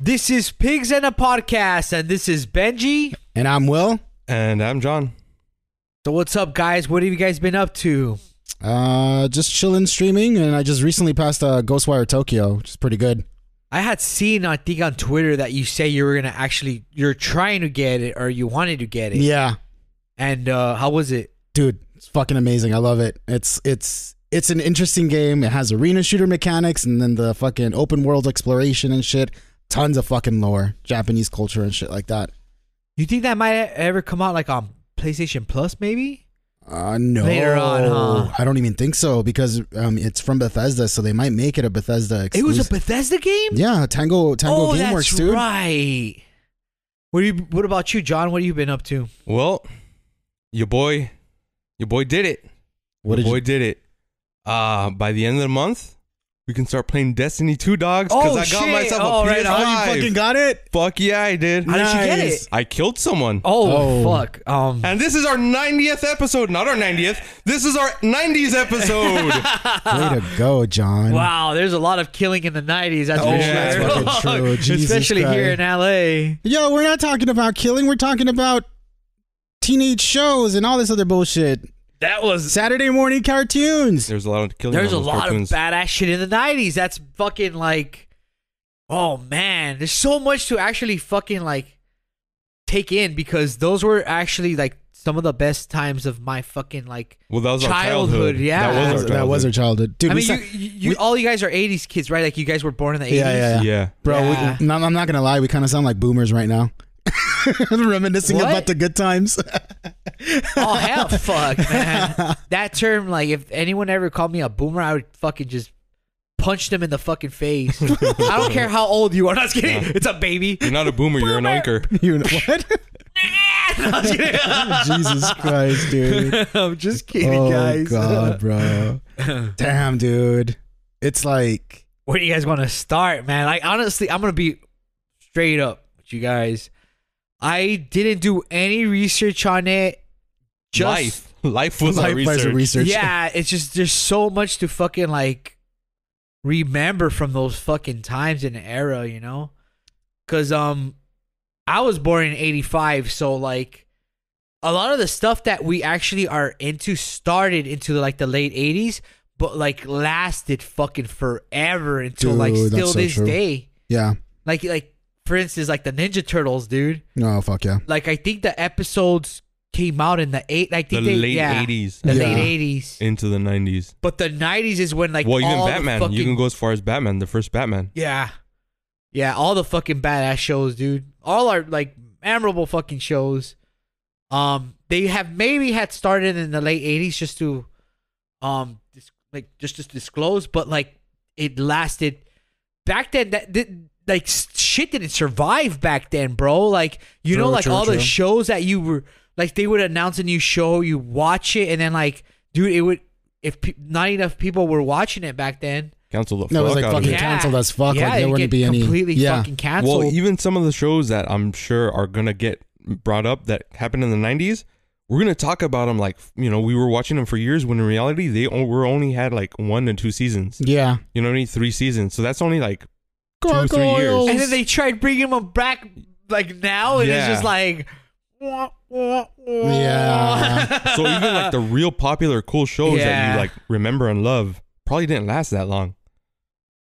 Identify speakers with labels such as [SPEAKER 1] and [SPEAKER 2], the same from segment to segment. [SPEAKER 1] This is Pigs and a Podcast, and this is Benji.
[SPEAKER 2] And I'm Will.
[SPEAKER 3] And I'm John.
[SPEAKER 1] So, what's up, guys? What have you guys been up to?
[SPEAKER 2] Uh, just chilling, streaming, and I just recently passed uh, Ghostwire Tokyo, which is pretty good.
[SPEAKER 1] I had seen, I think, on Twitter that you say you were gonna actually, you're trying to get it or you wanted to get it.
[SPEAKER 2] Yeah,
[SPEAKER 1] And uh, how was it?
[SPEAKER 2] dude, it's fucking amazing. I love it. It's it's it's an interesting game. It has arena shooter mechanics, and then the fucking open world exploration and shit. Tons of fucking lore, Japanese culture and shit like that.
[SPEAKER 1] You think that might ever come out like on PlayStation Plus, maybe?
[SPEAKER 2] Uh, no.
[SPEAKER 1] Later on, huh?
[SPEAKER 2] I don't even think so because um, it's from Bethesda, so they might make it a Bethesda.
[SPEAKER 1] It was a
[SPEAKER 2] exclusive.
[SPEAKER 1] Bethesda game.
[SPEAKER 2] yeah, Tango Tango
[SPEAKER 1] oh, that's
[SPEAKER 2] GameWorks, dude.
[SPEAKER 1] right. What do you? What about you, John? What have you been up to?
[SPEAKER 3] Well, your boy, your boy did it.
[SPEAKER 2] What did
[SPEAKER 3] your boy
[SPEAKER 2] you?
[SPEAKER 3] did it. Uh, by the end of the month, we can start playing Destiny 2 dogs
[SPEAKER 1] Oh,
[SPEAKER 3] I
[SPEAKER 1] shit.
[SPEAKER 3] got myself a
[SPEAKER 1] Oh, right
[SPEAKER 3] PS5.
[SPEAKER 1] on.
[SPEAKER 2] Oh, you fucking got it.
[SPEAKER 3] Fuck yeah, I did.
[SPEAKER 1] How did you get
[SPEAKER 2] Nice.
[SPEAKER 1] it?
[SPEAKER 3] I killed someone.
[SPEAKER 1] Oh,
[SPEAKER 2] Oh.
[SPEAKER 1] fuck. Um,
[SPEAKER 3] And this is our 90th episode. Not our 90th. This is our 90s episode.
[SPEAKER 2] Way to go, John.
[SPEAKER 1] wow. There's a lot of killing in the '90s. That's
[SPEAKER 3] Oh,
[SPEAKER 1] for
[SPEAKER 3] yeah.
[SPEAKER 1] sure.
[SPEAKER 2] That's fucking true. Jesus
[SPEAKER 1] Especially here
[SPEAKER 2] Christ.
[SPEAKER 1] in LA.
[SPEAKER 2] Yo, we're not talking about killing. We're talking about teenage shows and all this other bullshit.
[SPEAKER 1] That was.
[SPEAKER 2] Saturday morning cartoons.
[SPEAKER 3] There's a lot of killing.
[SPEAKER 1] There's a
[SPEAKER 3] on those
[SPEAKER 1] lot
[SPEAKER 3] cartoons.
[SPEAKER 1] of badass shit in the '90s. That's fucking like. Oh man, there's so much to actually fucking like take in because those were actually like some of the best times of my fucking like.
[SPEAKER 3] Well, that was
[SPEAKER 1] Childhood,
[SPEAKER 3] our childhood.
[SPEAKER 1] yeah.
[SPEAKER 3] That was our childhood.
[SPEAKER 2] That was our childhood, dude.
[SPEAKER 1] I
[SPEAKER 2] we
[SPEAKER 1] mean,
[SPEAKER 2] sa-
[SPEAKER 1] you, you, you all you guys are '80s kids, right? Like you guys were born in the '80s.
[SPEAKER 2] yeah, yeah, yeah,
[SPEAKER 3] Yeah.
[SPEAKER 2] bro.
[SPEAKER 1] Yeah.
[SPEAKER 2] We, no, I'm not gonna lie. We kind of sound like boomers right now, reminiscing
[SPEAKER 1] What?
[SPEAKER 2] about the good times.
[SPEAKER 1] Oh hell, fuck, man. That term, like, if anyone ever called me a boomer, I would fucking just punch them in the fucking face. I don't care how old you are. No, I was kidding. It's a baby.
[SPEAKER 3] You're not a boomer. You're an oinker.
[SPEAKER 2] you know what?
[SPEAKER 1] No, I was kidding.
[SPEAKER 2] Jesus Christ, dude.
[SPEAKER 1] I'm just kidding,
[SPEAKER 2] Oh
[SPEAKER 1] guys.
[SPEAKER 2] God, bro. Damn, dude. It's like
[SPEAKER 1] Where do you guys want to start, man? Like, honestly, I'm gonna be straight up with you guys. I didn't do any research on it. Just
[SPEAKER 3] life. Life was our
[SPEAKER 2] life as a
[SPEAKER 3] research.
[SPEAKER 2] research.
[SPEAKER 1] Yeah, it's just there's so much to fucking like remember from those fucking times and era, you know? Cuz um I was born in 85, so like a lot of the stuff that we actually are into started into like the late 80s, but like lasted fucking forever until like
[SPEAKER 2] Dude, that's
[SPEAKER 1] still
[SPEAKER 2] so
[SPEAKER 1] this
[SPEAKER 2] true.
[SPEAKER 1] day.
[SPEAKER 2] Yeah.
[SPEAKER 1] Like like for instance like the Ninja Turtles, dude.
[SPEAKER 2] No, fuck yeah.
[SPEAKER 1] Like I think the episodes came out in the 8 like
[SPEAKER 3] The
[SPEAKER 1] they,
[SPEAKER 3] late
[SPEAKER 1] yeah,
[SPEAKER 3] 80s
[SPEAKER 1] The
[SPEAKER 2] Yeah.
[SPEAKER 1] late 80s.
[SPEAKER 3] into the 90s.
[SPEAKER 1] But the '90s is when like
[SPEAKER 3] well, even
[SPEAKER 1] all the
[SPEAKER 3] Batman.
[SPEAKER 1] fucking-
[SPEAKER 3] You can go as far as Batman, the first Batman.
[SPEAKER 1] Yeah, yeah, all the fucking badass shows, dude. All our like memorable fucking shows. Um, they have maybe had started in the late '80s just to, um, dis- like just to disclose, but like it lasted back then. That did like s- shit didn't survive back then, bro. Like you know,
[SPEAKER 2] True,
[SPEAKER 1] like
[SPEAKER 2] true,
[SPEAKER 1] all the
[SPEAKER 2] true.
[SPEAKER 1] shows that you were like they would announce a new show, you watch it, and then like, dude, it would if pe- not enough people were watching it back then.
[SPEAKER 3] Cancel the
[SPEAKER 2] No, it was
[SPEAKER 3] fuck
[SPEAKER 2] like
[SPEAKER 3] out
[SPEAKER 2] fucking
[SPEAKER 3] of it.
[SPEAKER 2] canceled as fuck.
[SPEAKER 1] Yeah,
[SPEAKER 2] like there
[SPEAKER 1] they get
[SPEAKER 2] wouldn't be any.
[SPEAKER 1] completely
[SPEAKER 2] yeah.
[SPEAKER 1] fucking canceled.
[SPEAKER 3] Well, even some of the shows that I'm sure are gonna get brought up that happened in the 90s, we're gonna talk about them like you know we were watching them for years when in reality they o- were only had like one and two seasons.
[SPEAKER 2] yeah.
[SPEAKER 3] You know what I mean? Three seasons. So that's only like two three years.
[SPEAKER 1] and then they tried bringing them back like now, and it's
[SPEAKER 3] Yeah.
[SPEAKER 1] just like, wah, wah, wah.
[SPEAKER 2] Yeah.
[SPEAKER 3] so even like the real popular cool shows that
[SPEAKER 1] Yeah.
[SPEAKER 3] you like remember and love probably didn't last that long.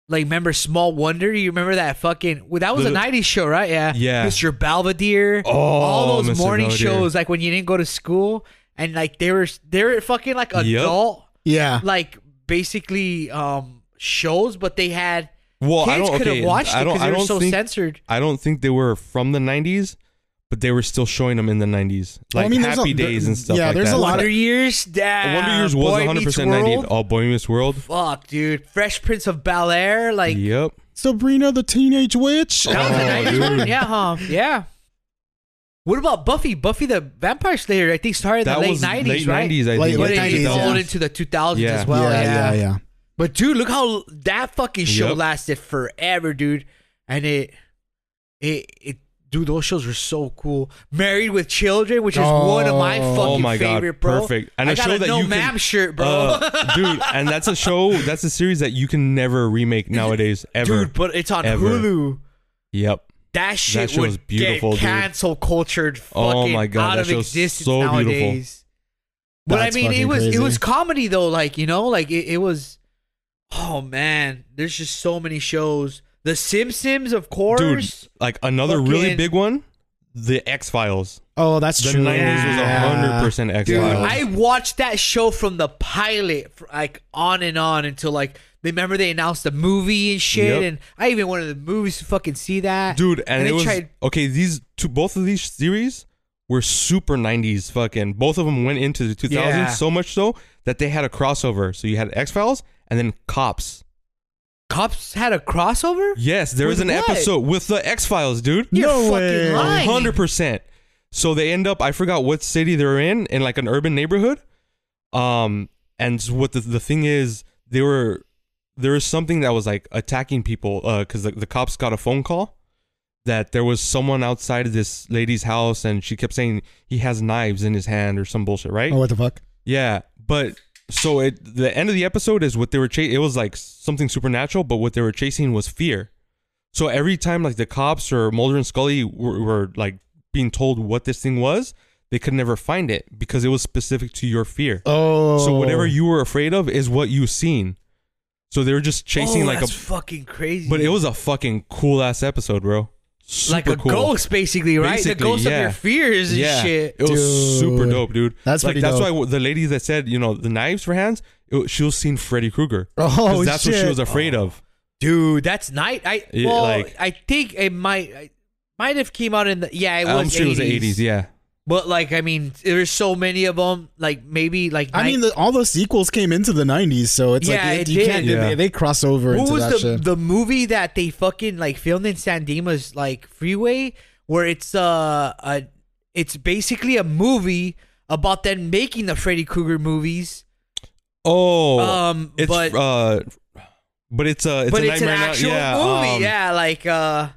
[SPEAKER 1] like remember Small Wonder? You remember that fucking? Well, that was a
[SPEAKER 3] The-
[SPEAKER 1] '90s show, right? Yeah,
[SPEAKER 3] Yeah.
[SPEAKER 1] Mr. Belvedere. all those
[SPEAKER 3] Mr.
[SPEAKER 1] morning
[SPEAKER 3] Belvedere.
[SPEAKER 1] shows, like when you didn't go to school, and like they were they were fucking like
[SPEAKER 3] Yep.
[SPEAKER 1] adult,
[SPEAKER 2] Yeah.
[SPEAKER 1] like basically um shows, but they had
[SPEAKER 3] Well, I
[SPEAKER 1] kids
[SPEAKER 3] don't
[SPEAKER 1] could have
[SPEAKER 3] okay,
[SPEAKER 1] watched it
[SPEAKER 3] I don't,
[SPEAKER 1] because
[SPEAKER 3] I
[SPEAKER 1] they were
[SPEAKER 3] don't
[SPEAKER 1] so
[SPEAKER 3] think
[SPEAKER 1] censored.
[SPEAKER 3] I don't think they were from the 90s, but they were still showing them in the 90s,
[SPEAKER 2] Well,
[SPEAKER 3] like
[SPEAKER 2] I mean, there's a-
[SPEAKER 3] Happy
[SPEAKER 2] there-
[SPEAKER 3] Days and stuff
[SPEAKER 2] yeah,
[SPEAKER 3] like
[SPEAKER 2] there's a
[SPEAKER 3] that.
[SPEAKER 2] lot
[SPEAKER 1] Wonder
[SPEAKER 2] of-
[SPEAKER 1] Years, damn.
[SPEAKER 3] Wonder Years was
[SPEAKER 1] Boy
[SPEAKER 3] 100
[SPEAKER 1] Meets
[SPEAKER 3] percent 90s.
[SPEAKER 1] World.
[SPEAKER 3] Oh, Boy Meets World.
[SPEAKER 1] Fuck, dude. Fresh Prince of Bel Air. Like,
[SPEAKER 3] yep.
[SPEAKER 2] Sabrina the Teenage Witch.
[SPEAKER 1] that was
[SPEAKER 3] Oh,
[SPEAKER 1] a 90s one.
[SPEAKER 3] dude.
[SPEAKER 1] Yeah, huh? Yeah. What about Buffy? Buffy the Vampire Slayer, I think, started in
[SPEAKER 3] That
[SPEAKER 1] the late
[SPEAKER 3] was
[SPEAKER 1] 90s,
[SPEAKER 3] late
[SPEAKER 1] right?
[SPEAKER 3] 90s, I
[SPEAKER 2] Late-
[SPEAKER 3] think.
[SPEAKER 1] But
[SPEAKER 2] late
[SPEAKER 1] it
[SPEAKER 3] Yeah.
[SPEAKER 2] 90s,
[SPEAKER 1] rolled
[SPEAKER 2] yeah.
[SPEAKER 1] into the 2000s as
[SPEAKER 3] Yeah.
[SPEAKER 1] well.
[SPEAKER 2] yeah, yeah, yeah.
[SPEAKER 1] But, dude, look how that fucking show
[SPEAKER 3] Yep.
[SPEAKER 1] lasted forever, dude. And it, it, it, dude, those shows were so cool. Married with Children, which is
[SPEAKER 2] Oh.
[SPEAKER 1] one of my fucking
[SPEAKER 3] Oh my god,
[SPEAKER 1] favorite, bro.
[SPEAKER 3] perfect! And
[SPEAKER 1] I
[SPEAKER 3] a
[SPEAKER 1] got
[SPEAKER 3] show
[SPEAKER 1] a
[SPEAKER 3] that
[SPEAKER 1] no
[SPEAKER 3] you can-
[SPEAKER 1] ma'am shirt, bro.
[SPEAKER 3] Uh, dude. And that's a show, that's a series that you can never remake nowadays ever.
[SPEAKER 1] Dude, but it's on
[SPEAKER 3] Ever.
[SPEAKER 1] Hulu.
[SPEAKER 3] yep.
[SPEAKER 1] That shit,
[SPEAKER 3] shit
[SPEAKER 1] would
[SPEAKER 3] was beautiful,
[SPEAKER 1] get
[SPEAKER 3] dude.
[SPEAKER 1] cancel cultured fucking
[SPEAKER 3] Oh my God,
[SPEAKER 1] out
[SPEAKER 3] that
[SPEAKER 1] of
[SPEAKER 3] shit was
[SPEAKER 1] existence
[SPEAKER 3] so beautiful.
[SPEAKER 1] nowadays. But
[SPEAKER 2] That's
[SPEAKER 1] I mean, it
[SPEAKER 2] fucking
[SPEAKER 1] was
[SPEAKER 2] crazy.
[SPEAKER 1] it was comedy though, like you know, like it, it was. Oh man, there's just so many shows. The Simpsons, of course.
[SPEAKER 3] Dude, like another really
[SPEAKER 1] fucking-
[SPEAKER 3] big one, the X Files.
[SPEAKER 2] Oh, that's
[SPEAKER 3] The
[SPEAKER 2] true.
[SPEAKER 3] nineties was
[SPEAKER 1] Yeah.
[SPEAKER 3] hundred percent X
[SPEAKER 1] Dude,
[SPEAKER 3] Files.
[SPEAKER 1] I watched that show from the pilot, for, like on and on until like remember they announced the movie and shit,
[SPEAKER 3] Yep.
[SPEAKER 1] and I even went to the movies to fucking see that.
[SPEAKER 3] Dude, and, it
[SPEAKER 1] they
[SPEAKER 3] was
[SPEAKER 1] tried
[SPEAKER 3] okay. These two, both of these series were super nineties fucking. Both of them went into the two thousands
[SPEAKER 1] Yeah.
[SPEAKER 3] so much so that they had a crossover. So you had X Files and then Cops.
[SPEAKER 1] cops had a crossover.
[SPEAKER 3] Yes, there
[SPEAKER 1] With
[SPEAKER 3] was an
[SPEAKER 1] what?
[SPEAKER 3] episode with the X Files, dude.
[SPEAKER 1] You're
[SPEAKER 2] No
[SPEAKER 1] fucking
[SPEAKER 2] way.
[SPEAKER 1] lying.
[SPEAKER 3] hundred percent. So they end up. I forgot what city they're in, in like an urban neighborhood. Um, and s- what the the thing is, they were there was something that was like attacking people. Uh, because the, the cops got a phone call that there was someone outside of this lady's house, and she kept saying he has knives in his hand or some bullshit, right?
[SPEAKER 2] Oh, what the fuck?
[SPEAKER 3] Yeah, but so it the end of the episode is what they were chasing. It was like something supernatural, but what they were chasing was fear. So every time like the cops or Mulder and Scully were, were like being told what this thing was, they could never find it because it was specific to your fear.
[SPEAKER 2] Oh,
[SPEAKER 3] So whatever you were afraid of is what you seen. So they were just chasing
[SPEAKER 1] oh,
[SPEAKER 3] like a,
[SPEAKER 1] that's fucking crazy.
[SPEAKER 3] but it was a fucking cool ass episode, bro. Super
[SPEAKER 1] like a
[SPEAKER 3] cool.
[SPEAKER 1] ghost, basically, right? the
[SPEAKER 3] Basically,
[SPEAKER 1] ghost of
[SPEAKER 3] yeah.
[SPEAKER 1] your fears and
[SPEAKER 3] yeah,
[SPEAKER 1] shit.
[SPEAKER 3] It was super
[SPEAKER 2] Dude.
[SPEAKER 3] dope, dude.
[SPEAKER 2] That's
[SPEAKER 3] like
[SPEAKER 2] pretty
[SPEAKER 3] that's
[SPEAKER 2] dope.
[SPEAKER 3] why w- the lady that said you know the knives for hands, it, wa- she was seeing Freddy Krueger.
[SPEAKER 2] Oh,
[SPEAKER 3] 'Cause that's what she
[SPEAKER 2] shit.
[SPEAKER 3] was afraid of.
[SPEAKER 1] Dude, that's night. I
[SPEAKER 3] Yeah,
[SPEAKER 1] well,
[SPEAKER 3] like-
[SPEAKER 1] I think it might I, might have came out in the yeah. It was
[SPEAKER 3] I'm sure it Um, was the 80s. Yeah,
[SPEAKER 1] But like, I mean, there's so many of them. Like maybe like
[SPEAKER 2] I
[SPEAKER 1] night-
[SPEAKER 2] mean, the, all those sequels came into the '90s, so it's
[SPEAKER 1] Yeah,
[SPEAKER 2] like
[SPEAKER 1] it
[SPEAKER 2] you,
[SPEAKER 1] did.
[SPEAKER 2] can't.
[SPEAKER 3] Yeah.
[SPEAKER 2] They, they cross over
[SPEAKER 1] what
[SPEAKER 2] into
[SPEAKER 1] was
[SPEAKER 2] that
[SPEAKER 1] the
[SPEAKER 2] shit.
[SPEAKER 1] the movie that they fucking like filmed in San Dimas like freeway where it's uh a it's basically a movie about them making the Freddy Krueger movies.
[SPEAKER 3] Oh,
[SPEAKER 1] Um,
[SPEAKER 3] it's
[SPEAKER 1] but-
[SPEAKER 3] uh, but it's a it's
[SPEAKER 1] but
[SPEAKER 3] a
[SPEAKER 1] it's an
[SPEAKER 3] nightmare
[SPEAKER 1] actual
[SPEAKER 3] now. Yeah,
[SPEAKER 1] movie.
[SPEAKER 3] um,
[SPEAKER 1] yeah, like uh,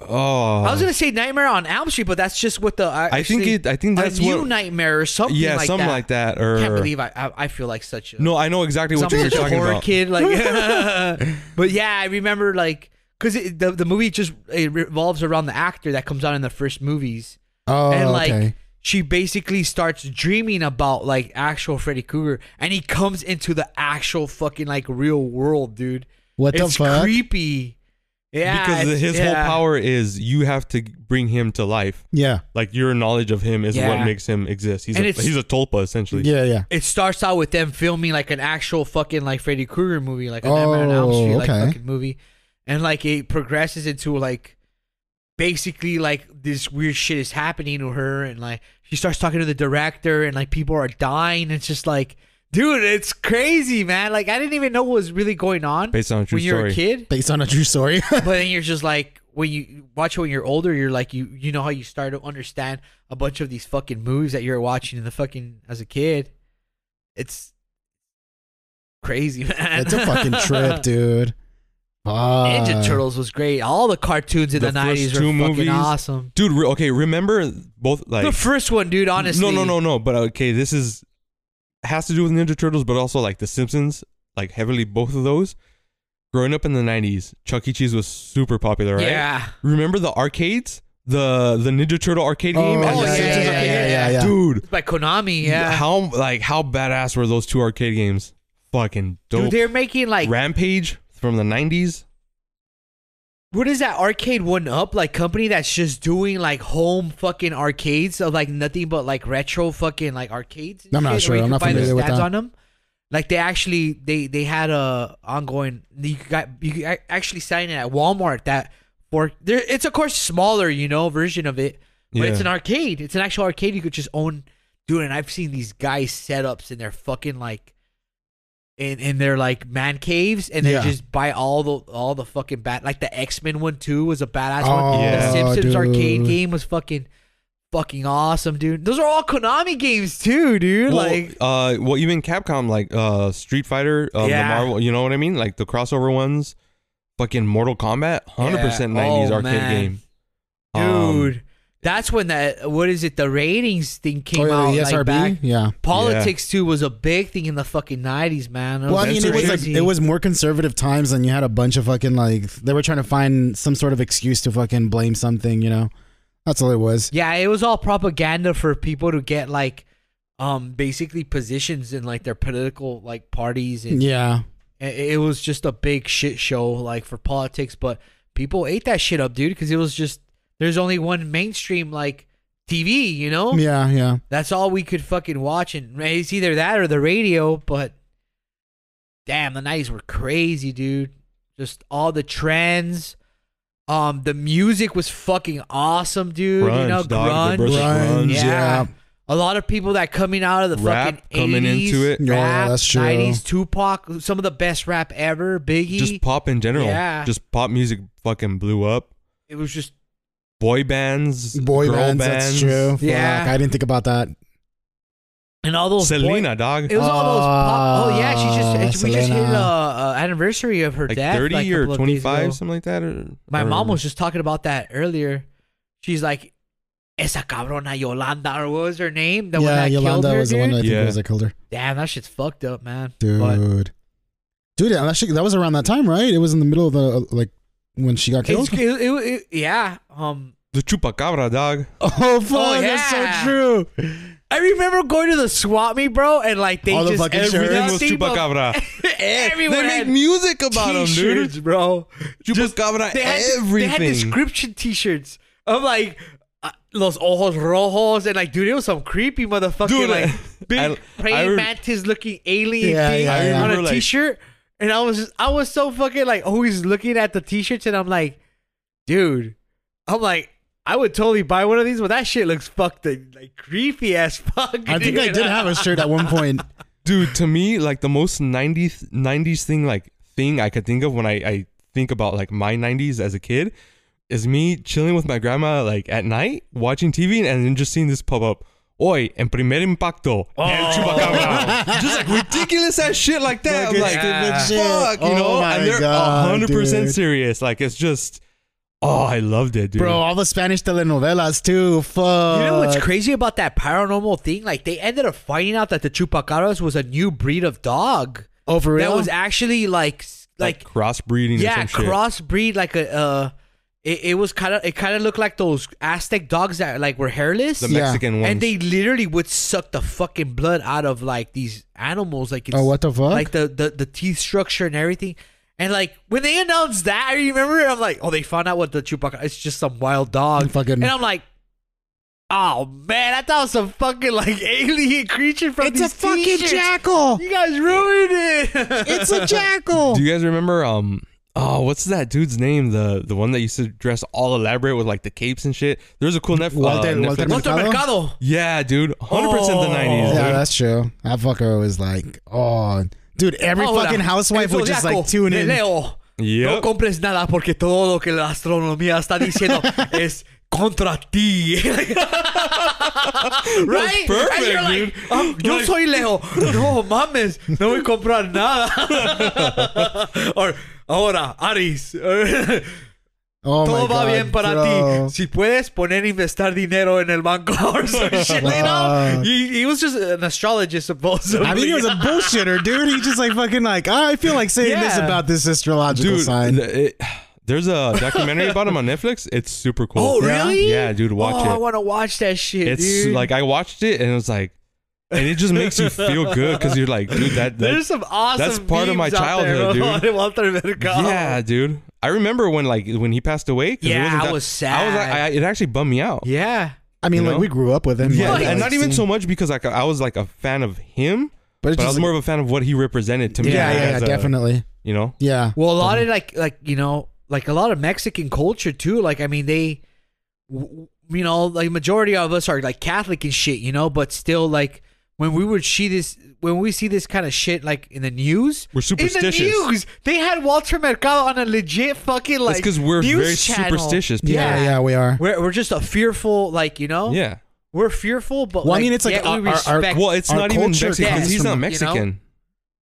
[SPEAKER 3] Oh,
[SPEAKER 1] I was gonna say Nightmare on Elm Street, but that's just what the
[SPEAKER 3] I think it. I think that's
[SPEAKER 1] a new
[SPEAKER 3] what.
[SPEAKER 1] nightmare or something.
[SPEAKER 3] yeah,
[SPEAKER 1] like
[SPEAKER 3] something
[SPEAKER 1] that.
[SPEAKER 3] like that. Or
[SPEAKER 1] I can't believe I, I I feel like such a
[SPEAKER 3] no, I know exactly
[SPEAKER 1] some
[SPEAKER 3] what you're
[SPEAKER 1] horror
[SPEAKER 3] talking about.
[SPEAKER 1] kid. Like, but yeah, I remember like because the the movie just it revolves around the actor that comes out in the first movies
[SPEAKER 2] oh,
[SPEAKER 1] and like
[SPEAKER 2] okay.
[SPEAKER 1] she basically starts dreaming about like actual Freddy Krueger, and he comes into the actual fucking like real world, dude.
[SPEAKER 2] What the
[SPEAKER 1] it's
[SPEAKER 2] fuck?
[SPEAKER 1] creepy. Yeah,
[SPEAKER 3] because
[SPEAKER 1] it's-
[SPEAKER 3] his whole
[SPEAKER 1] yeah.
[SPEAKER 3] power is you have to bring him to life.
[SPEAKER 2] Yeah,
[SPEAKER 3] Like your knowledge of him is
[SPEAKER 1] Yeah.
[SPEAKER 3] what makes him exist. He's
[SPEAKER 1] And
[SPEAKER 3] a,
[SPEAKER 1] it's-
[SPEAKER 3] he's a tulpa essentially.
[SPEAKER 2] yeah, yeah.
[SPEAKER 1] It starts out with them filming like an actual fucking like Freddy Krueger movie, like a Nightmare on Elm
[SPEAKER 2] Oh,
[SPEAKER 1] Street like
[SPEAKER 2] okay.
[SPEAKER 1] fucking movie, and like it progresses into like basically like this weird shit is happening to her, and like she starts talking to the director, and like people are dying. It's just like, dude, it's crazy, man. Like I didn't even know what was really going on
[SPEAKER 3] Based on a true
[SPEAKER 1] when you're
[SPEAKER 3] story.
[SPEAKER 1] a kid,
[SPEAKER 2] Based on a true story.
[SPEAKER 1] but then you're just like when you watch it when you're older, you're like you you know how you start to understand a bunch of these fucking movies that you're watching in the fucking as a kid. It's crazy, man.
[SPEAKER 2] it's a fucking trip, dude. Fuck. Oh,
[SPEAKER 1] Ninja Turtles was great. All the cartoons in the
[SPEAKER 3] The first
[SPEAKER 1] nineties were
[SPEAKER 3] two
[SPEAKER 1] fucking
[SPEAKER 3] movies,
[SPEAKER 1] awesome.
[SPEAKER 3] dude. Re- okay, remember both like
[SPEAKER 1] the first one, dude. Honestly,
[SPEAKER 3] No, no, no, no. But okay, this is has to do with Ninja Turtles, but also like The Simpsons, like heavily both of those. Growing up in the '90s, Chuck E. Cheese was super popular, right?
[SPEAKER 1] Yeah.
[SPEAKER 3] Remember the arcades, the the Ninja Turtle arcade game,
[SPEAKER 1] Oh, yeah,
[SPEAKER 3] the
[SPEAKER 1] yeah,
[SPEAKER 3] Simpsons
[SPEAKER 1] yeah,
[SPEAKER 3] arcade
[SPEAKER 1] yeah,
[SPEAKER 3] game?
[SPEAKER 1] yeah,
[SPEAKER 3] dude.
[SPEAKER 1] It's by Konami. Yeah.
[SPEAKER 3] How like how badass were those two arcade games? Fucking dope.
[SPEAKER 1] dude, they're making like
[SPEAKER 3] Rampage from the '90s.
[SPEAKER 1] what is that arcade one up like company that's just doing like home fucking arcades of like nothing but like retro fucking like arcades. and
[SPEAKER 2] I'm not
[SPEAKER 1] shit,
[SPEAKER 2] sure.
[SPEAKER 1] where you
[SPEAKER 2] I'm
[SPEAKER 1] can
[SPEAKER 2] not
[SPEAKER 1] buy the
[SPEAKER 2] familiar with
[SPEAKER 1] stats
[SPEAKER 2] that.
[SPEAKER 1] on them. Like they actually they they had a ongoing. You got you could ac- actually sign it at Walmart that for there. It's of course smaller, you know, version of it, but it's
[SPEAKER 3] Yeah.
[SPEAKER 1] an arcade. It's an actual arcade you could just own. Dude, and I've seen these guys setups in their fucking like in in their like man caves and they
[SPEAKER 2] Yeah.
[SPEAKER 1] just buy all the all the fucking bat like the X Men one too was a badass one.
[SPEAKER 2] Oh,
[SPEAKER 1] The
[SPEAKER 3] Yeah.
[SPEAKER 1] Simpsons arcade
[SPEAKER 2] dude.
[SPEAKER 1] game was fucking fucking awesome, dude. Those are all Konami games too, dude.
[SPEAKER 3] Well,
[SPEAKER 1] like
[SPEAKER 3] uh, well, even Capcom, like uh, Street Fighter, um,
[SPEAKER 1] Yeah.
[SPEAKER 3] the Marvel, you know what I mean? Like the crossover ones, fucking Mortal Kombat, hundred percent
[SPEAKER 1] Yeah.
[SPEAKER 3] nineties
[SPEAKER 1] Oh,
[SPEAKER 3] arcade
[SPEAKER 1] man.
[SPEAKER 3] game, Um,
[SPEAKER 1] Oh, dude. that's when that what is it? The ratings thing came
[SPEAKER 2] Oh, yeah,
[SPEAKER 1] out
[SPEAKER 2] the E
[SPEAKER 1] like back.
[SPEAKER 2] yeah.
[SPEAKER 1] Politics too was a big thing in the fucking nineties, man.
[SPEAKER 2] Well, I mean, it was like,
[SPEAKER 1] crazy.
[SPEAKER 2] it was more conservative times, and you had a bunch of fucking like they were trying to find some sort of excuse to fucking blame something. You know, that's all it was.
[SPEAKER 1] yeah, it was all propaganda for people to get like, um, basically positions in like their political like parties, and
[SPEAKER 2] Yeah,
[SPEAKER 1] and it it was just a big shit show like for politics. But people ate that shit up, dude, because it was just there's only one mainstream like TV, you know.
[SPEAKER 2] yeah, yeah.
[SPEAKER 1] That's all we could fucking watch, and it's either that or the radio. But damn, the nineties were crazy, dude. Just all the trends. Um, the music was fucking awesome, dude. you know,
[SPEAKER 3] Grunge, dog, the
[SPEAKER 1] grunge.
[SPEAKER 3] British
[SPEAKER 2] Grunge,
[SPEAKER 3] grunge,
[SPEAKER 1] Yeah.
[SPEAKER 2] yeah.
[SPEAKER 1] a lot of people that coming out of the
[SPEAKER 3] Rap
[SPEAKER 1] fucking
[SPEAKER 3] coming
[SPEAKER 1] 80s,
[SPEAKER 3] into it.
[SPEAKER 2] Yeah,
[SPEAKER 1] rap,
[SPEAKER 2] that's true.
[SPEAKER 1] Nineties, Tupac, some of the best rap ever. Biggie.
[SPEAKER 3] just pop in general.
[SPEAKER 1] Yeah.
[SPEAKER 3] Just pop music fucking blew up.
[SPEAKER 1] it was just
[SPEAKER 3] Boy bands,
[SPEAKER 2] Boy
[SPEAKER 3] girl
[SPEAKER 2] bands, that's true. Fuck,
[SPEAKER 1] Yeah.
[SPEAKER 2] I didn't think about that.
[SPEAKER 1] and all those boy-
[SPEAKER 3] Selena, dog.
[SPEAKER 1] it was all those. Pop, oh yeah, she just
[SPEAKER 2] Ah,
[SPEAKER 1] we just hit
[SPEAKER 2] Selena.
[SPEAKER 1] uh, uh, anniversary of her
[SPEAKER 3] like
[SPEAKER 1] death,
[SPEAKER 3] 30
[SPEAKER 1] like a
[SPEAKER 3] or
[SPEAKER 1] couple of days
[SPEAKER 3] 25,
[SPEAKER 1] ago.
[SPEAKER 3] something like that. Or,
[SPEAKER 1] My
[SPEAKER 3] or-
[SPEAKER 1] mom was just talking about that earlier. She's like, "Esa cabrona Yolanda," or what was her name? The one
[SPEAKER 2] yeah,
[SPEAKER 1] that
[SPEAKER 2] Yolanda
[SPEAKER 1] killed her,
[SPEAKER 2] was the one
[SPEAKER 1] dude?
[SPEAKER 2] that I think
[SPEAKER 3] Yeah.
[SPEAKER 2] was that killed her.
[SPEAKER 1] Damn, that shit's fucked up, man. But
[SPEAKER 2] Dude, dude, that, shit- that was around that time, right? It was in the middle of the uh, like when she got killed.
[SPEAKER 1] it's, it, it, it- yeah. Um,
[SPEAKER 3] the chupacabra, dog.
[SPEAKER 2] Oh fuck,
[SPEAKER 1] Oh,
[SPEAKER 2] that's
[SPEAKER 1] yeah.
[SPEAKER 2] so true.
[SPEAKER 1] I remember going to the swap meet, bro, and like they
[SPEAKER 2] All the
[SPEAKER 1] just
[SPEAKER 2] fucking shirts.
[SPEAKER 1] everything
[SPEAKER 3] Everything
[SPEAKER 2] That
[SPEAKER 3] was
[SPEAKER 1] team of-
[SPEAKER 3] chupacabra.
[SPEAKER 1] Everyone
[SPEAKER 3] they make
[SPEAKER 1] had
[SPEAKER 3] music about them, dude.
[SPEAKER 1] t-shirts, bro.
[SPEAKER 3] Chupacabra,
[SPEAKER 1] They had,
[SPEAKER 3] everything.
[SPEAKER 1] They had description T-shirts. I'm like. Uh, Los ojos rojos and like, dude, it was some creepy motherfucking
[SPEAKER 3] Dude,
[SPEAKER 1] like
[SPEAKER 3] I-
[SPEAKER 1] big
[SPEAKER 3] I-
[SPEAKER 1] praying
[SPEAKER 3] I re-
[SPEAKER 1] mantis looking alien
[SPEAKER 2] Yeah,
[SPEAKER 1] thing
[SPEAKER 2] yeah,
[SPEAKER 1] on
[SPEAKER 2] yeah.
[SPEAKER 3] I
[SPEAKER 1] a
[SPEAKER 3] remember, like-
[SPEAKER 1] t-shirt, and I was just, I was so fucking like always looking at the t-shirts, and I'm like, dude, I'm like, I would totally buy one of these, but that shit looks fucked up, like creepy as fuck.
[SPEAKER 2] I think I
[SPEAKER 1] dude.
[SPEAKER 2] did have a shirt at one point.
[SPEAKER 3] dude to me like the most 90s 90s thing like thing i could think of when i i think about like my 90s as a kid is me chilling with my grandma like at night watching tv and then just seeing this pop up Oi, en primer impacto, el chupacabra. just like ridiculous ass shit like that. I'm
[SPEAKER 2] Fucking
[SPEAKER 3] like,
[SPEAKER 1] stupid
[SPEAKER 2] shit.
[SPEAKER 3] fuck, you
[SPEAKER 2] Oh
[SPEAKER 3] know?
[SPEAKER 2] my
[SPEAKER 3] and they're
[SPEAKER 2] God,
[SPEAKER 3] 100%
[SPEAKER 2] dude.
[SPEAKER 3] serious. Like, it's just, oh, I loved it, dude.
[SPEAKER 2] Bro, all the Spanish telenovelas too. Fuck.
[SPEAKER 1] You know
[SPEAKER 2] Uh,
[SPEAKER 1] what's crazy about that paranormal thing? Like they ended up finding out that the chupacabras was a new breed of dog
[SPEAKER 2] Oh, for real?
[SPEAKER 1] that was actually like s- like,
[SPEAKER 3] crossbreeding
[SPEAKER 1] yeah
[SPEAKER 3] or some shit.
[SPEAKER 1] crossbreed like a uh it, it was kind of it kind of looked like those Aztec dogs that like were hairless
[SPEAKER 3] the
[SPEAKER 2] Yeah.
[SPEAKER 3] Mexican ones.
[SPEAKER 1] and they literally would suck the fucking blood out of like these animals like it's,
[SPEAKER 2] oh, what the fuck?
[SPEAKER 1] like the, the the teeth structure and everything. And like when they announced that, I remember I'm like, oh, they found out what the chupacabra. It's just some wild dog.
[SPEAKER 2] Fucking-
[SPEAKER 1] And I'm like, oh man, I thought it was some fucking like alien creature from
[SPEAKER 2] it's a
[SPEAKER 1] these
[SPEAKER 2] fucking
[SPEAKER 1] t-shirts.
[SPEAKER 2] jackal.
[SPEAKER 1] You guys ruined it.
[SPEAKER 2] It's a
[SPEAKER 1] Oh.
[SPEAKER 2] jackal.
[SPEAKER 3] Do you guys remember um oh what's that dude's name? The the one that used to dress all elaborate with like the capes and shit. There's a cool Netf-
[SPEAKER 2] Walter-
[SPEAKER 3] uh, Netflix.
[SPEAKER 2] Walter
[SPEAKER 1] Walter
[SPEAKER 2] Mercado?
[SPEAKER 1] Mercado.
[SPEAKER 3] yeah, dude. 100 percent the
[SPEAKER 1] Oh.
[SPEAKER 3] nineties.
[SPEAKER 2] yeah,
[SPEAKER 3] dude.
[SPEAKER 2] that's true. That fucker was like, oh, dude, every
[SPEAKER 1] Ahora,
[SPEAKER 2] fucking housewife
[SPEAKER 1] el
[SPEAKER 2] would just like
[SPEAKER 1] zodiaco
[SPEAKER 2] tune
[SPEAKER 1] de
[SPEAKER 2] in.
[SPEAKER 1] Leo. No
[SPEAKER 3] Yep.
[SPEAKER 1] compres nada porque todo lo que la astronomía está diciendo es contra ti. right?
[SPEAKER 3] perfect,
[SPEAKER 1] and you're like,
[SPEAKER 3] dude.
[SPEAKER 1] "Ah, yo
[SPEAKER 3] Like-
[SPEAKER 1] soy Leo. No mames, no voy a comprar nada. or ahora, Aris.
[SPEAKER 2] Oh my
[SPEAKER 1] Todo va
[SPEAKER 2] god,
[SPEAKER 1] bien para
[SPEAKER 2] bro.
[SPEAKER 1] ti. Si puedes poner investar dinero en el banco or some shit, you know?
[SPEAKER 2] Fuck.
[SPEAKER 1] He, he was just an astrologist, supposedly.
[SPEAKER 2] I think he was a bullshitter, dude. He just like fucking like, "Ah, I feel like saying this
[SPEAKER 1] Yeah.
[SPEAKER 2] about this astrological
[SPEAKER 3] Dude,
[SPEAKER 2] sign.
[SPEAKER 3] the- it- there's a documentary about him on Netflix. It's super cool.
[SPEAKER 1] Oh, really?
[SPEAKER 3] Yeah, dude, watch
[SPEAKER 1] oh, I
[SPEAKER 3] it.
[SPEAKER 1] want to watch that shit,
[SPEAKER 3] It's
[SPEAKER 1] dude.
[SPEAKER 3] like I watched it and it was like and it just makes you feel good because you're like, dude, that, that
[SPEAKER 1] There's some awesome.
[SPEAKER 3] that's part of my
[SPEAKER 1] memes out
[SPEAKER 3] childhood,
[SPEAKER 1] there,
[SPEAKER 3] dude.
[SPEAKER 1] Walter Mercado.
[SPEAKER 3] yeah, dude. I remember when like when he passed away. 'cause
[SPEAKER 1] oh.
[SPEAKER 3] it
[SPEAKER 1] Yeah,
[SPEAKER 3] wasn't
[SPEAKER 1] I was
[SPEAKER 3] that- I was like,
[SPEAKER 1] sad.
[SPEAKER 3] I, it actually bummed me out.
[SPEAKER 1] yeah.
[SPEAKER 2] I mean,
[SPEAKER 3] you
[SPEAKER 2] like
[SPEAKER 3] know?
[SPEAKER 2] we grew up with him.
[SPEAKER 3] Yeah,
[SPEAKER 2] like, like,
[SPEAKER 3] and not even
[SPEAKER 2] seeing-
[SPEAKER 3] so much because like I was like a fan of him,
[SPEAKER 2] But,
[SPEAKER 3] but,
[SPEAKER 2] it's
[SPEAKER 3] I
[SPEAKER 2] just
[SPEAKER 3] was
[SPEAKER 2] like-
[SPEAKER 3] more of a fan of what he represented to me.
[SPEAKER 2] yeah, yeah, yeah
[SPEAKER 3] as a-
[SPEAKER 2] definitely.
[SPEAKER 3] You know,
[SPEAKER 2] Yeah,
[SPEAKER 1] Well, a lot of like, like you know, like a lot of Mexican culture too. Like, I mean, they, w- you know, like majority of us are like Catholic and shit, you know, but still like. When we would see this, when we see this kind of shit like in the news,
[SPEAKER 3] We're superstitious.
[SPEAKER 1] In the news, they had Walter Mercado on a legit fucking like
[SPEAKER 3] that's because we're
[SPEAKER 1] news
[SPEAKER 3] very
[SPEAKER 1] channel.
[SPEAKER 3] superstitious. People.
[SPEAKER 2] yeah,
[SPEAKER 1] Yeah.
[SPEAKER 2] yeah, we are.
[SPEAKER 1] We're, we're just a fearful, like you know,
[SPEAKER 3] yeah.
[SPEAKER 1] we're fearful, but
[SPEAKER 2] Well, I
[SPEAKER 1] like,
[SPEAKER 2] mean, it's like
[SPEAKER 1] yet
[SPEAKER 2] our-
[SPEAKER 1] we
[SPEAKER 2] our- our-
[SPEAKER 1] respect
[SPEAKER 3] Well, it's
[SPEAKER 2] Our
[SPEAKER 3] not even
[SPEAKER 2] culture
[SPEAKER 3] Mexican because
[SPEAKER 2] comes
[SPEAKER 3] he's
[SPEAKER 2] from-
[SPEAKER 3] not
[SPEAKER 1] you know?
[SPEAKER 3] Mexican.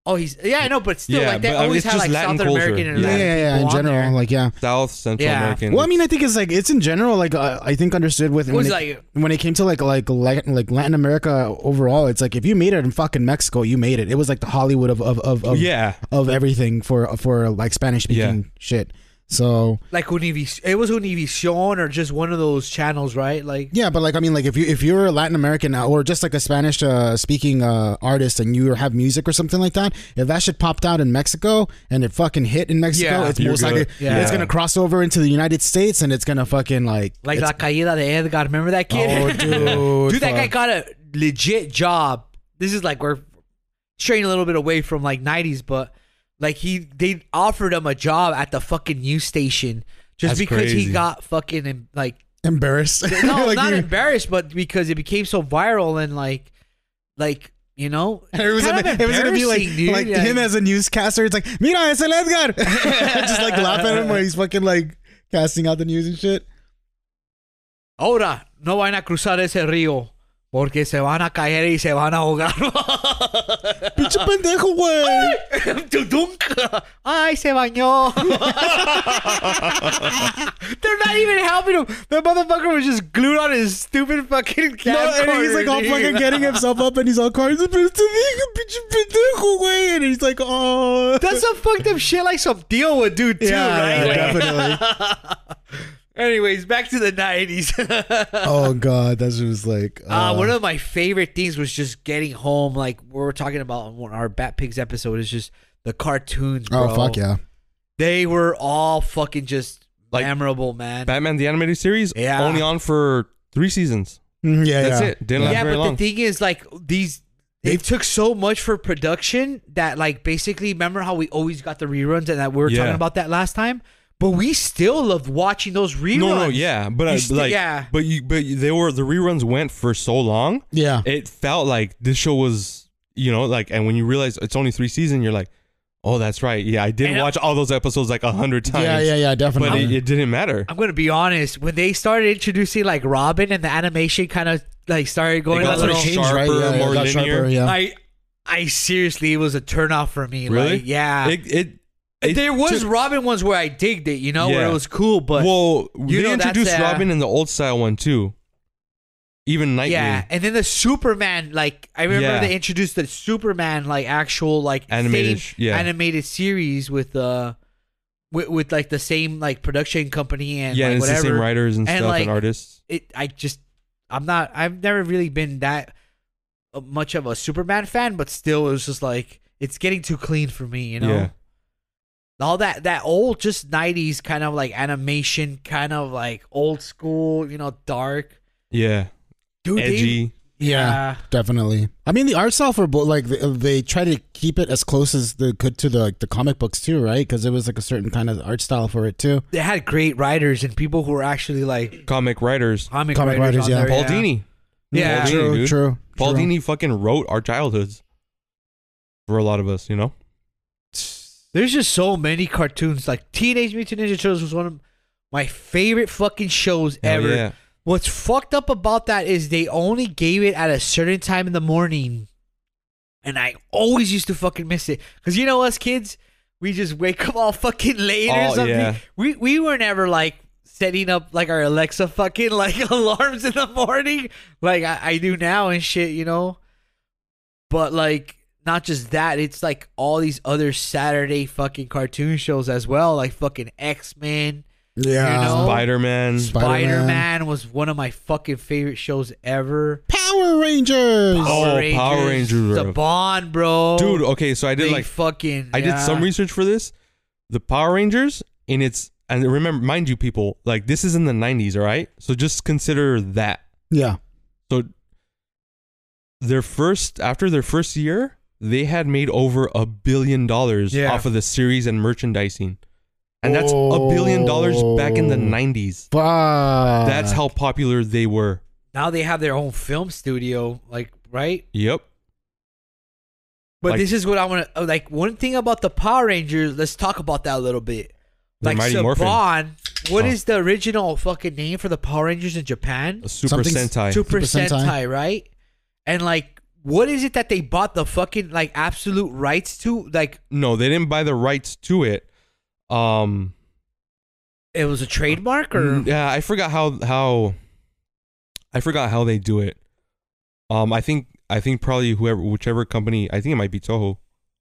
[SPEAKER 1] Oh, he's yeah, I know, but still,
[SPEAKER 3] Yeah,
[SPEAKER 1] like they
[SPEAKER 3] but, I mean,
[SPEAKER 1] always
[SPEAKER 3] it's
[SPEAKER 1] had
[SPEAKER 3] just
[SPEAKER 1] like
[SPEAKER 3] Latin
[SPEAKER 1] South
[SPEAKER 3] culture.
[SPEAKER 1] American and
[SPEAKER 3] Yeah,
[SPEAKER 2] yeah,
[SPEAKER 1] Latin
[SPEAKER 2] yeah, yeah.
[SPEAKER 1] people
[SPEAKER 2] In
[SPEAKER 1] on
[SPEAKER 2] general,
[SPEAKER 1] there.
[SPEAKER 2] like yeah.
[SPEAKER 3] South Central
[SPEAKER 1] Yeah.
[SPEAKER 3] American.
[SPEAKER 2] Well, I mean, I think it's like it's in general. Like uh, I think understood with
[SPEAKER 1] It
[SPEAKER 2] when
[SPEAKER 1] was
[SPEAKER 2] it,
[SPEAKER 1] like-
[SPEAKER 2] when it came to like like Latin, like Latin America overall. It's like if you made it in fucking Mexico, you made it. It was like the Hollywood of of of, of
[SPEAKER 3] yeah,
[SPEAKER 2] of everything for for like Spanish speaking shit. So
[SPEAKER 1] like Univision. It was Univision or just one of those channels, right? Like
[SPEAKER 2] yeah, but like I mean, like if you if you're a Latin American now, or just like a Spanish uh, speaking uh, artist and you have music or something like that, if that shit popped out in Mexico and it fucking hit in Mexico,
[SPEAKER 1] Yeah.
[SPEAKER 2] it's
[SPEAKER 3] You're
[SPEAKER 2] most
[SPEAKER 3] good.
[SPEAKER 2] likely
[SPEAKER 1] Yeah.
[SPEAKER 2] it's gonna cross over into the United States and it's gonna fucking like
[SPEAKER 1] like
[SPEAKER 2] it's-
[SPEAKER 1] La Caída de Edgar. Remember that kid?
[SPEAKER 2] Oh, dude,
[SPEAKER 1] Dude, that guy
[SPEAKER 2] fuck.
[SPEAKER 1] got a legit job. This is like we're straying a little bit away from like '90s, but like he they offered him a job at the fucking news station just
[SPEAKER 3] That's
[SPEAKER 1] because
[SPEAKER 3] crazy.
[SPEAKER 1] he got fucking like
[SPEAKER 2] embarrassed.
[SPEAKER 1] no,
[SPEAKER 2] Like,
[SPEAKER 1] not
[SPEAKER 2] you-
[SPEAKER 1] embarrassed, but because it became so viral and like like you know
[SPEAKER 2] It was,
[SPEAKER 1] kind
[SPEAKER 2] gonna,
[SPEAKER 1] of
[SPEAKER 2] it was gonna be like,
[SPEAKER 1] embarrassing, dude.
[SPEAKER 2] like him as a newscaster. It's like, mira, es el Edgar. Just like laugh at him when he's fucking like casting out the news and shit.
[SPEAKER 1] Ahora, no vayan a cruzar ese río porque se van a caer y se van a ahogar.
[SPEAKER 2] Pinche pendejo, güey.
[SPEAKER 1] Tudunk. Ay, se bañó. They're not even helping him. The motherfucker was just glued on his stupid fucking
[SPEAKER 2] No,
[SPEAKER 1] camcorder.
[SPEAKER 2] and he's like all
[SPEAKER 1] dude.
[SPEAKER 2] fucking getting himself up and he's all crying. "Pinche pendejo, güey." And he's like, oh.
[SPEAKER 1] That's some fucked up shit like some deal would do too,
[SPEAKER 2] yeah,
[SPEAKER 1] right?
[SPEAKER 2] definitely.
[SPEAKER 1] Anyways, back to the 90s.
[SPEAKER 2] oh, God. That's just like.
[SPEAKER 1] Uh,
[SPEAKER 2] uh,
[SPEAKER 1] one of my favorite things was just getting home. Like we were talking about on our Bat Pigs episode, is just the cartoons. Bro.
[SPEAKER 2] Oh, fuck yeah.
[SPEAKER 1] They were all fucking just
[SPEAKER 3] Like-
[SPEAKER 1] memorable, man.
[SPEAKER 3] Batman the animated series.
[SPEAKER 1] Yeah.
[SPEAKER 3] only on for three seasons.
[SPEAKER 2] Mhm, Yeah,
[SPEAKER 3] That's
[SPEAKER 2] yeah.
[SPEAKER 3] it. Didn't last
[SPEAKER 1] yeah,
[SPEAKER 3] very
[SPEAKER 1] but
[SPEAKER 3] long.
[SPEAKER 1] the thing is, like these,
[SPEAKER 2] They-
[SPEAKER 1] it took so much for production that, like, basically, remember how we always got the reruns and that we were
[SPEAKER 3] Yeah.
[SPEAKER 1] talking about that last time. But we still loved watching those reruns.
[SPEAKER 3] no, no, yeah, but
[SPEAKER 1] You
[SPEAKER 3] I,
[SPEAKER 1] st-
[SPEAKER 3] like,
[SPEAKER 1] yeah.
[SPEAKER 3] but you, but you- they were the reruns went for so long.
[SPEAKER 2] Yeah.
[SPEAKER 3] It felt like this show was, you know, like, and when you realize it's only three seasons, you're like, oh, that's right, yeah, I didn't
[SPEAKER 1] And I-
[SPEAKER 3] watch all those episodes like a hundred times.
[SPEAKER 2] Yeah, yeah, yeah,
[SPEAKER 3] But
[SPEAKER 2] definitely.
[SPEAKER 3] it, it didn't matter.
[SPEAKER 1] I'm gonna be honest. When they started introducing like Robin and the animation, kind of like started going
[SPEAKER 3] got
[SPEAKER 1] a
[SPEAKER 2] Sort
[SPEAKER 3] that's
[SPEAKER 1] little
[SPEAKER 2] of
[SPEAKER 3] what it
[SPEAKER 2] changed,
[SPEAKER 3] sharper,
[SPEAKER 2] it
[SPEAKER 3] more
[SPEAKER 2] got
[SPEAKER 3] linear.
[SPEAKER 2] sharper, yeah.
[SPEAKER 1] I I seriously it was a turnoff for me.
[SPEAKER 3] Really?
[SPEAKER 1] Like, yeah.
[SPEAKER 3] It, it, it
[SPEAKER 1] there was
[SPEAKER 3] took-
[SPEAKER 1] Robin ones where I digged it, you know, where
[SPEAKER 3] Yeah.
[SPEAKER 1] it was cool, but
[SPEAKER 3] well,
[SPEAKER 1] you
[SPEAKER 3] they
[SPEAKER 1] know, that's,
[SPEAKER 3] introduced
[SPEAKER 1] uh,
[SPEAKER 3] Robin in the old style one too. Even Nightwing.
[SPEAKER 1] yeah. And then the Superman, like I remember
[SPEAKER 3] Yeah.
[SPEAKER 1] they introduced the Superman like actual like
[SPEAKER 3] Animated
[SPEAKER 1] same
[SPEAKER 3] sh- yeah.
[SPEAKER 1] animated series with uh with, with like the same like production company and
[SPEAKER 3] yeah,
[SPEAKER 1] like,
[SPEAKER 3] and it's
[SPEAKER 1] whatever.
[SPEAKER 3] the same writers and,
[SPEAKER 1] And,
[SPEAKER 3] stuff
[SPEAKER 1] like,
[SPEAKER 3] and artists.
[SPEAKER 1] It I just I'm not I've never really been that uh, much of a Superman fan, but still it was just like it's getting too clean for me, you know.
[SPEAKER 3] Yeah.
[SPEAKER 1] all that that old just 90s kind of like animation kind of like old school you know dark
[SPEAKER 3] Yeah,
[SPEAKER 1] dude they-
[SPEAKER 3] edgy.
[SPEAKER 2] yeah.
[SPEAKER 1] yeah
[SPEAKER 2] Definitely. I mean, the art style for both, like they, they try to keep it as close as they could to the like, the comic books too, right? Because it was like a certain kind of art style for it too.
[SPEAKER 1] they had great writers and people who were actually like
[SPEAKER 3] Comic writers.
[SPEAKER 1] comic,
[SPEAKER 2] Comic
[SPEAKER 1] writers,
[SPEAKER 2] writers,
[SPEAKER 1] on
[SPEAKER 2] yeah.
[SPEAKER 1] there,
[SPEAKER 3] Paul Dini.
[SPEAKER 1] Yeah.
[SPEAKER 3] Paul Dini,
[SPEAKER 2] true,
[SPEAKER 3] dude.
[SPEAKER 2] true.
[SPEAKER 3] Paul
[SPEAKER 2] true.
[SPEAKER 3] Dini fucking wrote our childhoods for a lot of us, you know.
[SPEAKER 1] there's just so many cartoons like teenage mutant ninja turtles was one of my favorite fucking shows
[SPEAKER 3] Hell
[SPEAKER 1] ever
[SPEAKER 3] yeah.
[SPEAKER 1] what's fucked up about that is they only gave it at a certain time in the morning and i always used to fucking miss it because you know us kids we just wake up all fucking late or
[SPEAKER 3] Oh,
[SPEAKER 1] something
[SPEAKER 3] yeah.
[SPEAKER 1] we, we were never like setting up like our alexa fucking like alarms in the morning like I, I do now and shit you know but like not just that it's like all these other saturday fucking cartoon shows as well like fucking x-men
[SPEAKER 2] Yeah.
[SPEAKER 1] You know?
[SPEAKER 3] Spider
[SPEAKER 2] Spider-Man.
[SPEAKER 3] Man.
[SPEAKER 1] Spider Man was one of my fucking favorite shows ever.
[SPEAKER 2] Power Rangers.
[SPEAKER 3] Oh, Power Rangers, bro.
[SPEAKER 1] The Bond, bro.
[SPEAKER 3] Dude, okay, so I
[SPEAKER 1] oh.
[SPEAKER 3] did
[SPEAKER 1] They
[SPEAKER 3] like
[SPEAKER 1] fucking.
[SPEAKER 3] I did
[SPEAKER 1] yeah.
[SPEAKER 3] some research for this. The Power Rangers in its and remember mind you people, like this is in the 90s, all right? So just consider that.
[SPEAKER 2] Yeah.
[SPEAKER 3] So their first after their first year, they had made over a billion dollars
[SPEAKER 1] Yeah.
[SPEAKER 3] off of the series and merchandising. And that's a billion dollars back in the
[SPEAKER 2] Oh.
[SPEAKER 3] 90s.
[SPEAKER 2] Fuck.
[SPEAKER 3] That's how popular they were.
[SPEAKER 1] Now they have their own film studio, like right.
[SPEAKER 3] Yep.
[SPEAKER 1] But
[SPEAKER 3] Like-
[SPEAKER 1] this is what I want to like. One thing about the Power Rangers, let's talk about that a little bit.
[SPEAKER 3] The
[SPEAKER 1] Like
[SPEAKER 3] Mighty
[SPEAKER 1] Saban,
[SPEAKER 3] Morphin.
[SPEAKER 1] what
[SPEAKER 3] Oh.
[SPEAKER 1] is the original fucking name for the Power Rangers in Japan?
[SPEAKER 3] A Super
[SPEAKER 2] Something's
[SPEAKER 3] Sentai.
[SPEAKER 1] Super
[SPEAKER 2] Super Sentai.
[SPEAKER 1] Sentai, right? And like What is it that they bought the fucking like absolute rights to? Like
[SPEAKER 3] No, they didn't buy the rights to it. Um,
[SPEAKER 1] it was a trademark or
[SPEAKER 3] Mm, yeah, I forgot how how I forgot how they do it. Um, I think I think probably whoever whichever company I think it might be Toho.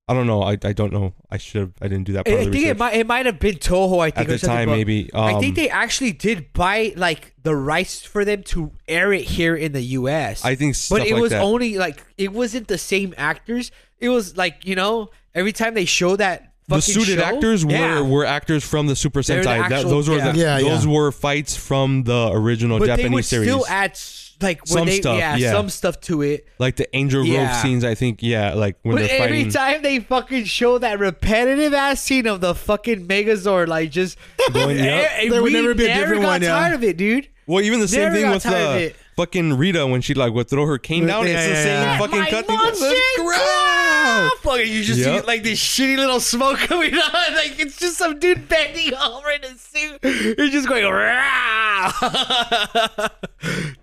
[SPEAKER 3] I don't know. I, I don't know. I should have. I didn't do that.
[SPEAKER 1] I,
[SPEAKER 3] Part
[SPEAKER 1] I
[SPEAKER 3] of the
[SPEAKER 1] think it
[SPEAKER 3] research.
[SPEAKER 1] might it might have been Toho. I
[SPEAKER 3] at
[SPEAKER 1] think or
[SPEAKER 3] the
[SPEAKER 1] something,
[SPEAKER 3] time
[SPEAKER 1] but
[SPEAKER 3] maybe. Um,
[SPEAKER 1] I think they actually did buy like the rights for them to air it here in the U.S.
[SPEAKER 3] I think stuff
[SPEAKER 1] but it
[SPEAKER 3] like
[SPEAKER 1] was
[SPEAKER 3] that.
[SPEAKER 1] only like it wasn't the same actors. It was like you know every time they show that
[SPEAKER 3] the
[SPEAKER 1] fucking
[SPEAKER 3] suited
[SPEAKER 1] show-
[SPEAKER 3] actors
[SPEAKER 1] Yeah.
[SPEAKER 3] were, were actors from the Super
[SPEAKER 1] They're the
[SPEAKER 3] Sentai. that,
[SPEAKER 1] actual-
[SPEAKER 3] those were the,
[SPEAKER 2] yeah. Yeah,
[SPEAKER 3] those
[SPEAKER 2] yeah.
[SPEAKER 3] were fights from the original
[SPEAKER 1] but
[SPEAKER 3] Japanese
[SPEAKER 1] they would
[SPEAKER 3] series,
[SPEAKER 1] still add s- like when
[SPEAKER 3] Some
[SPEAKER 1] they,
[SPEAKER 3] stuff,
[SPEAKER 1] yeah,
[SPEAKER 3] yeah.
[SPEAKER 1] some stuff to it.
[SPEAKER 3] like the Angel Grove
[SPEAKER 1] Yeah.
[SPEAKER 3] scenes. I think yeah, like when
[SPEAKER 1] but
[SPEAKER 3] they're
[SPEAKER 1] every
[SPEAKER 3] fighting.
[SPEAKER 1] time they fucking show that repetitive ass scene of the fucking Megazord, like just
[SPEAKER 3] Going, yep.
[SPEAKER 1] And
[SPEAKER 2] There
[SPEAKER 1] we
[SPEAKER 2] would never be a different
[SPEAKER 1] got
[SPEAKER 2] one, yeah.
[SPEAKER 1] Tired of it, dude.
[SPEAKER 3] Well, even the same
[SPEAKER 1] Never
[SPEAKER 3] thing
[SPEAKER 1] got
[SPEAKER 3] with
[SPEAKER 1] tired of
[SPEAKER 3] the
[SPEAKER 1] it.
[SPEAKER 3] fucking Rita when she like would throw her cane down.
[SPEAKER 2] Yeah,
[SPEAKER 3] it's the
[SPEAKER 2] yeah,
[SPEAKER 3] same
[SPEAKER 2] yeah.
[SPEAKER 3] fucking
[SPEAKER 1] My
[SPEAKER 3] cut thing.
[SPEAKER 1] monster
[SPEAKER 3] Gross.
[SPEAKER 1] Oh, fucking, you just
[SPEAKER 3] Yep.
[SPEAKER 1] see like this shitty little smoke coming out. Like it's just some dude bending over in a suit. It's just going. "Rah!"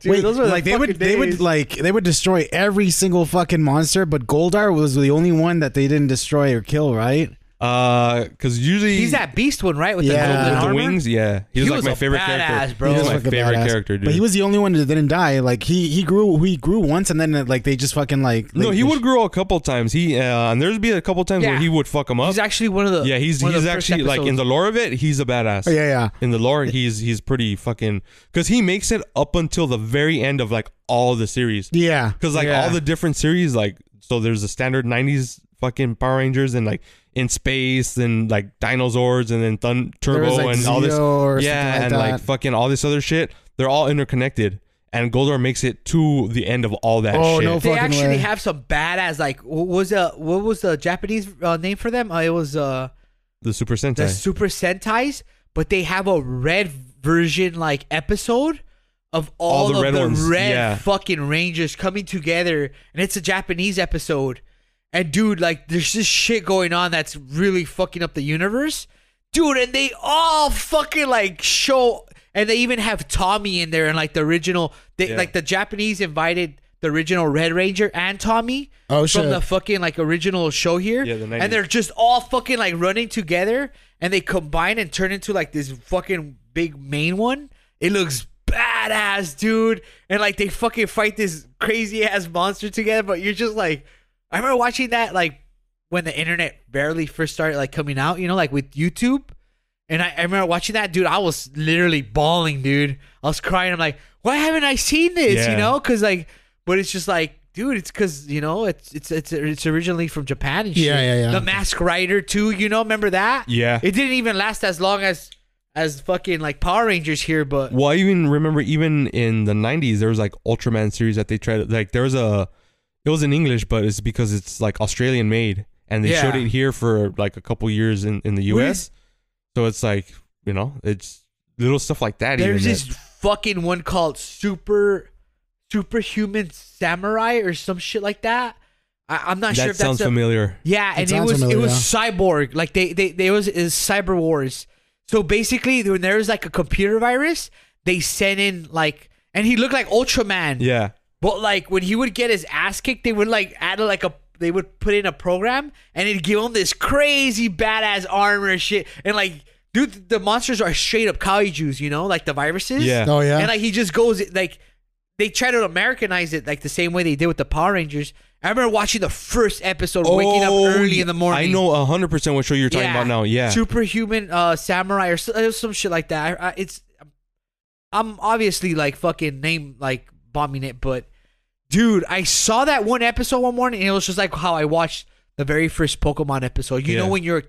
[SPEAKER 1] Dude,
[SPEAKER 2] Wait,
[SPEAKER 1] those were the
[SPEAKER 2] like they would,
[SPEAKER 1] fucking
[SPEAKER 2] they would
[SPEAKER 1] days.
[SPEAKER 2] like they would destroy every single fucking monster, but Goldar was the only one that they didn't destroy or kill, right?
[SPEAKER 3] Uh, because usually
[SPEAKER 1] He's that beast one, right? With the
[SPEAKER 2] Yeah.
[SPEAKER 1] golden
[SPEAKER 3] with the
[SPEAKER 1] armor?
[SPEAKER 3] wings. Yeah, he was
[SPEAKER 1] He
[SPEAKER 3] like
[SPEAKER 1] was
[SPEAKER 3] my
[SPEAKER 1] a
[SPEAKER 3] favorite character.
[SPEAKER 1] badass, bro.
[SPEAKER 3] He
[SPEAKER 1] He
[SPEAKER 3] was
[SPEAKER 1] was
[SPEAKER 3] my
[SPEAKER 2] fucking
[SPEAKER 3] favorite
[SPEAKER 2] badass.
[SPEAKER 3] character, dude.
[SPEAKER 2] But he was the only one that didn't die. Like he he grew he grew once, and then like they just fucking like
[SPEAKER 3] no,
[SPEAKER 2] they- they-
[SPEAKER 3] he would grow a couple times. He uh, and there's be a couple times where
[SPEAKER 1] Yeah.
[SPEAKER 3] he would fuck him up.
[SPEAKER 1] He's actually one of the.
[SPEAKER 3] yeah, he's
[SPEAKER 1] one of
[SPEAKER 3] he's
[SPEAKER 1] the first
[SPEAKER 3] actually like in
[SPEAKER 1] episodes.
[SPEAKER 3] the lore of it, he's a badass.
[SPEAKER 2] Oh, yeah yeah.
[SPEAKER 3] In the lore, he's he's pretty fucking because he makes it up until the very end of like all the series.
[SPEAKER 2] Yeah.
[SPEAKER 3] Because like
[SPEAKER 1] Yeah.
[SPEAKER 3] all the different series, like so there's the standard '90s fucking Power Rangers and like in space and like dinosaurs and then Thun
[SPEAKER 2] There
[SPEAKER 3] Turbo
[SPEAKER 2] was, like,
[SPEAKER 3] and all this,
[SPEAKER 2] Zeo or
[SPEAKER 3] yeah,
[SPEAKER 2] something
[SPEAKER 3] and
[SPEAKER 2] like
[SPEAKER 3] like
[SPEAKER 2] that.
[SPEAKER 3] fucking all this other shit. They're all interconnected, and Goldar makes it to the end of all that.
[SPEAKER 2] Oh,
[SPEAKER 3] shit.
[SPEAKER 2] no
[SPEAKER 1] They
[SPEAKER 2] fucking
[SPEAKER 1] actually
[SPEAKER 2] way.
[SPEAKER 1] have some badass. Like, what was the what was the Japanese uh, name for them? Uh, it was uh
[SPEAKER 3] the Super Sentai.
[SPEAKER 1] the Super Sentais, but they have a red version like episode of all,
[SPEAKER 3] the
[SPEAKER 1] of
[SPEAKER 3] red
[SPEAKER 1] the
[SPEAKER 3] ones,
[SPEAKER 1] red
[SPEAKER 3] yeah.
[SPEAKER 1] fucking rangers coming together, and it's a Japanese episode. And dude, like, there's this shit going on that's really fucking up the universe, dude. And they all fucking like show, and they even have Tommy in there, and like the original, they
[SPEAKER 3] Yeah.
[SPEAKER 1] like the Japanese invited the original Red Ranger and Tommy
[SPEAKER 2] Oh,
[SPEAKER 1] from
[SPEAKER 2] shit.
[SPEAKER 1] the fucking like original show here,
[SPEAKER 3] Yeah, the 90s.
[SPEAKER 1] and they're just all fucking like running together and they combine and turn into like this fucking big main one. It looks badass, dude. And like they fucking fight this crazy ass monster together, but you're just like I remember watching that like when the internet barely first started like coming out, you know, like with YouTube. And I, I remember watching that, dude. I was literally bawling, dude. I was crying. I'm like, why haven't I seen this?
[SPEAKER 3] Yeah.
[SPEAKER 1] You know, because like, but it's just like, dude, it's because you know, it's it's it's it's originally from Japan and shit.
[SPEAKER 2] Yeah, yeah, yeah.
[SPEAKER 1] The Mask Rider too. You know, remember that?
[SPEAKER 3] Yeah.
[SPEAKER 1] It didn't even last as long as as fucking like Power Rangers here, but
[SPEAKER 3] Well, I even remember even in the '90s there was like Ultraman series that they tried. Like there was a, it was in English, but it's because it's like Australian made, and they
[SPEAKER 1] Yeah.
[SPEAKER 3] showed it here for like a couple years in in the
[SPEAKER 1] What
[SPEAKER 3] U.S. So it's like you know it's little stuff like that.
[SPEAKER 1] there's
[SPEAKER 3] even
[SPEAKER 1] this
[SPEAKER 3] that-
[SPEAKER 1] fucking one called Super Superhuman Samurai or some shit like that. I, I'm not
[SPEAKER 3] that
[SPEAKER 1] sure if
[SPEAKER 3] sounds
[SPEAKER 1] that's a,
[SPEAKER 3] familiar.
[SPEAKER 1] Yeah, and it
[SPEAKER 2] sounds
[SPEAKER 1] was it
[SPEAKER 2] familiar,
[SPEAKER 1] was
[SPEAKER 2] yeah.
[SPEAKER 1] cyborg. Like they they they was is cyber wars. So basically, when there was like a computer virus, they sent in like, and he looked like Ultraman.
[SPEAKER 3] Yeah,
[SPEAKER 1] But like when he would get his ass kicked, they would like add like a they would put in a program and it'd give him this crazy badass armor and shit. And like, dude, the monsters are straight up kaiju's, you know, like the viruses.
[SPEAKER 3] Yeah.
[SPEAKER 2] Oh yeah.
[SPEAKER 1] And like he just goes like they try to Americanize it like the same way they did with the Power Rangers. I remember watching the first episode, waking up
[SPEAKER 3] Oh,
[SPEAKER 1] early in the morning.
[SPEAKER 3] I know hundred percent what show you're talking about now. Yeah,
[SPEAKER 1] superhuman uh, samurai or so- uh, some shit like that. I, I, it's I'm obviously like fucking name like bombing it, but dude, I saw that one episode one morning and it was just like how I watched the very first Pokemon episode. You
[SPEAKER 3] Yeah.
[SPEAKER 1] know when you're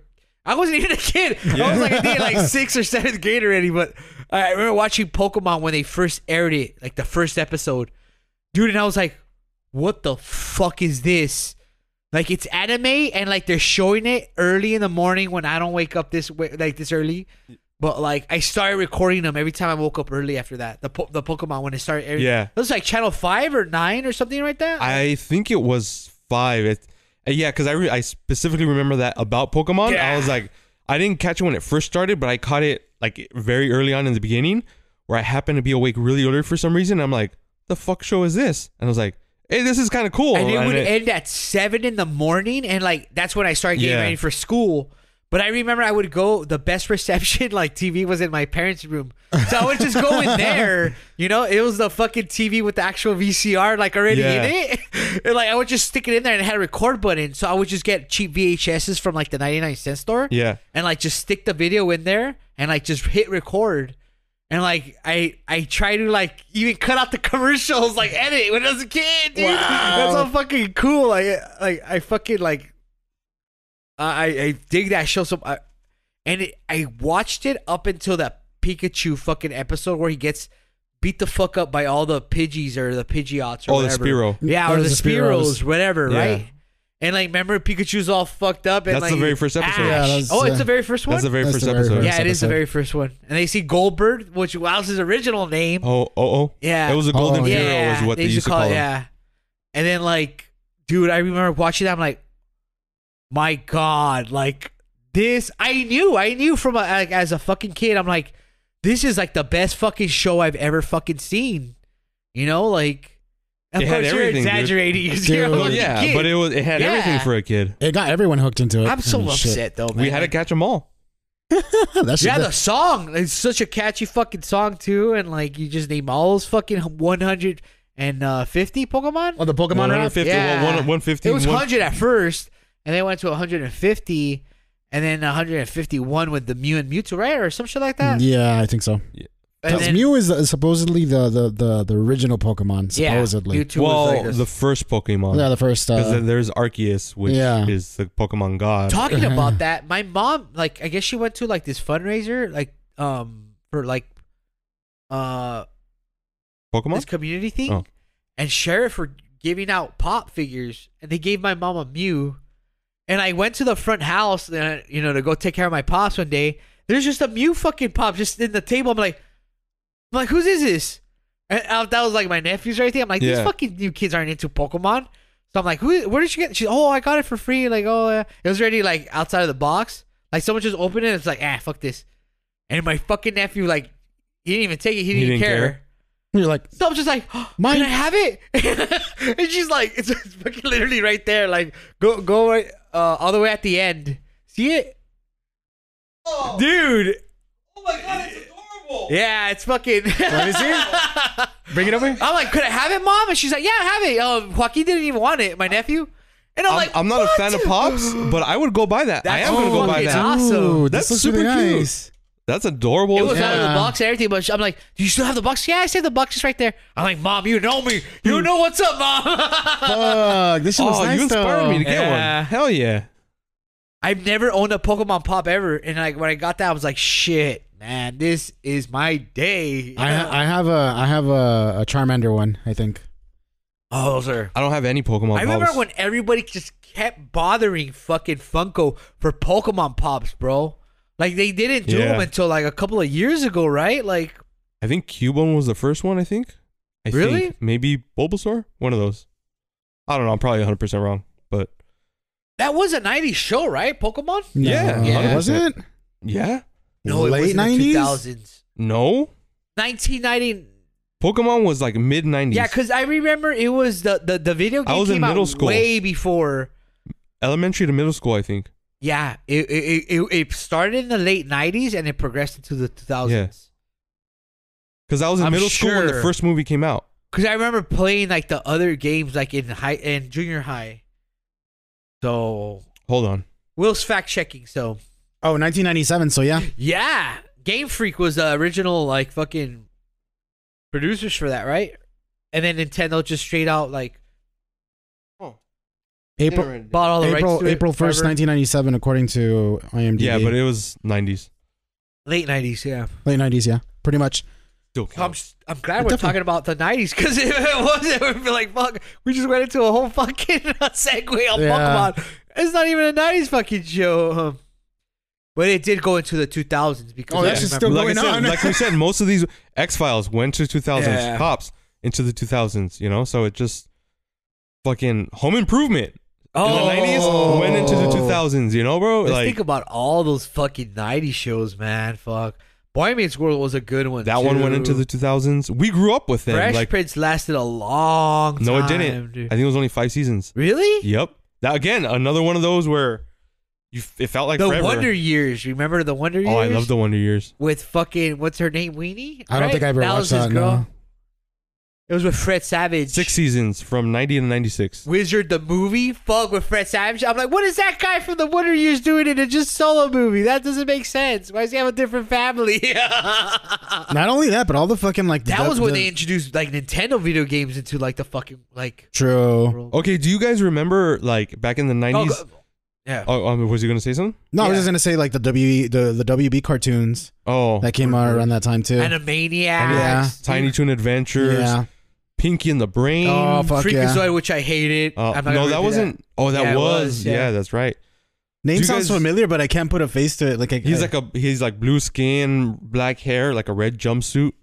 [SPEAKER 1] I wasn't even a kid. I was like I think like sixth or seventh grade already, but I remember watching Pokemon when they first aired it, like the first episode. Dude, and I was like, what the fuck is this? Like it's anime and like they're showing it early in the morning when I don't wake up this way, like this early. But like I started recording them every time I woke up early after that. The po- the Pokemon when it started airing.
[SPEAKER 3] Yeah.
[SPEAKER 1] It was like channel 5 or 9 or something like that.
[SPEAKER 3] I think it was five. It, uh, yeah, because I re- I specifically remember that about Pokemon. I
[SPEAKER 1] Yeah.
[SPEAKER 3] was like, I didn't catch it when it first started, but I caught it like very early on in the beginning, where I happened to be awake really early for some reason. I'm like, the fuck show is this? And I was like, hey, this is kind of cool.
[SPEAKER 1] and it would
[SPEAKER 3] it-
[SPEAKER 1] end at seven in the morning, and like that's when I started getting
[SPEAKER 3] Yeah.
[SPEAKER 1] ready for school. But I remember I would go. The best reception, like TV, was in my parents' room, so I would just go in there. You know, it was the fucking TV with the actual VCR, like already
[SPEAKER 3] Yeah.
[SPEAKER 1] in it. And, like I would just stick it in there and it had a record button, so I would just get cheap VHSs from like the ninety nine cent store
[SPEAKER 3] yeah.
[SPEAKER 1] and like just stick the video in there and like just hit record and like I I try to like even cut out the commercials like edit when I was a kid dude that's so fucking cool like like I fucking like I I I dig that show so I, and it, I watched it up until that Pikachu fucking episode where he gets beat the fuck up by all the Pidgeys or the Pidgeots or
[SPEAKER 3] Oh, the
[SPEAKER 1] whatever
[SPEAKER 3] Spiro.
[SPEAKER 1] yeah
[SPEAKER 2] Or
[SPEAKER 1] or
[SPEAKER 2] the
[SPEAKER 1] the
[SPEAKER 2] Spiros.
[SPEAKER 1] Spiros whatever
[SPEAKER 3] Yeah.
[SPEAKER 1] right and like remember Pikachu's all fucked up and
[SPEAKER 3] That's the
[SPEAKER 1] like,
[SPEAKER 3] very first episode.
[SPEAKER 1] Ash.
[SPEAKER 2] Yeah, that was,
[SPEAKER 1] oh it's
[SPEAKER 2] uh,
[SPEAKER 1] the very first one
[SPEAKER 3] That's the very
[SPEAKER 2] That's
[SPEAKER 3] first
[SPEAKER 2] the very
[SPEAKER 3] episode.
[SPEAKER 2] first.
[SPEAKER 1] yeah, it is the
[SPEAKER 2] episode.
[SPEAKER 1] very first one. And they see Goldberg, which was his original name.
[SPEAKER 3] Oh, oh, oh.
[SPEAKER 1] yeah.
[SPEAKER 3] It was a golden
[SPEAKER 2] Oh,
[SPEAKER 3] hero,
[SPEAKER 2] yeah.
[SPEAKER 3] is what they, used to call,
[SPEAKER 1] it.
[SPEAKER 3] him.
[SPEAKER 1] Yeah. And then like, dude, I remember watching that. I'm like, my god, like this. I knew, I knew from a, like as a fucking kid. I'm like, this is like the best fucking show I've ever fucking seen. You know, like. Of
[SPEAKER 3] It had
[SPEAKER 1] course, you're
[SPEAKER 3] everything, dude.
[SPEAKER 1] exaggerating. You're a
[SPEAKER 2] Dude.
[SPEAKER 3] Well,
[SPEAKER 1] fucking
[SPEAKER 3] yeah,
[SPEAKER 1] kid.
[SPEAKER 3] but it was it had
[SPEAKER 1] Yeah.
[SPEAKER 3] everything for a kid.
[SPEAKER 2] It got everyone hooked into it.
[SPEAKER 1] I'm so
[SPEAKER 2] and shit.
[SPEAKER 1] upset though, man.
[SPEAKER 3] We had to catch them all.
[SPEAKER 2] that shit,
[SPEAKER 1] Yeah, the song. It's such a catchy fucking song too, and like you just name all those fucking one hundred and uh, fifty Pokemon.
[SPEAKER 2] oh, the Pokemon round?
[SPEAKER 3] 150,
[SPEAKER 1] Yeah.
[SPEAKER 3] one- one- 150,
[SPEAKER 1] It was
[SPEAKER 3] one-
[SPEAKER 1] hundred at first, and they went to one hundred and fifty, and then one hundred and fifty-one with the Mew and Mewtwo, right, or some shit like that.
[SPEAKER 2] Yeah, I think so.
[SPEAKER 1] and
[SPEAKER 2] 'Cause
[SPEAKER 1] then,
[SPEAKER 2] Mew is uh, supposedly the, the, the, the original Pokemon.
[SPEAKER 1] yeah,
[SPEAKER 2] Supposedly.
[SPEAKER 1] Mewtwo
[SPEAKER 3] Well,
[SPEAKER 1] was like this-
[SPEAKER 3] the first Pokemon.
[SPEAKER 2] yeah, the first.
[SPEAKER 3] Because
[SPEAKER 2] Uh,
[SPEAKER 3] then there's Arceus, which
[SPEAKER 2] Yeah.
[SPEAKER 3] is the Pokemon god.
[SPEAKER 1] talking about that my mom like i guess she went to like this fundraiser like um for like uh this
[SPEAKER 3] Pokemon?
[SPEAKER 1] community thing
[SPEAKER 3] Oh.
[SPEAKER 1] and sheriff were giving out pop figures and they gave my mom a mew and i went to the front house uh, you know to go take care of my pops one day there's just a mew fucking pop just in the table i'm like i'm like whose is this and I, that was like my nephews right there i'm like these
[SPEAKER 3] Yeah.
[SPEAKER 1] fucking new kids aren't into pokemon so i'm like who where did you get she, oh i got it for free like oh uh, it was already like outside of the box like someone just opened it and it's like ah fuck this and my fucking nephew like he didn't even take it he didn't,
[SPEAKER 3] didn't
[SPEAKER 1] care.
[SPEAKER 3] care?
[SPEAKER 2] you're like,
[SPEAKER 1] So I'm just like,
[SPEAKER 2] Mine-
[SPEAKER 1] Mine. can I have it? and she's like, it's, it's fucking literally right there. Like, go go right, uh, all the way at the end. See it? Oh. Dude. Oh my god, it's adorable. Yeah, it's fucking. Let me see
[SPEAKER 2] bring it over here.
[SPEAKER 1] I'm like, could I have it, mom? And she's like, yeah, have it. Um, Joaquin didn't even want it, my nephew. And I'm,
[SPEAKER 3] I'm,
[SPEAKER 1] like,
[SPEAKER 3] I'm not
[SPEAKER 1] "What?"
[SPEAKER 3] a fan of Pops, but I would go buy that. I
[SPEAKER 1] That's
[SPEAKER 3] am going to go buy
[SPEAKER 1] fucking
[SPEAKER 3] that.
[SPEAKER 1] awesome.
[SPEAKER 2] Ooh,
[SPEAKER 3] That's
[SPEAKER 2] this looks
[SPEAKER 3] super
[SPEAKER 2] really
[SPEAKER 3] cute.
[SPEAKER 2] nice.
[SPEAKER 3] That's adorable.
[SPEAKER 1] It was out of
[SPEAKER 2] Yeah.
[SPEAKER 1] the box and everything, but I'm like, do you still have the box? Yeah, I saved the box. It's right there. I'm like, mom, you know me. You know what's up, mom.
[SPEAKER 2] Fuck, this shit looks
[SPEAKER 3] oh,
[SPEAKER 2] nice
[SPEAKER 3] you inspired
[SPEAKER 2] though.
[SPEAKER 3] me to get
[SPEAKER 1] Yeah.
[SPEAKER 3] one. Hell yeah.
[SPEAKER 1] I've never owned a Pokemon Pop ever, and like when I got that, I was like, "Shit, man, this is my day."
[SPEAKER 2] I, ha- I have a I have a, a Charmander one. I think.
[SPEAKER 1] oh, those are.
[SPEAKER 3] I don't have any Pokemon
[SPEAKER 1] I remember
[SPEAKER 3] Pops.
[SPEAKER 1] when everybody just kept bothering fucking Funko for Pokemon Pops, bro. Like they didn't do
[SPEAKER 3] Yeah.
[SPEAKER 1] them until like a couple of years ago, right? Like,
[SPEAKER 3] I think Cubone was the first one, I think. I
[SPEAKER 1] Really?
[SPEAKER 3] Think. Maybe Bulbasaur? One of those. I don't know. I'm probably 100% wrong, but
[SPEAKER 1] that was a '90s show, right? Pokemon?
[SPEAKER 3] Yeah,
[SPEAKER 2] No,
[SPEAKER 1] yeah.
[SPEAKER 2] was it?
[SPEAKER 3] yeah.
[SPEAKER 1] No, it
[SPEAKER 2] Late
[SPEAKER 1] was in the
[SPEAKER 2] 90s?
[SPEAKER 1] 2000s,
[SPEAKER 3] No.
[SPEAKER 1] 1990.
[SPEAKER 3] Pokemon was like mid 90s.
[SPEAKER 1] Yeah, because I remember it was the the, the video
[SPEAKER 3] I
[SPEAKER 1] game
[SPEAKER 3] was in
[SPEAKER 1] came out
[SPEAKER 3] middle school.
[SPEAKER 1] way before.
[SPEAKER 3] elementary to middle school, I think.
[SPEAKER 1] Yeah, it it, it it started in the late '90s and it progressed into the 2000s.
[SPEAKER 3] Because I was in
[SPEAKER 1] I'm
[SPEAKER 3] middle school when the
[SPEAKER 1] sure.
[SPEAKER 3] first movie came out.
[SPEAKER 1] Cause I remember playing like the other games like in high and junior high. So
[SPEAKER 3] Hold on.
[SPEAKER 1] Will's fact checking. So
[SPEAKER 2] Oh, 1997. So yeah,
[SPEAKER 1] yeah, Game Freak was the original like fucking producers for that, right? And then Nintendo just straight out like
[SPEAKER 2] April
[SPEAKER 1] bought all the rights
[SPEAKER 2] April
[SPEAKER 1] to it
[SPEAKER 2] April 1st,
[SPEAKER 1] forever.
[SPEAKER 2] 1997, according to IMDb.
[SPEAKER 3] Yeah, but it was 90s.
[SPEAKER 1] late '90s. Yeah,
[SPEAKER 2] late 90s. Yeah, pretty much.
[SPEAKER 3] Still
[SPEAKER 1] I'm
[SPEAKER 3] counts.
[SPEAKER 1] s- I'm glad
[SPEAKER 2] It
[SPEAKER 1] we're
[SPEAKER 2] definitely-
[SPEAKER 1] talking about the '90s because if it was, it would be like fuck. We just went into a whole fucking segue on
[SPEAKER 2] Yeah.
[SPEAKER 1] Pokemon. It's not even a '90s fucking show, um, but it did go into the 2000s because
[SPEAKER 2] Oh,
[SPEAKER 1] I
[SPEAKER 2] that's just
[SPEAKER 1] remember-
[SPEAKER 2] still
[SPEAKER 3] like, I
[SPEAKER 2] going on.
[SPEAKER 3] said, like we said, most of these X Files went to 2000s.
[SPEAKER 1] Yeah.
[SPEAKER 3] Cops into the 2000s, you know? So it just fucking home improvement.
[SPEAKER 1] oh,
[SPEAKER 3] In the 90s went into the 2000s, you know, bro?
[SPEAKER 1] Let's
[SPEAKER 3] like,
[SPEAKER 1] think about all those fucking '90s shows, man. Fuck Boy Meets World was a good one.
[SPEAKER 3] That one went into
[SPEAKER 1] too.
[SPEAKER 3] the 2000s. We grew up with it.
[SPEAKER 1] Fresh
[SPEAKER 3] like,
[SPEAKER 1] Prince lasted a long time.
[SPEAKER 3] no, it didn't.
[SPEAKER 1] dude.
[SPEAKER 3] I think it was only five seasons.
[SPEAKER 1] Really?
[SPEAKER 3] Yep. That again, another one of those where you f- it felt like
[SPEAKER 1] the
[SPEAKER 3] forever.
[SPEAKER 1] Wonder Years. Remember the Wonder Years?
[SPEAKER 3] oh, I love the Wonder Years.
[SPEAKER 1] with fucking what's her name, Weenie.
[SPEAKER 2] I don't
[SPEAKER 1] Right?
[SPEAKER 2] think I ever
[SPEAKER 1] that
[SPEAKER 2] watched
[SPEAKER 1] was his
[SPEAKER 2] that.
[SPEAKER 1] girl.
[SPEAKER 2] No.
[SPEAKER 1] It was with Fred Savage.
[SPEAKER 3] Six seasons from 90 to 96.
[SPEAKER 1] Wizard the movie, fuck with Fred Savage. I'm like, what is that guy from the Wonder Years doing in a just solo movie? That doesn't make sense. Why does he have a different family? that
[SPEAKER 2] Not only that, but all the fucking like the-
[SPEAKER 1] was when
[SPEAKER 2] the-
[SPEAKER 1] they introduced like Nintendo video games into like the fucking like.
[SPEAKER 2] True.
[SPEAKER 1] world.
[SPEAKER 3] Okay, do you guys remember like back in the 90s?
[SPEAKER 1] Oh, go- yeah.
[SPEAKER 3] Oh, um, was you gonna say something?
[SPEAKER 2] No, I was
[SPEAKER 1] Yeah.
[SPEAKER 2] just gonna say like the WB the, the WB cartoons
[SPEAKER 3] Oh,
[SPEAKER 2] that came out around that time too.
[SPEAKER 1] Animaniacs.
[SPEAKER 2] Yeah.
[SPEAKER 3] Tiny Toon Adventures,
[SPEAKER 2] yeah.
[SPEAKER 3] Pinky and the Brain.
[SPEAKER 2] Oh fuck
[SPEAKER 1] Freakazoid,
[SPEAKER 2] yeah.
[SPEAKER 1] which I hated.
[SPEAKER 3] Uh,
[SPEAKER 1] I'm not
[SPEAKER 3] no,
[SPEAKER 1] gonna
[SPEAKER 3] that
[SPEAKER 1] do
[SPEAKER 3] wasn't. Oh, that
[SPEAKER 1] Yeah, it
[SPEAKER 3] was.
[SPEAKER 1] was,
[SPEAKER 3] yeah.
[SPEAKER 1] yeah.
[SPEAKER 3] that's right. Do
[SPEAKER 2] Name
[SPEAKER 3] you
[SPEAKER 2] sounds
[SPEAKER 3] guys-
[SPEAKER 2] familiar, but I can't put a face to it. Like I,
[SPEAKER 3] He's
[SPEAKER 2] I-
[SPEAKER 3] like a he's like blue skin, black hair, like a red jumpsuit.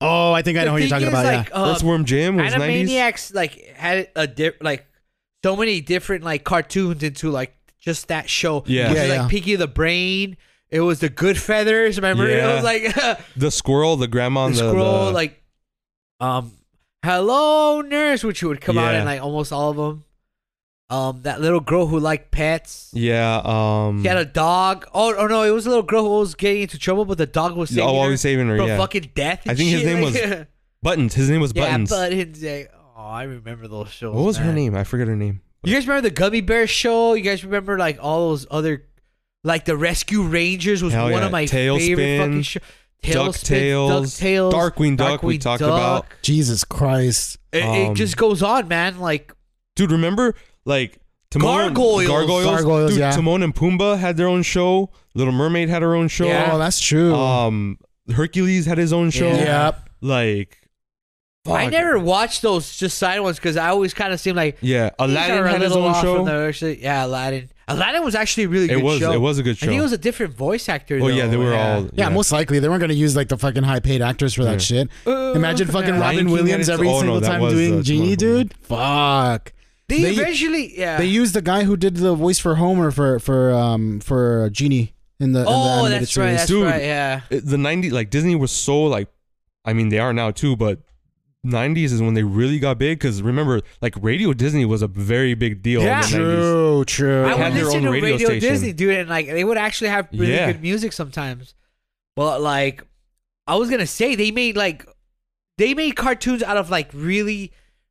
[SPEAKER 2] oh, I think I
[SPEAKER 1] The
[SPEAKER 2] know who you're
[SPEAKER 1] thing
[SPEAKER 2] talking
[SPEAKER 1] is,
[SPEAKER 2] about.
[SPEAKER 1] Like,
[SPEAKER 2] yeah.
[SPEAKER 1] uh,
[SPEAKER 3] Earthworm Jim was nineties.
[SPEAKER 1] Animaniacs like had a di- like so many different like cartoons into like just that show.
[SPEAKER 3] Yeah.
[SPEAKER 1] It was,
[SPEAKER 2] Yeah,
[SPEAKER 1] like
[SPEAKER 2] yeah.
[SPEAKER 1] Pinky the Brain. It was the Good Feathers. Remember, it
[SPEAKER 3] Yeah.
[SPEAKER 1] was like
[SPEAKER 3] The squirrel, the grandma,
[SPEAKER 1] the
[SPEAKER 3] and the,
[SPEAKER 1] scroll,
[SPEAKER 3] the-
[SPEAKER 1] like um, hello nurse, which would come out
[SPEAKER 3] Yeah.
[SPEAKER 1] in like almost all of them. Um, that little girl who liked pets.
[SPEAKER 3] yeah. Um,
[SPEAKER 1] She had a dog. Oh, oh no, it was a little girl who was getting into trouble, but the dog was saving
[SPEAKER 3] oh,
[SPEAKER 1] her
[SPEAKER 3] always saving her.
[SPEAKER 1] from
[SPEAKER 3] Yeah,
[SPEAKER 1] fucking death.
[SPEAKER 3] I
[SPEAKER 1] and
[SPEAKER 3] think his
[SPEAKER 1] shit,
[SPEAKER 3] name
[SPEAKER 1] like-
[SPEAKER 3] was Buttons. His name was Buttons.
[SPEAKER 1] Yeah, Buttons. yeah. Oh, I remember those shows.
[SPEAKER 3] what was her
[SPEAKER 1] man.
[SPEAKER 3] name? I forget her name.
[SPEAKER 1] You guys remember the Gummy Bear show? You guys remember like all those other, like the Rescue Rangers was
[SPEAKER 3] Hell
[SPEAKER 1] one
[SPEAKER 3] yeah.
[SPEAKER 1] of my favorite
[SPEAKER 3] Tailspin,
[SPEAKER 1] fucking shows.
[SPEAKER 3] DuckTales,
[SPEAKER 1] DuckTales,
[SPEAKER 3] Darkwing Duck, we talked about.
[SPEAKER 2] Jesus Christ.
[SPEAKER 1] It, it
[SPEAKER 3] Um,
[SPEAKER 1] just goes on, man. Like
[SPEAKER 3] Dude, remember like Timon and-
[SPEAKER 1] Gargoyles.
[SPEAKER 3] Gargoyles,
[SPEAKER 2] Gargoyles,
[SPEAKER 3] Dude,
[SPEAKER 2] yeah.
[SPEAKER 3] Timon and Pumbaa had their own show. Little Mermaid had her own show.
[SPEAKER 1] Yeah.
[SPEAKER 2] Oh, that's true.
[SPEAKER 3] Um, Hercules had his own show.
[SPEAKER 1] Yeah.
[SPEAKER 2] Yep.
[SPEAKER 3] Like,
[SPEAKER 1] I
[SPEAKER 3] fuck.
[SPEAKER 1] never watched those just side ones because I always kind of seemed like
[SPEAKER 3] Yeah,
[SPEAKER 1] these
[SPEAKER 3] Aladdin
[SPEAKER 1] are a
[SPEAKER 3] had his
[SPEAKER 1] little
[SPEAKER 3] own
[SPEAKER 1] off from
[SPEAKER 3] show.
[SPEAKER 1] the- actually, yeah, Aladdin. Aladdin was actually a really
[SPEAKER 3] It
[SPEAKER 1] good
[SPEAKER 3] was.
[SPEAKER 1] show.
[SPEAKER 3] It was a good show.
[SPEAKER 1] I think it was a different voice actor.
[SPEAKER 3] oh yeah,
[SPEAKER 1] though,
[SPEAKER 3] they were all.
[SPEAKER 2] Yeah, most likely they weren't gonna use like the fucking high paid actors for that
[SPEAKER 3] Yeah.
[SPEAKER 2] shit.
[SPEAKER 1] Uh,
[SPEAKER 2] Imagine fucking
[SPEAKER 1] yeah.
[SPEAKER 2] Robin
[SPEAKER 3] Lion King had
[SPEAKER 2] Williams
[SPEAKER 3] its-
[SPEAKER 2] every
[SPEAKER 3] oh, no,
[SPEAKER 2] single
[SPEAKER 3] that
[SPEAKER 2] time
[SPEAKER 3] was,
[SPEAKER 2] doing
[SPEAKER 3] uh,
[SPEAKER 2] Genie,
[SPEAKER 3] Timon.
[SPEAKER 2] dude. Fuck.
[SPEAKER 1] They,
[SPEAKER 2] They-
[SPEAKER 1] eventually, yeah.
[SPEAKER 2] They used the guy who did the voice for Homer for for um for Genie in the in the
[SPEAKER 1] oh,
[SPEAKER 2] animated
[SPEAKER 1] that's
[SPEAKER 2] series.
[SPEAKER 1] right. That's
[SPEAKER 3] Dude.
[SPEAKER 1] right. Yeah.
[SPEAKER 3] It- the 90s like disney was so like i mean they are now too but 90s is when they really got big because remember like radio disney was a very big deal
[SPEAKER 1] Yeah.
[SPEAKER 3] in the 90s
[SPEAKER 2] True, true.
[SPEAKER 1] I
[SPEAKER 3] had
[SPEAKER 1] would
[SPEAKER 3] their
[SPEAKER 1] listen
[SPEAKER 3] own
[SPEAKER 1] to
[SPEAKER 3] radio
[SPEAKER 1] Radio
[SPEAKER 3] station.
[SPEAKER 1] Disney, dude, and like they would actually have really
[SPEAKER 3] Yeah.
[SPEAKER 1] good music sometimes. But like, I was gonna say they made like they made cartoons out of like really,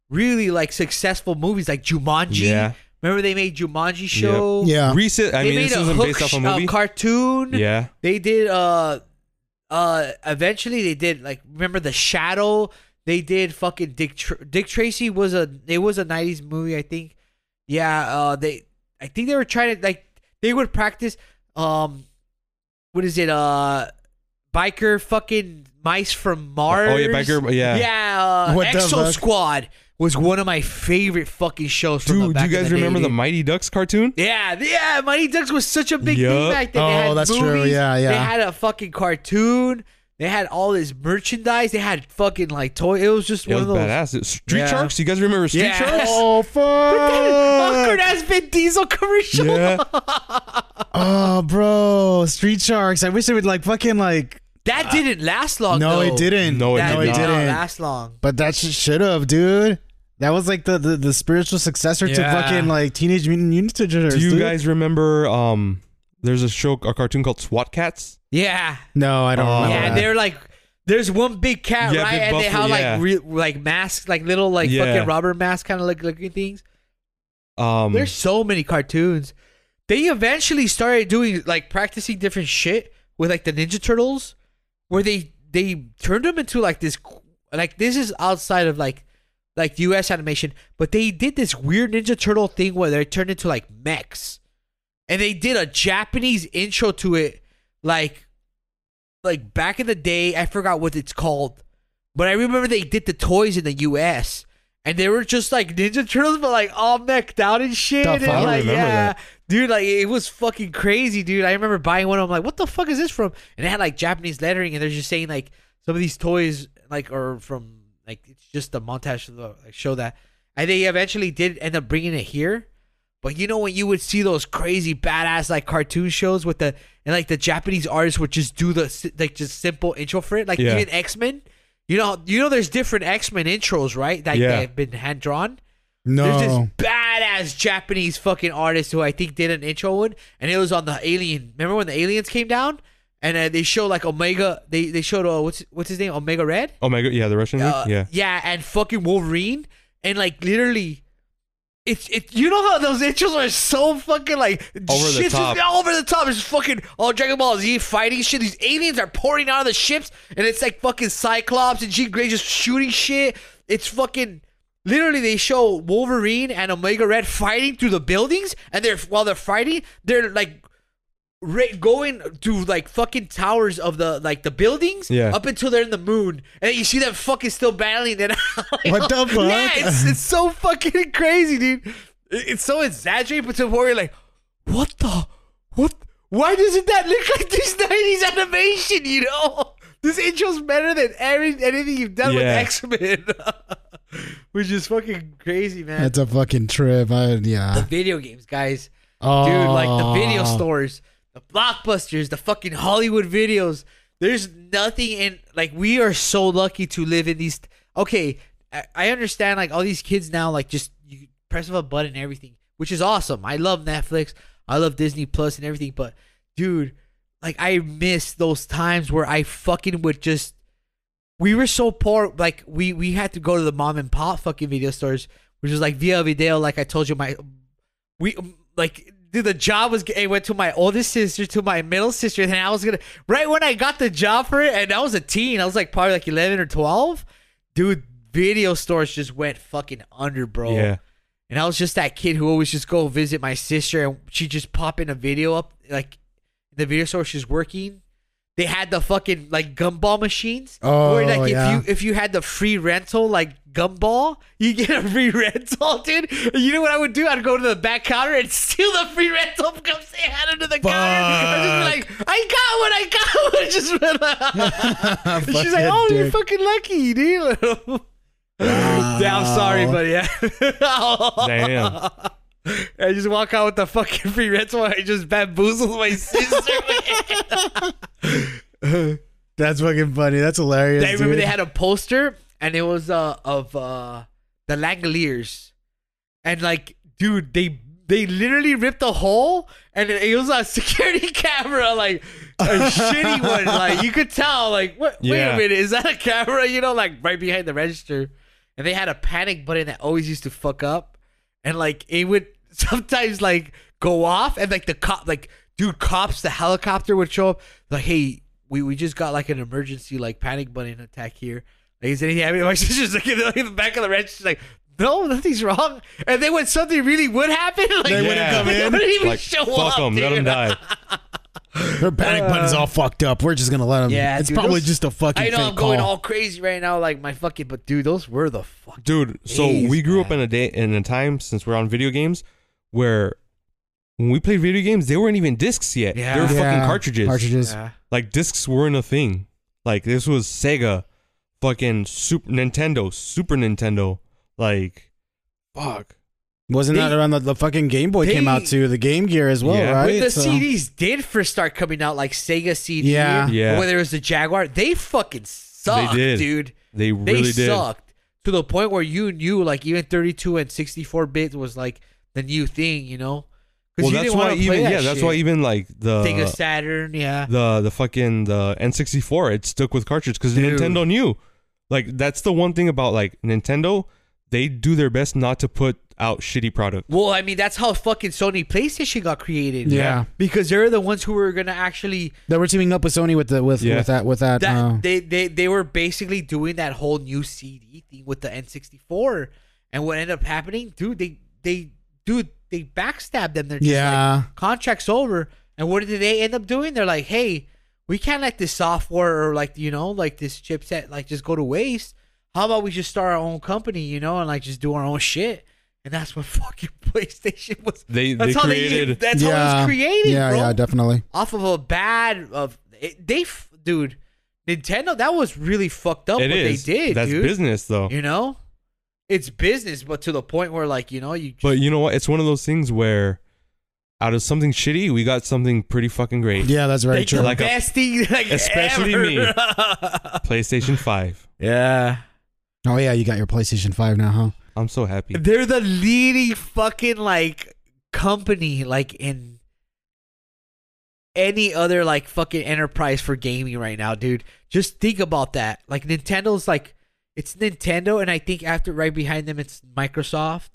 [SPEAKER 1] really like successful movies like Jumanji.
[SPEAKER 3] Yeah.
[SPEAKER 1] Remember they made Jumanji show.
[SPEAKER 2] yeah.
[SPEAKER 3] recent i
[SPEAKER 1] they
[SPEAKER 3] mean
[SPEAKER 1] made
[SPEAKER 3] this
[SPEAKER 1] a
[SPEAKER 3] isn't
[SPEAKER 1] hook
[SPEAKER 3] based off
[SPEAKER 1] sh-
[SPEAKER 3] a movie
[SPEAKER 1] cartoon.
[SPEAKER 3] yeah
[SPEAKER 1] They did uh uh eventually they did like remember the Shadow? They did fucking Dick Tr- Dick Tracy was a it was a 90s movie I think. Yeah, uh they I think they were trying to like they would practice um what is it uh biker fucking mice from Mars.
[SPEAKER 3] oh yeah biker yeah
[SPEAKER 1] Yeah, uh,
[SPEAKER 2] What the
[SPEAKER 1] Exo
[SPEAKER 2] fuck?
[SPEAKER 1] Squad was one of my favorite fucking shows from the
[SPEAKER 3] dude do
[SPEAKER 1] back
[SPEAKER 3] you
[SPEAKER 1] in
[SPEAKER 3] guys
[SPEAKER 1] the day,
[SPEAKER 3] remember the
[SPEAKER 1] dude.
[SPEAKER 3] mighty ducks cartoon
[SPEAKER 1] Yeah, yeah, Mighty Ducks was such a big thing
[SPEAKER 3] Yup.
[SPEAKER 1] back then. They
[SPEAKER 2] Oh,
[SPEAKER 1] had
[SPEAKER 2] that's
[SPEAKER 1] movies,
[SPEAKER 2] true, yeah, yeah.
[SPEAKER 1] They had a fucking cartoon. They had all this merchandise. They had fucking like toy. It was just
[SPEAKER 3] it
[SPEAKER 1] one
[SPEAKER 3] was
[SPEAKER 1] of those.
[SPEAKER 3] badass It- street
[SPEAKER 1] Yeah.
[SPEAKER 3] sharks you guys remember street
[SPEAKER 1] Yeah.
[SPEAKER 3] sharks
[SPEAKER 2] Oh
[SPEAKER 1] Awkward
[SPEAKER 2] fuck!
[SPEAKER 1] ass Vin Diesel commercial.
[SPEAKER 3] yeah
[SPEAKER 2] Oh, bro, Street Sharks. I wish they would like fucking like.
[SPEAKER 1] That didn't last long.
[SPEAKER 2] no,
[SPEAKER 1] though.
[SPEAKER 2] it didn't.
[SPEAKER 3] No,
[SPEAKER 1] Oh,
[SPEAKER 3] it
[SPEAKER 1] That
[SPEAKER 3] did
[SPEAKER 1] did
[SPEAKER 3] not.
[SPEAKER 1] not last long.
[SPEAKER 2] But that shit should have, dude. That was like the the, the spiritual successor to
[SPEAKER 1] Yeah.
[SPEAKER 2] fucking like Teenage Mutant Ninja Turtles.
[SPEAKER 3] do you
[SPEAKER 2] dude.
[SPEAKER 3] guys remember um there's a show a cartoon called swat cats
[SPEAKER 1] Yeah,
[SPEAKER 2] No, I don't.
[SPEAKER 3] Oh.
[SPEAKER 2] remember
[SPEAKER 1] yeah.
[SPEAKER 2] that.
[SPEAKER 1] They're like, there's one big cat,
[SPEAKER 3] Yeah,
[SPEAKER 1] right?
[SPEAKER 3] big
[SPEAKER 1] and they
[SPEAKER 3] buffalo,
[SPEAKER 1] have
[SPEAKER 3] yeah.
[SPEAKER 1] like re- like masks, like little like
[SPEAKER 3] Yeah.
[SPEAKER 1] fucking rubber mask kind of like looking things.
[SPEAKER 3] um
[SPEAKER 1] There's so many cartoons. They eventually started doing like practicing different shit with like the Ninja Turtles, where they they turned them into like this like this is outside of like like U.S. animation, but they did this weird Ninja Turtle thing where they turned into like mechs, and they did a Japanese intro to it, like like back in the day. I forgot what it's called, but I remember they did the toys in the U.S. and they were just like Ninja Turtles, but like all meched out and shit.
[SPEAKER 2] The
[SPEAKER 1] and
[SPEAKER 2] fuck? I don't
[SPEAKER 1] like,
[SPEAKER 3] remember
[SPEAKER 1] yeah,
[SPEAKER 3] that.
[SPEAKER 1] dude, like it was fucking crazy, dude. I remember buying one. I'm like, what the fuck is this from? And it had like Japanese lettering, and they're just saying like some of these toys like are from like it's just a montage of the like, show that, and they eventually did end up bringing it here. But you know when you would see those crazy badass like cartoon shows with the and like the Japanese artists would just do the si- like just simple intro for it, like
[SPEAKER 3] Yeah.
[SPEAKER 1] even X Men. You know, you know, there's different X Men intros, right? That
[SPEAKER 3] Yeah.
[SPEAKER 1] that have been hand drawn. There's this
[SPEAKER 2] No.
[SPEAKER 1] badass Japanese fucking artist who I think did an intro one, and it was on the Alien. Remember when the aliens came down and uh, they showed like Omega? They they showed uh, what's what's his name? Omega Red.
[SPEAKER 3] Oh my god, yeah, the Russian dude?
[SPEAKER 1] Uh,
[SPEAKER 3] yeah.
[SPEAKER 1] and fucking Wolverine, and like literally, it's it. You know how those intros are so fucking like
[SPEAKER 3] Over the
[SPEAKER 1] shit's
[SPEAKER 3] top.
[SPEAKER 1] Just all over the top. It's fucking all Dragon Ball Z fighting shit. These aliens are pouring out of the ships, and it's like fucking Cyclops and Jean Grey just shooting shit. It's fucking. Literally, they show Wolverine and Omega Red fighting through the buildings, and they're while they're fighting, they're like ra- going to like fucking towers of the like the buildings
[SPEAKER 3] Yeah.
[SPEAKER 1] up until they're in the moon and you see them fucking still battling it out.
[SPEAKER 2] What the
[SPEAKER 1] yeah
[SPEAKER 2] fuck?
[SPEAKER 1] it's, it's so fucking crazy dude It- it's so exaggerated but to where you're like what the what why doesn't that look like this 90s animation you know this intro's better than every anything you've done
[SPEAKER 3] Yeah.
[SPEAKER 1] with X-Men which is fucking crazy man
[SPEAKER 2] That's a fucking trip. I,
[SPEAKER 1] the
[SPEAKER 2] yeah.
[SPEAKER 1] video games guys
[SPEAKER 2] Oh.
[SPEAKER 1] dude like the video stores the blockbusters the fucking hollywood videos there's nothing in like we are so lucky to live in these okay i, I understand like all these kids now like just you press of a button and everything which is awesome i love netflix i love disney plus and everything but dude like i miss those times where i fucking would just we were so poor like we we had to go to the mom and pop fucking video stores which was like via video like i told you my we um, like dude the job was it went to my oldest sister to my middle sister and i was gonna right when i got the job for it and i was a teen i was like probably like 11 or 12 dude video stores just went fucking under bro
[SPEAKER 3] Yeah.
[SPEAKER 1] and i was just that kid who always just go visit my sister and she just pop in a video up like the video store she's working they had the fucking like gumball machines.
[SPEAKER 2] Oh,
[SPEAKER 1] where, like
[SPEAKER 2] yeah.
[SPEAKER 1] if you if you had the free rental like gumball, you get a free rental, dude. And You know what I would do? I'd go to the back counter and steal the free rental because they had it under the counter. I'd just be like, I got one, I got one. Just run out. She's like,
[SPEAKER 2] Fucking
[SPEAKER 1] Oh, you're
[SPEAKER 2] dick.
[SPEAKER 1] fucking lucky, dude. yeah, I'm sorry, buddy. Oh. Yeah.
[SPEAKER 3] Damn.
[SPEAKER 1] I just walk out with the fucking free rental. I just bamboozled my sister.
[SPEAKER 2] That's fucking funny. That's hilarious.
[SPEAKER 1] I remember
[SPEAKER 2] dude.
[SPEAKER 1] they had a poster and it was uh of uh the Langoliers. And like, dude, they they literally ripped a hole and it, it was a security camera, like a shitty one. Like you could tell, like, what wait
[SPEAKER 3] Yeah.
[SPEAKER 1] a minute, is that a camera? You know, like right behind the register. And they had a panic button that always used to fuck up. And like it would sometimes like go off and like the cop like dude cops the helicopter would show up like hey we, we just got like an emergency like panic button attack here like is anything happening my sister's like in the, in the back of the wrench she's like no nothing's wrong and then when something really would happen like
[SPEAKER 2] They
[SPEAKER 3] wouldn't come
[SPEAKER 2] in?
[SPEAKER 1] wouldn't even
[SPEAKER 3] Like,
[SPEAKER 1] show
[SPEAKER 3] fuck
[SPEAKER 1] up
[SPEAKER 3] them. Let
[SPEAKER 1] dude.
[SPEAKER 3] them die.
[SPEAKER 2] Their panic button's all fucked up. We're just gonna let them.
[SPEAKER 1] Uh, Yeah,
[SPEAKER 2] it's
[SPEAKER 1] dude,
[SPEAKER 2] probably
[SPEAKER 1] those-
[SPEAKER 2] just a fucking.
[SPEAKER 1] I know
[SPEAKER 2] fake
[SPEAKER 1] I'm going
[SPEAKER 2] call.
[SPEAKER 1] all crazy right now, like my fucking. But dude, those were the fuck.
[SPEAKER 3] Dude, so
[SPEAKER 1] Jeez,
[SPEAKER 3] we grew up
[SPEAKER 1] man.
[SPEAKER 3] in a day in a time since we're on video games where when we played video games, they weren't even discs yet.
[SPEAKER 1] Yeah.
[SPEAKER 3] They were
[SPEAKER 2] Yeah,
[SPEAKER 3] fucking cartridges.
[SPEAKER 2] Cartridges.
[SPEAKER 3] Like discs weren't a thing. Like this was Sega, fucking Super Nintendo, Super Nintendo. Like, fuck.
[SPEAKER 2] Wasn't
[SPEAKER 1] They-
[SPEAKER 2] that around the, the fucking Game Boy came
[SPEAKER 1] they-
[SPEAKER 2] out too? The Game Gear as well,
[SPEAKER 3] Yeah.
[SPEAKER 2] right?
[SPEAKER 1] When the
[SPEAKER 2] So-
[SPEAKER 1] CDs did first start coming out, like Sega CD,
[SPEAKER 2] Yeah.
[SPEAKER 3] Yeah.
[SPEAKER 1] or whether it was the Jaguar, they fucking sucked,
[SPEAKER 3] did.
[SPEAKER 1] dude. They
[SPEAKER 3] They really did.
[SPEAKER 1] sucked to the point where you knew, like, even 32 and 64 bit was like the new thing, you know?
[SPEAKER 3] Well,
[SPEAKER 1] you
[SPEAKER 3] that's
[SPEAKER 1] didn't
[SPEAKER 3] why
[SPEAKER 1] wanna play
[SPEAKER 3] even
[SPEAKER 1] that
[SPEAKER 3] yeah, that's why
[SPEAKER 1] shit.
[SPEAKER 3] even uh, like the
[SPEAKER 1] Sega Saturn, yeah.
[SPEAKER 3] the the fucking the N64 it stuck with cartridge because
[SPEAKER 1] Dude.
[SPEAKER 3] Nintendo knew like that's the one thing about like Nintendo they do their best not to put out shitty product
[SPEAKER 1] Well, I mean, that's how fucking Sony PlayStation got created.
[SPEAKER 2] Yeah.
[SPEAKER 1] Because they're the ones who were gonna actually
[SPEAKER 2] They were teaming up with Sony with the with
[SPEAKER 3] Yeah.
[SPEAKER 2] with that with that.
[SPEAKER 1] that
[SPEAKER 2] uh,
[SPEAKER 1] they, they they were basically doing that whole new CD thing with the N64, and what ended up happening, dude, they they dude they backstabbed them. They're just
[SPEAKER 2] yeah.
[SPEAKER 1] like, contracts over, and what did they end up doing? They're like, hey, we can't let this software or like you know like this chipset like just go to waste. How about we just start our own company, you know, and like just do our own shit. And that's what fucking PlayStation was.
[SPEAKER 3] They-
[SPEAKER 1] that's
[SPEAKER 3] they
[SPEAKER 1] how They,
[SPEAKER 3] created-
[SPEAKER 1] that's how it was created,
[SPEAKER 2] Yeah,
[SPEAKER 1] bro
[SPEAKER 2] yeah, definitely.
[SPEAKER 1] off of a bad of it, they f- dude Nintendo that was really fucked up
[SPEAKER 3] It
[SPEAKER 1] what
[SPEAKER 3] is
[SPEAKER 1] they did
[SPEAKER 3] that's
[SPEAKER 1] dude
[SPEAKER 3] business though
[SPEAKER 1] you know it's business, but to the point where like you know you.
[SPEAKER 3] But you know what? It's one of those things where out of something shitty, we got something pretty fucking great.
[SPEAKER 2] Yeah, that's very
[SPEAKER 1] Like the
[SPEAKER 2] true.
[SPEAKER 3] Like a-
[SPEAKER 1] best thing, like,
[SPEAKER 3] especially
[SPEAKER 1] ever.
[SPEAKER 3] me. PlayStation 5.
[SPEAKER 1] yeah,
[SPEAKER 2] oh yeah, you got your PlayStation Five now, huh?
[SPEAKER 3] I'm so happy.
[SPEAKER 1] they're the leading fucking like company like in any other like fucking enterprise for gaming right now, dude. Just think about that. Like Nintendo's like it's Nintendo, and I think after right behind them it's Microsoft,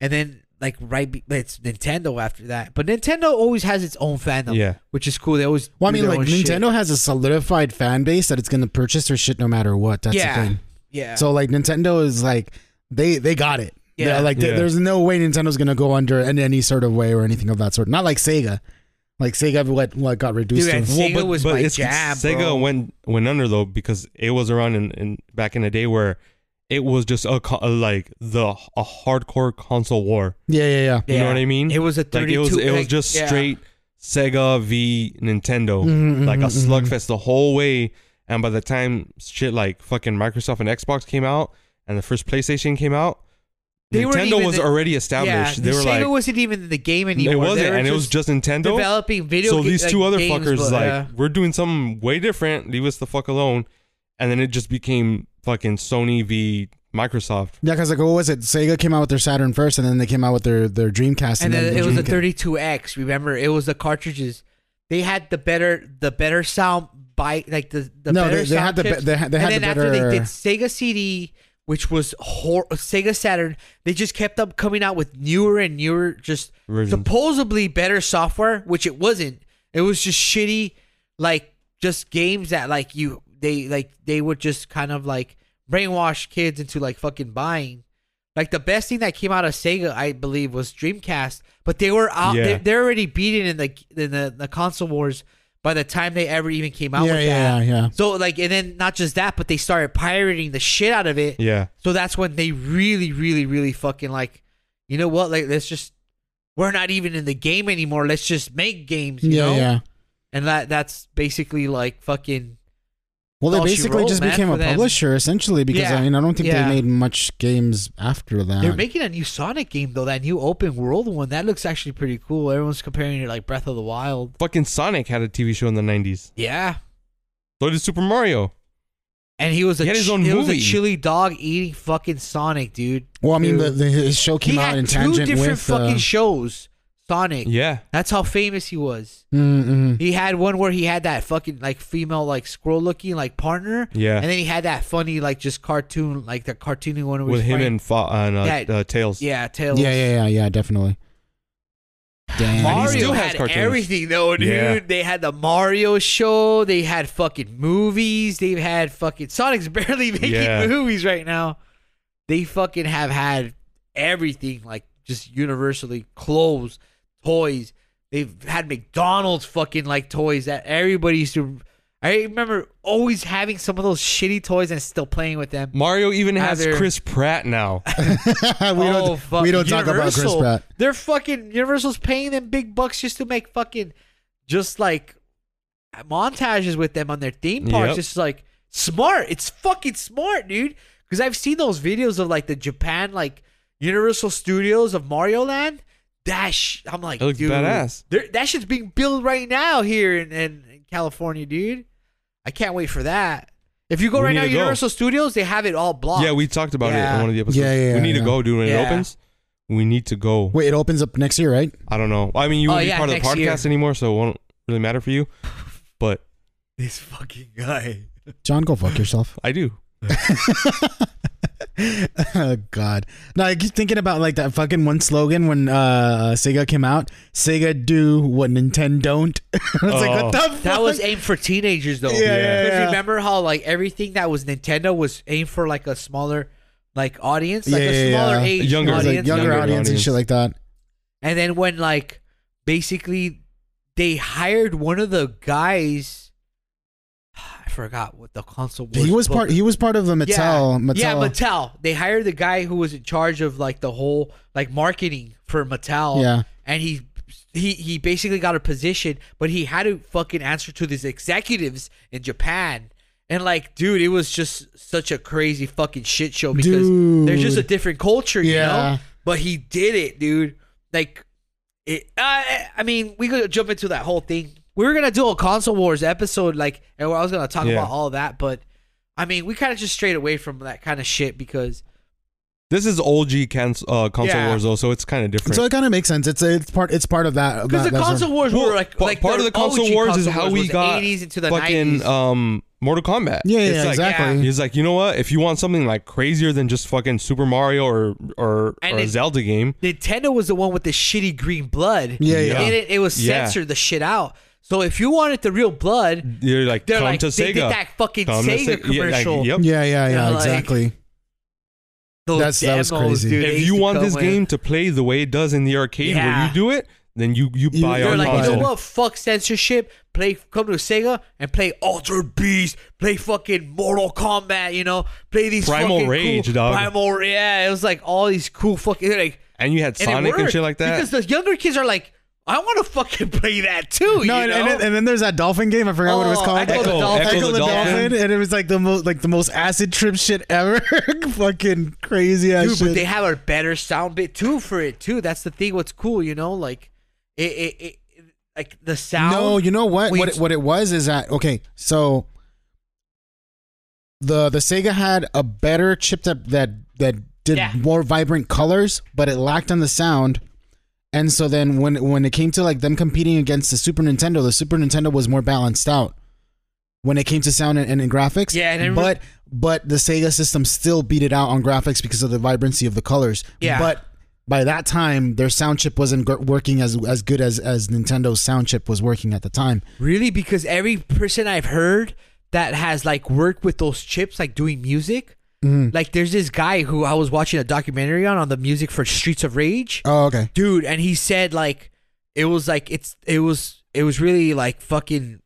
[SPEAKER 1] and then like right be- it's Nintendo after that. But Nintendo always has its own fandom,
[SPEAKER 3] Yeah.
[SPEAKER 1] which is cool. They always
[SPEAKER 2] Well, I
[SPEAKER 1] do
[SPEAKER 2] mean,
[SPEAKER 1] their
[SPEAKER 2] like
[SPEAKER 1] own shit.
[SPEAKER 2] Nintendo has a solidified fan base that it's gonna purchase their shit no matter what. That's
[SPEAKER 1] yeah,
[SPEAKER 2] the thing.
[SPEAKER 1] yeah.
[SPEAKER 2] So like Nintendo is like they they got it.
[SPEAKER 1] Yeah.
[SPEAKER 2] They're, like there-
[SPEAKER 3] Yeah.
[SPEAKER 2] there's no way Nintendo's gonna go under in any sort of way or anything of that sort. Not like Sega. Like Sega what what got reduced
[SPEAKER 1] Dude, and
[SPEAKER 2] to.
[SPEAKER 1] Sega was my jam,
[SPEAKER 3] Sega
[SPEAKER 1] bro.
[SPEAKER 3] went went under though because it was around in, in back in the day where it was just a co- like the a hardcore console war.
[SPEAKER 2] Yeah, yeah, yeah.
[SPEAKER 3] You know what I mean?
[SPEAKER 1] It was a
[SPEAKER 3] Like
[SPEAKER 1] 32.
[SPEAKER 3] it was it was
[SPEAKER 1] like,
[SPEAKER 3] just
[SPEAKER 1] yeah. Mm-hmm,
[SPEAKER 3] straight Sega v Nintendo,
[SPEAKER 2] Mhm,
[SPEAKER 3] like a
[SPEAKER 2] mhm, mhm.
[SPEAKER 3] slugfest the whole way. And by the time shit like fucking Microsoft and Xbox came out, and the first PlayStation came out,
[SPEAKER 1] They weren't
[SPEAKER 3] Nintendo
[SPEAKER 1] even
[SPEAKER 3] was
[SPEAKER 1] the-
[SPEAKER 3] already established. they
[SPEAKER 1] the
[SPEAKER 3] were
[SPEAKER 1] Sega
[SPEAKER 3] like,
[SPEAKER 1] wasn't even in the game anymore.
[SPEAKER 3] it wasn't,
[SPEAKER 1] They were
[SPEAKER 3] and it was just Nintendo.
[SPEAKER 1] developing video.
[SPEAKER 3] so
[SPEAKER 1] ga-
[SPEAKER 3] these
[SPEAKER 1] like,
[SPEAKER 3] two other
[SPEAKER 1] games,
[SPEAKER 3] fuckers
[SPEAKER 1] but,
[SPEAKER 3] like
[SPEAKER 1] yeah.
[SPEAKER 3] we're doing something way different leave us the fuck alone and then it just became fucking sony v microsoft
[SPEAKER 2] mm-hmm. Yeah, because like what was it? Sega came out with their Saturn first, and then they came out with their their Dreamcast,
[SPEAKER 1] and
[SPEAKER 2] and,
[SPEAKER 1] then
[SPEAKER 2] the
[SPEAKER 1] it was the
[SPEAKER 2] Dreamcast.
[SPEAKER 1] 32x. Remember, it was the cartridges. They had the better, the better sound by like the the
[SPEAKER 2] No,
[SPEAKER 1] better
[SPEAKER 2] they- they
[SPEAKER 1] sound
[SPEAKER 2] had the be-
[SPEAKER 1] chips.
[SPEAKER 2] they had- they had
[SPEAKER 1] and
[SPEAKER 2] the
[SPEAKER 1] then after they
[SPEAKER 2] better-
[SPEAKER 1] did Sega CD, which was hor- Sega Saturn, they just kept up coming out with newer and newer, just
[SPEAKER 3] Versions.
[SPEAKER 1] supposedly better software, which it wasn't. It was just shitty, like just games that like you they like they would just kind of like brainwash kids into like fucking buying. Like the best thing that came out of Sega, I believe, was Dreamcast. But they were out; they,
[SPEAKER 3] Yeah.
[SPEAKER 1] they're already beaten in the in the, the console wars by the time they ever even came out
[SPEAKER 2] Yeah,
[SPEAKER 1] with
[SPEAKER 2] yeah,
[SPEAKER 1] that.
[SPEAKER 2] yeah, yeah.
[SPEAKER 1] So like, and then not just that, but they started pirating the shit out of it.
[SPEAKER 3] yeah
[SPEAKER 1] So that's when they really, really, really fucking like, you know what? Like, let's just we're not even in the game anymore. Let's just make games. You
[SPEAKER 2] yeah,
[SPEAKER 1] know?
[SPEAKER 2] yeah.
[SPEAKER 1] And that that's basically like fucking
[SPEAKER 2] Well, they
[SPEAKER 1] Well, she
[SPEAKER 2] basically
[SPEAKER 1] rolled,
[SPEAKER 2] just
[SPEAKER 1] man,
[SPEAKER 2] became
[SPEAKER 1] for
[SPEAKER 2] a
[SPEAKER 1] them.
[SPEAKER 2] publisher essentially because
[SPEAKER 1] Yeah.
[SPEAKER 2] I mean I don't think
[SPEAKER 1] Yeah.
[SPEAKER 2] they made much games after that.
[SPEAKER 1] They're making a new Sonic game though, that new open world one. That looks actually pretty cool. Everyone's comparing it to like Breath of the Wild.
[SPEAKER 3] fucking sonic had a tv show in the 90s
[SPEAKER 1] Yeah.
[SPEAKER 3] so did super mario
[SPEAKER 1] And he was a
[SPEAKER 3] He had his
[SPEAKER 1] chi-
[SPEAKER 3] own
[SPEAKER 1] he was a
[SPEAKER 3] movie.
[SPEAKER 1] chili dog eating fucking Sonic, dude.
[SPEAKER 2] well, I mean the,
[SPEAKER 1] Dude.
[SPEAKER 2] the, his show came
[SPEAKER 1] he
[SPEAKER 2] out
[SPEAKER 1] had
[SPEAKER 2] in
[SPEAKER 1] two
[SPEAKER 2] tangent
[SPEAKER 1] different
[SPEAKER 2] with.
[SPEAKER 1] fucking
[SPEAKER 2] uh,
[SPEAKER 1] shows. Sonic.
[SPEAKER 3] yeah
[SPEAKER 1] That's how famous he was.
[SPEAKER 2] mm, mm.
[SPEAKER 1] He had one where he had that fucking like female like squirrel looking like partner.
[SPEAKER 3] Yeah.
[SPEAKER 1] And then he had that funny like just cartoon like the cartoony one where
[SPEAKER 3] with
[SPEAKER 1] he's fighting-
[SPEAKER 3] him and, Fa- and uh,
[SPEAKER 1] That-
[SPEAKER 3] uh, tails
[SPEAKER 1] yeah tails.
[SPEAKER 2] Yeah, yeah, yeah, yeah, definitely. Damn.
[SPEAKER 3] Mario-
[SPEAKER 1] Mario
[SPEAKER 3] still has
[SPEAKER 1] had
[SPEAKER 3] cartoons.
[SPEAKER 1] everything though, dude.
[SPEAKER 3] Yeah.
[SPEAKER 1] They had the Mario show. They had fucking movies. They've had fucking Sonic's barely making
[SPEAKER 3] Yeah.
[SPEAKER 1] movies right now. They fucking have had everything like just universally clothes, toys. They've had McDonald's fucking like toys that everybody used to. I remember always having some of those shitty toys and still playing with them.
[SPEAKER 3] mario even has
[SPEAKER 1] Either-
[SPEAKER 3] chris pratt now
[SPEAKER 2] we
[SPEAKER 1] oh,
[SPEAKER 2] don't,
[SPEAKER 1] fuck.
[SPEAKER 2] we don't talk about Chris
[SPEAKER 1] Universal.
[SPEAKER 2] Pratt.
[SPEAKER 1] They're fucking Universal's paying them big bucks just to make fucking just like montages with them on their theme parks.
[SPEAKER 3] Yep.
[SPEAKER 1] Just like smart. It's fucking smart, dude. Because I've seen those videos of like the Japan like Universal Studios of Mario Land. That sh- I'm like,
[SPEAKER 3] It looks
[SPEAKER 1] dude,
[SPEAKER 3] badass.
[SPEAKER 1] they're- That shit's being built right now here in, in, in California, dude. I can't wait for that. If you go
[SPEAKER 3] We
[SPEAKER 1] right
[SPEAKER 3] need
[SPEAKER 1] now,
[SPEAKER 3] to go.
[SPEAKER 1] Universal Studios, they have it all blocked.
[SPEAKER 3] yeah we talked about it
[SPEAKER 1] Yeah.
[SPEAKER 3] in one of the episodes
[SPEAKER 2] Yeah, yeah,
[SPEAKER 3] we need
[SPEAKER 2] yeah.
[SPEAKER 3] to go dude when
[SPEAKER 1] Yeah.
[SPEAKER 3] it opens we need to go
[SPEAKER 2] Wait, it opens up next year, right?
[SPEAKER 3] i don't know i mean you
[SPEAKER 1] Oh,
[SPEAKER 3] won't be
[SPEAKER 1] yeah,
[SPEAKER 3] part of the
[SPEAKER 1] next year.
[SPEAKER 3] podcast anymore so it won't really matter for you but
[SPEAKER 1] This fucking guy.
[SPEAKER 2] John, go fuck yourself.
[SPEAKER 3] i do
[SPEAKER 2] oh God! No, I keep thinking about like that fucking one slogan when uh, Sega came out: "Sega do what Nintendo don't." I was like,
[SPEAKER 3] Oh.
[SPEAKER 2] what the fuck?
[SPEAKER 1] That was aimed for teenagers though.
[SPEAKER 2] Yeah, yeah,
[SPEAKER 3] Yeah.
[SPEAKER 1] Because
[SPEAKER 2] yeah.
[SPEAKER 1] remember how like everything that was Nintendo was aimed for like a smaller like audience, like
[SPEAKER 2] Yeah,
[SPEAKER 1] a
[SPEAKER 2] yeah,
[SPEAKER 1] smaller
[SPEAKER 2] yeah.
[SPEAKER 1] age
[SPEAKER 3] Younger.
[SPEAKER 2] It was, like,
[SPEAKER 1] audience.
[SPEAKER 2] younger,
[SPEAKER 3] Younger
[SPEAKER 2] audience, and
[SPEAKER 3] audience.
[SPEAKER 2] shit like that.
[SPEAKER 1] And then when like basically they hired one of the guys I forgot what the console was.
[SPEAKER 2] He was
[SPEAKER 1] but-
[SPEAKER 2] part. He was part of the Mattel. Mattel.
[SPEAKER 1] Yeah, Mattel. They hired the guy who was in charge of like the whole like marketing for Mattel.
[SPEAKER 2] Yeah.
[SPEAKER 1] And he he he basically got a position, but he had to fucking answer to these executives in Japan. And like, dude, it was just such a crazy fucking shit show because there's just a
[SPEAKER 2] Dude.
[SPEAKER 1] different culture, you
[SPEAKER 2] Yeah.
[SPEAKER 1] know. But he did it, dude. Like, it. Uh, I mean, we could jump into that whole thing. We were gonna do a console wars episode, like, and I was gonna talk
[SPEAKER 3] Yeah.
[SPEAKER 1] about all that, but I mean, we kind of just strayed away from that kind of shit because
[SPEAKER 3] This is OG cans- uh, console
[SPEAKER 1] Yeah.
[SPEAKER 3] wars though, so it's kind of different.
[SPEAKER 2] So it kind of makes sense. It's it's part it's part of that.
[SPEAKER 1] because the
[SPEAKER 2] that- that's-
[SPEAKER 1] console wars
[SPEAKER 3] Well,
[SPEAKER 1] were like,
[SPEAKER 3] pa-
[SPEAKER 1] like
[SPEAKER 3] part of the console
[SPEAKER 1] OG
[SPEAKER 3] wars is how
[SPEAKER 1] wars
[SPEAKER 3] we
[SPEAKER 1] was
[SPEAKER 3] got
[SPEAKER 1] 80s into the
[SPEAKER 3] fucking
[SPEAKER 1] 90s.
[SPEAKER 3] um, Mortal Kombat.
[SPEAKER 2] Yeah,
[SPEAKER 3] It's
[SPEAKER 2] yeah,
[SPEAKER 3] like-
[SPEAKER 2] exactly.
[SPEAKER 3] He's like, you know what? If you want something like crazier than just fucking Super Mario or or,
[SPEAKER 1] And
[SPEAKER 3] or a
[SPEAKER 1] it-
[SPEAKER 3] Zelda game,
[SPEAKER 1] Nintendo was the one with the shitty green blood.
[SPEAKER 2] Yeah, yeah.
[SPEAKER 1] And it, it was
[SPEAKER 3] Yeah.
[SPEAKER 1] censored the shit out. So if you wanted the real blood,
[SPEAKER 3] you're like,
[SPEAKER 1] they're
[SPEAKER 3] come
[SPEAKER 1] like
[SPEAKER 3] to
[SPEAKER 1] they
[SPEAKER 3] Sega.
[SPEAKER 1] did that fucking
[SPEAKER 3] Come to
[SPEAKER 1] Sega
[SPEAKER 3] Sega. Yeah, like,
[SPEAKER 1] commercial.
[SPEAKER 3] yep.
[SPEAKER 2] Yeah, yeah,
[SPEAKER 1] Yeah,
[SPEAKER 2] yeah,
[SPEAKER 1] like-
[SPEAKER 2] exactly.
[SPEAKER 1] Those
[SPEAKER 2] That's- that was
[SPEAKER 1] demos,
[SPEAKER 2] crazy.
[SPEAKER 1] dude, they
[SPEAKER 3] If
[SPEAKER 1] used
[SPEAKER 3] you
[SPEAKER 1] to
[SPEAKER 3] want
[SPEAKER 1] come
[SPEAKER 3] this
[SPEAKER 1] with.
[SPEAKER 3] game to play the way it does in the arcade, where
[SPEAKER 1] Yeah.
[SPEAKER 3] you do it, then you you
[SPEAKER 2] You-
[SPEAKER 3] buy
[SPEAKER 2] they're
[SPEAKER 1] they're
[SPEAKER 3] our
[SPEAKER 1] like, you know
[SPEAKER 3] console.
[SPEAKER 1] what? Fuck censorship. Play, come to Sega and play Altered Beast. Play fucking Mortal Kombat. You know, play these
[SPEAKER 3] Primal
[SPEAKER 1] fucking cool-
[SPEAKER 3] Rage, dog.
[SPEAKER 1] Primal, yeah. It was like all these cool fucking they're like
[SPEAKER 3] and you had
[SPEAKER 1] and it
[SPEAKER 3] Sonic and,
[SPEAKER 1] worked
[SPEAKER 3] shit like that.
[SPEAKER 1] Because the younger kids are like, I want to fucking play that too.
[SPEAKER 2] No,
[SPEAKER 1] you
[SPEAKER 2] and,
[SPEAKER 1] know?
[SPEAKER 2] and, then- and then there's that dolphin game. I forgot what it was
[SPEAKER 1] Oh,
[SPEAKER 2] called.
[SPEAKER 1] Echo the
[SPEAKER 3] Echo-
[SPEAKER 1] Dolphin.
[SPEAKER 3] Echo the Dolphin.
[SPEAKER 2] and it was like the most like the most acid trip shit ever. Fucking crazy ass
[SPEAKER 1] dude,
[SPEAKER 2] shit.
[SPEAKER 1] but they have a better sound bit too for it too. That's the thing. What's cool, you know, like it, it, it like the sound.
[SPEAKER 2] No, you know what?
[SPEAKER 1] Wait.
[SPEAKER 2] What it, what it was is that okay. So the the Sega had a better chip that that that did
[SPEAKER 1] Yeah.
[SPEAKER 2] more vibrant colors, but it lacked on the sound. And so then when when it came to like them competing against the Super Nintendo, the Super Nintendo was more balanced out when it came to sound and, and in graphics.
[SPEAKER 1] Yeah, and I remember-
[SPEAKER 2] but but the Sega system still beat it out on graphics because of the vibrancy of the colors.
[SPEAKER 1] Yeah.
[SPEAKER 2] but by that time their sound chip wasn't gr- working as as good as as Nintendo's sound chip was working at the time.
[SPEAKER 1] really, because every person I've heard that has like worked with those chips, like doing music. Like there's this guy who I was watching a documentary on on the music for Streets of Rage.
[SPEAKER 2] Oh, okay.
[SPEAKER 1] dude and he said like it was like it's it was it was really like fucking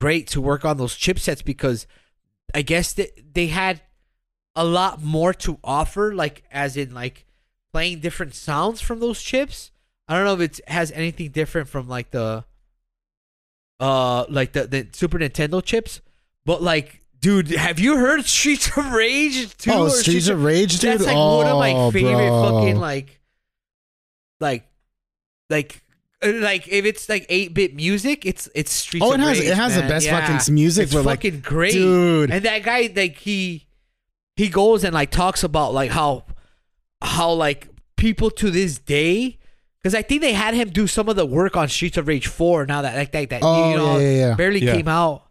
[SPEAKER 1] great to work on those chipsets because i guess that they had a lot more to offer like as in like playing different sounds from those chips i don't know if it has anything different from like the uh like the, the super nintendo chips but like Dude, have you heard Streets of Rage 2?
[SPEAKER 2] oh,
[SPEAKER 1] or
[SPEAKER 2] Streets of Rage, dude.
[SPEAKER 1] that's like
[SPEAKER 2] oh,
[SPEAKER 1] one of my favorite
[SPEAKER 2] bro.
[SPEAKER 1] fucking like, like, like, uh, like if it's like eight bit music, it's it's Streets.
[SPEAKER 2] Oh,
[SPEAKER 1] of
[SPEAKER 2] it has-
[SPEAKER 1] Rage,
[SPEAKER 2] it has the
[SPEAKER 1] man.
[SPEAKER 2] best
[SPEAKER 1] Yeah.
[SPEAKER 2] fucking s- music,
[SPEAKER 1] It's
[SPEAKER 2] but, like,
[SPEAKER 1] fucking great,
[SPEAKER 2] dude.
[SPEAKER 1] And that guy, like he, he goes and like talks about like how, how like people to this day. Because I think they had him do some of the work on Streets of Rage Four. Now that like that, that
[SPEAKER 2] Oh,
[SPEAKER 1] you know,
[SPEAKER 2] yeah, yeah, yeah.
[SPEAKER 1] barely
[SPEAKER 3] Yeah.
[SPEAKER 1] came out,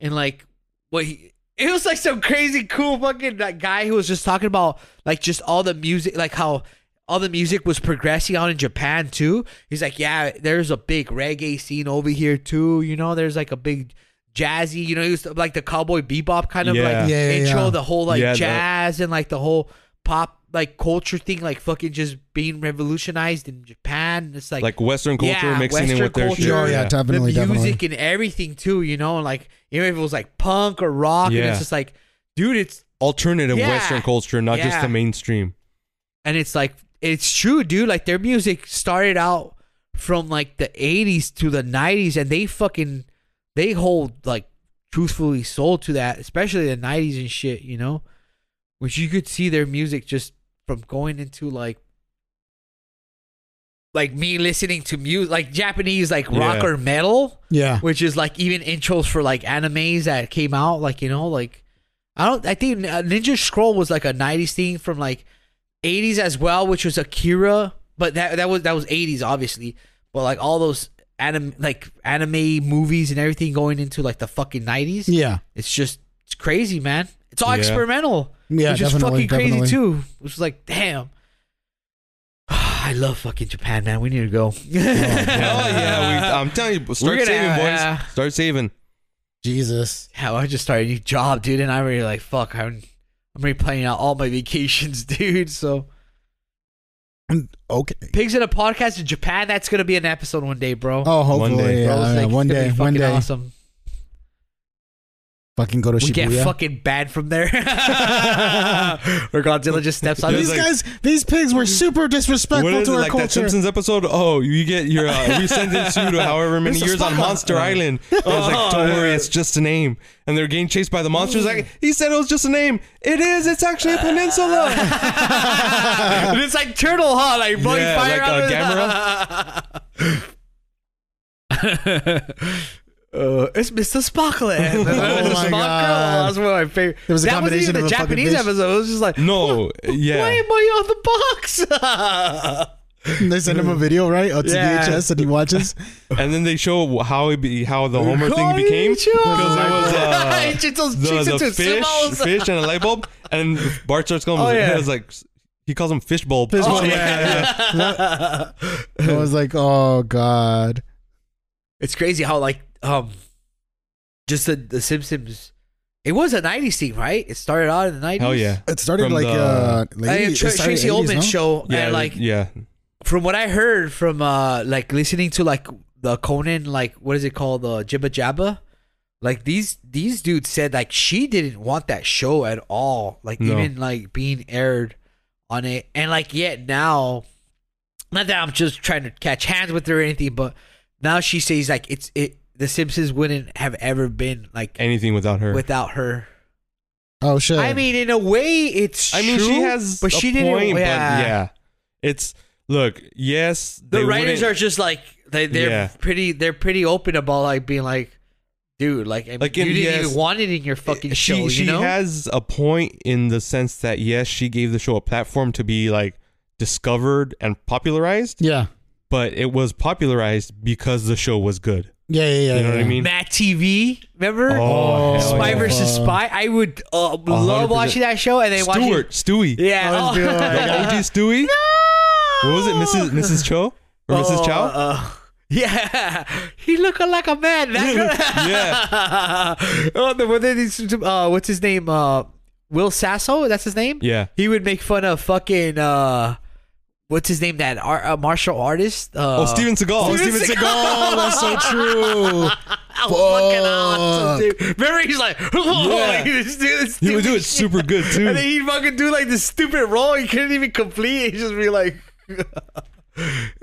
[SPEAKER 1] and like what he it was like some crazy cool fucking like, guy who was just talking about like just all the music like how all the music was progressing out in Japan too. He's like, yeah, there's a big reggae scene over here too. You know, there's like a big jazzy. You know, he was like the cowboy bebop kind of
[SPEAKER 3] Yeah.
[SPEAKER 1] like
[SPEAKER 2] Yeah, yeah,
[SPEAKER 1] intro,
[SPEAKER 2] yeah.
[SPEAKER 1] the whole like
[SPEAKER 3] Yeah, the-
[SPEAKER 1] jazz and like the whole pop like culture thing, like fucking just being revolutionized in Japan. It's like
[SPEAKER 3] like Western culture
[SPEAKER 1] Yeah,
[SPEAKER 3] mixing in
[SPEAKER 1] Western
[SPEAKER 3] with their shit.
[SPEAKER 1] culture.
[SPEAKER 2] Oh, yeah, definitely,
[SPEAKER 1] the
[SPEAKER 2] definitely.
[SPEAKER 1] music and everything too. You know, and like even if it was like punk or rock, and
[SPEAKER 3] Yeah.
[SPEAKER 1] it's just like, dude, it's
[SPEAKER 3] Alternative
[SPEAKER 1] Yeah.
[SPEAKER 3] Western culture, not just
[SPEAKER 1] Yeah.
[SPEAKER 3] the mainstream.
[SPEAKER 1] and it's like it's true, dude. Like their music started out from like the '80s to the '90s, and they fucking they hold like truthfully sold to that, especially the '90s and shit. You know, which you could see their music just from going into like like me listening to music like Japanese like rock
[SPEAKER 3] Yeah.
[SPEAKER 1] or metal.
[SPEAKER 2] Yeah.
[SPEAKER 1] which is like even intros for like animes that came out like you know like i don't i think uh, ninja scroll was like a 90s thing from like 80s as well which was akira but that that was that was 80s obviously but like all those anime like anime movies and everything going into like the fucking 90s
[SPEAKER 2] Yeah.
[SPEAKER 1] it's just it's crazy man it's all
[SPEAKER 3] Yeah.
[SPEAKER 1] experimental
[SPEAKER 2] Yeah,
[SPEAKER 1] which is fucking
[SPEAKER 2] definitely, definitely.
[SPEAKER 1] crazy too which is like damn I love fucking Japan, man. We need to go.
[SPEAKER 2] Oh,
[SPEAKER 3] Hell yeah! We, I'm telling you, start
[SPEAKER 1] gonna
[SPEAKER 3] saving,
[SPEAKER 1] have-
[SPEAKER 3] boys.
[SPEAKER 1] yeah.
[SPEAKER 3] Start saving.
[SPEAKER 2] Jesus.
[SPEAKER 1] Yeah, well, I just started a new job, dude, and I'm already like, fuck, I'm, I'm already planning out all my vacations, dude. So,
[SPEAKER 2] Mm, Okay.
[SPEAKER 1] pigs in a podcast in Japan. That's gonna be an episode one day, bro.
[SPEAKER 2] Oh, hopefully,
[SPEAKER 3] One day.
[SPEAKER 2] yeah,
[SPEAKER 1] Bro, it's
[SPEAKER 2] yeah,
[SPEAKER 1] like, it's
[SPEAKER 2] one
[SPEAKER 1] gonna be
[SPEAKER 2] day, one
[SPEAKER 1] fucking
[SPEAKER 2] day.
[SPEAKER 1] Awesome.
[SPEAKER 2] Fucking go to
[SPEAKER 1] We get
[SPEAKER 2] Shibuya.
[SPEAKER 1] fucking banned from there. Where Godzilla just steps on his
[SPEAKER 2] these
[SPEAKER 3] like-
[SPEAKER 2] guys, these pigs were super
[SPEAKER 3] what
[SPEAKER 2] disrespectful
[SPEAKER 3] is
[SPEAKER 2] to
[SPEAKER 3] it
[SPEAKER 2] our
[SPEAKER 3] like that
[SPEAKER 2] culture.
[SPEAKER 3] Simpsons episode? Oh, you get your uh, we sentence you to however many
[SPEAKER 2] This is
[SPEAKER 3] years on
[SPEAKER 2] fuck up.
[SPEAKER 3] Monster Island. I was
[SPEAKER 1] Oh,
[SPEAKER 3] like, don't worry, it's just a name. And they're getting chased by the monsters. Like he said, it was just a name. It is. It's actually a peninsula.
[SPEAKER 1] and it's like turtle, huh? Like blowing
[SPEAKER 3] Yeah,
[SPEAKER 1] fire
[SPEAKER 3] like,
[SPEAKER 1] out
[SPEAKER 3] uh,
[SPEAKER 1] of Uh, it's Mr. Sparkle. oh
[SPEAKER 2] my God.
[SPEAKER 1] That was one of my favorite.
[SPEAKER 2] There was a
[SPEAKER 1] that wasn't
[SPEAKER 2] combination
[SPEAKER 1] even
[SPEAKER 2] of
[SPEAKER 1] the
[SPEAKER 2] a fucking
[SPEAKER 1] Japanese
[SPEAKER 2] bitch.
[SPEAKER 1] episode. It was just like,
[SPEAKER 3] no,
[SPEAKER 1] why
[SPEAKER 3] yeah.
[SPEAKER 1] am I on the box?
[SPEAKER 2] they send him a video, right? Oh, Of
[SPEAKER 1] Yeah.
[SPEAKER 2] VHS and he watches.
[SPEAKER 3] And then they show how it be, how the Homer
[SPEAKER 1] Konnichiwa.
[SPEAKER 3] thing became because it was
[SPEAKER 1] He
[SPEAKER 3] uh,
[SPEAKER 1] turns those
[SPEAKER 3] the,
[SPEAKER 1] chicks
[SPEAKER 3] the
[SPEAKER 1] into
[SPEAKER 3] fish,
[SPEAKER 1] sumos.
[SPEAKER 3] fish and a light bulb. And Bart starts calling.
[SPEAKER 1] Oh,
[SPEAKER 3] him,
[SPEAKER 1] yeah. Oh,
[SPEAKER 3] it was like he calls him fish bulb.
[SPEAKER 2] Fish bulb,
[SPEAKER 3] yeah,
[SPEAKER 2] yeah, yeah.
[SPEAKER 3] yeah.
[SPEAKER 2] I was like, oh god.
[SPEAKER 1] It's crazy how like um, just the the Simpsons. It was a '90s thing, right? It started out in the '90s.
[SPEAKER 3] Hell yeah.
[SPEAKER 2] It started
[SPEAKER 3] From
[SPEAKER 2] like
[SPEAKER 3] the-
[SPEAKER 2] uh,
[SPEAKER 1] I
[SPEAKER 2] late-
[SPEAKER 1] had
[SPEAKER 2] it
[SPEAKER 1] Tra-
[SPEAKER 2] started
[SPEAKER 1] Tracy
[SPEAKER 2] 80s,
[SPEAKER 1] Ullman
[SPEAKER 2] no?
[SPEAKER 1] show,
[SPEAKER 3] Yeah,
[SPEAKER 1] and like
[SPEAKER 3] yeah.
[SPEAKER 1] from what I heard from uh, like listening to like the Conan, like what is it called, the Jibba Jabba, like these these dudes said like she didn't want that show at all, like
[SPEAKER 3] No.
[SPEAKER 1] even like being aired on it, and like yet now, not that I'm just trying to catch hands with her or anything, but now she says like it's it. The Simpsons wouldn't have ever been like
[SPEAKER 3] Anything without her.
[SPEAKER 1] without her.
[SPEAKER 2] Oh shit.
[SPEAKER 1] I mean, in a way, it's
[SPEAKER 3] I mean,
[SPEAKER 1] true,
[SPEAKER 3] she has
[SPEAKER 1] but
[SPEAKER 3] a
[SPEAKER 1] she didn't.
[SPEAKER 3] point,
[SPEAKER 1] yeah.
[SPEAKER 3] but yeah, it's look. Yes,
[SPEAKER 1] the
[SPEAKER 3] they
[SPEAKER 1] writers are
[SPEAKER 3] wouldn't-
[SPEAKER 1] just like they they're
[SPEAKER 3] Yeah.
[SPEAKER 1] pretty they're pretty open about like being like, dude, like, I
[SPEAKER 3] Like,
[SPEAKER 1] you
[SPEAKER 3] in-
[SPEAKER 1] didn't
[SPEAKER 3] yes,
[SPEAKER 1] even want it in your fucking
[SPEAKER 3] she,
[SPEAKER 1] show,
[SPEAKER 3] She
[SPEAKER 1] you know?
[SPEAKER 3] has a point in the sense that yes, she gave the show a platform to be like discovered and popularized,
[SPEAKER 2] yeah.
[SPEAKER 3] but it was popularized because the show was good.
[SPEAKER 2] Yeah, yeah, yeah.
[SPEAKER 3] You know
[SPEAKER 2] yeah.
[SPEAKER 3] what I mean?
[SPEAKER 1] Matt TV, remember?
[SPEAKER 3] Oh, hell
[SPEAKER 1] Spy
[SPEAKER 3] yeah.
[SPEAKER 1] versus Spy. I would uh, love
[SPEAKER 3] 100%. watching
[SPEAKER 1] watching that show and then
[SPEAKER 3] Stewart, Stewie,
[SPEAKER 1] watching. Yeah.
[SPEAKER 2] Oh, dude,
[SPEAKER 3] the OG Stewie. What was it, Mrs. Mrs. Cho or
[SPEAKER 1] Oh,
[SPEAKER 3] Mrs. Chow?
[SPEAKER 1] Uh, yeah, he looking like a man. That yeah. oh, the one that he's- uh, what's his name? Uh, Will Sasso. That's his name.
[SPEAKER 3] yeah,
[SPEAKER 1] He would make fun of fucking uh, what's his name? That ar- uh, martial artist. Uh,
[SPEAKER 3] oh Steven Seagal.
[SPEAKER 2] Oh,
[SPEAKER 3] Oh,
[SPEAKER 2] Steven Seagal, that's so true.
[SPEAKER 1] I was fucking awesome, dude. Remember, he's like,
[SPEAKER 3] Yeah.
[SPEAKER 1] he was doing this
[SPEAKER 3] He would do
[SPEAKER 1] stupid
[SPEAKER 3] it super good
[SPEAKER 1] shit.
[SPEAKER 3] too.
[SPEAKER 1] and then he fucking do like this stupid role. He couldn't even complete. It. He just be like.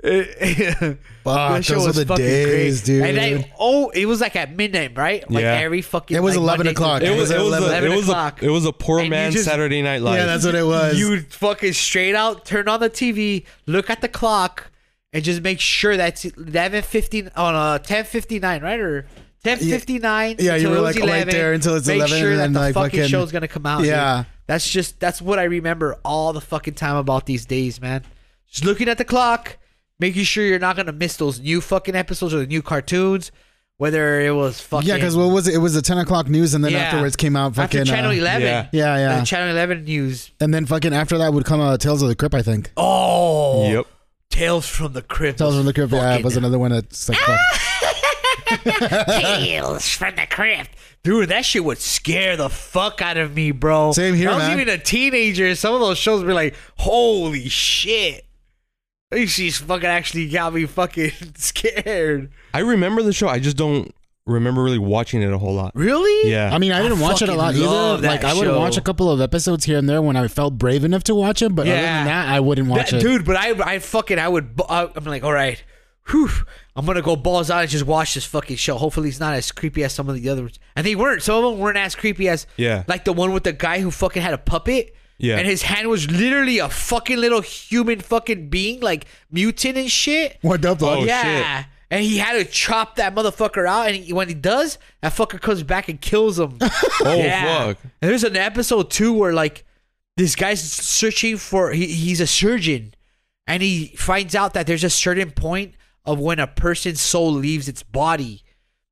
[SPEAKER 1] It-
[SPEAKER 2] Fuck,
[SPEAKER 3] Ah,
[SPEAKER 1] that show
[SPEAKER 2] those were
[SPEAKER 1] was
[SPEAKER 2] the
[SPEAKER 1] fucking
[SPEAKER 2] days,
[SPEAKER 1] great.
[SPEAKER 2] dude.
[SPEAKER 1] And then, oh, it was like at midnight, right? Like
[SPEAKER 3] Yeah.
[SPEAKER 1] every fucking.
[SPEAKER 2] It was
[SPEAKER 1] like
[SPEAKER 2] 11
[SPEAKER 1] Monday
[SPEAKER 2] o'clock.
[SPEAKER 1] through
[SPEAKER 3] It was, it was, a,
[SPEAKER 1] 11
[SPEAKER 3] it, was a,
[SPEAKER 1] o'clock.
[SPEAKER 3] it was a poor
[SPEAKER 1] And you
[SPEAKER 3] man's
[SPEAKER 1] just-
[SPEAKER 3] Saturday Night Live.
[SPEAKER 2] yeah, that's what it was.
[SPEAKER 1] you would fucking straight out turn on the TV, look at the clock, and just make sure that's eleven fifteen on uh, ten fifty nine, right or ten fifty nine.
[SPEAKER 2] Yeah, you were, like, right there until it's
[SPEAKER 1] make
[SPEAKER 2] 11,
[SPEAKER 1] sure
[SPEAKER 2] and
[SPEAKER 1] that
[SPEAKER 2] then,
[SPEAKER 1] the
[SPEAKER 2] like,
[SPEAKER 1] fucking,
[SPEAKER 2] fucking-
[SPEAKER 1] show's gonna come out. dude.
[SPEAKER 2] Yeah.
[SPEAKER 1] that's just that's what I remember all the fucking time about these days, man. Just looking at the clock, making sure you're not gonna miss those new fucking episodes or the new cartoons. Whether it was fucking
[SPEAKER 2] yeah, because what was it? It was the 10 o'clock news, and then
[SPEAKER 1] Yeah.
[SPEAKER 2] afterwards came out
[SPEAKER 1] after
[SPEAKER 2] fucking.
[SPEAKER 1] Channel
[SPEAKER 2] uh,
[SPEAKER 1] Eleven,
[SPEAKER 3] Yeah.
[SPEAKER 2] yeah, yeah.
[SPEAKER 1] the Channel Eleven news.
[SPEAKER 2] and then fucking after that would come uh, Tales of the Crypt, I think.
[SPEAKER 1] Oh,
[SPEAKER 3] Yep.
[SPEAKER 1] Tales from the Crypt.
[SPEAKER 2] Tales of
[SPEAKER 1] was
[SPEAKER 2] the Crypt yeah,
[SPEAKER 1] fucking-
[SPEAKER 2] was another one that's like. fuck.
[SPEAKER 1] Tales from the Crypt. Dude, that shit would scare the fuck out of me, bro.
[SPEAKER 2] Same here,
[SPEAKER 1] I was
[SPEAKER 2] man.
[SPEAKER 1] even a teenager. Some of those shows would be like, holy shit. She's fucking actually got me fucking scared.
[SPEAKER 3] I remember the show. I just don't remember really watching it a whole lot.
[SPEAKER 1] Really?
[SPEAKER 3] Yeah.
[SPEAKER 2] I mean, I
[SPEAKER 1] I
[SPEAKER 2] didn't watch it a
[SPEAKER 1] fucking
[SPEAKER 2] lot either.
[SPEAKER 1] love that
[SPEAKER 2] Like, I would
[SPEAKER 1] show.
[SPEAKER 2] watch a couple of episodes here and there when I felt brave enough to watch it, but other
[SPEAKER 1] Yeah.
[SPEAKER 2] than that, I wouldn't watch
[SPEAKER 1] That-
[SPEAKER 2] it.
[SPEAKER 1] Dude, but I, I fucking, I would, bu- I, I'm like, all right, whew, I'm gonna go balls out and just watch this fucking show. Hopefully, it's not as creepy as some of the others. And they weren't. Some of them weren't as creepy as,
[SPEAKER 3] Yeah.
[SPEAKER 1] like the one with the guy who fucking had a puppet.
[SPEAKER 3] Yeah.
[SPEAKER 1] And his hand was literally a fucking little human fucking being, like mutant and shit.
[SPEAKER 2] What the fuck?
[SPEAKER 3] Oh,
[SPEAKER 1] yeah. And he had to chop that motherfucker out, and he, when he does, that fucker comes back and kills him.
[SPEAKER 3] Oh
[SPEAKER 1] Yeah.
[SPEAKER 3] fuck.
[SPEAKER 1] And there's an episode too where like this guy's searching for he, he's a surgeon and he finds out that there's a certain point of when a person's soul leaves its body.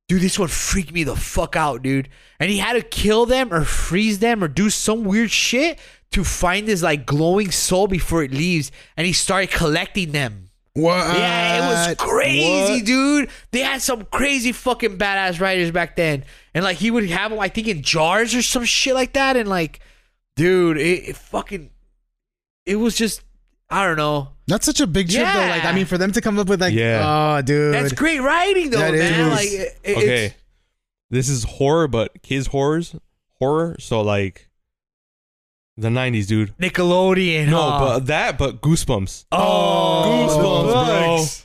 [SPEAKER 1] Dude, this one freaked me the fuck out, dude. And he had to kill them or freeze them or do some weird shit to find this like glowing soul before it leaves. And he started collecting them.
[SPEAKER 2] What?
[SPEAKER 1] Yeah, it was crazy,
[SPEAKER 2] What?
[SPEAKER 1] dude. They had some crazy fucking badass writers back then, and like he would have them, I think, in jars or some shit like that. And like, dude, it, it fucking, it was just, I don't know.
[SPEAKER 2] That's such a big trip, though.
[SPEAKER 1] Yeah.
[SPEAKER 2] Like, I mean, for them to come up with, like,
[SPEAKER 3] Yeah.
[SPEAKER 2] oh, dude.
[SPEAKER 1] That's great writing, though,
[SPEAKER 2] That
[SPEAKER 1] man.
[SPEAKER 2] is-
[SPEAKER 1] Like, it, it's-
[SPEAKER 3] Okay. this is horror, but kids horrors horror. So like the nineties, dude.
[SPEAKER 1] Nickelodeon.
[SPEAKER 3] No,
[SPEAKER 1] huh?
[SPEAKER 3] but that, but Goosebumps.
[SPEAKER 1] oh,
[SPEAKER 3] Goosebumps,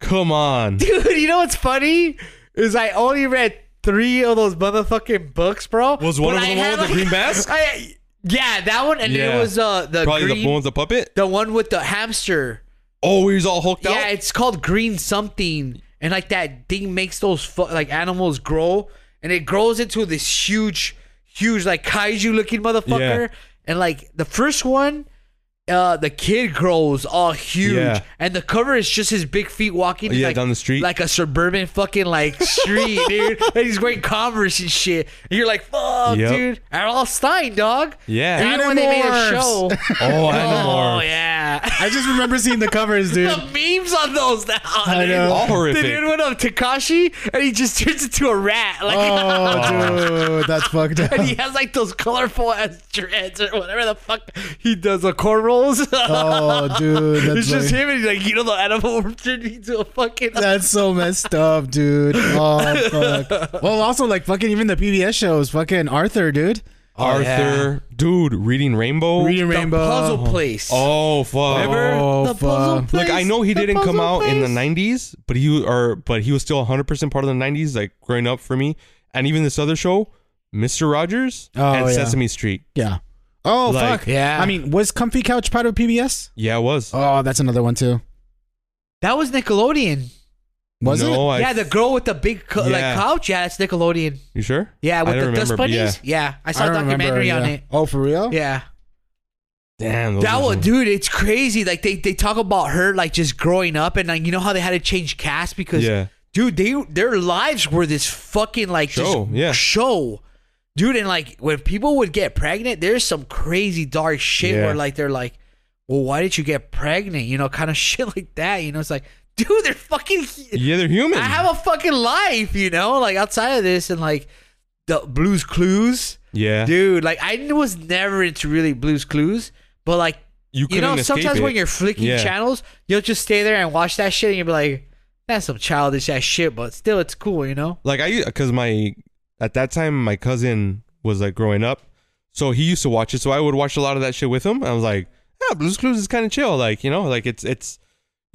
[SPEAKER 3] bro. Come on.
[SPEAKER 1] Dude, you know what's funny? Is I only read three of those motherfucking books, bro.
[SPEAKER 3] Was one
[SPEAKER 1] But
[SPEAKER 3] of
[SPEAKER 1] I
[SPEAKER 3] them the
[SPEAKER 1] had,
[SPEAKER 3] one with the
[SPEAKER 1] like-
[SPEAKER 3] green mask?
[SPEAKER 1] I- yeah, that one, and
[SPEAKER 3] Yeah.
[SPEAKER 1] it was uh, the
[SPEAKER 3] Probably
[SPEAKER 1] green,
[SPEAKER 3] the one with the puppet.
[SPEAKER 1] the one with the hamster.
[SPEAKER 3] Oh, he was all hulked
[SPEAKER 1] Yeah,
[SPEAKER 3] out.
[SPEAKER 1] it's called green something, and like that thing makes those fu- like animals grow, and it grows into this huge, huge like kaiju looking motherfucker. And like the first one, uh, the kid grows all huge,
[SPEAKER 3] Yeah.
[SPEAKER 1] and the cover is just his big feet walking.
[SPEAKER 3] Yeah,
[SPEAKER 1] like,
[SPEAKER 3] down the street.
[SPEAKER 1] like a suburban fucking like street, dude. And he's wearing Converse and shit. And you're like, fuck,
[SPEAKER 3] Yep.
[SPEAKER 1] dude. Errol Stein, dog.
[SPEAKER 3] Yeah.
[SPEAKER 1] And when they made a show.
[SPEAKER 3] Oh,
[SPEAKER 1] oh
[SPEAKER 3] Animorphs.
[SPEAKER 1] yeah.
[SPEAKER 2] I just remember seeing the covers, dude.
[SPEAKER 1] the memes on those now.
[SPEAKER 2] I
[SPEAKER 1] dude.
[SPEAKER 2] know.
[SPEAKER 3] All horrific.
[SPEAKER 1] The dude went on Takashi and he just turns into a rat. Like
[SPEAKER 3] Oh.
[SPEAKER 2] Oh, dude, that's fucked up.
[SPEAKER 1] and he has like those colorful ass dreads or whatever the fuck he does, the cornrows.
[SPEAKER 2] Oh, dude, that's
[SPEAKER 1] it's just
[SPEAKER 2] like-
[SPEAKER 1] him and he's like, you know, the animal turned into a fucking
[SPEAKER 2] That's so messed up, dude. Oh fuck. Well, also like fucking even the PBS shows, fucking Arthur, dude.
[SPEAKER 3] Arthur, dude, reading Rainbow.
[SPEAKER 2] Reading
[SPEAKER 1] the
[SPEAKER 2] Rainbow.
[SPEAKER 1] puzzle place.
[SPEAKER 3] oh fuck.
[SPEAKER 1] Remember?
[SPEAKER 2] Oh,
[SPEAKER 1] the puzzle
[SPEAKER 2] fuck.
[SPEAKER 1] place.
[SPEAKER 3] Look, I know he
[SPEAKER 1] the
[SPEAKER 3] didn't come
[SPEAKER 1] puzzle
[SPEAKER 3] out in the
[SPEAKER 1] place.
[SPEAKER 3] '90s, but he or but he was still 100 percent part of the '90s, like growing up for me. And even this other show, Mister Rogers
[SPEAKER 2] Oh,
[SPEAKER 3] and
[SPEAKER 2] yeah.
[SPEAKER 3] Sesame Street.
[SPEAKER 2] Yeah. Oh
[SPEAKER 3] Like-
[SPEAKER 2] fuck.
[SPEAKER 1] Yeah.
[SPEAKER 2] I mean, was Comfy Couch part of PBS?
[SPEAKER 3] Yeah, it was.
[SPEAKER 2] Oh, that's another one too.
[SPEAKER 1] That was Nickelodeon.
[SPEAKER 2] Was
[SPEAKER 3] no,
[SPEAKER 2] it?
[SPEAKER 3] I,
[SPEAKER 1] yeah, the girl with the big co-
[SPEAKER 3] Yeah.
[SPEAKER 1] like couch. Yeah, that's Nickelodeon.
[SPEAKER 3] You sure?
[SPEAKER 1] Yeah, with
[SPEAKER 3] I
[SPEAKER 1] the
[SPEAKER 3] don't
[SPEAKER 1] dust
[SPEAKER 3] remember, but
[SPEAKER 1] bunnies. Yeah. I saw a
[SPEAKER 2] don't remember,
[SPEAKER 1] documentary on
[SPEAKER 2] yeah.
[SPEAKER 1] it.
[SPEAKER 2] Oh, for real?
[SPEAKER 1] Yeah.
[SPEAKER 3] Yeah. Damn, those
[SPEAKER 1] That
[SPEAKER 3] are
[SPEAKER 1] one,
[SPEAKER 3] some-
[SPEAKER 1] dude, it's crazy. Like they, they talk about her like just growing up, and like you know how they had to change cast because
[SPEAKER 3] Yeah.
[SPEAKER 1] dude, they their lives were this fucking like just
[SPEAKER 3] Show, yeah.
[SPEAKER 1] show, dude. And like when people would get pregnant, there's some crazy dark shit
[SPEAKER 3] Yeah.
[SPEAKER 1] where like they're like, well, why did you get pregnant? You know, kind of shit like that. You know, it's like, dude, they're fucking.
[SPEAKER 3] Yeah, they're human.
[SPEAKER 1] I have a fucking life, you know, like outside of this, and like the Blues Clues
[SPEAKER 3] yeah,
[SPEAKER 1] dude. Like I kn- was never into really Blue's Clues, but like
[SPEAKER 3] You
[SPEAKER 1] you,
[SPEAKER 3] couldn't
[SPEAKER 1] know,
[SPEAKER 3] escape
[SPEAKER 1] sometimes
[SPEAKER 3] it.
[SPEAKER 1] when you're flicking
[SPEAKER 3] Yeah.
[SPEAKER 1] channels, you'll just stay there and watch that shit, and you'll be like, "That's some childish ass shit," but still, it's cool, you know.
[SPEAKER 3] like I because my at that time my cousin was like growing up, so he used to watch it. So I would watch a lot of that shit with him. I was like, yeah, Blue's Clues is kind of chill. Like you know, like it's it's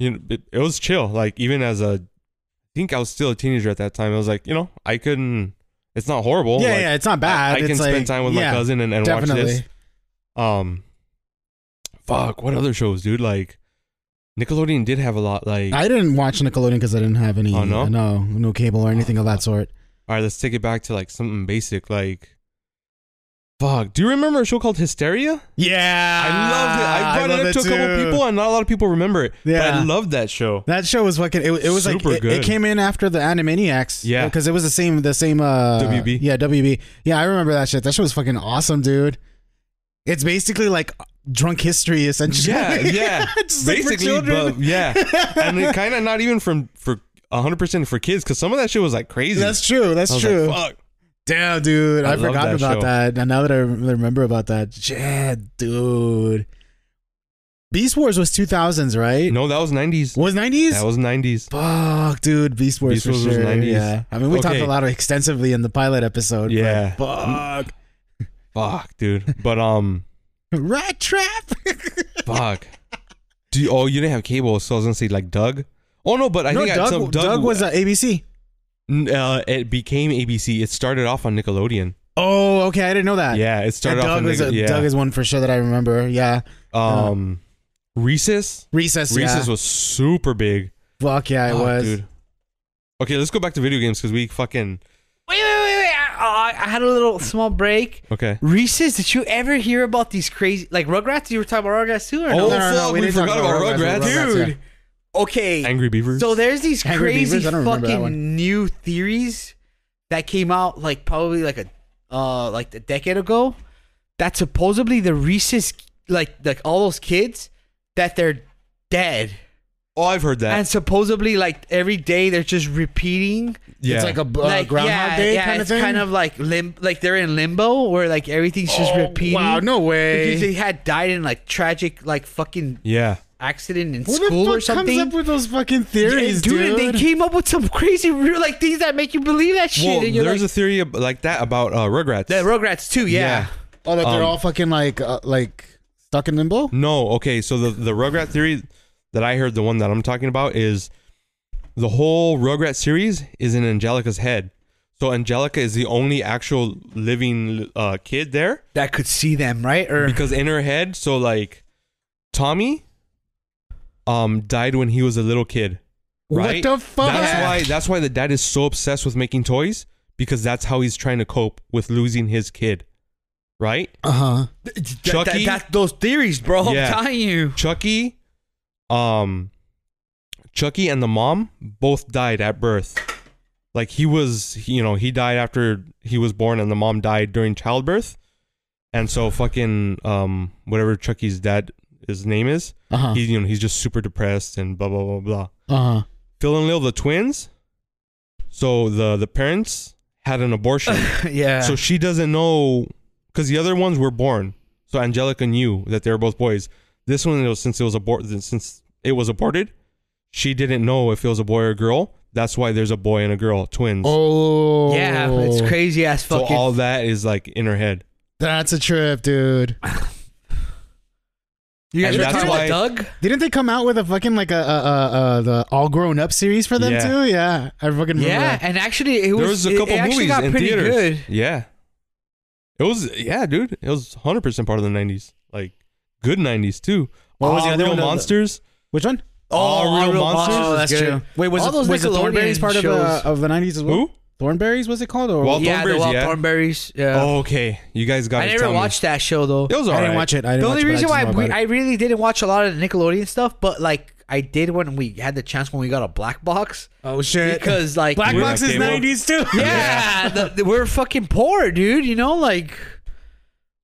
[SPEAKER 3] you know it, it was chill. Like even as a, I think I was still a teenager at that time. I was like, you know, I couldn't. It's not horrible.
[SPEAKER 2] Yeah,
[SPEAKER 3] Like,
[SPEAKER 2] yeah, it's not
[SPEAKER 3] I,
[SPEAKER 2] bad.
[SPEAKER 3] I can
[SPEAKER 2] It's
[SPEAKER 3] spend
[SPEAKER 2] like-
[SPEAKER 3] time with
[SPEAKER 2] yeah,
[SPEAKER 3] my cousin and, and watch
[SPEAKER 2] Definitely.
[SPEAKER 3] this. Um, fuck, what other shows, dude? Like Nickelodeon did have a lot. Like,
[SPEAKER 2] I didn't watch Nickelodeon because I didn't have any.
[SPEAKER 3] Oh, no?
[SPEAKER 2] no, no cable or anything of that sort.
[SPEAKER 3] all right, let's take it back to like something basic. Like, fuck, do you remember a show called Hysteria?
[SPEAKER 2] Yeah,
[SPEAKER 3] I loved it. I brought it up to a couple people, and not a lot of people remember it. But
[SPEAKER 2] Yeah.
[SPEAKER 3] I loved that show.
[SPEAKER 2] That show was fucking. It, it was
[SPEAKER 3] Super
[SPEAKER 2] like it- It,
[SPEAKER 3] good.
[SPEAKER 2] came in after the Animaniacs.
[SPEAKER 3] Yeah.
[SPEAKER 2] because it was the same. The same. Uh,
[SPEAKER 3] WB.
[SPEAKER 2] Yeah, WB. Yeah, I remember that shit. That show was fucking awesome, dude. It's basically like drunk history, essentially.
[SPEAKER 3] Yeah, yeah.
[SPEAKER 2] Just like for
[SPEAKER 3] Basically,
[SPEAKER 2] children.
[SPEAKER 3] but yeah, and it kind of not even from for hundred percent for kids because some of that shit was like crazy.
[SPEAKER 2] That's true. That's
[SPEAKER 3] I was
[SPEAKER 2] true.
[SPEAKER 3] Like, fuck.
[SPEAKER 2] Damn, dude,
[SPEAKER 3] I
[SPEAKER 2] I,
[SPEAKER 3] love
[SPEAKER 2] forgot
[SPEAKER 3] that
[SPEAKER 2] about
[SPEAKER 3] show.
[SPEAKER 2] that. And now that I rem- remember about that, yeah, dude. Beast Wars was two thousands, right?
[SPEAKER 3] No, that was nineties.
[SPEAKER 2] was nineties.
[SPEAKER 3] That was nineties.
[SPEAKER 2] Fuck, dude, Beast Wars
[SPEAKER 3] Beast
[SPEAKER 2] for
[SPEAKER 3] Wars was
[SPEAKER 2] sure.
[SPEAKER 3] 90s.
[SPEAKER 2] Yeah, I mean, we talked
[SPEAKER 3] Okay.
[SPEAKER 2] a lot of extensively in the pilot episode. but
[SPEAKER 3] Yeah.
[SPEAKER 2] fuck,
[SPEAKER 3] Fuck, dude. But um,
[SPEAKER 2] rat trap.
[SPEAKER 3] fuck. Do you, oh, you didn't have cable, so I was gonna say like Doug. Oh no, but I
[SPEAKER 2] no,
[SPEAKER 3] think at
[SPEAKER 2] Doug,
[SPEAKER 3] some,
[SPEAKER 2] Doug, was at ABC.
[SPEAKER 3] N- uh, it became ABC. It started off on Nickelodeon.
[SPEAKER 2] Oh, okay, I didn't know that.
[SPEAKER 3] Yeah, it
[SPEAKER 2] Yeah,
[SPEAKER 3] started off
[SPEAKER 2] Doug,
[SPEAKER 3] on
[SPEAKER 2] was a,
[SPEAKER 3] Nickelodeon. Yeah.
[SPEAKER 2] Doug is uh, one for sure that I remember. Yeah,
[SPEAKER 3] um, Recess.
[SPEAKER 2] Recess.
[SPEAKER 3] Recess
[SPEAKER 2] yeah.
[SPEAKER 3] was super big.
[SPEAKER 2] fuck yeah, it
[SPEAKER 3] Fuck,
[SPEAKER 2] was.
[SPEAKER 3] Okay, let's go back to video games because we fucking
[SPEAKER 1] Wait, wait, wait, wait! I, I had a little small break.
[SPEAKER 3] okay.
[SPEAKER 1] Reese's, did you ever hear about these crazy like Rugrats? You were talking about Rugrats too, or
[SPEAKER 3] Oh,
[SPEAKER 1] no?
[SPEAKER 2] no, no, no,
[SPEAKER 3] fuck,
[SPEAKER 2] we
[SPEAKER 3] we
[SPEAKER 2] didn't talk
[SPEAKER 3] forgot
[SPEAKER 2] about
[SPEAKER 3] about
[SPEAKER 2] Rugrats,
[SPEAKER 3] Rugrats,
[SPEAKER 2] Rugrats, yeah.
[SPEAKER 1] dude. Okay,
[SPEAKER 3] Angry Beavers.
[SPEAKER 1] So there's these
[SPEAKER 2] Angry
[SPEAKER 1] crazy
[SPEAKER 2] Beavers? I don't remember that
[SPEAKER 1] fucking
[SPEAKER 2] one.
[SPEAKER 1] new theories that came out like probably like a uh like a decade ago that supposedly the Reese's like like all those kids that they're dead
[SPEAKER 3] oh, I've heard that.
[SPEAKER 1] and supposedly like every day they're just repeating
[SPEAKER 3] yeah.
[SPEAKER 2] It's like a uh,
[SPEAKER 1] like
[SPEAKER 2] Groundhog
[SPEAKER 1] yeah,
[SPEAKER 2] Day
[SPEAKER 1] yeah,
[SPEAKER 2] kind of
[SPEAKER 1] it's
[SPEAKER 2] thing.
[SPEAKER 1] kind of like lim- like they're in limbo where like everything's just
[SPEAKER 2] Oh,
[SPEAKER 1] repeating
[SPEAKER 2] Wow, no
[SPEAKER 1] because
[SPEAKER 2] way.
[SPEAKER 1] they had died in like tragic like fucking
[SPEAKER 3] yeah.
[SPEAKER 1] accident in
[SPEAKER 2] Who the
[SPEAKER 1] school
[SPEAKER 2] fuck
[SPEAKER 1] or something.
[SPEAKER 2] comes up with those fucking theories,
[SPEAKER 1] Yeah, dude, and they came up with some crazy real like things that make you believe that shit.
[SPEAKER 3] Well,
[SPEAKER 1] and you're
[SPEAKER 3] there's a
[SPEAKER 1] like,
[SPEAKER 3] theory ab- like that about uh, Rugrats.
[SPEAKER 1] the Rugrats too, yeah.
[SPEAKER 2] oh, that they're
[SPEAKER 3] um,
[SPEAKER 2] all fucking like uh, like stuck in limbo.
[SPEAKER 3] No, okay. So the the Rugrat theory that I heard, the one that I'm talking about, is the whole Rugrat series is in Angelica's head. So Angelica is the only actual living uh, kid there
[SPEAKER 1] That could see them, right? Or
[SPEAKER 3] because in her head, so like Tommy, um, died when he was a little kid. Right?
[SPEAKER 2] What the fuck?
[SPEAKER 3] That's why. That's why the dad is so obsessed with making toys because that's how he's trying to cope with losing his kid. Right?
[SPEAKER 2] Uh huh.
[SPEAKER 1] Th- th-
[SPEAKER 3] Chucky?
[SPEAKER 1] that- those theories, bro.
[SPEAKER 3] Yeah.
[SPEAKER 1] I'm telling you.
[SPEAKER 3] Chucky, um, Chucky and the mom both died at birth. Like he was, you know, he died after he was born, and the mom died during childbirth. And so, fucking, um, whatever Chucky's dad, his name is,
[SPEAKER 2] Uh huh.
[SPEAKER 3] he, you know, he's just super depressed and blah blah blah blah.
[SPEAKER 2] Uh huh.
[SPEAKER 3] Phil and Lil, the twins. So the the parents had an abortion.
[SPEAKER 1] yeah.
[SPEAKER 3] So she doesn't know because the other ones were born. So Angelica knew that they were both boys. This one, it was, since it was aborted, since it was aborted, she didn't know if it was a boy or a girl. That's why there's a boy and a girl, twins.
[SPEAKER 2] Oh.
[SPEAKER 1] yeah, it's crazy ass
[SPEAKER 3] so
[SPEAKER 1] fucking.
[SPEAKER 3] all that is like in her head.
[SPEAKER 2] That's a trip, dude.
[SPEAKER 1] you guys
[SPEAKER 3] and
[SPEAKER 1] were
[SPEAKER 3] that's
[SPEAKER 1] talking
[SPEAKER 3] why-
[SPEAKER 1] about Doug?
[SPEAKER 2] Didn't they come out with a fucking like a uh, uh, uh, the all grown up series for them
[SPEAKER 3] Yeah.
[SPEAKER 2] too? Yeah, I fucking remember.
[SPEAKER 1] Yeah,
[SPEAKER 2] that.
[SPEAKER 1] and actually, it was,
[SPEAKER 3] there was a
[SPEAKER 1] it-
[SPEAKER 3] couple
[SPEAKER 1] it actually
[SPEAKER 3] movies
[SPEAKER 1] got
[SPEAKER 3] in
[SPEAKER 1] pretty
[SPEAKER 3] theaters.
[SPEAKER 1] good.
[SPEAKER 3] Yeah, it was. Yeah, dude, it was 100 percent part of the 90s. Like good 90s too.
[SPEAKER 2] What was
[SPEAKER 3] All
[SPEAKER 2] the other
[SPEAKER 3] real
[SPEAKER 2] one?
[SPEAKER 3] monsters?
[SPEAKER 2] Which one?
[SPEAKER 1] Oh,
[SPEAKER 3] All Real Monsters
[SPEAKER 1] is
[SPEAKER 3] Oh,
[SPEAKER 2] that's
[SPEAKER 1] good.
[SPEAKER 2] true. Wait, was
[SPEAKER 1] All
[SPEAKER 2] it,
[SPEAKER 1] those
[SPEAKER 2] was it Thornberries
[SPEAKER 1] Nickelodeon
[SPEAKER 2] part of
[SPEAKER 1] shows.
[SPEAKER 2] the of the nineties as well?
[SPEAKER 3] Who?
[SPEAKER 2] Thornberries was it called? Or
[SPEAKER 3] Wild
[SPEAKER 1] yeah, the
[SPEAKER 3] Thornberries,
[SPEAKER 1] Wild
[SPEAKER 3] yeah.
[SPEAKER 1] Thornberries. Yeah.
[SPEAKER 3] Oh, okay. You guys got.
[SPEAKER 1] I never watched that show though.
[SPEAKER 3] It was
[SPEAKER 2] I
[SPEAKER 3] alright.
[SPEAKER 2] didn't watch it. I didn't
[SPEAKER 1] the
[SPEAKER 2] watch
[SPEAKER 1] only
[SPEAKER 2] it, but
[SPEAKER 1] reason
[SPEAKER 2] I
[SPEAKER 1] why
[SPEAKER 2] just know
[SPEAKER 1] we,
[SPEAKER 2] about
[SPEAKER 1] I
[SPEAKER 2] it.
[SPEAKER 1] really didn't watch a lot of the Nickelodeon stuff, but like I did when we had the chance when we got a black box
[SPEAKER 2] oh shit!
[SPEAKER 1] because like
[SPEAKER 2] Black
[SPEAKER 1] we're-
[SPEAKER 2] Box is
[SPEAKER 3] Cable.
[SPEAKER 2] nineties too.
[SPEAKER 1] yeah, the, the- we're fucking poor, dude. You know, like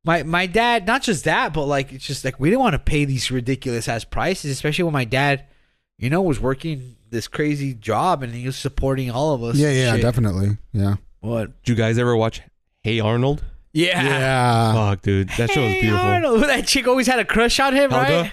[SPEAKER 1] my my dad. Not just that, but like it's just like we didn't want to pay these ridiculous ass prices, especially when my dad, you know, was working this crazy job and he was supporting all of us.
[SPEAKER 2] yeah,
[SPEAKER 1] and
[SPEAKER 2] yeah,
[SPEAKER 1] shit.
[SPEAKER 2] definitely, yeah,
[SPEAKER 1] What?
[SPEAKER 3] Did you guys ever watch Hey Arnold?
[SPEAKER 2] Ah.
[SPEAKER 1] Yeah.
[SPEAKER 2] yeah.
[SPEAKER 3] Fuck, dude, that show was
[SPEAKER 1] Hey,
[SPEAKER 3] beautiful.
[SPEAKER 1] Arnold. That chick always had a crush on him,
[SPEAKER 3] Helga?
[SPEAKER 1] right?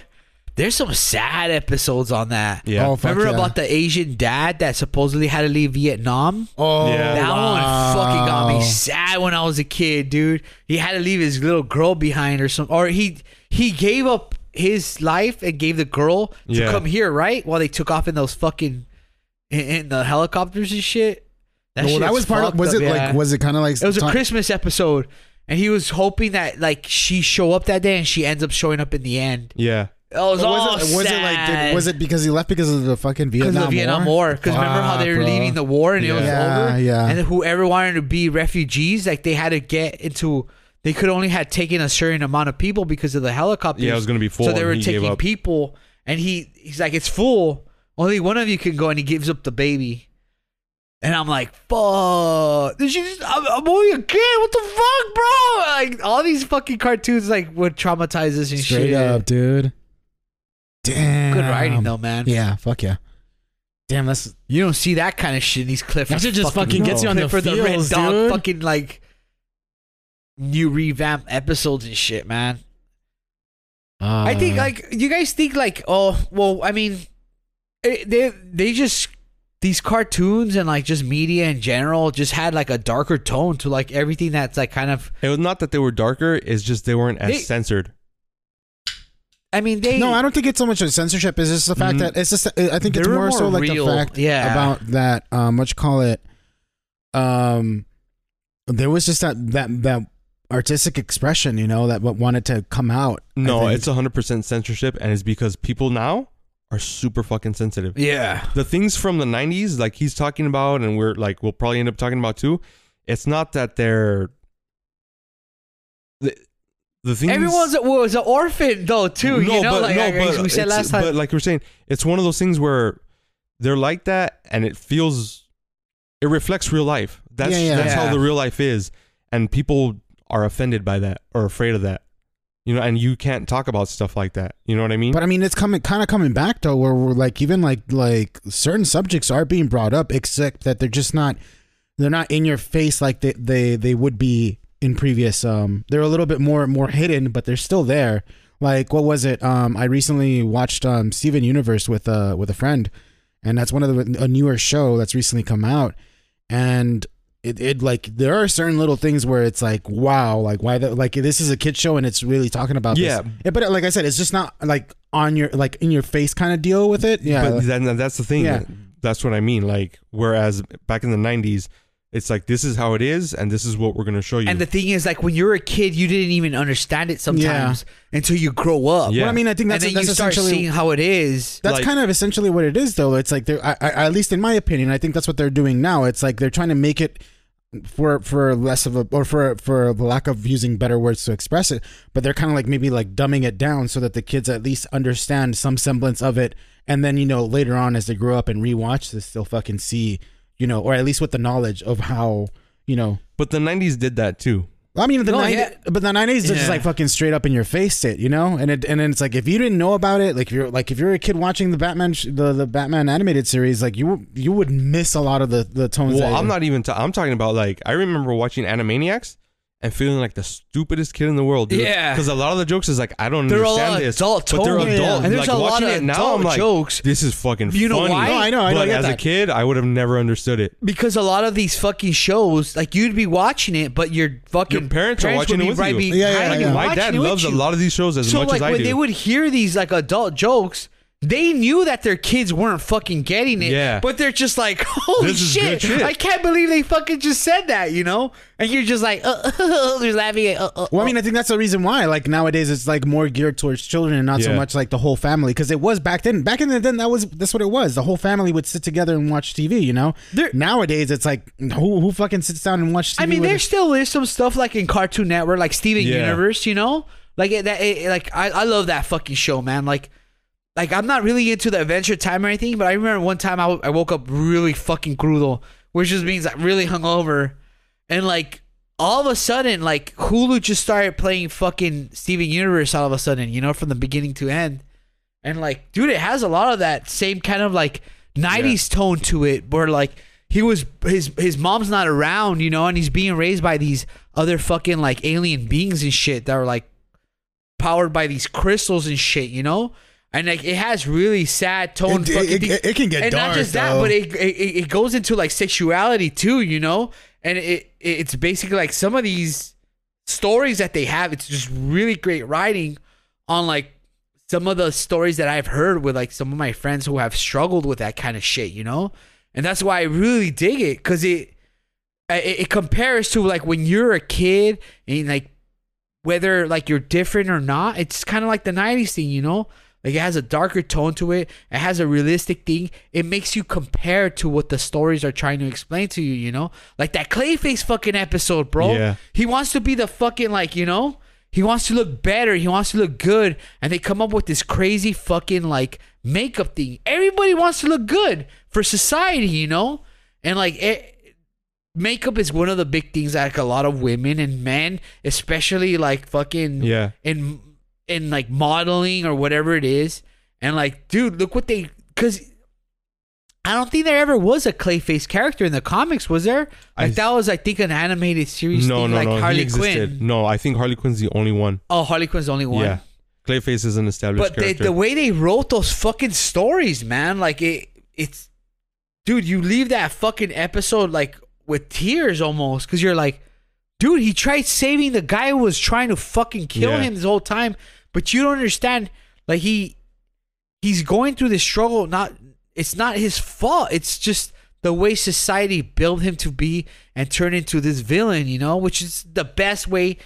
[SPEAKER 1] There's some sad episodes on that.
[SPEAKER 3] Yeah.
[SPEAKER 2] Oh, fuck
[SPEAKER 1] Remember
[SPEAKER 2] yeah.
[SPEAKER 1] about the Asian dad that supposedly had to leave Vietnam?
[SPEAKER 2] Oh,
[SPEAKER 3] Yeah.
[SPEAKER 1] That one fucking got
[SPEAKER 2] wow.
[SPEAKER 1] me sad when I was a kid, dude. He had to leave his little girl behind or some or he he gave up his life and gave the girl to
[SPEAKER 3] Yeah.
[SPEAKER 1] come here, right? While they took off in those fucking in, in the helicopters and shit. That,
[SPEAKER 2] Well, that
[SPEAKER 1] shit's
[SPEAKER 2] was part of.
[SPEAKER 1] fucked
[SPEAKER 2] Was
[SPEAKER 1] up,
[SPEAKER 2] it
[SPEAKER 1] yeah.
[SPEAKER 2] like? Was it kind of like?
[SPEAKER 1] It was a
[SPEAKER 2] Tom-
[SPEAKER 1] Christmas episode, and he was hoping that like she show up that day, and she ends up showing up in the end.
[SPEAKER 3] Yeah.
[SPEAKER 1] It was,
[SPEAKER 2] Or
[SPEAKER 1] all
[SPEAKER 2] Oh, was it, was it like? Did, was it because he left because of the fucking
[SPEAKER 1] because
[SPEAKER 2] Vietnam
[SPEAKER 1] of the Vietnam War? Because remember how they were
[SPEAKER 2] Fuck, Ah, bro.
[SPEAKER 1] leaving the war and it was
[SPEAKER 2] Yeah.
[SPEAKER 1] over,
[SPEAKER 2] Yeah, yeah.
[SPEAKER 1] And whoever wanted to be refugees, like they had to get into. They could only had taken a certain amount of people because of the helicopters.
[SPEAKER 3] Yeah, it was gonna be full,
[SPEAKER 1] So they
[SPEAKER 3] and
[SPEAKER 1] were
[SPEAKER 3] he gave
[SPEAKER 1] taking
[SPEAKER 3] up.
[SPEAKER 1] people, and he he's like, "It's full. Only one of you can go," and he gives up the baby. And I'm like, fuck. This shit is- I'm, I'm only a kid. What the fuck, bro? Like, all these fucking cartoons, like, would traumatize us and
[SPEAKER 2] Straight
[SPEAKER 1] shit.
[SPEAKER 2] up, dude. Damn.
[SPEAKER 1] Good writing, though, man.
[SPEAKER 2] Yeah, fuck yeah. Damn, that's
[SPEAKER 1] You don't see that kind of shit in these clips.
[SPEAKER 2] That shit just fucking gets you on the
[SPEAKER 1] for the red
[SPEAKER 2] feels,
[SPEAKER 1] dog
[SPEAKER 2] dude.
[SPEAKER 1] fucking, like, new revamp episodes and shit, man.
[SPEAKER 2] uh,
[SPEAKER 1] I think like you guys think like oh well I mean it, they they just these cartoons and like just media in general just had like a darker tone to like everything that's like kind of
[SPEAKER 3] It was not that they were darker, it's just they weren't as
[SPEAKER 1] They-
[SPEAKER 3] censored.
[SPEAKER 1] I mean they
[SPEAKER 2] No, I don't think it's so much a censorship. It's just the fact
[SPEAKER 3] Mhm.
[SPEAKER 2] that it's just. I think it's
[SPEAKER 1] They were
[SPEAKER 2] more, so
[SPEAKER 1] Mm-hmm. more
[SPEAKER 2] like
[SPEAKER 1] real.
[SPEAKER 2] the fact
[SPEAKER 1] Yeah.
[SPEAKER 2] about that. Um, what you call it? Um, there was just that that that artistic expression, you know, that what wanted to come out. I
[SPEAKER 3] No,
[SPEAKER 2] think.
[SPEAKER 3] it's 100% censorship, and it's because people now are super fucking sensitive.
[SPEAKER 1] yeah
[SPEAKER 3] The things from the 90s, like he's talking about, and we're like, we'll probably end up talking about too, it's not that they're. The, the things.
[SPEAKER 1] Everyone's was an orphan though too. you know, like, like we said
[SPEAKER 3] it's-
[SPEAKER 1] last time.
[SPEAKER 3] But like we're saying, it's one of those things where they're like that, and it feels, it reflects real life. That's
[SPEAKER 2] Yeah, yeah.
[SPEAKER 3] that's
[SPEAKER 1] Yeah.
[SPEAKER 3] how the real life is, and people are offended by that or afraid of that, you know. And you can't talk about stuff like that. You know what I mean?
[SPEAKER 2] But I mean, it's coming kind of coming back though, where we're like even like like certain subjects are being brought up, except that they're just not they're not in your face like they they, they would be in previous. Um, they're a little bit more more hidden, but they're still there. Like what was it? Um, I recently watched um Steven Universe with uh with a friend, and that's one of the a newer show that's recently come out, and it, it like there are certain little things where it's like wow like why the, like this is a kid show and it's really talking about
[SPEAKER 3] Yeah.
[SPEAKER 2] this. Yeah, but like I said, it's just not like on your like in your face kind of deal with it. Yeah,
[SPEAKER 3] but then that's the thing.
[SPEAKER 2] Yeah.
[SPEAKER 3] That's what I mean. Like, whereas back in the '90s, it's like this is how it is, and this is what we're gonna show you.
[SPEAKER 1] And the thing is, like when you're a kid, you didn't even understand it sometimes until you grow up.
[SPEAKER 3] Yeah.
[SPEAKER 2] Well, I mean, I think
[SPEAKER 1] And
[SPEAKER 2] that's
[SPEAKER 1] then
[SPEAKER 2] that's
[SPEAKER 1] you start
[SPEAKER 2] essentially
[SPEAKER 1] seeing how it is.
[SPEAKER 2] That's
[SPEAKER 3] Like-
[SPEAKER 2] kind of essentially what it is, though. It's like they're, I, I, at least in my opinion, I think that's what they're doing now. It's like they're trying to make it for for less of a or for for the lack of using better words to express it, but they're kind of like maybe like dumbing it down so that the kids at least understand some semblance of it, and then you know later on as they grow up and rewatch this, they'll fucking see, you know, or at least with the knowledge of how you know.
[SPEAKER 3] but the '90s did that too.
[SPEAKER 2] I mean, the
[SPEAKER 1] No,
[SPEAKER 2] 90,
[SPEAKER 1] yeah.
[SPEAKER 2] but the nineties is
[SPEAKER 1] Yeah.
[SPEAKER 2] just like fucking straight up in your face, it you know, and it and then it's like if you didn't know about it, like if you're like if you're a kid watching the Batman sh- the the Batman animated series, like you you would miss a lot of the the tones.
[SPEAKER 3] Well,
[SPEAKER 2] that-
[SPEAKER 3] I'm not even. i I'm talking about like I remember watching Animaniacs and feeling like the stupidest kid in the world. Dude.
[SPEAKER 1] Yeah.
[SPEAKER 3] because a lot of the jokes is like I don't
[SPEAKER 1] They're all
[SPEAKER 3] understand this,
[SPEAKER 1] adult
[SPEAKER 3] but they're
[SPEAKER 1] tones.
[SPEAKER 3] adult.
[SPEAKER 1] And there's
[SPEAKER 3] like
[SPEAKER 1] a lot
[SPEAKER 3] watching
[SPEAKER 1] of
[SPEAKER 3] it now,
[SPEAKER 1] adult
[SPEAKER 3] I'm like,
[SPEAKER 1] jokes.
[SPEAKER 3] this is fucking.
[SPEAKER 1] You know
[SPEAKER 3] funny.
[SPEAKER 1] why? No,
[SPEAKER 2] I know, I know, I
[SPEAKER 3] But
[SPEAKER 2] get
[SPEAKER 3] as a
[SPEAKER 2] that.
[SPEAKER 3] kid, I would have never understood it.
[SPEAKER 1] because a lot of these fucking shows, like you'd be watching it, but your fucking
[SPEAKER 3] Your parents are watching
[SPEAKER 1] would
[SPEAKER 3] it
[SPEAKER 1] be
[SPEAKER 3] with
[SPEAKER 1] right
[SPEAKER 3] you.
[SPEAKER 1] behind
[SPEAKER 2] Yeah, yeah,
[SPEAKER 1] you
[SPEAKER 2] yeah.
[SPEAKER 3] My
[SPEAKER 1] watching
[SPEAKER 3] dad
[SPEAKER 1] it with
[SPEAKER 3] loves a
[SPEAKER 1] you.
[SPEAKER 3] lot of these shows as
[SPEAKER 1] so
[SPEAKER 3] much
[SPEAKER 1] like
[SPEAKER 3] as I
[SPEAKER 1] when
[SPEAKER 3] do.
[SPEAKER 1] they would hear these like adult jokes, they knew that their kids weren't fucking getting it.
[SPEAKER 3] Yeah.
[SPEAKER 1] But they're just like, holy
[SPEAKER 3] This is
[SPEAKER 1] shit,
[SPEAKER 3] good shit.
[SPEAKER 1] I can't believe they fucking just said that, you know? And you're just like, uh, they're laughing at. Uh, uh,
[SPEAKER 2] Well, I mean, I think that's the reason why. Like nowadays, it's like more geared towards children and not so
[SPEAKER 3] Yeah.
[SPEAKER 2] much like the whole family. Because it was back then. Back in the then, that was that's what it was. The whole family would sit together and watch TV. You know.
[SPEAKER 1] There-
[SPEAKER 2] nowadays, it's like who who fucking sits down and watches. TV
[SPEAKER 1] I mean,
[SPEAKER 2] with
[SPEAKER 1] there still is some stuff like in Cartoon Network, like Steven
[SPEAKER 3] Yeah.
[SPEAKER 1] Universe, you know, like it, that. It, like I, I love that fucking show, man. Like, like I'm not really into the Adventure Time or anything, but I remember one time I, w- I woke up really fucking crudo, which just means like really hungover, and like all of a sudden, like Hulu just started playing fucking Steven Universe all of a sudden, you know, from the beginning to end, and like, dude, it has a lot of that same kind of like '90s tone to it, where like he was his his mom's not around, you know, and he's being raised by these other fucking like alien beings and shit that are like powered by these crystals and shit, you know. And like it has really sad tone.
[SPEAKER 2] It- it-
[SPEAKER 1] fucking
[SPEAKER 2] it-
[SPEAKER 1] thing.
[SPEAKER 2] it can get
[SPEAKER 1] and not
[SPEAKER 2] dark,
[SPEAKER 1] just that,
[SPEAKER 2] though.
[SPEAKER 1] but it, it it goes into like sexuality too, you know. And it it- it's basically like some of these stories that they have. It's just really great writing on like some of the stories that I've heard with like some of my friends who have struggled with that kind of shit, you know? And that's why I really dig it cuz it it, it compares to like when you're a kid and like whether like you're different or not, it's kind of like the 90s thing, you know? Like it has a darker tone to it. It has a realistic thing. It makes you compare to what the stories are trying to explain to you, you know? Like that Clayface fucking episode, bro.
[SPEAKER 3] Yeah.
[SPEAKER 1] He wants to be the fucking like, you know? He wants to look better. He wants to look good. And they come up with this crazy fucking like makeup thing. Everybody wants to look good for society, you know? And like it, makeup is one of the big things that, like a lot of women and men especially like fucking
[SPEAKER 3] Yeah.
[SPEAKER 1] in in like modeling or whatever it is and like dude look what they because i don't think there ever was a clayface character in the comics was there like
[SPEAKER 3] I-
[SPEAKER 1] that was i think an animated series
[SPEAKER 3] no,
[SPEAKER 1] thing,
[SPEAKER 3] no,
[SPEAKER 1] like
[SPEAKER 3] no. he
[SPEAKER 1] harley
[SPEAKER 3] existed.
[SPEAKER 1] quinn
[SPEAKER 3] No, I think Harley Quinn's the only one.
[SPEAKER 1] oh harley quinn's the only one
[SPEAKER 3] Yeah, Clayface is an established
[SPEAKER 1] but they,
[SPEAKER 3] character.
[SPEAKER 1] the way they wrote those fucking stories, man, like it, it's, dude, you leave that fucking episode like with tears almost, because you're like, dude, he tried saving the guy who was trying to fucking kill
[SPEAKER 3] Yeah.
[SPEAKER 1] him this whole time, but you don't understand, like he, he's going through this struggle. Not, it's not his fault. It's just the way society built him to be and turn into this villain, you know, which is the best way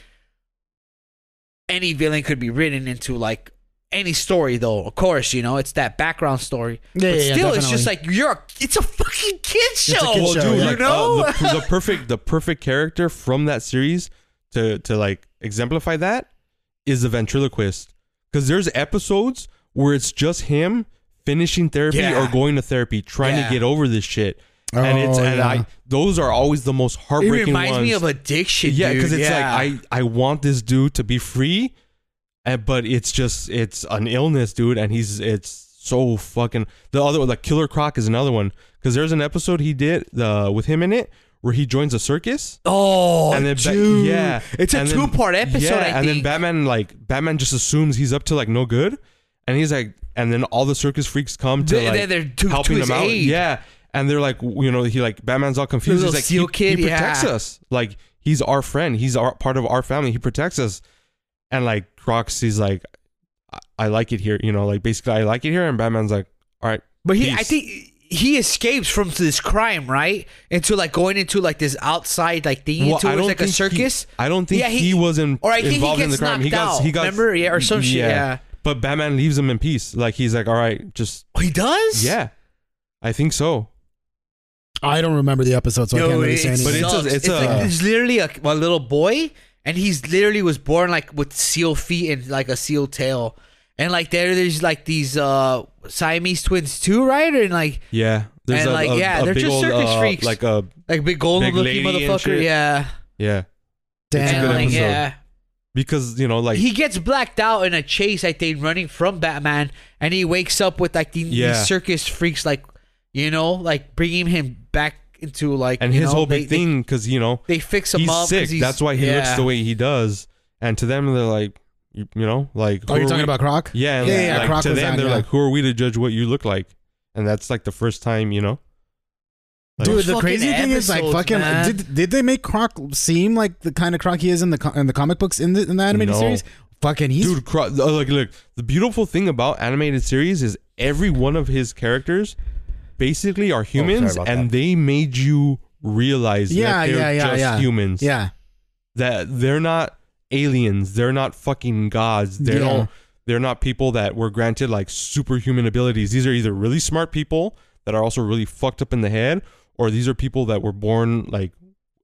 [SPEAKER 1] any villain could be written into like any story though of course you know it's that background story
[SPEAKER 2] Yeah,
[SPEAKER 1] but
[SPEAKER 2] yeah, yeah,
[SPEAKER 1] still it's just like
[SPEAKER 2] definitely.
[SPEAKER 1] you're a, it's a fucking kid show,
[SPEAKER 2] a kid
[SPEAKER 3] well,
[SPEAKER 2] show,
[SPEAKER 3] Oh, dude,
[SPEAKER 2] yeah.
[SPEAKER 1] you
[SPEAKER 3] like,
[SPEAKER 1] know
[SPEAKER 3] uh, the, the perfect the perfect character from that series to to like exemplify that is the ventriloquist because there's episodes where it's just him finishing therapy
[SPEAKER 1] Yeah.
[SPEAKER 3] or going to therapy trying
[SPEAKER 1] Yeah.
[SPEAKER 3] to get over this shit and it's
[SPEAKER 2] Oh,
[SPEAKER 3] and
[SPEAKER 2] yeah.
[SPEAKER 3] I those are always the most
[SPEAKER 1] it
[SPEAKER 3] heartbreaking
[SPEAKER 1] reminds
[SPEAKER 3] ones
[SPEAKER 1] me of addiction
[SPEAKER 3] yeah
[SPEAKER 1] because
[SPEAKER 3] because it's like I I want this dude to be free and, but it's just it's an illness dude and he's it's so fucking the other one like Killer Croc is another one because there's an episode he did the uh, with him in it where he joins a circus.
[SPEAKER 1] Oh,
[SPEAKER 3] And then Ba-
[SPEAKER 1] dude.
[SPEAKER 3] yeah.
[SPEAKER 1] it's a
[SPEAKER 3] And then-
[SPEAKER 1] two-part episode.
[SPEAKER 3] yeah,
[SPEAKER 1] I
[SPEAKER 3] and then
[SPEAKER 1] think.
[SPEAKER 3] Batman like Batman just assumes he's up to like no good, and he's like, and then all the circus freaks come to
[SPEAKER 1] They-
[SPEAKER 3] like
[SPEAKER 1] they're there to-
[SPEAKER 3] helping
[SPEAKER 1] to
[SPEAKER 3] him
[SPEAKER 1] his
[SPEAKER 3] out.
[SPEAKER 1] aid.
[SPEAKER 3] Yeah, and they're like, w- you know, he like Batman's all confused.
[SPEAKER 1] little
[SPEAKER 3] He's like,
[SPEAKER 1] seal
[SPEAKER 3] he,
[SPEAKER 1] kid,
[SPEAKER 3] he protects
[SPEAKER 1] yeah.
[SPEAKER 3] us. Like he's our friend. He's our part of our family. He protects us. And like Roxy's like, I, I like it here. You know, like basically I like it here. And Batman's like, all right,
[SPEAKER 1] But he, I
[SPEAKER 3] Peace.
[SPEAKER 1] think he escapes from this crime, right? Into like going into like this outside like thing.
[SPEAKER 3] Well,
[SPEAKER 1] into
[SPEAKER 3] I
[SPEAKER 1] it was
[SPEAKER 3] don't
[SPEAKER 1] like a
[SPEAKER 3] think he-
[SPEAKER 1] circus.
[SPEAKER 3] I don't think
[SPEAKER 1] Yeah,
[SPEAKER 3] he,
[SPEAKER 1] he-
[SPEAKER 3] was in,
[SPEAKER 1] or I think he
[SPEAKER 3] involved in the
[SPEAKER 1] gets
[SPEAKER 3] crime. He
[SPEAKER 1] knocked
[SPEAKER 3] got,
[SPEAKER 1] out,
[SPEAKER 3] he got,
[SPEAKER 1] remember? Yeah, or some shit, yeah.
[SPEAKER 3] But Batman leaves him in peace. Like he's like, all right, just
[SPEAKER 1] oh, he does.
[SPEAKER 3] yeah, I think so.
[SPEAKER 2] I don't remember the episode, so I can't really say
[SPEAKER 1] it
[SPEAKER 2] anything.
[SPEAKER 3] But it's a-
[SPEAKER 1] sucks.
[SPEAKER 3] it's a-
[SPEAKER 1] like- it's literally a, a little boy, and he's literally was born like with seal feet and like a seal tail, and like there, there's like these uh Siamese twins too, right? And like
[SPEAKER 3] Yeah,
[SPEAKER 1] And, like, yeah, they're just circus
[SPEAKER 3] uh,
[SPEAKER 1] freaks.
[SPEAKER 3] Like a
[SPEAKER 1] like big golden
[SPEAKER 3] Big
[SPEAKER 1] looking
[SPEAKER 3] lady and
[SPEAKER 1] motherfucker,
[SPEAKER 3] shit.
[SPEAKER 1] yeah.
[SPEAKER 3] yeah, It's a
[SPEAKER 1] and
[SPEAKER 3] good
[SPEAKER 1] like
[SPEAKER 2] Damn.
[SPEAKER 3] episode.
[SPEAKER 1] yeah,
[SPEAKER 3] because you know like
[SPEAKER 1] he gets blacked out in a chase, I think, running from Batman, and he wakes up with like the, these
[SPEAKER 3] Yeah.
[SPEAKER 1] circus freaks, like you know, like bringing him back into like
[SPEAKER 3] and
[SPEAKER 1] you
[SPEAKER 3] his
[SPEAKER 1] know,
[SPEAKER 3] whole big
[SPEAKER 1] they- they-
[SPEAKER 3] thing because you know
[SPEAKER 1] They, fix him
[SPEAKER 3] he's
[SPEAKER 1] up. 'cause
[SPEAKER 3] sick.
[SPEAKER 1] he's-
[SPEAKER 3] That's why he looks
[SPEAKER 1] yeah.
[SPEAKER 3] the way he does. And to them, they're like, you, you know, like
[SPEAKER 2] Oh,
[SPEAKER 3] who
[SPEAKER 2] you're
[SPEAKER 3] are
[SPEAKER 2] talking
[SPEAKER 3] we-
[SPEAKER 2] about Croc?
[SPEAKER 3] yeah, and
[SPEAKER 2] Yeah,
[SPEAKER 3] like,
[SPEAKER 2] yeah,
[SPEAKER 3] like,
[SPEAKER 2] Croc
[SPEAKER 3] to
[SPEAKER 2] was
[SPEAKER 3] them,
[SPEAKER 2] on,
[SPEAKER 3] they're
[SPEAKER 2] yeah.
[SPEAKER 3] like, who are we to judge what you look like? And that's like the first time, you know. Like-
[SPEAKER 2] Dude,
[SPEAKER 1] Those
[SPEAKER 2] the
[SPEAKER 1] fucking
[SPEAKER 2] crazy thing is like
[SPEAKER 1] episodes,
[SPEAKER 2] fucking.
[SPEAKER 1] man.
[SPEAKER 2] Did, did they make Croc seem like the kind of Croc he is in the co- in the comic books in the, in the animated
[SPEAKER 3] No.
[SPEAKER 2] series? Fucking, he's
[SPEAKER 3] Dude, Cro- oh, look, look. The beautiful thing about animated series is every one of his characters basically
[SPEAKER 2] Oh,
[SPEAKER 3] are humans,
[SPEAKER 4] about
[SPEAKER 3] and
[SPEAKER 4] that.
[SPEAKER 3] they made you realize
[SPEAKER 2] Yeah,
[SPEAKER 3] that they're
[SPEAKER 2] yeah, yeah,
[SPEAKER 3] just
[SPEAKER 2] yeah.
[SPEAKER 3] humans.
[SPEAKER 2] yeah.
[SPEAKER 3] That they're not aliens. They're not fucking gods. They
[SPEAKER 2] Yeah.
[SPEAKER 3] don't. They're not people that were granted like superhuman abilities. These are either really smart people that are also really fucked up in the head, or these are people that were born like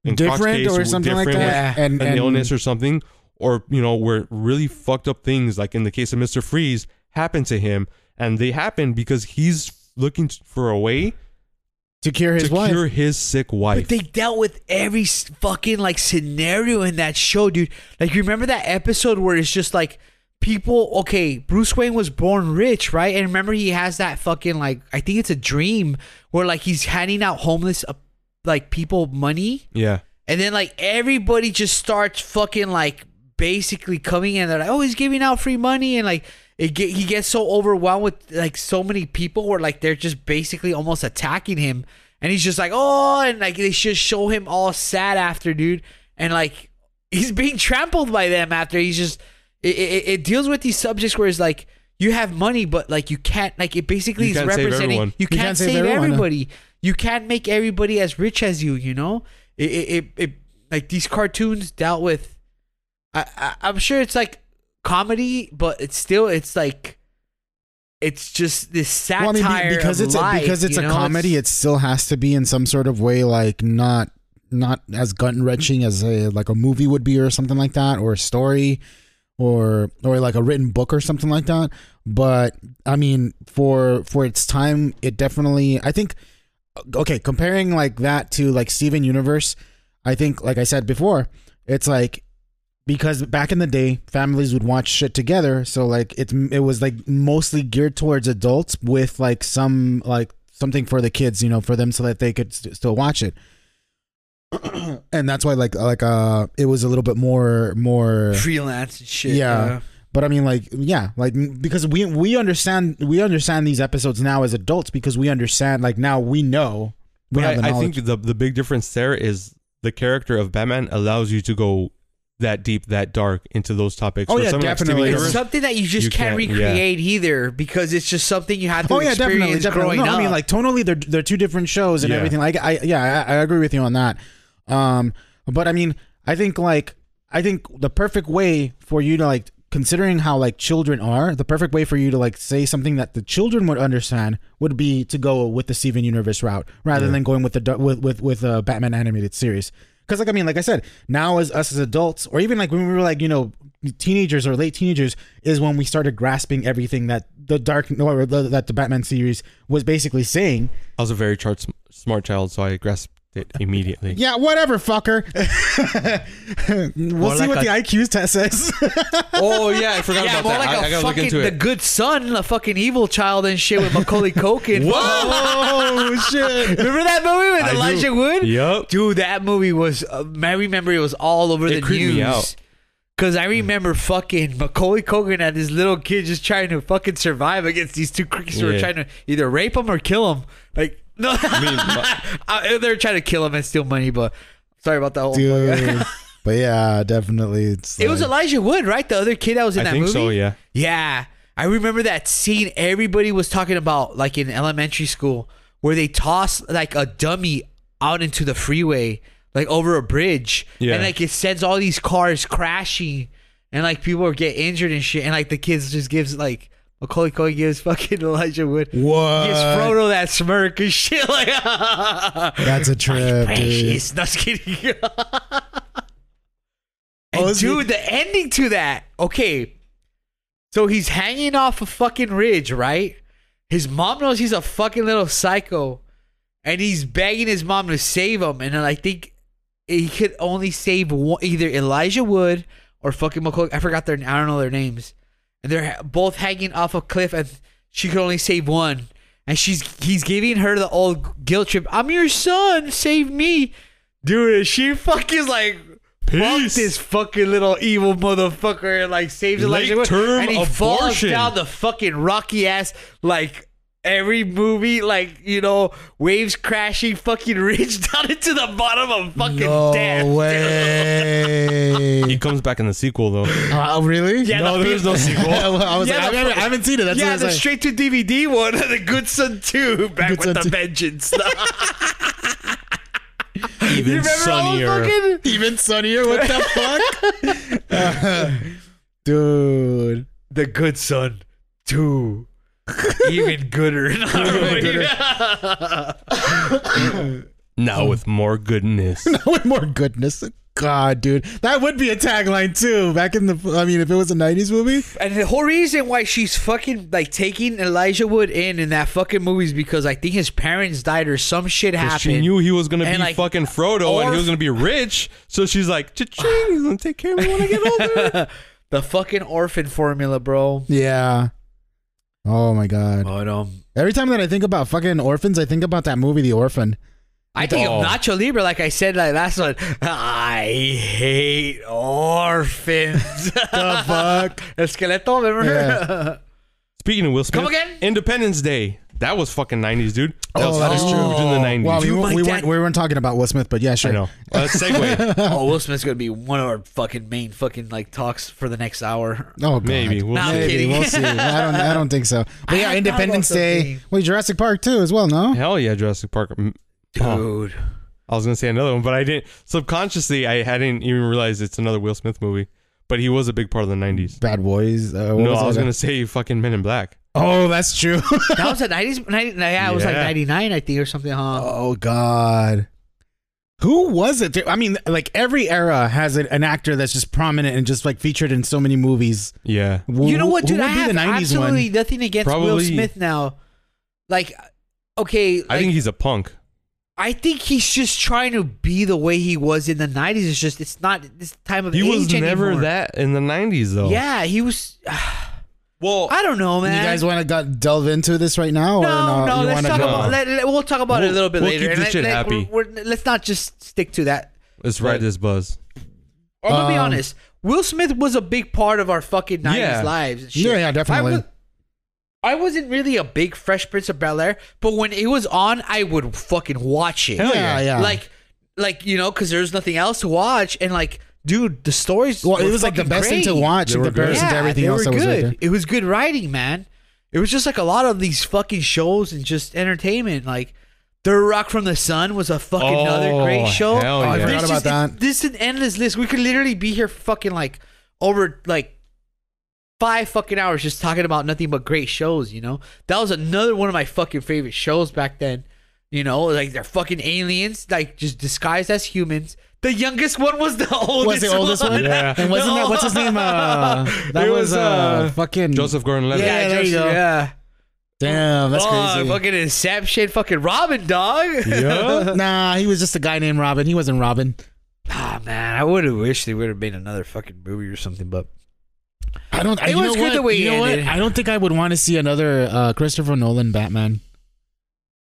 [SPEAKER 3] in Croc's
[SPEAKER 2] Different
[SPEAKER 3] case,
[SPEAKER 2] or
[SPEAKER 3] were
[SPEAKER 2] something like
[SPEAKER 3] different with
[SPEAKER 2] that, and,
[SPEAKER 3] an
[SPEAKER 2] and
[SPEAKER 3] illness or something, or you know, where really fucked up things, like in the case of Mister Freeze, happened to him, and they happened because he's looking t- for a way
[SPEAKER 2] to cure his
[SPEAKER 3] to
[SPEAKER 2] wife.
[SPEAKER 3] cure his sick
[SPEAKER 1] But
[SPEAKER 3] wife.
[SPEAKER 1] they dealt with every s- fucking like scenario in that show, dude. Like, you remember that episode where it's just like people? Okay, Bruce Wayne was born rich, right? And remember, he has that fucking like I think it's a dream where like he's handing out homeless uh, like people money,
[SPEAKER 3] yeah,
[SPEAKER 1] and then like everybody just starts fucking like basically coming in. They're like, oh, he's giving out free money, and like it get, he gets so overwhelmed with like so many people where like they're just basically almost attacking him, and he's just like, oh, and like they just show him all sad after, dude, and like he's being trampled by them after. He's just it, it, it deals with these subjects where it's like. You have money, but like you can't like it. Basically,
[SPEAKER 3] You
[SPEAKER 1] is
[SPEAKER 3] can't save
[SPEAKER 1] representing
[SPEAKER 3] everyone.
[SPEAKER 1] you can't, save,
[SPEAKER 2] everyone, huh?
[SPEAKER 1] everybody. You can't make everybody as rich as you. You know, it it, it, it like these cartoons dealt with. I, I I'm sure it's like comedy, but it's still it's like it's just this satire
[SPEAKER 2] Well, I mean, be- because
[SPEAKER 1] of
[SPEAKER 2] it's
[SPEAKER 1] life,
[SPEAKER 2] a, because it's
[SPEAKER 1] you
[SPEAKER 2] a
[SPEAKER 1] know?
[SPEAKER 2] comedy,
[SPEAKER 1] It's-
[SPEAKER 2] it still has to be in some sort of way like not not as gut wrenching as a like a movie would be or something like that, or a story, or or like a written book or something like that. But I mean, for for its time, it definitely I think okay comparing like that to like Steven Universe, I think like I said before, it's like because back in the day families would watch shit together so like it's it was like mostly geared towards adults with like some like something for the kids you know for them so that they could st- still watch it and that's why like like uh it was a little bit more more
[SPEAKER 1] freelance and shit.
[SPEAKER 2] Yeah.
[SPEAKER 1] uh,
[SPEAKER 2] but i mean like yeah like m- because we we understand we understand these episodes now as adults because we understand like now we know we
[SPEAKER 3] But
[SPEAKER 2] have the
[SPEAKER 3] I, I
[SPEAKER 2] knowledge
[SPEAKER 3] think the the big difference there is the character of Batman allows you to go that deep, that dark into those topics.
[SPEAKER 2] Oh,
[SPEAKER 3] Where
[SPEAKER 2] yeah,
[SPEAKER 3] someone like Steven
[SPEAKER 2] definitely.
[SPEAKER 3] Universe-
[SPEAKER 1] It's something that you just
[SPEAKER 3] You
[SPEAKER 1] can't,
[SPEAKER 3] can't- yeah.
[SPEAKER 1] recreate either because it's just something you have to
[SPEAKER 2] Oh yeah,
[SPEAKER 1] experience
[SPEAKER 2] definitely, definitely.
[SPEAKER 1] growing
[SPEAKER 2] No,
[SPEAKER 1] up.
[SPEAKER 2] I mean, like tonally, they're they're two different shows and
[SPEAKER 3] Yeah.
[SPEAKER 2] everything. Like, I yeah, I, I agree with you on that. Um, but I mean, I think like I think the perfect way for you to like considering how like children are, the perfect way for you to like say something that the children would understand would be to go with the Steven Universe route rather
[SPEAKER 3] Yeah.
[SPEAKER 2] than going with the du- with with with uh, Batman animated series. Because like I mean, like I said, now as us as adults, or even like when we were like you know teenagers or late teenagers, is when we started grasping everything that the dark or the, that the Batman series was basically saying.
[SPEAKER 3] I was a very chart, smart child, so I grasped it immediately.
[SPEAKER 2] Yeah, whatever, fucker. we'll
[SPEAKER 1] More
[SPEAKER 2] see
[SPEAKER 1] like
[SPEAKER 2] what
[SPEAKER 1] a-
[SPEAKER 2] the IQ test says.
[SPEAKER 3] Oh yeah, I forgot
[SPEAKER 1] Yeah,
[SPEAKER 3] about
[SPEAKER 1] more
[SPEAKER 3] that.
[SPEAKER 1] like
[SPEAKER 3] I,
[SPEAKER 1] a
[SPEAKER 3] I gotta look
[SPEAKER 1] fucking
[SPEAKER 3] into
[SPEAKER 1] the
[SPEAKER 3] it.
[SPEAKER 1] good son, a fucking evil child and shit with Macaulay Culkin.
[SPEAKER 2] oh shit!
[SPEAKER 1] Remember that movie with
[SPEAKER 3] I do.
[SPEAKER 1] Elijah Wood?
[SPEAKER 3] Yup.
[SPEAKER 1] Dude, that movie was. Uh, I remember it was all over
[SPEAKER 3] It
[SPEAKER 1] the
[SPEAKER 3] creeped
[SPEAKER 1] news.
[SPEAKER 3] me out.
[SPEAKER 1] Cause I remember fucking Macaulay Culkin and this little kid just trying to fucking survive against these two creeps who were
[SPEAKER 3] Yeah.
[SPEAKER 1] trying to either rape him or kill him. Like no,
[SPEAKER 3] mean, my-
[SPEAKER 1] I- they're trying to kill him and steal money. But sorry about that whole.
[SPEAKER 2] Dude, but yeah, definitely. It's
[SPEAKER 1] It was
[SPEAKER 2] like-
[SPEAKER 1] Elijah Wood, right? The other kid that was in
[SPEAKER 3] I
[SPEAKER 1] that
[SPEAKER 3] think
[SPEAKER 1] movie.
[SPEAKER 3] so. Yeah.
[SPEAKER 1] Yeah. I remember that scene everybody was talking about, like in elementary school, where they toss like a dummy out into the freeway, like over a bridge.
[SPEAKER 3] Yeah.
[SPEAKER 1] And like it sends all these cars crashing and like people get injured and shit. And like the kids just gives like Macaulay Culkin gives fucking Elijah Wood.
[SPEAKER 2] What?
[SPEAKER 1] Gives Frodo that smirk and shit like
[SPEAKER 2] That's a trip, dude.
[SPEAKER 1] precious. No, just kidding.
[SPEAKER 2] Oh,
[SPEAKER 1] and
[SPEAKER 2] is he-
[SPEAKER 1] dude, the ending to that. Okay. So he's hanging off a fucking ridge, right? His mom knows he's a fucking little psycho. And he's begging his mom to save him. And then I think he could only save one, either Elijah Wood or fucking McCoy. I forgot their, I don't know their names. And they're ha- both hanging off a cliff and she could only save one. And she's he's giving her the old guilt trip. I'm your son, save me. Dude, she fucking like fuck
[SPEAKER 3] Peace.
[SPEAKER 1] this fucking little evil motherfucker and like saves Elijah Wood.
[SPEAKER 3] Late-term
[SPEAKER 1] And he falls
[SPEAKER 3] abortion.
[SPEAKER 1] down the fucking rocky ass like every movie, like, you know, waves crashing fucking ridge down into the bottom of fucking
[SPEAKER 2] No
[SPEAKER 1] death. dude.
[SPEAKER 3] He
[SPEAKER 2] way.
[SPEAKER 3] comes back in the sequel though.
[SPEAKER 2] Oh, really?
[SPEAKER 1] Yeah,
[SPEAKER 3] no,
[SPEAKER 1] the
[SPEAKER 3] there's no sequel.
[SPEAKER 2] I was
[SPEAKER 1] Yeah,
[SPEAKER 2] like, I,
[SPEAKER 1] the-
[SPEAKER 2] haven't, I haven't seen it. That's
[SPEAKER 1] yeah,
[SPEAKER 2] what I
[SPEAKER 1] the
[SPEAKER 2] was like.
[SPEAKER 1] straight to DVD one, the Good Son Two, back
[SPEAKER 2] Good
[SPEAKER 1] with
[SPEAKER 2] Son
[SPEAKER 1] the
[SPEAKER 2] 2.
[SPEAKER 1] vengeance.
[SPEAKER 3] Even
[SPEAKER 1] you remember
[SPEAKER 3] sunnier.
[SPEAKER 1] all fucking
[SPEAKER 2] even sunnier. What the fuck, dude?
[SPEAKER 1] the Good Son Two, even gooder.
[SPEAKER 3] now with more goodness.
[SPEAKER 2] With more goodness. God, dude, that would be a tagline too. Back in the, I mean, if it was a '90s movie,
[SPEAKER 1] and the whole reason why she's fucking like taking Elijah Wood in in that fucking movie is because I think his parents died or some shit happened.
[SPEAKER 3] She knew he was gonna
[SPEAKER 1] And,
[SPEAKER 3] be
[SPEAKER 1] like,
[SPEAKER 3] fucking Frodo and
[SPEAKER 1] or-
[SPEAKER 3] he was gonna be rich, so she's like, "Cha-ching, he's gonna take care of me when I get older."
[SPEAKER 1] the fucking orphan formula, bro.
[SPEAKER 2] yeah. Oh my god!
[SPEAKER 1] But um,
[SPEAKER 2] Every time that I think about fucking orphans, I think about that movie, The Orphan.
[SPEAKER 1] I think
[SPEAKER 3] Oh.
[SPEAKER 1] of Nacho Libre, like I said like last one. I hate orphans.
[SPEAKER 2] The fuck?
[SPEAKER 1] Esqueleto, remember?
[SPEAKER 2] Yeah.
[SPEAKER 3] Speaking of Will Smith,
[SPEAKER 1] Come again?
[SPEAKER 3] Independence Day. That was fucking nineties, dude. That
[SPEAKER 2] Oh,
[SPEAKER 3] was
[SPEAKER 2] that is
[SPEAKER 3] huge
[SPEAKER 2] true.
[SPEAKER 3] in the nineties.
[SPEAKER 2] Wow, we,
[SPEAKER 1] Dude,
[SPEAKER 2] we,
[SPEAKER 1] my
[SPEAKER 2] we
[SPEAKER 1] dad-
[SPEAKER 2] weren't, we weren't talking about Will Smith, but yeah,
[SPEAKER 3] I
[SPEAKER 2] sure.
[SPEAKER 3] know. Uh, segue.
[SPEAKER 1] oh, Will Smith's gonna be one of our fucking main fucking like talks for the next hour.
[SPEAKER 2] Oh, God.
[SPEAKER 3] Maybe we'll
[SPEAKER 1] Nah, I'm
[SPEAKER 3] see.
[SPEAKER 2] Maybe.
[SPEAKER 1] kidding.
[SPEAKER 2] We'll see. I don't. I don't think so.
[SPEAKER 1] I
[SPEAKER 2] But yeah,
[SPEAKER 1] had thought
[SPEAKER 2] Independence
[SPEAKER 1] about
[SPEAKER 2] Day.
[SPEAKER 1] something.
[SPEAKER 2] Wait, Jurassic Park too, as well. No.
[SPEAKER 3] Hell yeah, Jurassic Park. Mm, huh.
[SPEAKER 1] Dude.
[SPEAKER 3] I was gonna say another one, but I didn't. Subconsciously, I hadn't even realized it's another Will Smith movie. But he was a big part of the nineties.
[SPEAKER 2] Bad Boys. Uh, what
[SPEAKER 3] No,
[SPEAKER 2] was
[SPEAKER 3] I was
[SPEAKER 2] that?
[SPEAKER 3] gonna say fucking Men in Black.
[SPEAKER 2] Oh, that's true.
[SPEAKER 1] That was a nineties ninety yeah, it was like
[SPEAKER 3] Yeah.
[SPEAKER 1] ninety nine, I think, or something, huh?
[SPEAKER 2] oh God. Who was it? I mean, like every era has an an actor that's just prominent and just like featured in so many movies.
[SPEAKER 3] Yeah.
[SPEAKER 2] Who-
[SPEAKER 1] you know what,
[SPEAKER 2] who
[SPEAKER 1] dude?
[SPEAKER 2] would
[SPEAKER 1] I
[SPEAKER 2] be
[SPEAKER 1] have
[SPEAKER 2] the 90s
[SPEAKER 1] absolutely
[SPEAKER 2] one?
[SPEAKER 1] nothing against Will
[SPEAKER 3] Probably-
[SPEAKER 1] Smith now. Like okay, like,
[SPEAKER 3] I think he's a punk.
[SPEAKER 1] I think he's just trying to be the way he was in the nineties. It's just it's not this time of
[SPEAKER 3] He
[SPEAKER 1] age
[SPEAKER 3] was never
[SPEAKER 1] anymore.
[SPEAKER 3] that in the nineties though. Oh,
[SPEAKER 1] Yeah, he was.
[SPEAKER 3] Well,
[SPEAKER 1] I don't know,
[SPEAKER 2] You
[SPEAKER 1] man.
[SPEAKER 2] guys want to got delve into this right now? or
[SPEAKER 1] no, no.
[SPEAKER 2] you
[SPEAKER 1] Let's
[SPEAKER 2] wanna
[SPEAKER 1] talk
[SPEAKER 2] go-
[SPEAKER 3] go-
[SPEAKER 1] about. Let, let- we'll talk about it a
[SPEAKER 3] We'll-
[SPEAKER 1] little bit
[SPEAKER 3] we'll
[SPEAKER 1] later.
[SPEAKER 3] keep
[SPEAKER 1] and
[SPEAKER 3] this
[SPEAKER 1] let,
[SPEAKER 3] shit
[SPEAKER 1] let-
[SPEAKER 3] happy.
[SPEAKER 1] We're, we're, let's not just stick to that.
[SPEAKER 3] let's ride this buzz.
[SPEAKER 1] I'm gonna be
[SPEAKER 2] Um,
[SPEAKER 1] honest. Will Smith was a big part of our fucking nineties
[SPEAKER 3] Yeah.
[SPEAKER 1] lives. And shit.
[SPEAKER 2] Yeah, yeah, definitely.
[SPEAKER 1] I, was, I wasn't really a big Fresh Prince of Bel Air, but when it was on, I would fucking watch it.
[SPEAKER 3] Hell
[SPEAKER 2] yeah,
[SPEAKER 3] yeah.
[SPEAKER 2] yeah.
[SPEAKER 1] Like, like you know, because there's nothing else to watch, and like, dude, the stories.
[SPEAKER 2] well,
[SPEAKER 1] were
[SPEAKER 2] it was like the
[SPEAKER 1] fucking
[SPEAKER 2] best thing to
[SPEAKER 1] great.
[SPEAKER 2] watch
[SPEAKER 3] They
[SPEAKER 2] in
[SPEAKER 3] were good.
[SPEAKER 2] comparison to everything
[SPEAKER 1] they
[SPEAKER 2] else
[SPEAKER 1] were
[SPEAKER 2] that was right
[SPEAKER 1] good.
[SPEAKER 2] there.
[SPEAKER 1] It was good writing, man. It was just like a lot of these fucking shows and just entertainment. Like The Rock from the Sun was a fucking
[SPEAKER 3] Oh,
[SPEAKER 1] another great show.
[SPEAKER 3] hell Oh, I yeah.
[SPEAKER 2] forgot
[SPEAKER 1] There's
[SPEAKER 2] about
[SPEAKER 1] just-
[SPEAKER 2] that.
[SPEAKER 1] This is an endless list. We could literally be here fucking like over like five fucking hours just talking about nothing but great shows, you know? That was another one of my fucking favorite shows back then. You know, like they're fucking aliens, like just disguised as humans. The youngest one was the oldest
[SPEAKER 2] Was the oldest one?
[SPEAKER 3] Yeah.
[SPEAKER 2] And wasn't that what's his name? Uh, that
[SPEAKER 3] It
[SPEAKER 2] was,
[SPEAKER 3] was,
[SPEAKER 2] uh,
[SPEAKER 3] uh,
[SPEAKER 2] fucking
[SPEAKER 3] Joseph Gordon-Levitt.
[SPEAKER 1] Yeah,
[SPEAKER 2] Yeah, there you
[SPEAKER 1] just-
[SPEAKER 2] go.
[SPEAKER 1] yeah.
[SPEAKER 2] Damn, Oh, that's
[SPEAKER 1] Fuck,
[SPEAKER 2] crazy.
[SPEAKER 1] Oh, Fucking Inception, fucking Robin, dog.
[SPEAKER 3] Yeah.
[SPEAKER 2] Nah, he was just a guy named Robin. He wasn't Robin.
[SPEAKER 1] Ah man, I would have wished they would have made another fucking movie or something, but
[SPEAKER 2] I don't.
[SPEAKER 1] It
[SPEAKER 2] you
[SPEAKER 1] was
[SPEAKER 2] know
[SPEAKER 1] good
[SPEAKER 2] what?
[SPEAKER 1] the way
[SPEAKER 2] you
[SPEAKER 1] it
[SPEAKER 2] know what?
[SPEAKER 1] ended.
[SPEAKER 2] I don't think I would want to see another uh, Christopher Nolan Batman.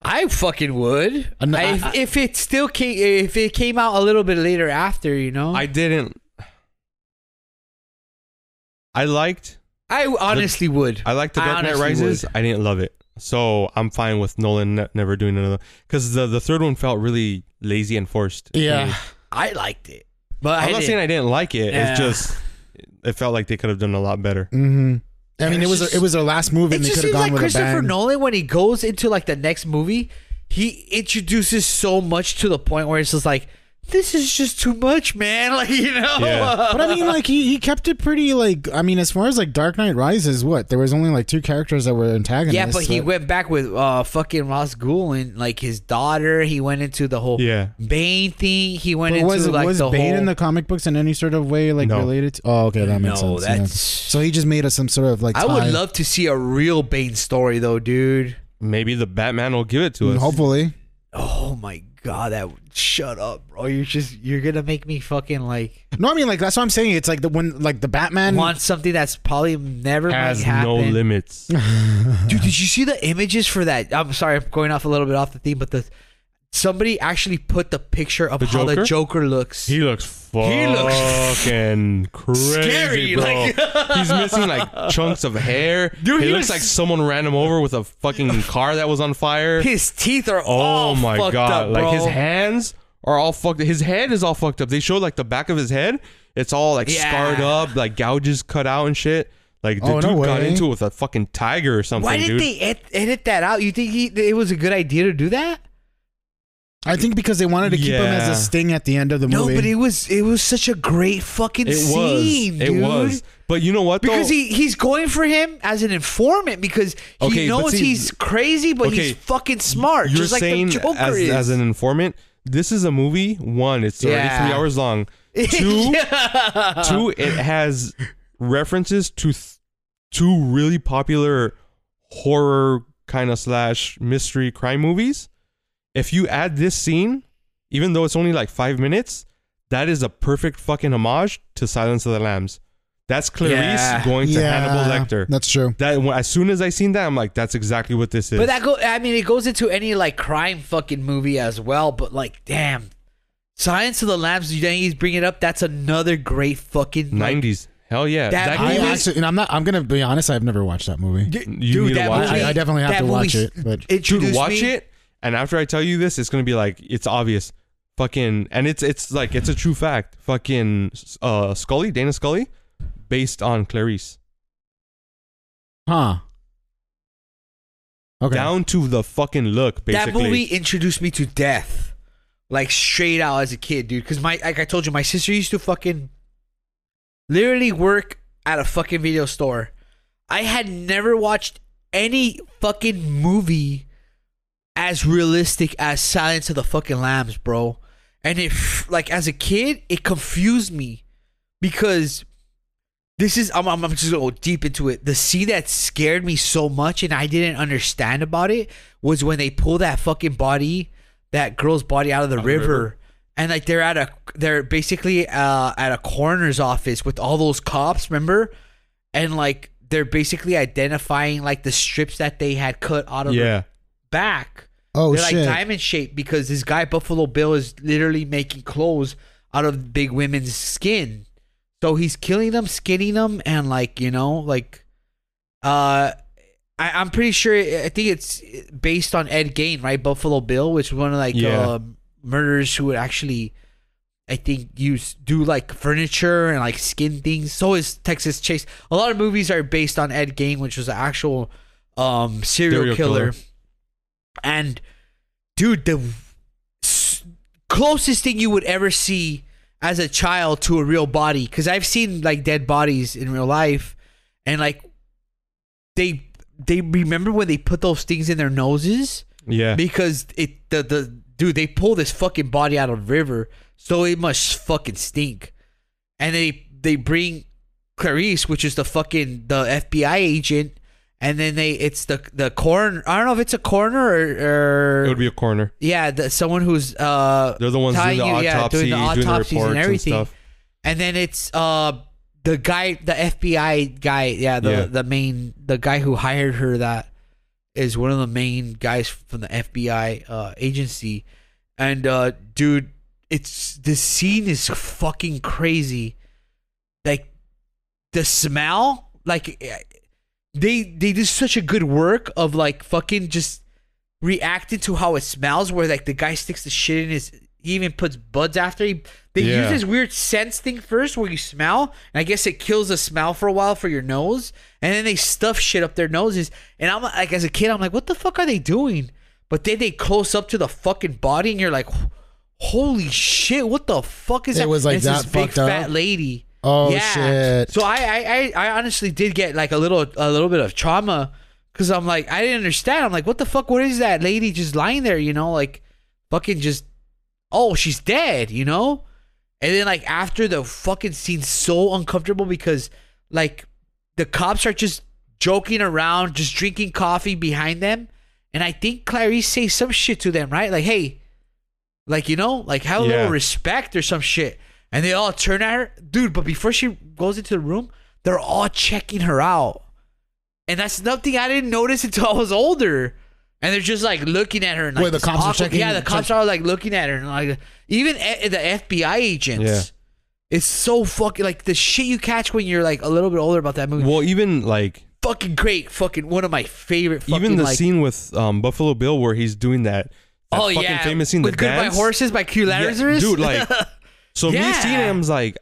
[SPEAKER 1] I fucking would.
[SPEAKER 2] Uh, no,
[SPEAKER 1] I-
[SPEAKER 2] I-
[SPEAKER 1] if,
[SPEAKER 2] I-
[SPEAKER 1] if it still came, if it came out a little bit later after, you know,
[SPEAKER 3] I
[SPEAKER 1] I,
[SPEAKER 3] didn't. I liked
[SPEAKER 1] honestly would.
[SPEAKER 3] I liked the
[SPEAKER 1] I
[SPEAKER 3] Dark Knight
[SPEAKER 1] honestly
[SPEAKER 3] Rises.
[SPEAKER 1] would.
[SPEAKER 3] I didn't love it, so I'm fine with Nolan ne- never doing another. Because the the third one felt really lazy and forced. to me.
[SPEAKER 2] Yeah,
[SPEAKER 1] I liked it, but
[SPEAKER 3] I'm
[SPEAKER 1] I
[SPEAKER 3] not
[SPEAKER 1] didn't.
[SPEAKER 3] saying I didn't like it.
[SPEAKER 1] Yeah.
[SPEAKER 3] It's just it felt like they could have done a lot better.
[SPEAKER 2] Mm-hmm. I mean,
[SPEAKER 1] It's
[SPEAKER 2] it was
[SPEAKER 1] just-
[SPEAKER 2] it was their last movie,
[SPEAKER 1] it
[SPEAKER 2] and they
[SPEAKER 1] just seems
[SPEAKER 2] could have gone
[SPEAKER 1] like
[SPEAKER 2] with a
[SPEAKER 1] Christopher
[SPEAKER 2] bang.
[SPEAKER 1] Nolan when he goes into like the next movie, he introduces so much to the point where it's just like, this is just too much, man. Like you know,
[SPEAKER 3] Yeah.
[SPEAKER 2] but I mean, like he, he kept it pretty like I mean, as far as like Dark Knight Rises, what there was only like two characters that were antagonists.
[SPEAKER 1] Yeah, but he
[SPEAKER 2] but-
[SPEAKER 1] went back with uh fucking Ross Ghoul and like his daughter. He went into the whole
[SPEAKER 3] Yeah.
[SPEAKER 1] Bane thing. He went
[SPEAKER 2] But
[SPEAKER 1] into
[SPEAKER 2] was
[SPEAKER 1] like
[SPEAKER 2] was
[SPEAKER 1] the
[SPEAKER 2] Bane
[SPEAKER 1] whole
[SPEAKER 2] in the comic books in any sort of way like
[SPEAKER 3] No.
[SPEAKER 2] related? To, oh, okay, that makes
[SPEAKER 1] No,
[SPEAKER 2] sense. yeah.
[SPEAKER 1] that's-
[SPEAKER 2] So he just made us some sort of like.
[SPEAKER 1] I would
[SPEAKER 2] tie.
[SPEAKER 1] love to see a real Bane story though, dude.
[SPEAKER 3] Maybe the Batman will give it to us.
[SPEAKER 2] Hopefully,
[SPEAKER 1] Oh my god, that shut up, bro. You're just you're gonna make me fucking like
[SPEAKER 2] no. I mean, like that's what I'm saying. It's like the when like the Batman.
[SPEAKER 1] want something that's probably never
[SPEAKER 3] Has
[SPEAKER 1] might happen.
[SPEAKER 3] no limits.
[SPEAKER 1] Dude, did you see the images for that? I'm sorry, I'm going off a little bit off the theme, but the somebody actually put the picture of
[SPEAKER 3] The
[SPEAKER 1] how the
[SPEAKER 3] Joker?
[SPEAKER 1] Joker looks.
[SPEAKER 3] He looks
[SPEAKER 1] He looks
[SPEAKER 3] fucking crazy,
[SPEAKER 1] scary,
[SPEAKER 3] bro.
[SPEAKER 1] like-
[SPEAKER 3] He's missing like chunks of hair.
[SPEAKER 1] Dude,
[SPEAKER 3] he,
[SPEAKER 1] he
[SPEAKER 3] looks
[SPEAKER 1] was-
[SPEAKER 3] like someone ran him over with a fucking car that was on fire.
[SPEAKER 1] his teeth are
[SPEAKER 3] oh
[SPEAKER 1] all
[SPEAKER 3] my
[SPEAKER 1] fucked
[SPEAKER 3] god!
[SPEAKER 1] up,
[SPEAKER 3] like his
[SPEAKER 1] bro.
[SPEAKER 3] hands are all fucked. His head is all fucked up. They showed like the back of his head. It's all like
[SPEAKER 1] Yeah.
[SPEAKER 3] scarred up, like gouges cut out and shit. Like the
[SPEAKER 2] Oh,
[SPEAKER 3] dude
[SPEAKER 2] no
[SPEAKER 3] got
[SPEAKER 2] way.
[SPEAKER 3] into it with a fucking tiger or something,
[SPEAKER 1] Why did
[SPEAKER 3] dude.
[SPEAKER 1] they ed- edit that out? You think he, it was a good idea to do that?
[SPEAKER 2] I think because they wanted to keep him as
[SPEAKER 3] Yeah.
[SPEAKER 2] a sting at the end of the
[SPEAKER 1] No,
[SPEAKER 2] movie.
[SPEAKER 1] but it was it was such a great fucking
[SPEAKER 3] it was.
[SPEAKER 1] scene,
[SPEAKER 3] it
[SPEAKER 1] dude.
[SPEAKER 3] was. But you know what?
[SPEAKER 1] Because
[SPEAKER 3] though?
[SPEAKER 1] he, he's going for him as an informant because he
[SPEAKER 3] Okay, but
[SPEAKER 1] knows
[SPEAKER 3] see-
[SPEAKER 1] he's crazy, but
[SPEAKER 3] okay,
[SPEAKER 1] he's fucking smart,
[SPEAKER 3] You're
[SPEAKER 1] just like the
[SPEAKER 3] saying
[SPEAKER 1] Joker
[SPEAKER 3] as,
[SPEAKER 1] is.
[SPEAKER 3] as an informant, this is a movie. One, it's already
[SPEAKER 1] Yeah.
[SPEAKER 3] three hours long. Two, two,
[SPEAKER 1] Uh-huh.
[SPEAKER 3] it has references to th- two really popular horror kind of slash mystery crime movies. If you add this scene, even though it's only like five minutes, that is a perfect fucking homage to Silence of the Lambs. That's Clarice
[SPEAKER 1] Yeah.
[SPEAKER 3] going to
[SPEAKER 2] Yeah,
[SPEAKER 3] Hannibal Lecter.
[SPEAKER 2] That's true.
[SPEAKER 3] That as soon as I seen that, I'm like, that's exactly what this is.
[SPEAKER 1] but that go I mean it goes into any like crime fucking movie as well, but like damn. Science of the Lambs, you think he's bringing up? That's another great fucking like,
[SPEAKER 3] 90s. Hell yeah.
[SPEAKER 1] That
[SPEAKER 3] That
[SPEAKER 2] I
[SPEAKER 1] movie-
[SPEAKER 2] actually, and I'm not. I'm gonna be honest. I've never watched that movie.
[SPEAKER 1] D-
[SPEAKER 3] You
[SPEAKER 1] dude,
[SPEAKER 3] need to
[SPEAKER 1] that
[SPEAKER 3] watch
[SPEAKER 1] movie,
[SPEAKER 2] it. I- I definitely have
[SPEAKER 1] that
[SPEAKER 2] to watch
[SPEAKER 1] movie
[SPEAKER 2] it, but-
[SPEAKER 1] introduced
[SPEAKER 3] dude watch
[SPEAKER 1] me-
[SPEAKER 3] it and after i tell you this it's gonna be like it's obvious fucking and it's it's like it's a true fact fucking uh scully dana scully based on clarice
[SPEAKER 2] Huh. Okay.
[SPEAKER 3] down to the fucking look basically
[SPEAKER 1] That movie introduced me to death, like straight out as a kid, dude. Because my, like I told you, my sister used to fucking literally work at a fucking video store. I had never watched any fucking movie as realistic as Silence of the fucking Lambs, bro. And it, f- like, as a kid, it confused me because this is I'm, I'm I'm just gonna go deep into it. The scene that scared me so much and I didn't understand about it was when they pull that fucking body, that girl's body out of the
[SPEAKER 3] Out of the
[SPEAKER 1] river.
[SPEAKER 3] river.
[SPEAKER 1] And like they're at a they're basically uh, at a coroner's office with all those cops, remember? And like they're basically identifying like the strips that they had cut out of
[SPEAKER 3] yeah
[SPEAKER 1] her back.
[SPEAKER 2] Oh
[SPEAKER 1] They're
[SPEAKER 2] shit.
[SPEAKER 1] like diamond shaped because this guy Buffalo Bill is literally making clothes out of big women's skin. So he's killing them, skinning them, and like you know, like, uh, I, I'm pretty sure. I think it's based on Ed Gain, right? Buffalo Bill, which is one of like
[SPEAKER 3] Yeah.
[SPEAKER 1] uh, murderers who would actually, I think, use do like furniture and like skin things. So is Texas Chase. A lot of movies are based on Ed Gain, which was an actual um serial
[SPEAKER 3] Serial killer.
[SPEAKER 1] killer. And dude, the s- closest thing you would ever see as a child to a real body, because I've seen like dead bodies in real life, and like they they remember when they put those things in their noses
[SPEAKER 3] yeah
[SPEAKER 1] because it the the dude they pull this fucking body out of the river, so it must fucking stink, and they they bring Clarice, which is the fucking the FBI agent, and then they it's the the coroner. I don't know if it's a coroner or, or
[SPEAKER 3] It would be a coroner.
[SPEAKER 1] yeah, the, someone who's uh,
[SPEAKER 3] They're the ones doing
[SPEAKER 1] Tying
[SPEAKER 3] the
[SPEAKER 1] you- yeah,
[SPEAKER 3] autopsies,
[SPEAKER 1] doing
[SPEAKER 3] doing
[SPEAKER 1] the autopsies
[SPEAKER 3] the,
[SPEAKER 1] and
[SPEAKER 3] reports and,
[SPEAKER 1] everything.
[SPEAKER 3] stuff.
[SPEAKER 1] and then it's uh the guy, the FBI guy, yeah, the
[SPEAKER 3] Yeah.
[SPEAKER 1] the main the guy who hired her that is one of the main guys from the FBI uh agency, and uh dude, it's the scene is fucking crazy, like the smell, like eh, they they do such a good work of like fucking just reacting to how it smells where like the guy sticks the shit in his he even puts buds after he they
[SPEAKER 3] Yeah.
[SPEAKER 1] use this weird sense thing first where you smell and i guess it kills the smell for a while for your nose and then they stuff shit up their noses and i'm like as a kid i'm like what the fuck are they doing but then they close up to the fucking body and you're like holy shit what the fuck is
[SPEAKER 2] It
[SPEAKER 1] that
[SPEAKER 2] was like
[SPEAKER 1] And it's
[SPEAKER 2] that
[SPEAKER 1] this big
[SPEAKER 2] fucked up?
[SPEAKER 1] fat lady
[SPEAKER 2] Oh, shit.
[SPEAKER 1] so I, I I I honestly did get like a little a little bit of trauma because I'm like I didn't understand. I'm like, what the fuck? What is that lady just lying there? You know, like fucking just oh she's dead. You know, and then like after the fucking scene's so uncomfortable because like the cops are just joking around, just drinking coffee behind them, and I think Clarice says some shit to them, right? Like, hey, like you know, like have a
[SPEAKER 3] Yeah.
[SPEAKER 1] little respect or some shit. And they all turn at her, dude. But before she goes into the room, they're all checking her out, and that's nothing I didn't notice until I was older. And they're just like looking at her. And, like,
[SPEAKER 2] Wait, the
[SPEAKER 1] this
[SPEAKER 2] cops are
[SPEAKER 1] awkward-
[SPEAKER 2] checking-
[SPEAKER 1] Yeah, the cops are like looking at her, and like even e- the FBI agents.
[SPEAKER 3] Yeah.
[SPEAKER 1] It's so fucking like the shit you catch when you're like a little bit older about that movie.
[SPEAKER 3] Well, even like
[SPEAKER 1] fucking great, fucking one of my favorite. Fucking,
[SPEAKER 3] even the
[SPEAKER 1] like,
[SPEAKER 3] scene with um, Buffalo Bill where he's doing that, that
[SPEAKER 1] oh
[SPEAKER 3] fucking
[SPEAKER 1] yeah,
[SPEAKER 3] famous scene,
[SPEAKER 1] with
[SPEAKER 3] the
[SPEAKER 1] Goodbye
[SPEAKER 3] dance.
[SPEAKER 1] Horses by Q
[SPEAKER 3] Yeah,
[SPEAKER 1] Lazarus.
[SPEAKER 3] dude, like, So me seeing
[SPEAKER 1] Yeah.
[SPEAKER 3] him's like,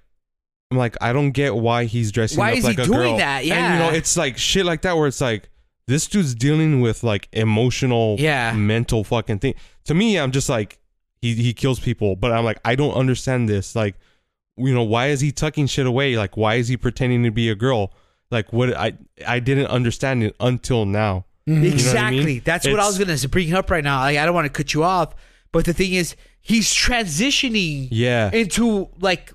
[SPEAKER 3] I'm like, I don't get why he's dressing
[SPEAKER 1] Why
[SPEAKER 3] up
[SPEAKER 1] is he
[SPEAKER 3] like a
[SPEAKER 1] doing
[SPEAKER 3] girl.
[SPEAKER 1] that?
[SPEAKER 3] and, you
[SPEAKER 1] Yeah.
[SPEAKER 3] know, it's like shit like that where it's like this dude's dealing with like emotional,
[SPEAKER 1] Yeah.
[SPEAKER 3] mental fucking thing. To me, I'm just like he he kills people, but I'm like I don't understand this. Like, you know, why is he tucking shit away? Like, why is he pretending to be a girl? Like, what I I didn't understand it until now.
[SPEAKER 1] exactly.
[SPEAKER 3] what I mean?
[SPEAKER 1] That's what I was gonna bring up right now. Like, I don't want to cut you off, but the thing is, he's transitioning
[SPEAKER 3] Yeah,
[SPEAKER 1] into like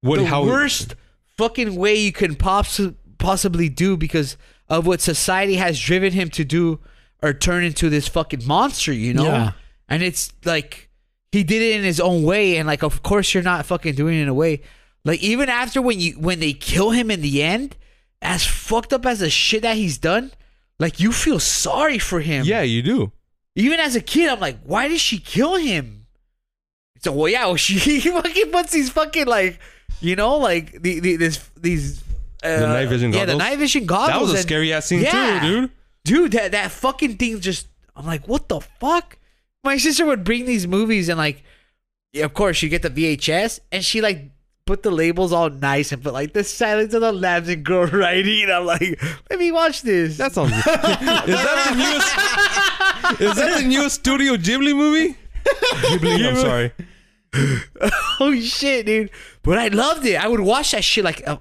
[SPEAKER 3] what
[SPEAKER 1] the
[SPEAKER 3] how
[SPEAKER 1] worst fucking way you can poss- possibly do because of what society has driven him to do or turn into this fucking monster, you know?
[SPEAKER 2] Yeah.
[SPEAKER 1] And it's like he did it in his own way and like of course you're not fucking doing it in a way. Like even after when you when they kill him in the end, as fucked up as the shit that he's done, like you feel sorry for him.
[SPEAKER 3] Yeah, you do.
[SPEAKER 1] Even as a kid, I'm like, why did she kill him? So well, yeah, well, she he fucking puts these fucking like, you know, like the, the this these uh,
[SPEAKER 3] The night vision
[SPEAKER 1] Yeah, the
[SPEAKER 3] goggles?
[SPEAKER 1] night vision goggles.
[SPEAKER 3] that was a
[SPEAKER 1] and-
[SPEAKER 3] scary ass scene
[SPEAKER 1] Yeah.
[SPEAKER 3] too, dude.
[SPEAKER 1] dude. That that fucking thing just. I'm like, what the fuck? My sister would bring these movies and like, yeah, of course you get the VHS and she like put the labels all nice and put like the Silence of the Lambs and Girl Riding. And I'm like, let me watch this.
[SPEAKER 3] That sounds. is that the newest? Is that the newest Studio Ghibli movie? Ghibli, I'm sorry.
[SPEAKER 1] oh shit, dude! But I loved it. I would watch that shit like uh,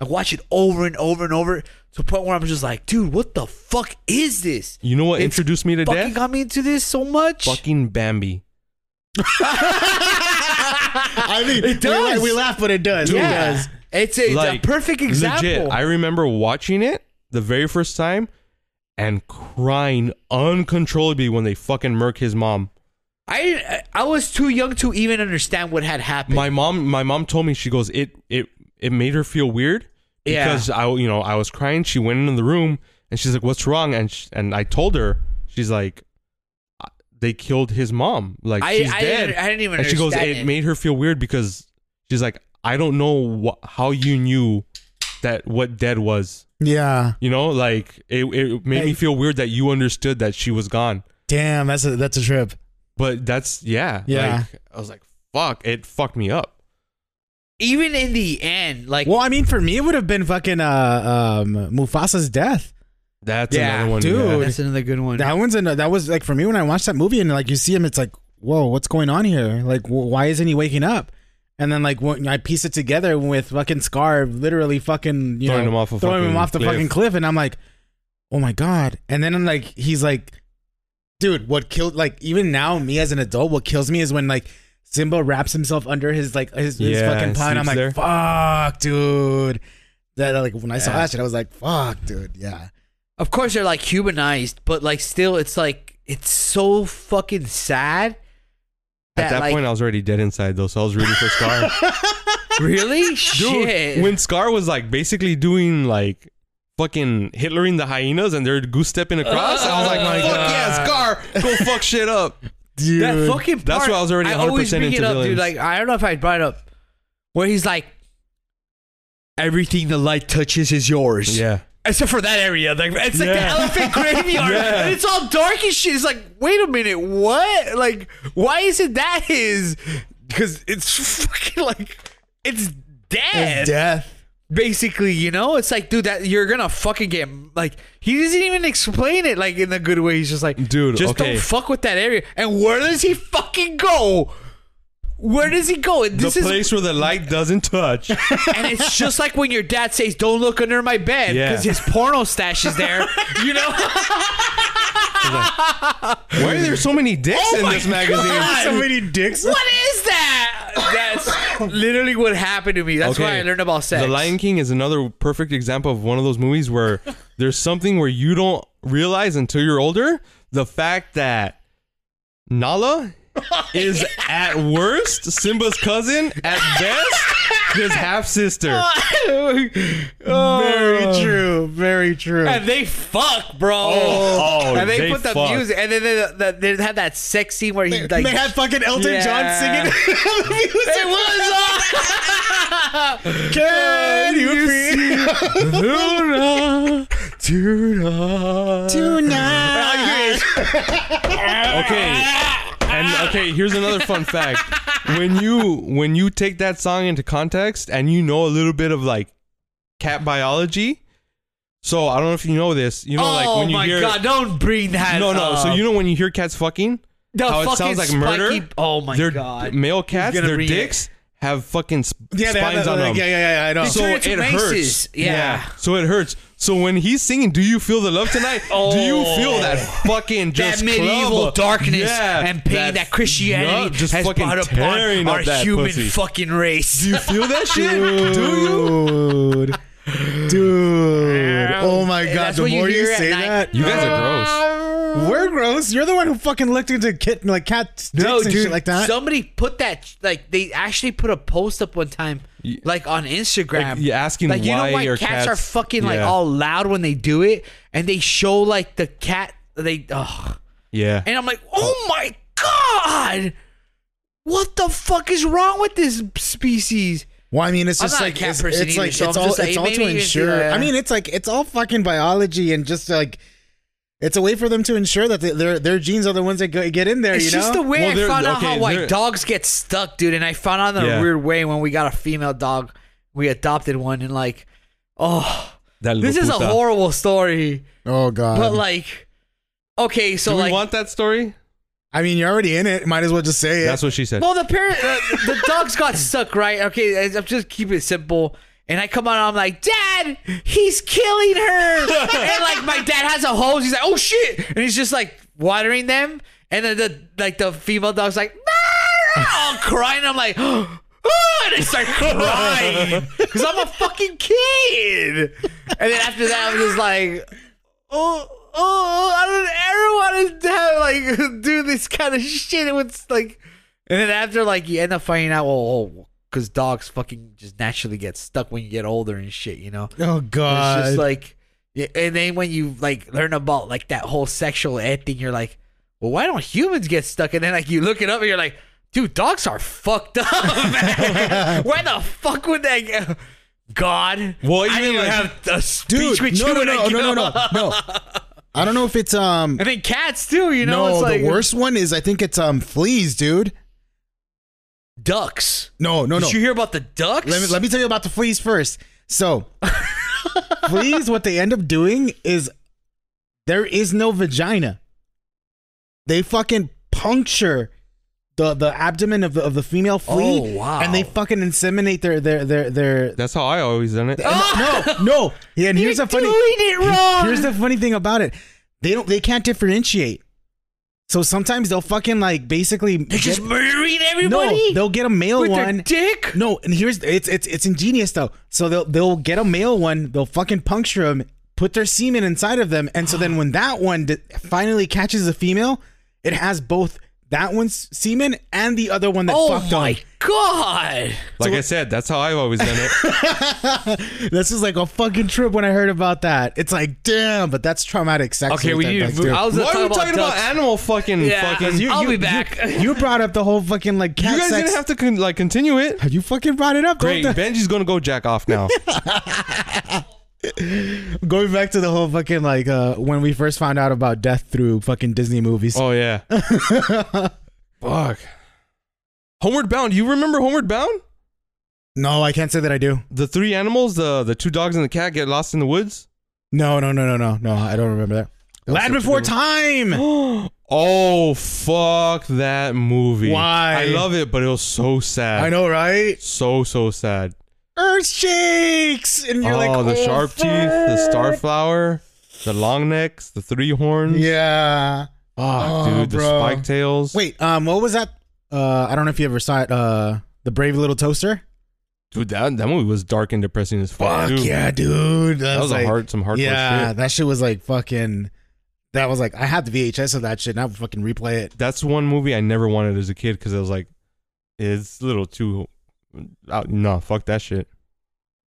[SPEAKER 1] I watch it over and over and over to the point where I'm just like, dude, what the fuck is this?
[SPEAKER 3] You know what
[SPEAKER 1] It's
[SPEAKER 3] introduced me to
[SPEAKER 1] fucking
[SPEAKER 3] death?
[SPEAKER 1] got me into this so much.
[SPEAKER 3] Fucking Bambi.
[SPEAKER 2] I mean, it
[SPEAKER 1] does.
[SPEAKER 2] We, laugh, but it does. It
[SPEAKER 1] yeah,
[SPEAKER 2] does.
[SPEAKER 1] it's a,
[SPEAKER 3] Like,
[SPEAKER 1] a perfect example.
[SPEAKER 3] Legit. I remember watching it the very first time and crying uncontrollably when they fucking murk his mom.
[SPEAKER 1] I didn't- I was too young to even understand what had happened.
[SPEAKER 3] My mom, my mom told me she goes, it it it made her feel weird
[SPEAKER 1] Yeah.
[SPEAKER 3] because I you know I was crying. She went into the room and she's like, "What's wrong?" And sh- and I told her, she's like, "I- "They killed his mom. Like
[SPEAKER 1] I-
[SPEAKER 3] she's
[SPEAKER 1] I
[SPEAKER 3] dead."
[SPEAKER 1] didn't- I didn't even
[SPEAKER 3] And she goes,
[SPEAKER 1] understand
[SPEAKER 3] "It
[SPEAKER 1] it."
[SPEAKER 3] made her feel weird because she's like, I don't know wh- how you knew that what dead was.
[SPEAKER 2] Yeah.
[SPEAKER 3] You know, like it it made
[SPEAKER 2] Hey.
[SPEAKER 3] me feel weird that you understood that she was gone."
[SPEAKER 2] Damn, that's a that's a trip.
[SPEAKER 3] But that's yeah,
[SPEAKER 2] Yeah.
[SPEAKER 3] Like, I was like, "Fuck!" It fucked me up.
[SPEAKER 1] even in the end, like
[SPEAKER 2] Well, I mean, for me, it would have been fucking uh, um, Mufasa's death.
[SPEAKER 3] That's
[SPEAKER 1] Yeah,
[SPEAKER 3] another one,
[SPEAKER 2] dude.
[SPEAKER 3] yeah.
[SPEAKER 1] that's another good one.
[SPEAKER 2] That one's an, that was like for me when I watched that movie and like you see him, it's like, whoa, what's going on here? Like, wh- why isn't he waking up? And then like when I piece it together with fucking Scar, literally fucking you
[SPEAKER 3] Throwing
[SPEAKER 2] know
[SPEAKER 3] him off a
[SPEAKER 2] throwing him
[SPEAKER 3] fucking
[SPEAKER 2] off the
[SPEAKER 3] cliff.
[SPEAKER 2] fucking cliff, and I'm like, oh my god. And then I'm like, he's like, dude, what killed like even now me as an adult, what kills me is when like Simba wraps himself under his like his, his
[SPEAKER 3] Yeah,
[SPEAKER 2] fucking
[SPEAKER 3] and
[SPEAKER 2] pie, and I'm like,
[SPEAKER 3] sleeps
[SPEAKER 2] fuck, dude. That like when I saw
[SPEAKER 3] Yeah.
[SPEAKER 2] that shit, I was like, fuck, dude, yeah.
[SPEAKER 1] of course they're like humanized, but like still, it's like it's so fucking sad.
[SPEAKER 3] At that
[SPEAKER 1] like,
[SPEAKER 3] point, I was already dead inside though, so I was rooting for Scar.
[SPEAKER 1] really,
[SPEAKER 3] Dude,
[SPEAKER 1] shit.
[SPEAKER 3] when Scar was like basically doing like fucking Hitlering the hyenas and they're goose stepping across, I was like,
[SPEAKER 1] Oh my
[SPEAKER 3] fuck
[SPEAKER 1] God.
[SPEAKER 3] yeah, Scar, go fuck shit up.
[SPEAKER 2] Dude.
[SPEAKER 1] that fucking part,
[SPEAKER 3] That's why I was already
[SPEAKER 1] I always
[SPEAKER 3] 100%
[SPEAKER 1] bring it
[SPEAKER 3] into
[SPEAKER 1] up, dude. Like
[SPEAKER 3] villains.
[SPEAKER 1] I don't know if I brought it up where he's like, everything the light touches is yours.
[SPEAKER 3] Yeah.
[SPEAKER 1] Except for that area, like it's like
[SPEAKER 3] Yeah.
[SPEAKER 1] the elephant graveyard,
[SPEAKER 3] Yeah.
[SPEAKER 1] and it's all dark and shit. It's like, wait a minute, what? Like, why is it that his? Because it's fucking like it's dead,
[SPEAKER 2] It's death.
[SPEAKER 1] basically. You know, it's like, dude, that you're gonna fucking get like he doesn't even explain it like in a good way. He's just like,
[SPEAKER 3] Dude,
[SPEAKER 1] just
[SPEAKER 3] okay.
[SPEAKER 1] don't fuck with that area. And where does he fucking go? Where does he go? And This
[SPEAKER 3] the
[SPEAKER 1] is
[SPEAKER 3] place where the light doesn't touch.
[SPEAKER 1] and it's just like when your dad says, "Don't look under my bed,"
[SPEAKER 3] Yeah.
[SPEAKER 1] because his porno stash is there. You know.
[SPEAKER 3] Why are there so many dicks
[SPEAKER 1] Oh
[SPEAKER 3] in
[SPEAKER 1] my
[SPEAKER 3] this magazine?
[SPEAKER 1] God. So
[SPEAKER 2] many dicks.
[SPEAKER 1] What is that? That's literally what happened to me. That's why I learned about sex.
[SPEAKER 3] The Lion King is another perfect example of one of those movies where there's something where you don't realize until you're older the fact that Nala is at worst Simba's cousin, at best his half sister.
[SPEAKER 1] Oh,
[SPEAKER 2] Very true. Very true.
[SPEAKER 1] And they fuck, bro.
[SPEAKER 3] Oh, oh,
[SPEAKER 1] and they,
[SPEAKER 3] they
[SPEAKER 1] put the
[SPEAKER 3] fuck.
[SPEAKER 1] music, and then they, they, they had that sex scene where he like
[SPEAKER 2] they had fucking Elton
[SPEAKER 1] Yeah.
[SPEAKER 2] John singing the
[SPEAKER 1] It
[SPEAKER 2] music.
[SPEAKER 1] was
[SPEAKER 2] Can you
[SPEAKER 3] Luna.
[SPEAKER 2] feel tonight?
[SPEAKER 3] Okay. And okay, here's another fun fact. When you when you take that song into context and you know a little bit of like cat biology, so I don't know if you know this. You know,
[SPEAKER 1] oh
[SPEAKER 3] like when you
[SPEAKER 1] my
[SPEAKER 3] hear
[SPEAKER 1] god! Don't bring that. uh,
[SPEAKER 3] no, no. So
[SPEAKER 1] up.
[SPEAKER 3] you know when you hear cats fucking,
[SPEAKER 1] the
[SPEAKER 3] how it
[SPEAKER 1] fucking
[SPEAKER 3] sounds like
[SPEAKER 1] spiky,
[SPEAKER 3] murder?
[SPEAKER 1] Oh my
[SPEAKER 3] their
[SPEAKER 1] god!
[SPEAKER 3] male cats,
[SPEAKER 1] gonna
[SPEAKER 3] their
[SPEAKER 1] read it.
[SPEAKER 3] dicks have fucking sp-
[SPEAKER 2] Yeah, they had
[SPEAKER 3] spines
[SPEAKER 2] that,
[SPEAKER 3] on
[SPEAKER 2] like,
[SPEAKER 3] them.
[SPEAKER 2] yeah, yeah, yeah. I know.
[SPEAKER 1] They
[SPEAKER 3] So
[SPEAKER 1] turn into
[SPEAKER 3] it
[SPEAKER 1] maces.
[SPEAKER 3] hurts.
[SPEAKER 1] Yeah.
[SPEAKER 3] So it hurts. So when he's singing, "Do you feel the love tonight?" Do you feel that fucking just
[SPEAKER 1] Oh. that medieval
[SPEAKER 3] club?
[SPEAKER 1] darkness
[SPEAKER 3] Yeah,
[SPEAKER 1] and pain that, Christianity
[SPEAKER 3] nut just
[SPEAKER 1] has
[SPEAKER 3] fucking
[SPEAKER 1] brought upon
[SPEAKER 3] tearing
[SPEAKER 1] our
[SPEAKER 3] up that
[SPEAKER 1] human
[SPEAKER 3] pussy.
[SPEAKER 1] fucking race.
[SPEAKER 3] Do you feel that shit? Do you?
[SPEAKER 2] Dude. Dude. Oh my
[SPEAKER 1] And
[SPEAKER 2] god.
[SPEAKER 1] that's
[SPEAKER 2] The
[SPEAKER 1] what you
[SPEAKER 2] more you,
[SPEAKER 1] hear at
[SPEAKER 2] say
[SPEAKER 1] night.
[SPEAKER 2] that,
[SPEAKER 3] You guys are gross.
[SPEAKER 2] we're gross. You're the one who fucking looked into kitten like cat dicks and shit like that.
[SPEAKER 1] Somebody put that like they actually put a post up one time, like on Instagram.
[SPEAKER 3] Like, you're asking
[SPEAKER 1] like you
[SPEAKER 3] why
[SPEAKER 1] know why
[SPEAKER 3] your
[SPEAKER 1] cats, are
[SPEAKER 3] cats-
[SPEAKER 1] fucking like
[SPEAKER 3] yeah.
[SPEAKER 1] all loud when they do it, and they show like the cat they. Ugh.
[SPEAKER 3] Yeah.
[SPEAKER 1] And I'm like, oh my god, what the fuck is wrong with this species?
[SPEAKER 2] Well, I mean, it's
[SPEAKER 1] I'm
[SPEAKER 2] just
[SPEAKER 1] not a
[SPEAKER 2] like
[SPEAKER 1] cat
[SPEAKER 2] it's,
[SPEAKER 1] person
[SPEAKER 2] it's
[SPEAKER 1] either,
[SPEAKER 2] like
[SPEAKER 1] so
[SPEAKER 2] it's
[SPEAKER 1] I'm
[SPEAKER 2] all
[SPEAKER 1] just like,
[SPEAKER 2] it's all
[SPEAKER 1] maybe
[SPEAKER 2] to
[SPEAKER 1] you uh, can see
[SPEAKER 2] ensure.
[SPEAKER 1] that.
[SPEAKER 2] I mean, it's like it's all fucking biology and just like it's a way for them to ensure that they, their their genes are the ones that go, get in there.
[SPEAKER 1] It's
[SPEAKER 2] you know,
[SPEAKER 1] just the way
[SPEAKER 3] Well,
[SPEAKER 1] I
[SPEAKER 3] they're-
[SPEAKER 1] found out
[SPEAKER 3] okay,
[SPEAKER 1] how like
[SPEAKER 3] they're-
[SPEAKER 1] dogs get stuck, dude. And I found out in
[SPEAKER 3] Yeah.
[SPEAKER 1] a weird way when we got a female dog, we adopted one, and like, oh,
[SPEAKER 3] That
[SPEAKER 1] this
[SPEAKER 3] little
[SPEAKER 1] is a
[SPEAKER 3] puta.
[SPEAKER 1] horrible story.
[SPEAKER 2] oh god.
[SPEAKER 1] But like, okay, so
[SPEAKER 3] Do we
[SPEAKER 1] like,
[SPEAKER 3] want that story?
[SPEAKER 2] I mean, you're already in it. Might as well just say it.
[SPEAKER 3] That's what she said.
[SPEAKER 1] well, the parent, uh, the dogs got stuck, right? Okay, I- I'm just keeping it simple. And I come out, and I'm like, Dad, he's killing her. and like, my dad has a hose. He's like, oh shit, and he's just like watering them. And then the like the female dog's like, all crying. I'm like, oh, and I start crying because I'm a fucking kid. And then after that, I'm just like, oh, oh, I don't ever want to have, like do this kind of shit. It was like, and then after like you end up finding out, well, oh, because dogs fucking just naturally get stuck when you get older and shit, you know.
[SPEAKER 2] oh god.
[SPEAKER 1] It's just like, yeah, and then when you like learn about like that whole sexual ed thing, you're like, well, why don't humans get stuck? And then like you look it up and you're like, dude, dogs are fucked up. man. why the fuck would they? Go? God,
[SPEAKER 3] Well,
[SPEAKER 1] I
[SPEAKER 3] even,
[SPEAKER 1] didn't
[SPEAKER 3] like-
[SPEAKER 1] have a speech
[SPEAKER 2] dude,
[SPEAKER 1] with
[SPEAKER 2] no,
[SPEAKER 1] you
[SPEAKER 2] no,
[SPEAKER 1] when I
[SPEAKER 2] no, no, no,
[SPEAKER 1] grew
[SPEAKER 2] no,
[SPEAKER 1] up.
[SPEAKER 2] no. I don't know if it's um.
[SPEAKER 1] And then cats too, you know.
[SPEAKER 2] no,
[SPEAKER 1] it's like
[SPEAKER 2] the worst one is I think it's um fleas, dude.
[SPEAKER 1] ducks.
[SPEAKER 2] No, no,
[SPEAKER 1] Did
[SPEAKER 2] no.
[SPEAKER 1] you hear about the ducks?
[SPEAKER 2] Let me, let me tell you about the fleas first. So, fleas, what they end up doing is there is no vagina. They fucking puncture the, the abdomen of the, of the female flea,
[SPEAKER 1] Oh, wow.
[SPEAKER 2] and they fucking inseminate their their their their.
[SPEAKER 3] That's how I always done it.
[SPEAKER 2] No, no. Yeah, and
[SPEAKER 1] You're
[SPEAKER 2] here's the funny.
[SPEAKER 1] doing Oh! it wrong.
[SPEAKER 2] Here's the funny thing about it. They don't. They can't differentiate. So sometimes they'll fucking like basically.
[SPEAKER 1] They're just
[SPEAKER 2] get-
[SPEAKER 1] murdering everybody.
[SPEAKER 2] no, they'll get a male
[SPEAKER 1] with
[SPEAKER 2] one.
[SPEAKER 1] their dick.
[SPEAKER 2] No, and here's it's it's it's ingenious though. So they'll they'll get a male one, they'll fucking puncture him, put their semen inside of them, and so then when that one d- finally catches a female, it has both that one's semen and the other one that
[SPEAKER 1] Oh
[SPEAKER 2] fucked
[SPEAKER 1] my
[SPEAKER 2] on.
[SPEAKER 1] god!
[SPEAKER 3] Like I said, that's how I've always done it.
[SPEAKER 2] This is like a fucking trip when I heard about that. It's like, damn, but that's traumatic sex.
[SPEAKER 1] Okay, we
[SPEAKER 2] with that
[SPEAKER 1] need to
[SPEAKER 2] ducks,
[SPEAKER 1] move.
[SPEAKER 2] dude.
[SPEAKER 1] I was
[SPEAKER 3] Why
[SPEAKER 1] gonna
[SPEAKER 3] are we
[SPEAKER 1] talk
[SPEAKER 3] talking about
[SPEAKER 1] ducks.
[SPEAKER 3] animal fucking
[SPEAKER 1] Yeah,
[SPEAKER 3] fucking?
[SPEAKER 1] you- I'll be back.
[SPEAKER 2] You brought up the whole fucking like cat
[SPEAKER 3] you guys
[SPEAKER 2] sex.
[SPEAKER 3] didn't have to con- like continue it.
[SPEAKER 2] you fucking brought it up.
[SPEAKER 3] Great,
[SPEAKER 2] Don't-
[SPEAKER 3] Benji's gonna go jack off now.
[SPEAKER 2] Going back to the whole fucking like uh, when we first found out about death through fucking Disney movies.
[SPEAKER 3] oh yeah. Fuck. Homeward Bound. You remember Homeward Bound?
[SPEAKER 2] No, I can't say that I do.
[SPEAKER 3] The three animals, the the two dogs and the cat get lost in the woods.
[SPEAKER 2] No, no, no, no, no, no. I don't remember that. Land Before Time.
[SPEAKER 3] oh fuck that movie.
[SPEAKER 2] Why?
[SPEAKER 3] I love it, but it was so sad.
[SPEAKER 2] I know, right?
[SPEAKER 3] So so sad.
[SPEAKER 2] Earth shakes, and you're
[SPEAKER 3] oh,
[SPEAKER 2] like,
[SPEAKER 3] the
[SPEAKER 2] oh,
[SPEAKER 3] sharp
[SPEAKER 2] fuck.
[SPEAKER 3] teeth, the starflower, the long necks, the three horns.
[SPEAKER 2] Yeah.
[SPEAKER 3] Ah,
[SPEAKER 2] Oh,
[SPEAKER 3] dude, the
[SPEAKER 2] bro.
[SPEAKER 3] spike tails.
[SPEAKER 2] Wait, um, what was that? Uh, I don't know if you ever saw it. Uh, the Brave Little Toaster.
[SPEAKER 3] dude, that, that movie was dark and depressing as fuck.
[SPEAKER 2] Fuck
[SPEAKER 3] dude.
[SPEAKER 2] yeah, dude.
[SPEAKER 3] that was
[SPEAKER 2] like,
[SPEAKER 3] a hard, some hardcore
[SPEAKER 2] Yeah,
[SPEAKER 3] shit.
[SPEAKER 2] that shit was like fucking. That was like I had the VHS of that shit, and I would fucking replay it.
[SPEAKER 3] That's one movie I never wanted as a kid because I was like, it's a little too. Uh, no, fuck that shit.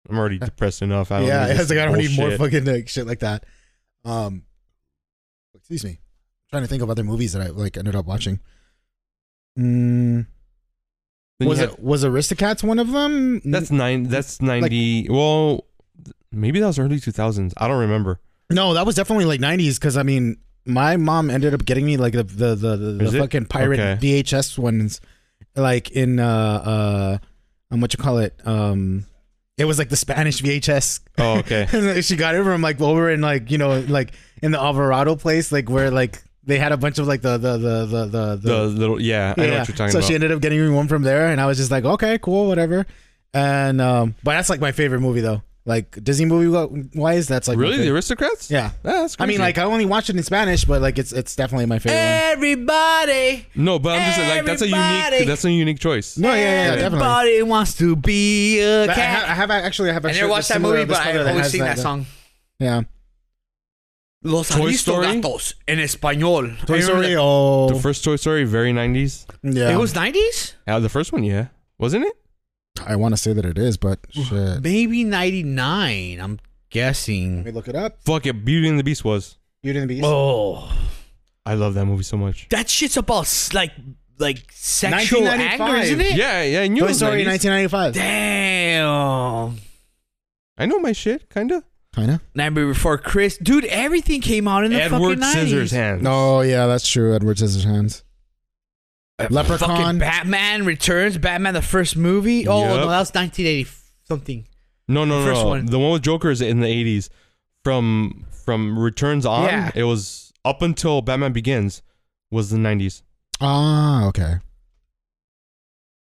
[SPEAKER 3] I'm already depressed enough. I don't
[SPEAKER 2] yeah,
[SPEAKER 3] need
[SPEAKER 2] it's
[SPEAKER 3] this
[SPEAKER 2] like I don't need more
[SPEAKER 3] bullshit.
[SPEAKER 2] fucking like, shit like that. Um, excuse me. trying to think of other movies that I like ended up watching. Mm,
[SPEAKER 3] Then you
[SPEAKER 2] was
[SPEAKER 3] had-
[SPEAKER 2] it was Aristocats one of them?
[SPEAKER 3] That's nine. That's ninety. well, maybe that was early two thousands. I don't remember.
[SPEAKER 2] no, that was definitely like '90s because I mean, my mom ended up getting me like the the the, the, the
[SPEAKER 3] Is it?
[SPEAKER 2] fucking pirate
[SPEAKER 3] Okay.
[SPEAKER 2] VHS ones, like in uh uh, um, what you call it? Um, it was like the Spanish VHS
[SPEAKER 3] Oh, okay.
[SPEAKER 2] And then she got it from like over in like you know like in the Alvarado place like where like they had a bunch of like the the the the the,
[SPEAKER 3] the little yeah. I know
[SPEAKER 2] yeah.
[SPEAKER 3] what you're talking
[SPEAKER 2] so
[SPEAKER 3] about.
[SPEAKER 2] she ended up getting me one from there and I was just like okay cool whatever and um but that's like my favorite movie though like Disney movie wise that's like my
[SPEAKER 3] really, the
[SPEAKER 2] favorite.
[SPEAKER 3] aristocrats? Ah,
[SPEAKER 2] yeah
[SPEAKER 3] that's
[SPEAKER 2] I mean
[SPEAKER 3] crazy.
[SPEAKER 2] like I only watched it in Spanish but like it's it's definitely my favorite
[SPEAKER 1] Eh,
[SPEAKER 2] one.
[SPEAKER 1] Everybody,
[SPEAKER 3] no, but I'm just like that's a
[SPEAKER 1] Everybody-
[SPEAKER 3] unique that's a unique choice.
[SPEAKER 2] no yeah yeah, yeah definitely
[SPEAKER 1] everybody wants to be a
[SPEAKER 2] But I have, I
[SPEAKER 1] cat.
[SPEAKER 2] have actually I have
[SPEAKER 1] I,
[SPEAKER 2] actually
[SPEAKER 1] never watched that movie, but I always sing that, song.
[SPEAKER 2] yeah
[SPEAKER 1] Los
[SPEAKER 3] Toy Story?
[SPEAKER 1] Aristogatos en español. I
[SPEAKER 2] Toy
[SPEAKER 1] remember
[SPEAKER 2] Story
[SPEAKER 1] that-
[SPEAKER 2] oh
[SPEAKER 3] The first Toy Story, very nineties.
[SPEAKER 2] yeah
[SPEAKER 1] It was nineties,
[SPEAKER 3] Yeah, the first one, yeah, wasn't it?
[SPEAKER 2] I want to say that it is but shit let
[SPEAKER 1] maybe ninety nine. I'm guessing.
[SPEAKER 2] me look it up
[SPEAKER 3] Fuck it, Beauty and the Beast was.
[SPEAKER 2] Beauty and the Beast
[SPEAKER 1] Oh,
[SPEAKER 3] I love that movie so much.
[SPEAKER 1] that shit's about s- like like sexual anger,
[SPEAKER 2] 1995.
[SPEAKER 1] isn't it?
[SPEAKER 3] Yeah, yeah, I knew.
[SPEAKER 2] Toy
[SPEAKER 3] it was
[SPEAKER 2] Story
[SPEAKER 3] 90s.
[SPEAKER 2] 1995
[SPEAKER 1] Damn.
[SPEAKER 3] I know my shit, kinda.
[SPEAKER 2] kind of
[SPEAKER 1] Nightmare Before Chris, dude. Everything came out in the
[SPEAKER 3] Edward
[SPEAKER 1] fucking 90s.
[SPEAKER 3] Scissors hands.
[SPEAKER 2] Oh yeah, that's true. Edward Scissorhands.
[SPEAKER 1] Fucking
[SPEAKER 2] Leprechaun.
[SPEAKER 1] Batman Returns, Batman the first movie. Oh
[SPEAKER 3] Yup.
[SPEAKER 1] no, that was 1980 something.
[SPEAKER 3] No, no,
[SPEAKER 1] The first
[SPEAKER 3] no.
[SPEAKER 1] one.
[SPEAKER 3] The one with Joker is in the eighties. From from Returns on,
[SPEAKER 1] Yeah.
[SPEAKER 3] it was up until Batman Begins was the nineties.
[SPEAKER 2] Ah, okay.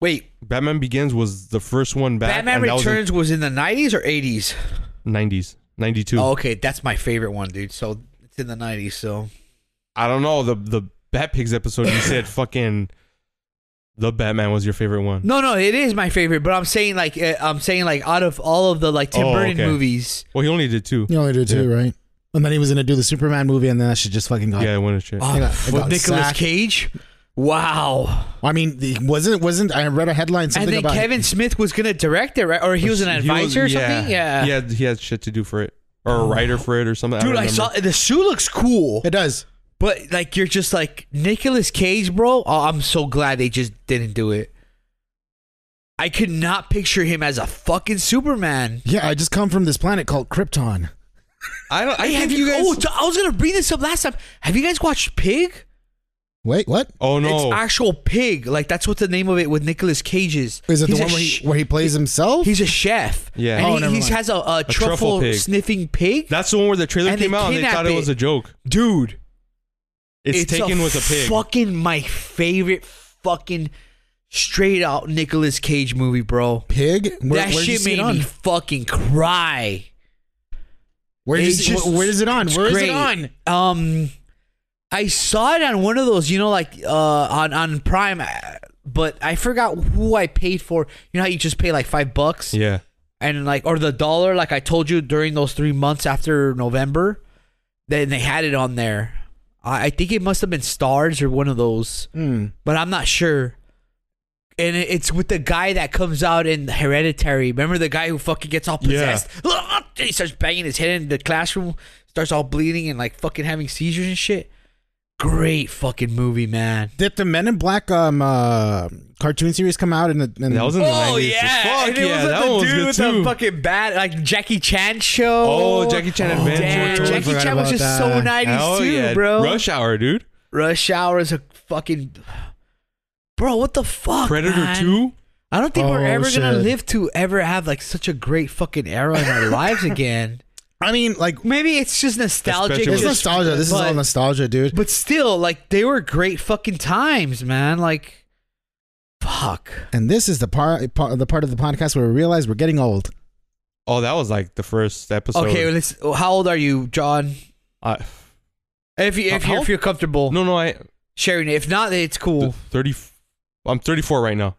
[SPEAKER 1] Wait,
[SPEAKER 3] Batman Begins was the first one back.
[SPEAKER 1] Batman
[SPEAKER 3] and that was in
[SPEAKER 1] Returns was in, the 90s or 80s?
[SPEAKER 3] 90s, 92.
[SPEAKER 1] Oh, okay, that's my favorite one, dude. So it's in the 90s. So
[SPEAKER 3] I don't know. The the Bat Pigs episode, you said fucking the Batman was your favorite one.
[SPEAKER 1] no, no, it is my favorite. But I'm saying like uh, I'm saying like out of all of the like Tim
[SPEAKER 3] Oh,
[SPEAKER 1] Burton
[SPEAKER 3] okay.
[SPEAKER 1] movies.
[SPEAKER 3] Well, he only did two.
[SPEAKER 2] You only did two, right? And then he was gonna do the Superman movie, and then that shit just fucking got.
[SPEAKER 3] Yeah, I went to shit.
[SPEAKER 1] Oh,
[SPEAKER 2] I got- I
[SPEAKER 1] with
[SPEAKER 2] got
[SPEAKER 1] Nicolas
[SPEAKER 2] sacked.
[SPEAKER 1] Cage. Wow.
[SPEAKER 2] I mean, the, wasn't wasn't I read a headline
[SPEAKER 1] And
[SPEAKER 2] something
[SPEAKER 1] then
[SPEAKER 2] about
[SPEAKER 1] Kevin Smith was gonna direct it, right? Or he was an advisor or something. Yeah. Oh.
[SPEAKER 3] He had, he had shit to do for it or a writer for it or something.
[SPEAKER 1] Dude,
[SPEAKER 3] don't
[SPEAKER 1] I,
[SPEAKER 3] remember.
[SPEAKER 1] saw the shoe looks cool,
[SPEAKER 2] It does.
[SPEAKER 1] but like you're just like Nicolas Cage, bro. Oh, I'm so glad they just didn't do it. I could not picture him as a fucking Superman.
[SPEAKER 2] Yeah, I just come from this planet called Krypton.
[SPEAKER 3] I don't.
[SPEAKER 1] Hey,
[SPEAKER 3] I think
[SPEAKER 1] have
[SPEAKER 3] you guys.
[SPEAKER 1] Oh, I was gonna bring this up last time. Have you guys watched Pig?
[SPEAKER 2] Wait, what?
[SPEAKER 3] oh no.
[SPEAKER 1] It's actual Pig. Like that's what the name of it with Nicolas Cage is.
[SPEAKER 2] Is it
[SPEAKER 1] He's
[SPEAKER 2] the
[SPEAKER 1] a
[SPEAKER 2] one where
[SPEAKER 1] sh-
[SPEAKER 2] he, where he plays himself?
[SPEAKER 1] He's a chef.
[SPEAKER 3] Yeah.
[SPEAKER 1] And he,
[SPEAKER 2] Oh, never
[SPEAKER 1] he
[SPEAKER 2] mind.
[SPEAKER 1] has a, a,
[SPEAKER 3] truffle
[SPEAKER 1] truffle,
[SPEAKER 3] pig.
[SPEAKER 1] sniffing pig.
[SPEAKER 3] That's the one where the trailer
[SPEAKER 1] And they
[SPEAKER 3] came out and they
[SPEAKER 1] kidnap
[SPEAKER 3] thought it was
[SPEAKER 1] it.
[SPEAKER 3] a joke.
[SPEAKER 1] Dude,
[SPEAKER 3] It's, taken
[SPEAKER 1] a
[SPEAKER 3] with a pig.
[SPEAKER 1] Fucking my favorite fucking straight out Nicolas Cage movie, bro.
[SPEAKER 2] pig. Where,
[SPEAKER 1] that
[SPEAKER 2] where'd you
[SPEAKER 1] shit
[SPEAKER 2] see it
[SPEAKER 1] made
[SPEAKER 2] on?
[SPEAKER 1] me fucking cry.
[SPEAKER 2] Where is
[SPEAKER 1] It's
[SPEAKER 2] it,
[SPEAKER 1] just-
[SPEAKER 2] where is it on?
[SPEAKER 1] it's
[SPEAKER 2] Where is it
[SPEAKER 1] great.
[SPEAKER 2] on?
[SPEAKER 1] Um, I saw it on one of those, you know, like uh, on on Prime, uh, but I forgot who I paid for. You know how you just pay like five bucks.
[SPEAKER 3] Yeah.
[SPEAKER 1] and like or the dollar like I told you during those three months after November, then they had it on there. I, I think it must have been stars or one of those,
[SPEAKER 2] Mm.
[SPEAKER 1] but I'm not sure. And it- it's with the guy that comes out in Hereditary. Remember the guy who fucking gets all
[SPEAKER 3] Yeah.
[SPEAKER 1] possessed? He starts banging his head in the classroom, starts all bleeding and like fucking having seizures and shit. Great fucking movie, man.
[SPEAKER 2] Did the Men in Black um uh, cartoon series come out in the? In
[SPEAKER 3] That was in the 90s. Fuck
[SPEAKER 1] Oh, and it
[SPEAKER 3] yeah,
[SPEAKER 1] was
[SPEAKER 3] that
[SPEAKER 1] the
[SPEAKER 3] one was
[SPEAKER 1] dude
[SPEAKER 3] good
[SPEAKER 1] with
[SPEAKER 3] too.
[SPEAKER 1] the fucking bad, like Jackie Chan show.
[SPEAKER 3] Oh, Jackie Chan
[SPEAKER 2] Oh,
[SPEAKER 3] Adventure.
[SPEAKER 1] Damn,
[SPEAKER 2] totally
[SPEAKER 1] Jackie
[SPEAKER 2] forgot
[SPEAKER 1] Chan was
[SPEAKER 2] about
[SPEAKER 1] just so
[SPEAKER 2] that.
[SPEAKER 1] 90s
[SPEAKER 3] Hell
[SPEAKER 1] too,
[SPEAKER 3] yeah.
[SPEAKER 1] bro. Oh,
[SPEAKER 3] Rush Hour, dude.
[SPEAKER 1] Rush Hour is a fucking. Bro, what the fuck?
[SPEAKER 3] Predator
[SPEAKER 1] man?
[SPEAKER 3] 2.
[SPEAKER 1] I don't think we're
[SPEAKER 2] Oh,
[SPEAKER 1] ever gonna
[SPEAKER 2] shit.
[SPEAKER 1] live to ever have like such a great fucking era in our lives again.
[SPEAKER 2] I mean, like
[SPEAKER 1] Maybe it's just nostalgic.
[SPEAKER 3] Especially
[SPEAKER 2] it's
[SPEAKER 3] with-
[SPEAKER 1] just-
[SPEAKER 2] nostalgia. This is
[SPEAKER 1] but-
[SPEAKER 2] all nostalgia, dude.
[SPEAKER 1] But still, like they were great fucking times, man. Like, fuck.
[SPEAKER 2] And this is the part, part the part of the podcast where we realize we're getting old.
[SPEAKER 3] Oh, that was like the first episode.
[SPEAKER 1] Okay, let's. How old are you, John?
[SPEAKER 3] I-
[SPEAKER 1] If you
[SPEAKER 3] Uh,
[SPEAKER 1] if you're,
[SPEAKER 3] how-
[SPEAKER 1] if you're comfortable
[SPEAKER 3] no, no, I
[SPEAKER 1] sharing it, if not, then it's cool.
[SPEAKER 3] 30. I'm 34 right now.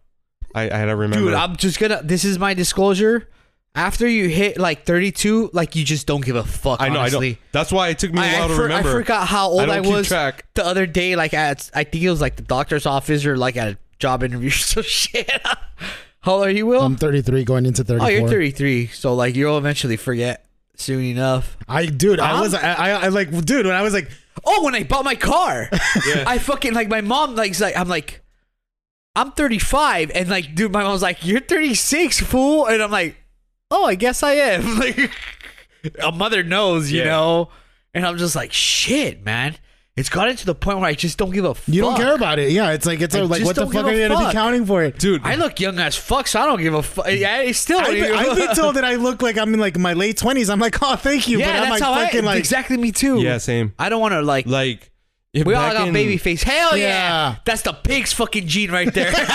[SPEAKER 3] I, I had to remember.
[SPEAKER 1] Dude, I'm just gonna. This is my disclosure. After you hit like 32, like you just don't give a fuck.
[SPEAKER 3] I know. I
[SPEAKER 1] Honestly.
[SPEAKER 3] don't. That's why it took me a while to
[SPEAKER 1] for-
[SPEAKER 3] remember.
[SPEAKER 1] forgot how old
[SPEAKER 3] I
[SPEAKER 1] I,
[SPEAKER 3] don't keep
[SPEAKER 1] was
[SPEAKER 3] track.
[SPEAKER 1] the other day. Like at, I think it was like the doctor's office or like at a job interview. So shit. how old are you, Will?
[SPEAKER 2] I'm 33, going into 34.
[SPEAKER 1] oh, you're 33. So like you'll eventually forget soon enough.
[SPEAKER 2] I dude, I
[SPEAKER 1] Huh?
[SPEAKER 2] was I, I, I like dude when I was like
[SPEAKER 1] Oh, when I bought my car,
[SPEAKER 3] Yeah.
[SPEAKER 1] I fucking like my mom likes like I'm like, I'm 35, and like dude, my mom's like, you're 36, fool, and I'm like, oh, I guess I am. Like, a mother knows, you
[SPEAKER 3] Yeah.
[SPEAKER 1] know, and I'm just like, shit, man, it's gotten to the point where I just don't give a fuck.
[SPEAKER 2] you don't care about it. Yeah, it's like it's
[SPEAKER 1] I
[SPEAKER 2] a, like
[SPEAKER 1] just
[SPEAKER 2] what the
[SPEAKER 1] don't
[SPEAKER 2] fuck
[SPEAKER 1] give
[SPEAKER 2] are
[SPEAKER 1] a
[SPEAKER 2] you gonna
[SPEAKER 1] fuck.
[SPEAKER 2] be counting for it?
[SPEAKER 3] Dude,
[SPEAKER 1] I look young as fuck, so I don't give a fuck. Yeah, I still.
[SPEAKER 2] I've been, I've been told that I look like I'm in like my late 20s. I'm like, oh, thank you.
[SPEAKER 1] yeah,
[SPEAKER 2] but I'm
[SPEAKER 1] that's
[SPEAKER 2] like
[SPEAKER 1] how
[SPEAKER 2] fucking
[SPEAKER 1] I
[SPEAKER 2] like
[SPEAKER 1] exactly me too.
[SPEAKER 3] yeah, same.
[SPEAKER 1] I don't want to like.
[SPEAKER 3] Like, if
[SPEAKER 1] We all
[SPEAKER 3] back
[SPEAKER 1] got
[SPEAKER 3] in-
[SPEAKER 1] baby face. Hell yeah.
[SPEAKER 2] Yeah.
[SPEAKER 1] That's the pig's fucking gene right there.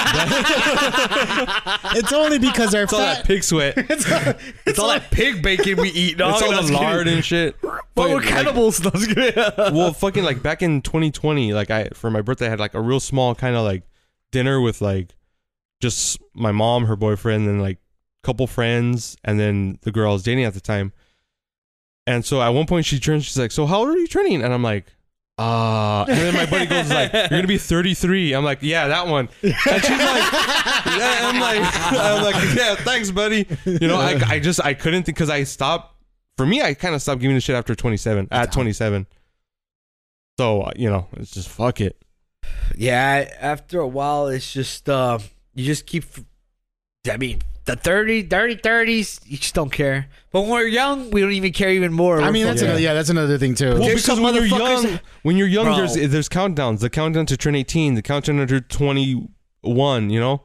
[SPEAKER 2] it's only because our
[SPEAKER 3] It's all that
[SPEAKER 2] fat.
[SPEAKER 3] pig sweat. it's
[SPEAKER 2] It's all-
[SPEAKER 1] it's all that pig bacon we eat. dog.
[SPEAKER 3] all
[SPEAKER 1] No, I'm
[SPEAKER 3] the
[SPEAKER 1] just kidding.
[SPEAKER 3] lard and shit. But
[SPEAKER 1] But we're cannibals. No, I'm just kidding.
[SPEAKER 3] well, fucking like back in 2020, like I for my birthday I had like a real small kind of like dinner with like just my mom, her boyfriend, and like couple friends, and then the girl I was dating at the time. And so at one point she turns, she's like, "So how old are you turning?" And I'm like, "Ah." and then my buddy goes like, "You're gonna be 33." I'm like, "Yeah, that one." And she's like, yeah, "I'm like, I'm like, yeah, thanks, buddy." You know, I, I just I couldn't because I stopped. For me, I kind of stopped giving a shit after 27. At 27. So uh, you know, it's just fuck it.
[SPEAKER 1] yeah, after a while, it's just, uh, you just keep, I mean, the 30, 30, 30s, you just don't care. But when we're young, we don't even care even more.
[SPEAKER 2] I
[SPEAKER 1] We're
[SPEAKER 2] mean, that's
[SPEAKER 1] fucking-
[SPEAKER 2] another yeah, that's another thing too.
[SPEAKER 3] Well,
[SPEAKER 1] There's
[SPEAKER 3] because
[SPEAKER 1] some
[SPEAKER 3] when you're
[SPEAKER 1] motherfuckers-
[SPEAKER 3] young, when you're young,
[SPEAKER 1] Bro.
[SPEAKER 3] there's there's countdowns. The countdown to turn 18, the countdown to turn 21. You know,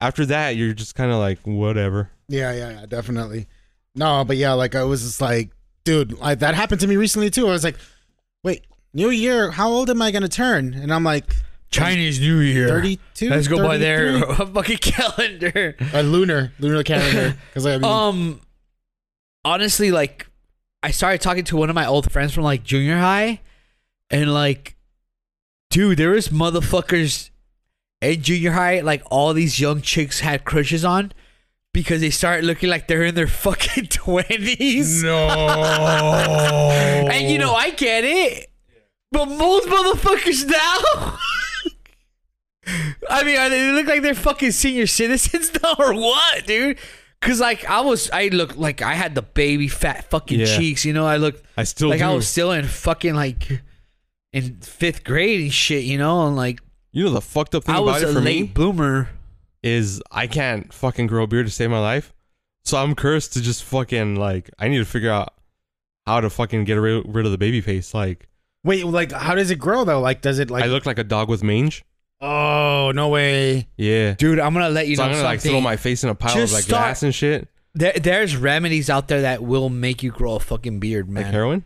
[SPEAKER 3] after that, you're just kind of like whatever.
[SPEAKER 2] Yeah, yeah, yeah, definitely. No, but yeah, like I was just like, dude, like that happened to me recently too. I was like, wait, New Year, how old am I gonna turn? And I'm like,
[SPEAKER 1] Chinese New Year.
[SPEAKER 2] 32.
[SPEAKER 1] Let's go by
[SPEAKER 2] 33?
[SPEAKER 1] their fucking calendar.
[SPEAKER 2] A lunar, lunar calendar. Because I mean,
[SPEAKER 1] Um, honestly, like, I started talking to one of my old friends from like junior high, and like, dude, there was motherfuckers in junior high, like all these young chicks had crushes on because they started looking like they're in their fucking twenties.
[SPEAKER 3] No.
[SPEAKER 1] And you know, I get it. But most motherfuckers now. I mean, are they they look like they're fucking senior citizens now or what, dude? Cause like I was, I looked like I had the baby fat fucking
[SPEAKER 3] Yeah.
[SPEAKER 1] cheeks, you know. I looked
[SPEAKER 3] I still
[SPEAKER 1] like
[SPEAKER 3] do.
[SPEAKER 1] I was still in fucking like in fifth grade and shit, you know. And like
[SPEAKER 3] you know the fucked up thing
[SPEAKER 1] I
[SPEAKER 3] about
[SPEAKER 1] was
[SPEAKER 3] it
[SPEAKER 1] a
[SPEAKER 3] for
[SPEAKER 1] late
[SPEAKER 3] me
[SPEAKER 1] bloomer.
[SPEAKER 3] is I can't fucking grow a beard to save my life. So I'm cursed to just fucking like I need to figure out how to fucking get rid, rid of the baby face. Like,
[SPEAKER 2] wait, like, how does it grow though? Like, does it like?
[SPEAKER 3] I look like a dog with mange.
[SPEAKER 2] oh no way!
[SPEAKER 3] Yeah.
[SPEAKER 1] Dude, I'm gonna let you
[SPEAKER 3] so
[SPEAKER 1] know
[SPEAKER 3] I'm gonna like
[SPEAKER 1] something.
[SPEAKER 3] throw my face in a pile
[SPEAKER 1] Just
[SPEAKER 3] of like
[SPEAKER 1] start-
[SPEAKER 3] glass and shit,
[SPEAKER 1] there, there's remedies out there that will make you grow a fucking beard, man.
[SPEAKER 3] like heroin.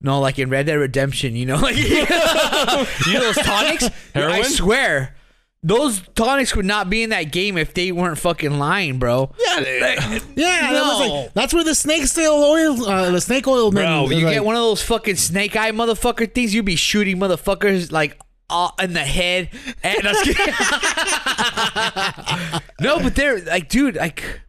[SPEAKER 1] No, like in Red Dead Redemption, you know, like you know those tonics. I
[SPEAKER 3] Heroin?
[SPEAKER 1] swear, those tonics would not be in that game if they weren't fucking lying, bro. Yeah,
[SPEAKER 2] Yeah, that was like that's where the snake oil oil, uh, the snake oil man.
[SPEAKER 1] bro, you
[SPEAKER 2] like,
[SPEAKER 1] get one of those fucking snake eye motherfucker things, you'd be shooting motherfuckers like all in the head. And no, but they're like, dude, like.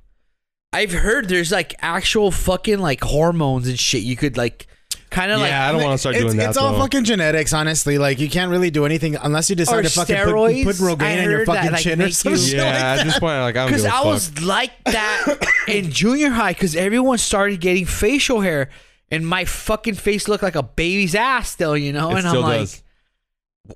[SPEAKER 1] I've heard there's like actual fucking like hormones and shit you could like kind
[SPEAKER 3] Yeah,
[SPEAKER 1] of
[SPEAKER 3] I
[SPEAKER 1] like
[SPEAKER 3] don't want to start
[SPEAKER 2] it's,
[SPEAKER 3] doing that.
[SPEAKER 2] It's all
[SPEAKER 3] though.
[SPEAKER 2] fucking genetics, honestly. Like you can't really do anything unless you decide
[SPEAKER 1] Or
[SPEAKER 2] to fucking
[SPEAKER 1] steroids.
[SPEAKER 2] put, put Rogaine
[SPEAKER 1] I
[SPEAKER 2] in your
[SPEAKER 1] heard that,
[SPEAKER 2] fucking
[SPEAKER 1] like,
[SPEAKER 2] chin or
[SPEAKER 1] make
[SPEAKER 2] some
[SPEAKER 1] you-
[SPEAKER 2] shit
[SPEAKER 3] yeah,
[SPEAKER 2] like that.
[SPEAKER 3] at this point, like I'm
[SPEAKER 1] because I was like that in junior high because everyone started getting facial hair and my fucking face looked like a baby's ass still, you know.
[SPEAKER 3] It
[SPEAKER 1] and
[SPEAKER 3] still
[SPEAKER 1] I'm like,
[SPEAKER 3] does.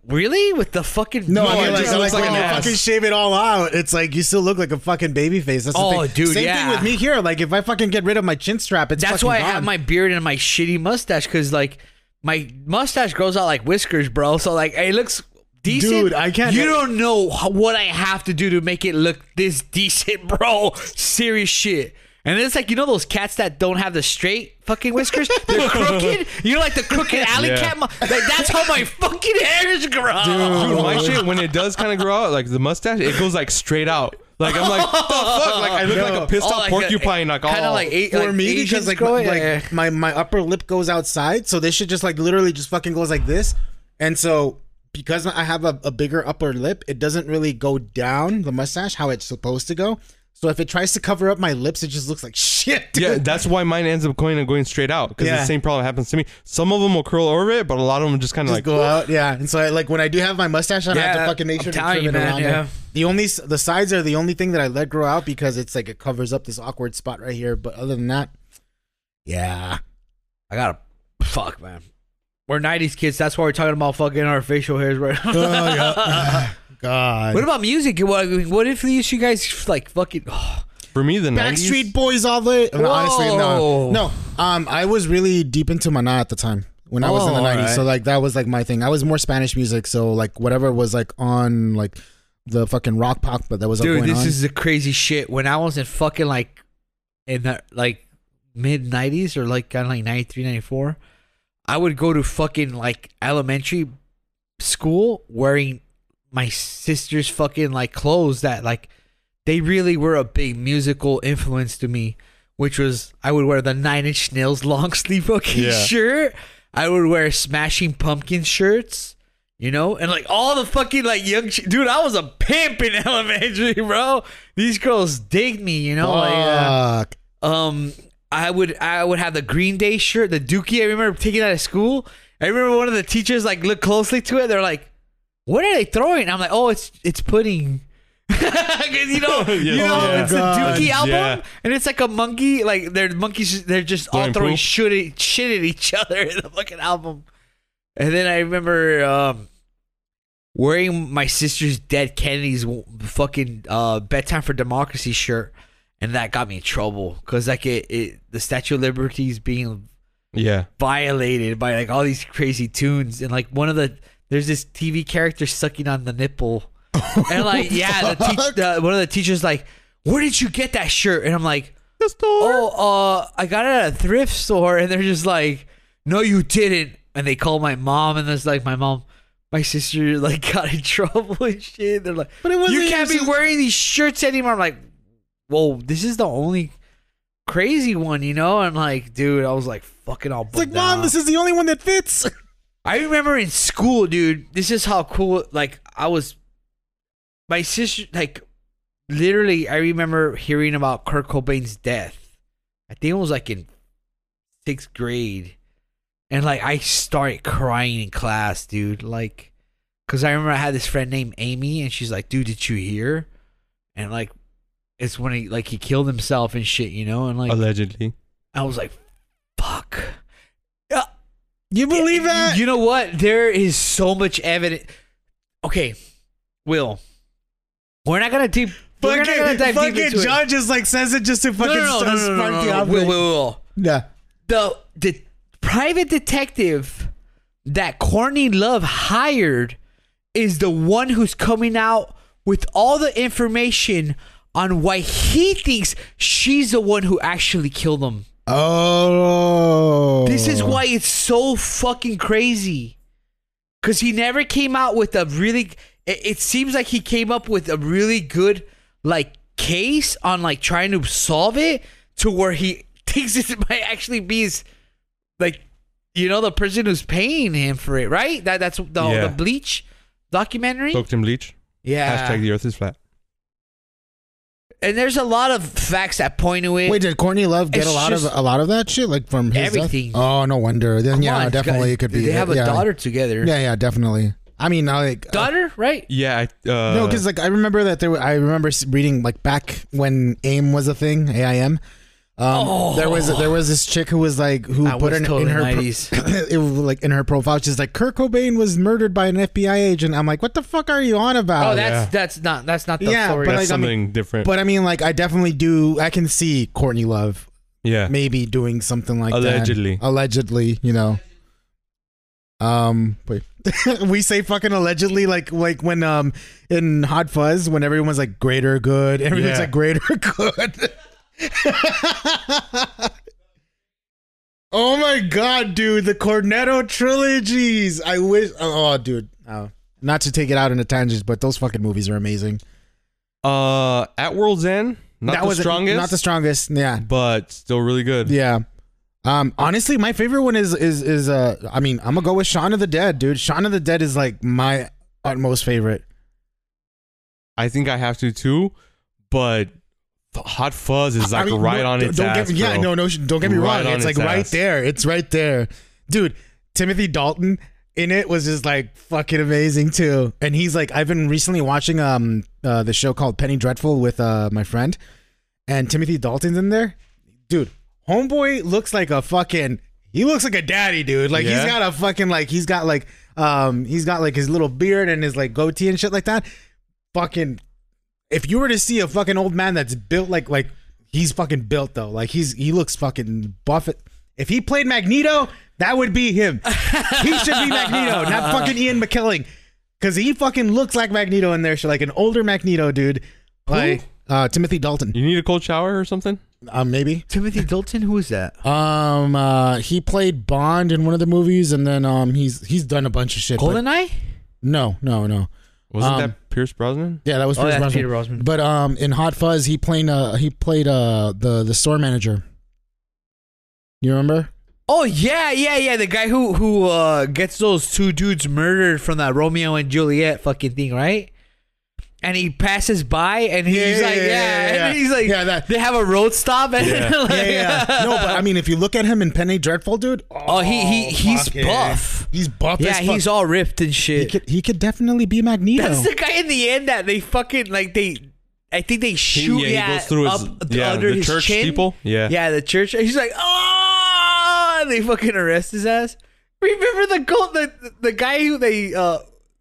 [SPEAKER 1] really with the fucking
[SPEAKER 2] No,
[SPEAKER 3] No,
[SPEAKER 2] I
[SPEAKER 3] it
[SPEAKER 2] mean, like,
[SPEAKER 3] just
[SPEAKER 2] like,
[SPEAKER 3] looks like
[SPEAKER 2] when
[SPEAKER 3] an
[SPEAKER 2] you
[SPEAKER 3] ass.
[SPEAKER 2] fucking shave it all out. It's like you still look like a fucking baby face. That's the
[SPEAKER 1] Oh,
[SPEAKER 2] thing.
[SPEAKER 1] dude,
[SPEAKER 2] Same
[SPEAKER 1] yeah.
[SPEAKER 2] thing with me here. Like if I fucking get rid of my chin strap, it's
[SPEAKER 1] That's
[SPEAKER 2] fucking
[SPEAKER 1] why I
[SPEAKER 2] gone.
[SPEAKER 1] have my beard and my shitty mustache because like my mustache grows out like whiskers, bro. So like it looks decent.
[SPEAKER 2] Dude, I can't-
[SPEAKER 1] You don't know how, what I have to do to make it look this decent, bro. Serious shit. And it's like you know those cats that don't have the straight fucking whiskers. They're crooked. You're like the crooked alley
[SPEAKER 3] Yeah.
[SPEAKER 1] cat. Mu- like that's how my fucking hair is growing.
[SPEAKER 3] Dude, my shit when it does kind of grow out, like the mustache, it goes like straight out. Like I'm like, what the fuck? Like I look like a pissed
[SPEAKER 1] Oh,
[SPEAKER 3] off
[SPEAKER 1] like a-
[SPEAKER 3] porcupine. like
[SPEAKER 1] kinda
[SPEAKER 3] all
[SPEAKER 1] like eight-
[SPEAKER 2] for
[SPEAKER 1] like
[SPEAKER 2] me
[SPEAKER 1] Asians
[SPEAKER 2] because like,
[SPEAKER 1] grow
[SPEAKER 2] my,
[SPEAKER 1] it, eh.
[SPEAKER 2] like my my upper lip goes outside, so this shit just like literally just fucking goes like this, and so because I have a, a bigger upper lip, it doesn't really go down the mustache how it's supposed to go. So if it tries to cover up my lips, it just looks like shit. Dude.
[SPEAKER 3] yeah. That's why mine ends up going and going straight out because
[SPEAKER 2] Yeah.
[SPEAKER 3] the same problem happens to me. Some of them will curl over it, but a lot of them just kind of
[SPEAKER 2] Just
[SPEAKER 3] like
[SPEAKER 2] go out, yeah. And so, I, like when I do have my mustache, on, I have
[SPEAKER 1] Yeah,
[SPEAKER 2] to fucking make
[SPEAKER 1] I'm
[SPEAKER 2] sure to
[SPEAKER 1] telling
[SPEAKER 2] trim
[SPEAKER 1] you,
[SPEAKER 2] it
[SPEAKER 1] man,
[SPEAKER 2] around.
[SPEAKER 1] yeah.
[SPEAKER 2] There. The only s- the sides are the only thing that I let grow out because it's like it covers up this awkward spot right here. But other than that, yeah,
[SPEAKER 1] I gotta fuck, man. We're '90s kids. That's why we're talking about fucking our facial hairs right now.
[SPEAKER 2] God.
[SPEAKER 1] What about music? What, what if these you guys like fucking?
[SPEAKER 3] for me the 90s,
[SPEAKER 2] Backstreet Boys all the no, honestly no
[SPEAKER 1] Whoa.
[SPEAKER 2] no um I was really deep into Maná at the time when I was in the
[SPEAKER 1] Oh,
[SPEAKER 2] 90s so
[SPEAKER 1] alright.
[SPEAKER 2] like that was like my thing I was more Spanish music so like whatever was like on like the fucking rock pop but that was like,
[SPEAKER 1] dude,
[SPEAKER 2] going
[SPEAKER 1] this
[SPEAKER 2] on.
[SPEAKER 1] is the crazy shit. When I was in fucking like in the like mid '90s or like kind of like '93, '94, I would go to fucking like elementary school wearing my sister's fucking like clothes that like they really were a big musical influence to me, which was I would wear the Nine Inch Nails long sleeve fucking
[SPEAKER 3] Yeah.
[SPEAKER 1] shirt. I would wear Smashing Pumpkin shirts, you know, and like all the fucking like young ch- dude. I was a pimp in elementary, bro. These girls digged me, you know.
[SPEAKER 2] Oh,
[SPEAKER 1] Like, uh,
[SPEAKER 2] Fuck.
[SPEAKER 1] um, I would I would have the Green Day shirt, the Dookie. I remember taking that at school. I remember one of the teachers like looked closely to it. They're like, "What are they throwing?" I'm like, "Oh, it's it's pudding." 'Cause you know, you
[SPEAKER 3] Yes.
[SPEAKER 1] know,
[SPEAKER 3] Oh,
[SPEAKER 1] it's the
[SPEAKER 2] God.
[SPEAKER 1] Dookie album,
[SPEAKER 3] Yeah.
[SPEAKER 1] and it's like a monkey. Like they're monkeys. They're just all
[SPEAKER 3] Throwing
[SPEAKER 1] throwing
[SPEAKER 3] poop?
[SPEAKER 1] shit at, shit at each other in the fucking album. And then I remember um, wearing my sister's dead Kennedy's w- fucking uh, bedtime for democracy shirt, and that got me in trouble because like it, it, the Statue of Liberty is being
[SPEAKER 3] yeah.
[SPEAKER 1] violated by like all these crazy tunes, and like one of the there's this TV character sucking on the nipple, and like yeah, the, teach
[SPEAKER 2] Fuck.
[SPEAKER 1] the one of the teachers like, where did you get that shirt? And I'm like. Oh, uh, I got it at a thrift store, and they're just like, "No, you didn't." And they call my mom, and it's like, "My mom, my sister, like got in trouble and shit." They're like,
[SPEAKER 2] But it wasn't
[SPEAKER 1] "You
[SPEAKER 2] your
[SPEAKER 1] can't be
[SPEAKER 2] sis-
[SPEAKER 1] wearing these shirts anymore." I'm like, "Whoa, this is the only crazy one, you know?" I'm like, "Dude, I was like, fucking all."
[SPEAKER 2] it's like mom this is the only one that fits
[SPEAKER 1] I remember in school, dude. This is how cool. Like I was, my sister. Like literally, I remember hearing about Kurt Cobain's death. I think it was like in sixth grade, and like I started crying in class, dude. Like, cause I remember I had this friend named Amy, and she's like, "Dude, did you hear?" And like, it's when he like he killed himself and shit, you know. And like,
[SPEAKER 3] Allegedly,
[SPEAKER 1] I was like, "Fuck." Uh, Yeah.
[SPEAKER 2] you believe that
[SPEAKER 1] You know what? There is so much evidence. Okay, Will, we're not gonna deep. We're not gonna
[SPEAKER 2] fucking
[SPEAKER 1] dive deep
[SPEAKER 2] fucking
[SPEAKER 1] into it.
[SPEAKER 2] John just like says it just to
[SPEAKER 1] No,
[SPEAKER 2] fucking
[SPEAKER 1] no, no, no,
[SPEAKER 2] start
[SPEAKER 1] no, no, no, no, no.
[SPEAKER 2] spark the
[SPEAKER 1] Will, Will,
[SPEAKER 2] object.
[SPEAKER 1] Will.
[SPEAKER 2] yeah
[SPEAKER 1] The the private detective that Courtney Love hired is the one who's coming out with all the information on why he thinks she's the one who actually killed him.
[SPEAKER 2] oh
[SPEAKER 1] This is why it's so fucking crazy. Cause he never came out with a really. It, it seems like he came up with a really good like case on like trying to solve it to where he thinks it might actually be his like you know the person who's paying him for it, right? That that's the
[SPEAKER 3] Yeah.
[SPEAKER 1] the bleach documentary.
[SPEAKER 3] soaked in bleach.
[SPEAKER 1] yeah.
[SPEAKER 3] Hashtag the Earth is flat.
[SPEAKER 1] and there's a lot of facts that point to it.
[SPEAKER 2] Wait, did Courtney Love get
[SPEAKER 1] It's
[SPEAKER 2] a lot
[SPEAKER 1] just-
[SPEAKER 2] of a lot of that shit? Like from his death?
[SPEAKER 1] Everything.
[SPEAKER 2] Oh, no wonder. Then
[SPEAKER 1] Come
[SPEAKER 2] yeah,
[SPEAKER 1] on, it's got-
[SPEAKER 2] definitely it could be.
[SPEAKER 1] They have a
[SPEAKER 2] yeah.
[SPEAKER 1] daughter together.
[SPEAKER 2] Yeah, yeah, definitely. I mean, I like uh,
[SPEAKER 1] Daughter, right?
[SPEAKER 3] Yeah. I, uh,
[SPEAKER 2] no, because like I remember that there. Were, I remember s- reading like back when AIM was a thing. AIM. Um,
[SPEAKER 1] Oh.
[SPEAKER 2] There was there was this chick who was like who
[SPEAKER 1] I
[SPEAKER 2] put
[SPEAKER 1] was
[SPEAKER 2] in,
[SPEAKER 1] totally
[SPEAKER 2] in her pro-
[SPEAKER 1] 90s.
[SPEAKER 2] it was like in her profile. She's like Kurt Cobain was murdered by an FBI agent. I'm like, what the fuck are you on about?
[SPEAKER 1] Oh, that's
[SPEAKER 3] yeah.
[SPEAKER 1] that's not that's not the
[SPEAKER 2] Yeah,
[SPEAKER 1] story.
[SPEAKER 2] but
[SPEAKER 3] that's
[SPEAKER 2] like, I mean-
[SPEAKER 3] something different.
[SPEAKER 2] But I mean, like, I definitely do. I can see Courtney Love
[SPEAKER 3] yeah.
[SPEAKER 2] maybe doing something like
[SPEAKER 3] Allegedly.
[SPEAKER 2] that. Allegedly, allegedly, you know. Um, wait. we say fucking allegedly, like like when um in Hot Fuzz when everyone's like greater good, everyone's
[SPEAKER 3] Yeah.
[SPEAKER 2] like greater good. oh my god, dude, the Cornetto trilogies. I wish. Oh, dude. Oh. Not to take it out in a tangent, but those fucking movies are amazing.
[SPEAKER 3] Uh, at World's End, not the
[SPEAKER 2] was
[SPEAKER 3] strongest,
[SPEAKER 2] Not the strongest. Yeah,
[SPEAKER 3] but still really good.
[SPEAKER 2] Yeah. Um, honestly, my favorite one is is is uh. I mean, I'm gonna go with Shaun of the Dead, dude. Shaun of the Dead is like my utmost favorite.
[SPEAKER 3] I think I have to too, but F- Hot Fuzz is like
[SPEAKER 2] I mean,
[SPEAKER 3] right
[SPEAKER 2] no,
[SPEAKER 3] on
[SPEAKER 2] don't-
[SPEAKER 3] its
[SPEAKER 2] don't
[SPEAKER 3] ass.
[SPEAKER 2] Get me, yeah,
[SPEAKER 3] bro.
[SPEAKER 2] no, no, sh- don't get me
[SPEAKER 3] Right
[SPEAKER 2] wrong.
[SPEAKER 3] on
[SPEAKER 2] It's like
[SPEAKER 3] its
[SPEAKER 2] right
[SPEAKER 3] ass.
[SPEAKER 2] there. It's right there, dude. Timothy Dalton in it was just like fucking amazing too. And he's like, I've been recently watching um uh, the show called Penny Dreadful with uh my friend, and Timothy Dalton's in there, dude. Homeboy looks like a fucking. He looks like a daddy, dude. Like he's
[SPEAKER 3] Yeah?
[SPEAKER 2] got a fucking like he's got like um he's got like his little beard and his like goatee and shit like that. Fucking if you were to see a fucking old man that's built like like he's fucking built though, like he's he looks fucking buff. If he played Magneto, that would be him. he should be Magneto, not fucking Ian McKellen, because he fucking looks like Magneto in there, so like an older Magneto dude, like uh, Timothy Dalton,
[SPEAKER 3] You need a cold shower or something?
[SPEAKER 2] um, maybe.
[SPEAKER 1] Timothy Dalton, who is that?
[SPEAKER 2] Um, uh, he played Bond in one of the movies, and then um, he's he's done a bunch of shit. but-
[SPEAKER 1] Goldeneye?
[SPEAKER 2] no, no, no.
[SPEAKER 3] Wasn't
[SPEAKER 2] Um,
[SPEAKER 3] that Pierce Brosnan?
[SPEAKER 2] Yeah, that was
[SPEAKER 1] Oh,
[SPEAKER 2] Pierce
[SPEAKER 1] that's
[SPEAKER 2] Brosnan.
[SPEAKER 1] Peter Brosnan.
[SPEAKER 2] But um, in Hot Fuzz, he played uh, he played uh the the store manager. You remember?
[SPEAKER 1] Oh yeah, yeah, yeah. The guy who who uh, gets those two dudes murdered from that Romeo and Juliet fucking thing, right? And he passes by, and he's
[SPEAKER 2] Yeah, yeah,
[SPEAKER 1] like, yeah,
[SPEAKER 2] yeah, yeah, yeah.
[SPEAKER 1] and he's like,
[SPEAKER 2] Yeah, that-
[SPEAKER 1] they have a road stop, and
[SPEAKER 3] Yeah.
[SPEAKER 1] like,
[SPEAKER 2] no, but I mean, if you look at him in Penny Dreadful, dude.
[SPEAKER 1] Oh, he- he- he's
[SPEAKER 2] fucking-
[SPEAKER 1] buff.
[SPEAKER 2] He's buff.
[SPEAKER 1] yeah,
[SPEAKER 2] as fuck.
[SPEAKER 1] he's all ripped and
[SPEAKER 2] He
[SPEAKER 1] shit.
[SPEAKER 2] could he could definitely be Magneto.
[SPEAKER 1] That's the guy in the end that they fucking like they. I think they shoot
[SPEAKER 3] yeah,
[SPEAKER 1] yeah,
[SPEAKER 3] he goes through his-
[SPEAKER 1] up
[SPEAKER 3] yeah,
[SPEAKER 1] under
[SPEAKER 3] the
[SPEAKER 1] his
[SPEAKER 3] church
[SPEAKER 1] chin.
[SPEAKER 3] steeple. Yeah.
[SPEAKER 1] yeah, the church. He's like, oh, and they fucking arrest his ass. Remember the cult, the the guy who they uh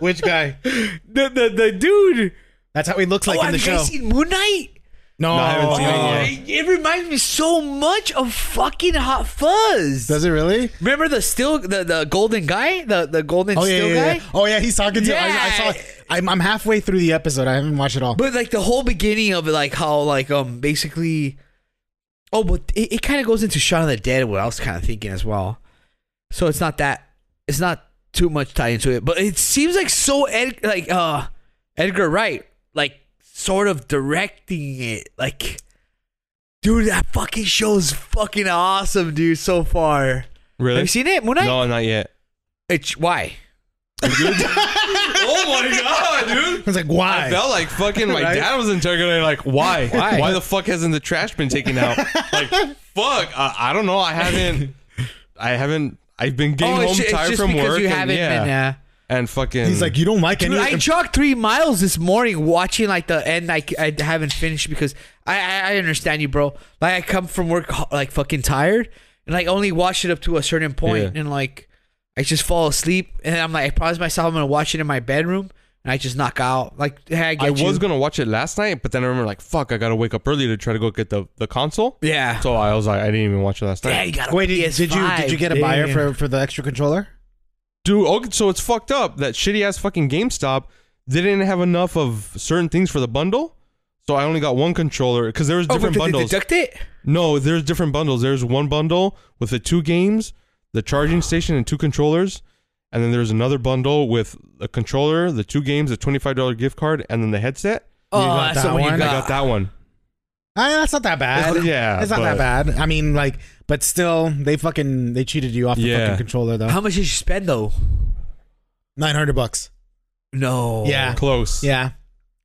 [SPEAKER 2] Which guy?
[SPEAKER 1] the the, the dude.
[SPEAKER 2] That's how he looks like
[SPEAKER 1] oh,
[SPEAKER 2] in
[SPEAKER 1] have
[SPEAKER 2] the
[SPEAKER 1] you
[SPEAKER 2] show.
[SPEAKER 1] guys seen Moon Knight?
[SPEAKER 2] no,
[SPEAKER 3] I haven't seen it
[SPEAKER 1] Oh,
[SPEAKER 3] yeah.
[SPEAKER 1] it, it reminds me so much of fucking Hot Fuzz.
[SPEAKER 2] Does it really?
[SPEAKER 1] Remember the still the, the golden guy, the the golden
[SPEAKER 2] Oh yeah,
[SPEAKER 1] still
[SPEAKER 2] yeah,
[SPEAKER 1] guy.
[SPEAKER 2] yeah. Oh yeah, he's talking to. I, I
[SPEAKER 1] Yeah.
[SPEAKER 2] saw. I'm, I'm halfway through the episode. I haven't watched it all.
[SPEAKER 1] But like the whole beginning of it, like how like um basically, oh, but it, it kind of goes into Shaun of the Dead. What I was kind of thinking as well. So it's not that it's not too much tied into it, but it seems like so Ed, like uh Edgar Wright like sort of directing it. Like, dude, that fucking show is fucking awesome, dude. So far,
[SPEAKER 3] Really?
[SPEAKER 1] have you seen it? Moon Knight?
[SPEAKER 3] no, not yet.
[SPEAKER 1] It's why.
[SPEAKER 3] oh my god, dude!
[SPEAKER 2] I was like, why?
[SPEAKER 3] I felt like fucking my
[SPEAKER 2] Right?
[SPEAKER 3] dad was interrogating like why?
[SPEAKER 1] Why?
[SPEAKER 3] the fuck hasn't the trash been taken out? like fuck, I, I don't know. I haven't. I haven't. I've been getting home
[SPEAKER 1] Oh, it's, ju- it's
[SPEAKER 3] tired
[SPEAKER 1] just
[SPEAKER 3] from
[SPEAKER 1] because
[SPEAKER 3] work.
[SPEAKER 1] you
[SPEAKER 3] and,
[SPEAKER 1] haven't
[SPEAKER 3] yeah,
[SPEAKER 1] been. Uh,
[SPEAKER 3] and fucking.
[SPEAKER 2] He's like, you don't like
[SPEAKER 1] Dude,
[SPEAKER 2] any.
[SPEAKER 1] I jogged three miles this morning watching like the end. I, I haven't finished because I, I I understand you, bro. Like I come from work ho- like fucking tired and like only watch it up to a certain point,
[SPEAKER 3] Yeah.
[SPEAKER 1] and like I just fall asleep and I'm like I promise myself I'm gonna watch it in my bedroom and I just knock out. Like hey, I, get
[SPEAKER 3] I
[SPEAKER 1] you.
[SPEAKER 3] was gonna watch it last night, but then I remember like, fuck, I gotta wake up early to try to go get the the console.
[SPEAKER 1] yeah.
[SPEAKER 3] So I was like, I didn't even watch it last night.
[SPEAKER 1] yeah, you got a
[SPEAKER 2] Wait, did, did you
[SPEAKER 1] PS5,
[SPEAKER 2] did you get a buyer
[SPEAKER 1] dude.
[SPEAKER 2] for for the extra controller?
[SPEAKER 3] Dude, okay, so it's fucked up that shitty ass fucking GameStop didn't have enough of certain things for the bundle. So I only got one controller because there was
[SPEAKER 1] Oh, but
[SPEAKER 3] different
[SPEAKER 1] did they
[SPEAKER 3] bundles.
[SPEAKER 1] deduct it?
[SPEAKER 3] no, there's different bundles. There's one bundle with the two games, the charging station, and two controllers, and then there's another bundle with a controller, the two games, a twenty-five dollar gift card, and then the headset.
[SPEAKER 1] Oh,
[SPEAKER 2] got
[SPEAKER 1] that's the
[SPEAKER 2] that
[SPEAKER 1] one you
[SPEAKER 2] one? I
[SPEAKER 1] got.
[SPEAKER 3] I got that one.
[SPEAKER 2] I mean, that's not that bad.
[SPEAKER 3] Yeah,
[SPEAKER 2] it's not that bad. I mean, like, but still, they fucking they cheated you off the
[SPEAKER 3] Yeah.
[SPEAKER 2] fucking controller though.
[SPEAKER 1] How much did you spend though?
[SPEAKER 2] Nine hundred bucks.
[SPEAKER 1] No.
[SPEAKER 2] Yeah.
[SPEAKER 3] Close.
[SPEAKER 2] Yeah,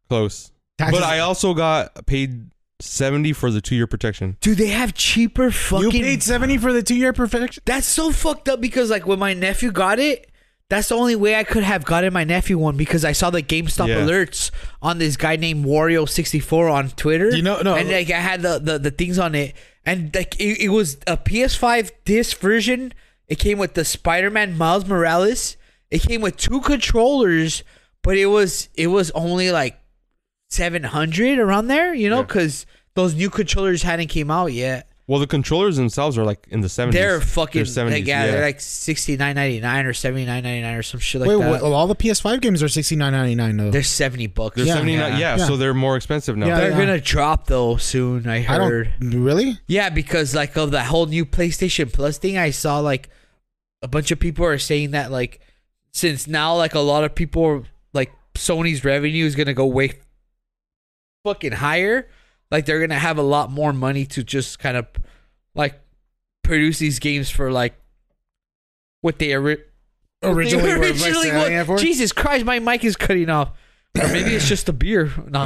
[SPEAKER 3] Close.
[SPEAKER 2] Taxes-
[SPEAKER 3] But I also got paid seventy for the two year protection.
[SPEAKER 1] Dude, they have cheaper
[SPEAKER 2] you
[SPEAKER 1] fucking.
[SPEAKER 2] paid seventy for the two year perfection.
[SPEAKER 1] That's so fucked up because like when my nephew got it, that's the only way I could have gotten my nephew one because I saw the GameStop
[SPEAKER 3] Yeah.
[SPEAKER 1] alerts on this guy named Wario sixty four on Twitter.
[SPEAKER 2] You know- no.
[SPEAKER 1] and like I had the the, the things on it, and like it, it was a PS five disc version. It came with the Spider Man Miles Morales. It came with two controllers, but it was it was only like seven hundred around there, you know,
[SPEAKER 3] Yeah.
[SPEAKER 1] because those new controllers hadn't came out yet.
[SPEAKER 3] Well, the controllers themselves are like in the seventies.
[SPEAKER 1] They're fucking
[SPEAKER 3] seventies.
[SPEAKER 1] like, yeah, they're like sixty nine ninety nine or seventy nine ninety nine or some shit like
[SPEAKER 2] Wait,
[SPEAKER 1] that.
[SPEAKER 2] what, all the PS5 games are sixty nine ninety nine though.
[SPEAKER 1] they're seventy bucks.
[SPEAKER 2] Yeah.
[SPEAKER 3] seventy nine. Yeah,
[SPEAKER 2] Yeah.
[SPEAKER 3] so they're more expensive now.
[SPEAKER 2] Yeah.
[SPEAKER 1] They're gonna drop though soon. I
[SPEAKER 2] I
[SPEAKER 1] heard.
[SPEAKER 2] don't really.
[SPEAKER 1] yeah, because like of the whole new PlayStation Plus thing, I saw like a bunch of people are saying that like since now like a lot of people are- like Sony's revenue is gonna go way fucking higher. Like they're gonna have a lot more money to just kind of like produce these games for like what they ori-
[SPEAKER 2] Originally, were like
[SPEAKER 1] Originally
[SPEAKER 2] selling
[SPEAKER 1] what-
[SPEAKER 2] it for-
[SPEAKER 1] Jesus Christ, my mic is cutting off. Or maybe it's just the beer. No.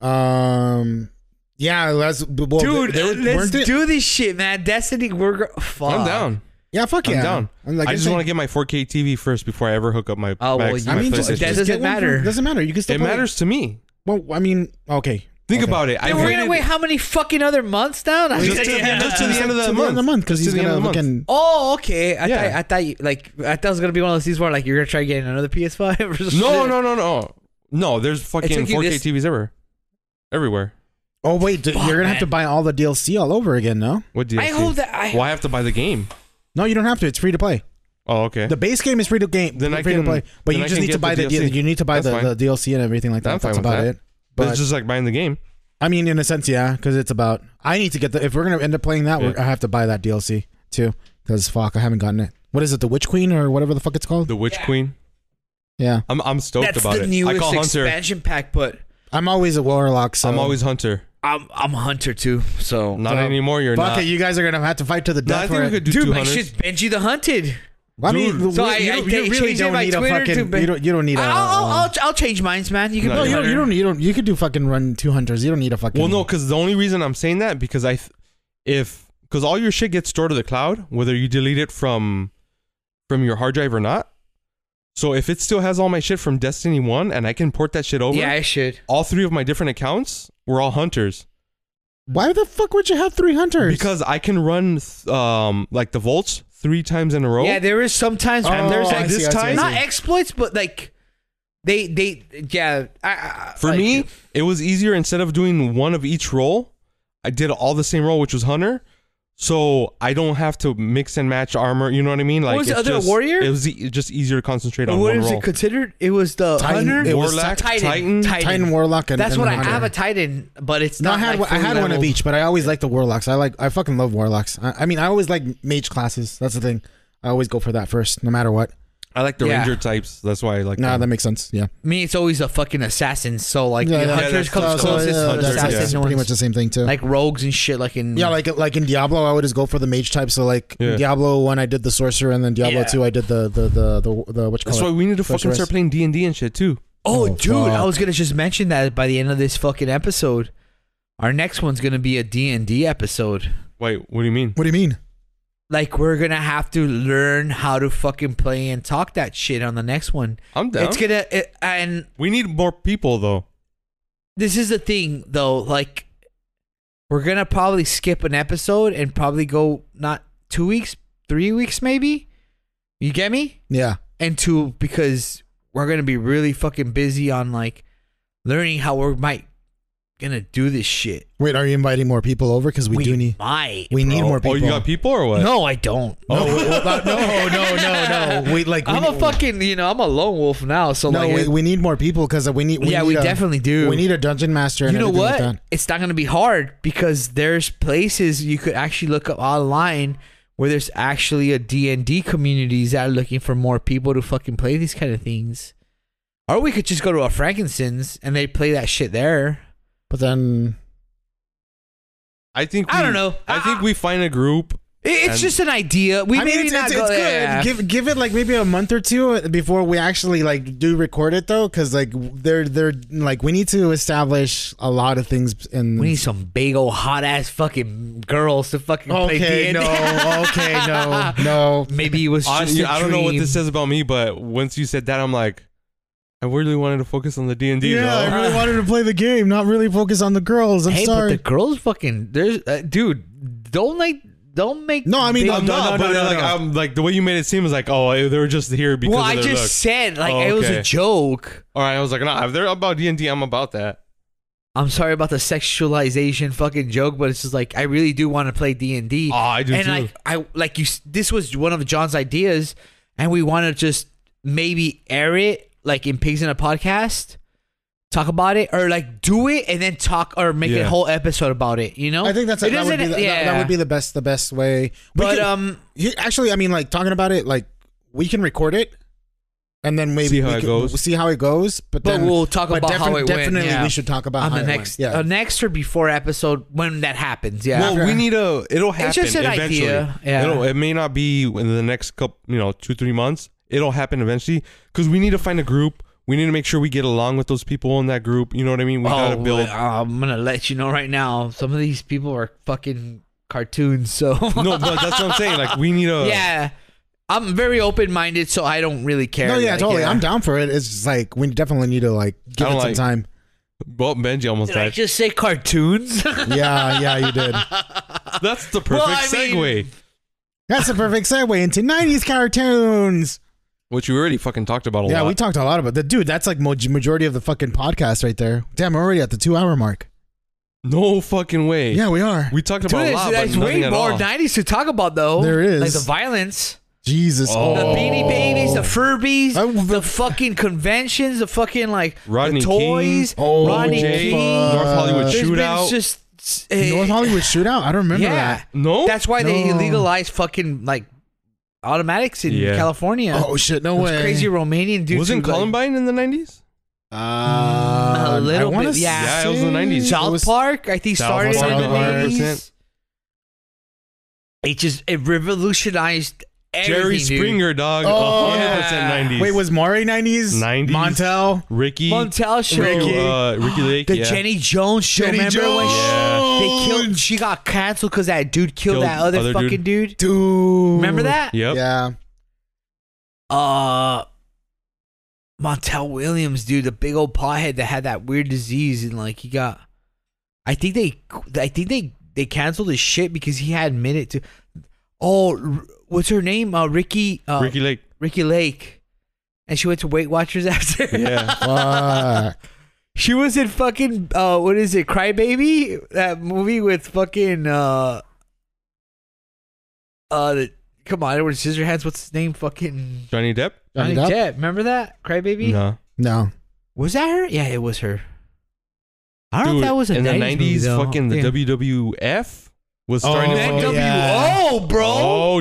[SPEAKER 2] um, yeah, that's well,
[SPEAKER 1] Dude,
[SPEAKER 2] they- they were-
[SPEAKER 1] let's
[SPEAKER 2] weren't they-
[SPEAKER 1] do this shit, man. Destiny, we're go- fuck.
[SPEAKER 3] I'm down.
[SPEAKER 2] Yeah, fuck
[SPEAKER 3] I'm
[SPEAKER 2] yeah.
[SPEAKER 3] down.
[SPEAKER 2] I'm like,
[SPEAKER 3] I just
[SPEAKER 2] it's
[SPEAKER 3] want to
[SPEAKER 2] like-
[SPEAKER 3] get my 4K TV first before I ever hook up my.
[SPEAKER 1] Oh,
[SPEAKER 3] my-
[SPEAKER 1] well, you-
[SPEAKER 3] my
[SPEAKER 2] I mean, just,
[SPEAKER 3] PlayStation.
[SPEAKER 2] just
[SPEAKER 1] That doesn't
[SPEAKER 2] get one
[SPEAKER 1] matter.
[SPEAKER 2] From, doesn't matter. You can still.
[SPEAKER 3] it
[SPEAKER 2] play.
[SPEAKER 3] matters to me.
[SPEAKER 2] Well, I mean, okay.
[SPEAKER 3] Think
[SPEAKER 2] Okay.
[SPEAKER 3] about it. I
[SPEAKER 1] Dude, we're gonna
[SPEAKER 3] waited
[SPEAKER 1] wait how many fucking other months down?
[SPEAKER 3] Just to- just to the end of
[SPEAKER 2] To
[SPEAKER 3] the
[SPEAKER 2] the end of
[SPEAKER 3] month.
[SPEAKER 2] the month because
[SPEAKER 3] To
[SPEAKER 2] he's
[SPEAKER 3] the end
[SPEAKER 2] gonna
[SPEAKER 3] of the month.
[SPEAKER 2] fucking.
[SPEAKER 1] Oh, okay. I,
[SPEAKER 3] Yeah.
[SPEAKER 1] thought, I thought you, like I thought it was gonna be one of those things where like you're gonna try getting another PS5 or something.
[SPEAKER 3] No, no, no, no, no. There's fucking
[SPEAKER 1] took you
[SPEAKER 3] 4K
[SPEAKER 1] this-
[SPEAKER 3] TVs ever, everywhere.
[SPEAKER 2] Oh wait, d-
[SPEAKER 1] Fuck,
[SPEAKER 2] you're gonna have to
[SPEAKER 1] man.
[SPEAKER 2] buy all the DLC all over again. No,
[SPEAKER 3] What DLC?
[SPEAKER 1] I hope that I
[SPEAKER 3] Well, I have to buy the game.
[SPEAKER 2] no, you don't have to. It's free to play.
[SPEAKER 3] Oh, okay.
[SPEAKER 2] The base game is free to game.
[SPEAKER 3] Then I
[SPEAKER 2] free
[SPEAKER 3] can-
[SPEAKER 2] to play, but
[SPEAKER 3] then
[SPEAKER 2] you
[SPEAKER 3] I
[SPEAKER 2] just
[SPEAKER 3] can
[SPEAKER 2] need to
[SPEAKER 3] get
[SPEAKER 2] buy
[SPEAKER 3] the
[SPEAKER 2] the,
[SPEAKER 3] DLC.
[SPEAKER 2] you need to buy
[SPEAKER 3] That's
[SPEAKER 2] the, the DLC and everything like that.
[SPEAKER 3] I'm fine
[SPEAKER 2] That's
[SPEAKER 3] with
[SPEAKER 2] about
[SPEAKER 3] that.
[SPEAKER 2] it.
[SPEAKER 3] but
[SPEAKER 2] But
[SPEAKER 3] it's just like buying the game.
[SPEAKER 2] I mean, in a sense, yeah, because it's about. I need to get the. If we're gonna end up playing that, we're,
[SPEAKER 3] Yeah.
[SPEAKER 2] I have to buy that DLC too. Because fuck, I haven't gotten it. What is it, the Witch Queen or whatever the fuck it's called?
[SPEAKER 3] The Witch
[SPEAKER 1] Yeah.
[SPEAKER 3] Queen.
[SPEAKER 2] yeah,
[SPEAKER 3] I'm I'm stoked
[SPEAKER 1] that's
[SPEAKER 3] about
[SPEAKER 1] the
[SPEAKER 3] it. I
[SPEAKER 1] newest
[SPEAKER 3] call Hunter.
[SPEAKER 1] expansion pack, but
[SPEAKER 2] I'm always a warlock. So
[SPEAKER 3] I'm always Hunter.
[SPEAKER 1] I'm I'm a hunter too. So
[SPEAKER 3] Not
[SPEAKER 2] So-
[SPEAKER 3] anymore. You're
[SPEAKER 2] Fuck
[SPEAKER 3] not.
[SPEAKER 2] it, you guys are gonna have to fight to the
[SPEAKER 3] no,
[SPEAKER 2] death
[SPEAKER 3] I
[SPEAKER 2] for
[SPEAKER 3] think we
[SPEAKER 2] it.
[SPEAKER 3] could do
[SPEAKER 1] dude,
[SPEAKER 3] two
[SPEAKER 1] my
[SPEAKER 3] hunters.
[SPEAKER 1] shit's Benji the Hunted.
[SPEAKER 2] I mean,
[SPEAKER 3] Dude.
[SPEAKER 2] the-
[SPEAKER 1] So
[SPEAKER 2] you,
[SPEAKER 1] I- I
[SPEAKER 2] don't-
[SPEAKER 1] ta-
[SPEAKER 2] you really
[SPEAKER 1] changed it
[SPEAKER 2] don't
[SPEAKER 1] by
[SPEAKER 2] need a
[SPEAKER 1] Twitter
[SPEAKER 2] fucking.
[SPEAKER 1] to Ben-
[SPEAKER 2] you don't. You don't need a.
[SPEAKER 1] I'll, I'll,
[SPEAKER 2] uh,
[SPEAKER 1] I'll I'll change minds, man. You can be
[SPEAKER 3] No,
[SPEAKER 2] no,
[SPEAKER 1] a
[SPEAKER 2] you don't.
[SPEAKER 1] hunter.
[SPEAKER 2] You don't. You don't. You could do fucking run two hunters. You don't need a fucking.
[SPEAKER 3] Well, no, because the only reason I'm saying that because I, th- if because all your shit gets stored to the cloud, whether you delete it from, from your hard drive or not. So if it still has all my shit from Destiny One and I can port that shit over,
[SPEAKER 1] Yeah, I should.
[SPEAKER 3] all three of my different accounts were all hunters
[SPEAKER 2] Why the fuck would you have three hunters?
[SPEAKER 3] because I can run th- um like the volts three times in a row.
[SPEAKER 1] Yeah, there is sometimes when
[SPEAKER 2] Oh,
[SPEAKER 1] there's
[SPEAKER 2] I
[SPEAKER 1] like
[SPEAKER 2] see,
[SPEAKER 3] this
[SPEAKER 2] I see, I
[SPEAKER 3] time-
[SPEAKER 2] see.
[SPEAKER 1] not exploits, but like they they yeah. I, I,
[SPEAKER 3] For
[SPEAKER 1] like-
[SPEAKER 3] me, it was easier instead of doing one of each role, I did all the same role, which was Hunter. So I don't have to mix and match armor. You know what I mean? Like
[SPEAKER 1] was the
[SPEAKER 3] it's
[SPEAKER 1] other,
[SPEAKER 3] just-
[SPEAKER 1] warrior?
[SPEAKER 3] It was e- just easier to concentrate on
[SPEAKER 1] what
[SPEAKER 3] one
[SPEAKER 1] is
[SPEAKER 3] role.
[SPEAKER 1] it considered? It was the
[SPEAKER 2] Titan-
[SPEAKER 1] hunter.
[SPEAKER 2] it was
[SPEAKER 3] Warlock,
[SPEAKER 1] Titan,
[SPEAKER 3] Titan,
[SPEAKER 1] Titan.
[SPEAKER 2] Titan, warlock, and
[SPEAKER 1] That's
[SPEAKER 2] and
[SPEAKER 1] what I
[SPEAKER 2] hunter.
[SPEAKER 1] have a Titan, but it's
[SPEAKER 2] No, I
[SPEAKER 1] not.
[SPEAKER 2] had
[SPEAKER 1] like,
[SPEAKER 2] I
[SPEAKER 1] fully
[SPEAKER 2] had one of
[SPEAKER 1] leveled.
[SPEAKER 2] each, but I always like the warlocks. I like I fucking love warlocks. I, I mean, I always like mage classes. That's the thing. I always go for that first, no matter what.
[SPEAKER 3] I like the
[SPEAKER 1] Yeah.
[SPEAKER 3] ranger types. That's why I like.
[SPEAKER 2] Nah, that
[SPEAKER 3] them.
[SPEAKER 2] makes sense. Yeah,
[SPEAKER 1] Me, it's always a fucking assassin. So like
[SPEAKER 2] Yeah,
[SPEAKER 1] the
[SPEAKER 2] yeah,
[SPEAKER 1] hunters
[SPEAKER 3] that's-
[SPEAKER 1] comes
[SPEAKER 3] so-
[SPEAKER 1] closest
[SPEAKER 3] yeah,
[SPEAKER 1] to
[SPEAKER 3] that's-
[SPEAKER 1] the
[SPEAKER 3] yeah.
[SPEAKER 1] assassin
[SPEAKER 2] pretty
[SPEAKER 1] ones.
[SPEAKER 2] much the same thing too.
[SPEAKER 1] like rogues and shit. Like in
[SPEAKER 2] yeah, like like in Diablo, I would just go for the mage type. So like
[SPEAKER 3] Yeah.
[SPEAKER 2] Diablo one, I did the sorcerer, and then Diablo
[SPEAKER 1] Yeah.
[SPEAKER 2] two, I did the the the the, the what you
[SPEAKER 3] That's
[SPEAKER 2] call
[SPEAKER 3] why
[SPEAKER 2] it?
[SPEAKER 3] we need to
[SPEAKER 2] First
[SPEAKER 3] fucking
[SPEAKER 2] rest.
[SPEAKER 3] start playing D and D and shit too.
[SPEAKER 1] Oh,
[SPEAKER 2] Oh,
[SPEAKER 1] dude, I
[SPEAKER 2] fuck.
[SPEAKER 1] was gonna just mention that by the end of this fucking episode, our next one's gonna be a D and D episode.
[SPEAKER 3] Wait, what do you mean?
[SPEAKER 2] What do you mean?
[SPEAKER 1] Like we're gonna have to learn how to fucking play and talk that shit on the next one.
[SPEAKER 3] I'm down.
[SPEAKER 1] It's gonna it, and
[SPEAKER 3] we need more people though.
[SPEAKER 1] this is the thing though. Like we're gonna probably skip an episode and probably go not two weeks, three weeks maybe. You get me?
[SPEAKER 2] Yeah,
[SPEAKER 1] and two because we're gonna be really fucking busy on like learning how we might gonna do this shit.
[SPEAKER 2] wait, are you inviting more people over? Because we, do need
[SPEAKER 1] might.
[SPEAKER 2] we need
[SPEAKER 1] bro.
[SPEAKER 2] more people.
[SPEAKER 3] Oh, you got people or what? Oh.
[SPEAKER 1] No, I don't.
[SPEAKER 2] No, we- well, that- no, no, no, no. We like we
[SPEAKER 1] I'm a
[SPEAKER 2] need-
[SPEAKER 1] fucking you know I'm a lone wolf now. So
[SPEAKER 2] No,
[SPEAKER 1] like,
[SPEAKER 2] we, we need more people because we need. We
[SPEAKER 1] yeah,
[SPEAKER 2] need
[SPEAKER 1] we
[SPEAKER 2] a-
[SPEAKER 1] definitely do.
[SPEAKER 2] We need a dungeon master. And
[SPEAKER 1] you know
[SPEAKER 2] everything
[SPEAKER 1] what?
[SPEAKER 2] Like that.
[SPEAKER 1] it's not gonna be hard because there's places you could actually look up online where there's actually a D&D communities that are looking for more people to fucking play these kind of things. Or we could just go to a Frankincense and they play that shit there.
[SPEAKER 2] But then
[SPEAKER 3] I think we,
[SPEAKER 1] I don't know.
[SPEAKER 3] I think
[SPEAKER 1] Ah.
[SPEAKER 3] we find a group
[SPEAKER 1] It's
[SPEAKER 3] And-
[SPEAKER 1] just an idea. We
[SPEAKER 2] I mean,
[SPEAKER 1] maybe
[SPEAKER 2] it's,
[SPEAKER 1] not
[SPEAKER 2] it's,
[SPEAKER 1] go
[SPEAKER 2] it's good.
[SPEAKER 1] there.
[SPEAKER 2] Give give it like maybe a month or two before we actually like do record it though, because like they're they're like we need to establish a lot of things in.
[SPEAKER 1] we need some big old hot ass fucking girls to fucking play
[SPEAKER 2] okay,
[SPEAKER 1] D&D.
[SPEAKER 2] no, okay, no, no.
[SPEAKER 1] Maybe it was just
[SPEAKER 3] Honestly,
[SPEAKER 1] a
[SPEAKER 3] I don't know what
[SPEAKER 1] dream.
[SPEAKER 3] this says about me, but once you said that, I'm like, I really wanted to focus on the D and D.
[SPEAKER 2] Yeah, I really wanted to play the game, not really focus on the girls. I'm
[SPEAKER 1] hey,
[SPEAKER 2] sorry.
[SPEAKER 1] but the girls fucking there's uh, dude, don't like don't make
[SPEAKER 2] No, I mean,
[SPEAKER 1] big-
[SPEAKER 2] I'm
[SPEAKER 3] I'm
[SPEAKER 2] No,
[SPEAKER 3] not,
[SPEAKER 2] no,
[SPEAKER 3] but
[SPEAKER 2] no,
[SPEAKER 3] like,
[SPEAKER 2] no.
[SPEAKER 3] I'm like the way you made it seem is like, oh, they were just here because
[SPEAKER 1] Well,
[SPEAKER 3] of
[SPEAKER 1] I
[SPEAKER 3] their
[SPEAKER 1] just
[SPEAKER 3] looks.
[SPEAKER 1] said like
[SPEAKER 3] Oh,
[SPEAKER 1] it was a
[SPEAKER 3] okay.
[SPEAKER 1] joke.
[SPEAKER 3] All right, I was like, nah, if they're about D and D, I'm about that.
[SPEAKER 1] I'm sorry about the sexualization fucking joke, but it's just like I really do want to play D and D.
[SPEAKER 3] Oh,
[SPEAKER 2] Ah,
[SPEAKER 3] I do
[SPEAKER 1] And
[SPEAKER 3] too.
[SPEAKER 1] like I like you, s- this was one of John's ideas, and we want to just maybe air it like in pigs in a podcast, talk about it, or like do it and then talk or make a
[SPEAKER 3] Yeah.
[SPEAKER 1] whole episode about it. You know,
[SPEAKER 2] I think that's
[SPEAKER 1] it.
[SPEAKER 2] that would, be the,
[SPEAKER 1] doesn't-
[SPEAKER 2] that-
[SPEAKER 1] yeah.
[SPEAKER 2] that, would be the best the best way. We
[SPEAKER 1] but
[SPEAKER 2] could-
[SPEAKER 1] um,
[SPEAKER 2] he- actually, I mean, like talking about it, like we can record it, and then maybe
[SPEAKER 3] See how
[SPEAKER 2] we
[SPEAKER 3] it
[SPEAKER 2] could-
[SPEAKER 3] goes.
[SPEAKER 2] we'll see how it goes. But,
[SPEAKER 1] But
[SPEAKER 2] then
[SPEAKER 1] we'll talk
[SPEAKER 2] but
[SPEAKER 1] about how it went,
[SPEAKER 2] Definitely,
[SPEAKER 1] yeah.
[SPEAKER 2] we should talk about
[SPEAKER 1] on
[SPEAKER 2] how
[SPEAKER 1] the
[SPEAKER 2] it went,
[SPEAKER 1] next,
[SPEAKER 2] Yeah.
[SPEAKER 1] uh, next or before episode when that happens. Yeah,
[SPEAKER 3] Well, we
[SPEAKER 2] Okay.
[SPEAKER 3] need a. It'll happen.
[SPEAKER 1] It's just an
[SPEAKER 3] eventually.
[SPEAKER 1] idea, yeah.
[SPEAKER 3] It'll- it may not be in the next couple, you know, two three months. It'll happen eventually because we need to find a group. We need to make sure we get along with those people in that group. You know what I mean? We gotta build.
[SPEAKER 1] Oh, well, I'm gonna let you know right now. Some of these people are fucking cartoons, so
[SPEAKER 3] no, but that's what I'm saying. Like we need a.
[SPEAKER 1] yeah. I'm very open minded, so I don't really care.
[SPEAKER 2] No, yeah,
[SPEAKER 1] Like,
[SPEAKER 2] totally. I'm down for it. It's just like we definitely need to like give
[SPEAKER 3] I
[SPEAKER 2] it
[SPEAKER 3] don't
[SPEAKER 2] some
[SPEAKER 3] like-
[SPEAKER 2] time.
[SPEAKER 3] Well, Benji almost
[SPEAKER 1] Did I
[SPEAKER 3] died.
[SPEAKER 1] just say cartoons?
[SPEAKER 2] yeah, yeah, you did.
[SPEAKER 3] That's the perfect
[SPEAKER 1] Well, I
[SPEAKER 3] segue.
[SPEAKER 1] mean-
[SPEAKER 2] That's the perfect segue into '90s cartoons.
[SPEAKER 3] Which we already fucking talked about a
[SPEAKER 2] Yeah,
[SPEAKER 3] lot.
[SPEAKER 2] we talked a lot about that, dude. That's like mo- majority of the fucking podcast right there. Damn, we're already at the two-hour mark.
[SPEAKER 3] no fucking way.
[SPEAKER 2] Yeah, we are.
[SPEAKER 3] We talked
[SPEAKER 1] Dude,
[SPEAKER 3] about a
[SPEAKER 1] there's,
[SPEAKER 3] lot,
[SPEAKER 1] there's
[SPEAKER 3] but nothing
[SPEAKER 1] way
[SPEAKER 3] at
[SPEAKER 1] more
[SPEAKER 3] all.
[SPEAKER 1] 90s to talk about, though.
[SPEAKER 2] There is.
[SPEAKER 1] Like the violence,
[SPEAKER 2] Jesus.
[SPEAKER 3] Oh.
[SPEAKER 1] the Beanie Babies, the Furbies,
[SPEAKER 2] I-
[SPEAKER 1] the fucking conventions, the fucking like
[SPEAKER 3] Rodney
[SPEAKER 1] the toys,
[SPEAKER 2] King. Oh,
[SPEAKER 1] Rodney
[SPEAKER 2] fuck.
[SPEAKER 1] King,
[SPEAKER 3] North Hollywood
[SPEAKER 1] There's been
[SPEAKER 3] shootout.
[SPEAKER 1] just eh,
[SPEAKER 2] North Hollywood shootout. I don't remember
[SPEAKER 1] yeah.
[SPEAKER 2] that.
[SPEAKER 3] no,
[SPEAKER 1] That's why they
[SPEAKER 2] No.
[SPEAKER 1] legalized fucking like automatics in
[SPEAKER 3] Yeah.
[SPEAKER 1] California.
[SPEAKER 2] Oh shit! No
[SPEAKER 1] Those
[SPEAKER 2] way.
[SPEAKER 1] crazy Romanian dudes.
[SPEAKER 3] wasn't
[SPEAKER 1] who, like-
[SPEAKER 3] Columbine in the 90s?
[SPEAKER 2] Uh,
[SPEAKER 1] A little
[SPEAKER 2] I wanna
[SPEAKER 1] bit, yeah.
[SPEAKER 3] Yeah, it was the
[SPEAKER 2] say
[SPEAKER 3] 90s.
[SPEAKER 2] it
[SPEAKER 1] South
[SPEAKER 2] was-
[SPEAKER 1] Park, I think,
[SPEAKER 3] South
[SPEAKER 1] started
[SPEAKER 2] Park,
[SPEAKER 1] in the
[SPEAKER 3] 100%.
[SPEAKER 1] 90s. It just it revolutionized everything.
[SPEAKER 3] Jerry
[SPEAKER 1] dude.
[SPEAKER 3] Springer, dog.
[SPEAKER 2] Oh,
[SPEAKER 3] 100%
[SPEAKER 1] yeah.
[SPEAKER 3] 90s.
[SPEAKER 2] Wait, was Maury nineties?
[SPEAKER 3] 90s.
[SPEAKER 2] Montel.
[SPEAKER 3] Ricky.
[SPEAKER 1] Montel show.
[SPEAKER 3] Ricky, uh, Ricky Lake.
[SPEAKER 1] The
[SPEAKER 3] yeah.
[SPEAKER 1] Jenny Jones show.
[SPEAKER 2] Jenny
[SPEAKER 1] remember when she,
[SPEAKER 3] Yeah.
[SPEAKER 1] they killed? She got canceled because that dude killed,
[SPEAKER 3] Killed
[SPEAKER 1] that other,
[SPEAKER 3] other
[SPEAKER 1] fucking dude.
[SPEAKER 2] Dude.
[SPEAKER 1] Remember that?
[SPEAKER 3] Yep.
[SPEAKER 2] Yeah.
[SPEAKER 1] Uh, Montel Williams, dude, the big old pothead that had that weird disease and like he got. I think they, I think they, they canceled his shit because he had minute to. Oh, R- what's her name? Uh, Ricky. Uh,
[SPEAKER 3] Ricky Lake.
[SPEAKER 1] Ricky Lake, and she went to Weight Watchers after.
[SPEAKER 3] Yeah.
[SPEAKER 2] Fuck.
[SPEAKER 1] She was in fucking uh, what is it, Crybaby? That movie with fucking uh, uh, the, come on, Edward Scissorhands. What's his name? Fucking
[SPEAKER 3] Johnny Depp?
[SPEAKER 1] Johnny
[SPEAKER 2] Johnny Depp?
[SPEAKER 1] Depp. Remember that Crybaby?
[SPEAKER 3] No.
[SPEAKER 2] no.
[SPEAKER 1] Was that her? Yeah, it was her. I don't know
[SPEAKER 3] Dude,
[SPEAKER 1] if that was a
[SPEAKER 3] in the
[SPEAKER 1] 90s, movie, though.
[SPEAKER 3] fucking the
[SPEAKER 1] yeah.
[SPEAKER 3] WWF was starting
[SPEAKER 2] Oh,
[SPEAKER 3] to fucking.
[SPEAKER 2] yeah.
[SPEAKER 1] NWO, bro.
[SPEAKER 3] Oh,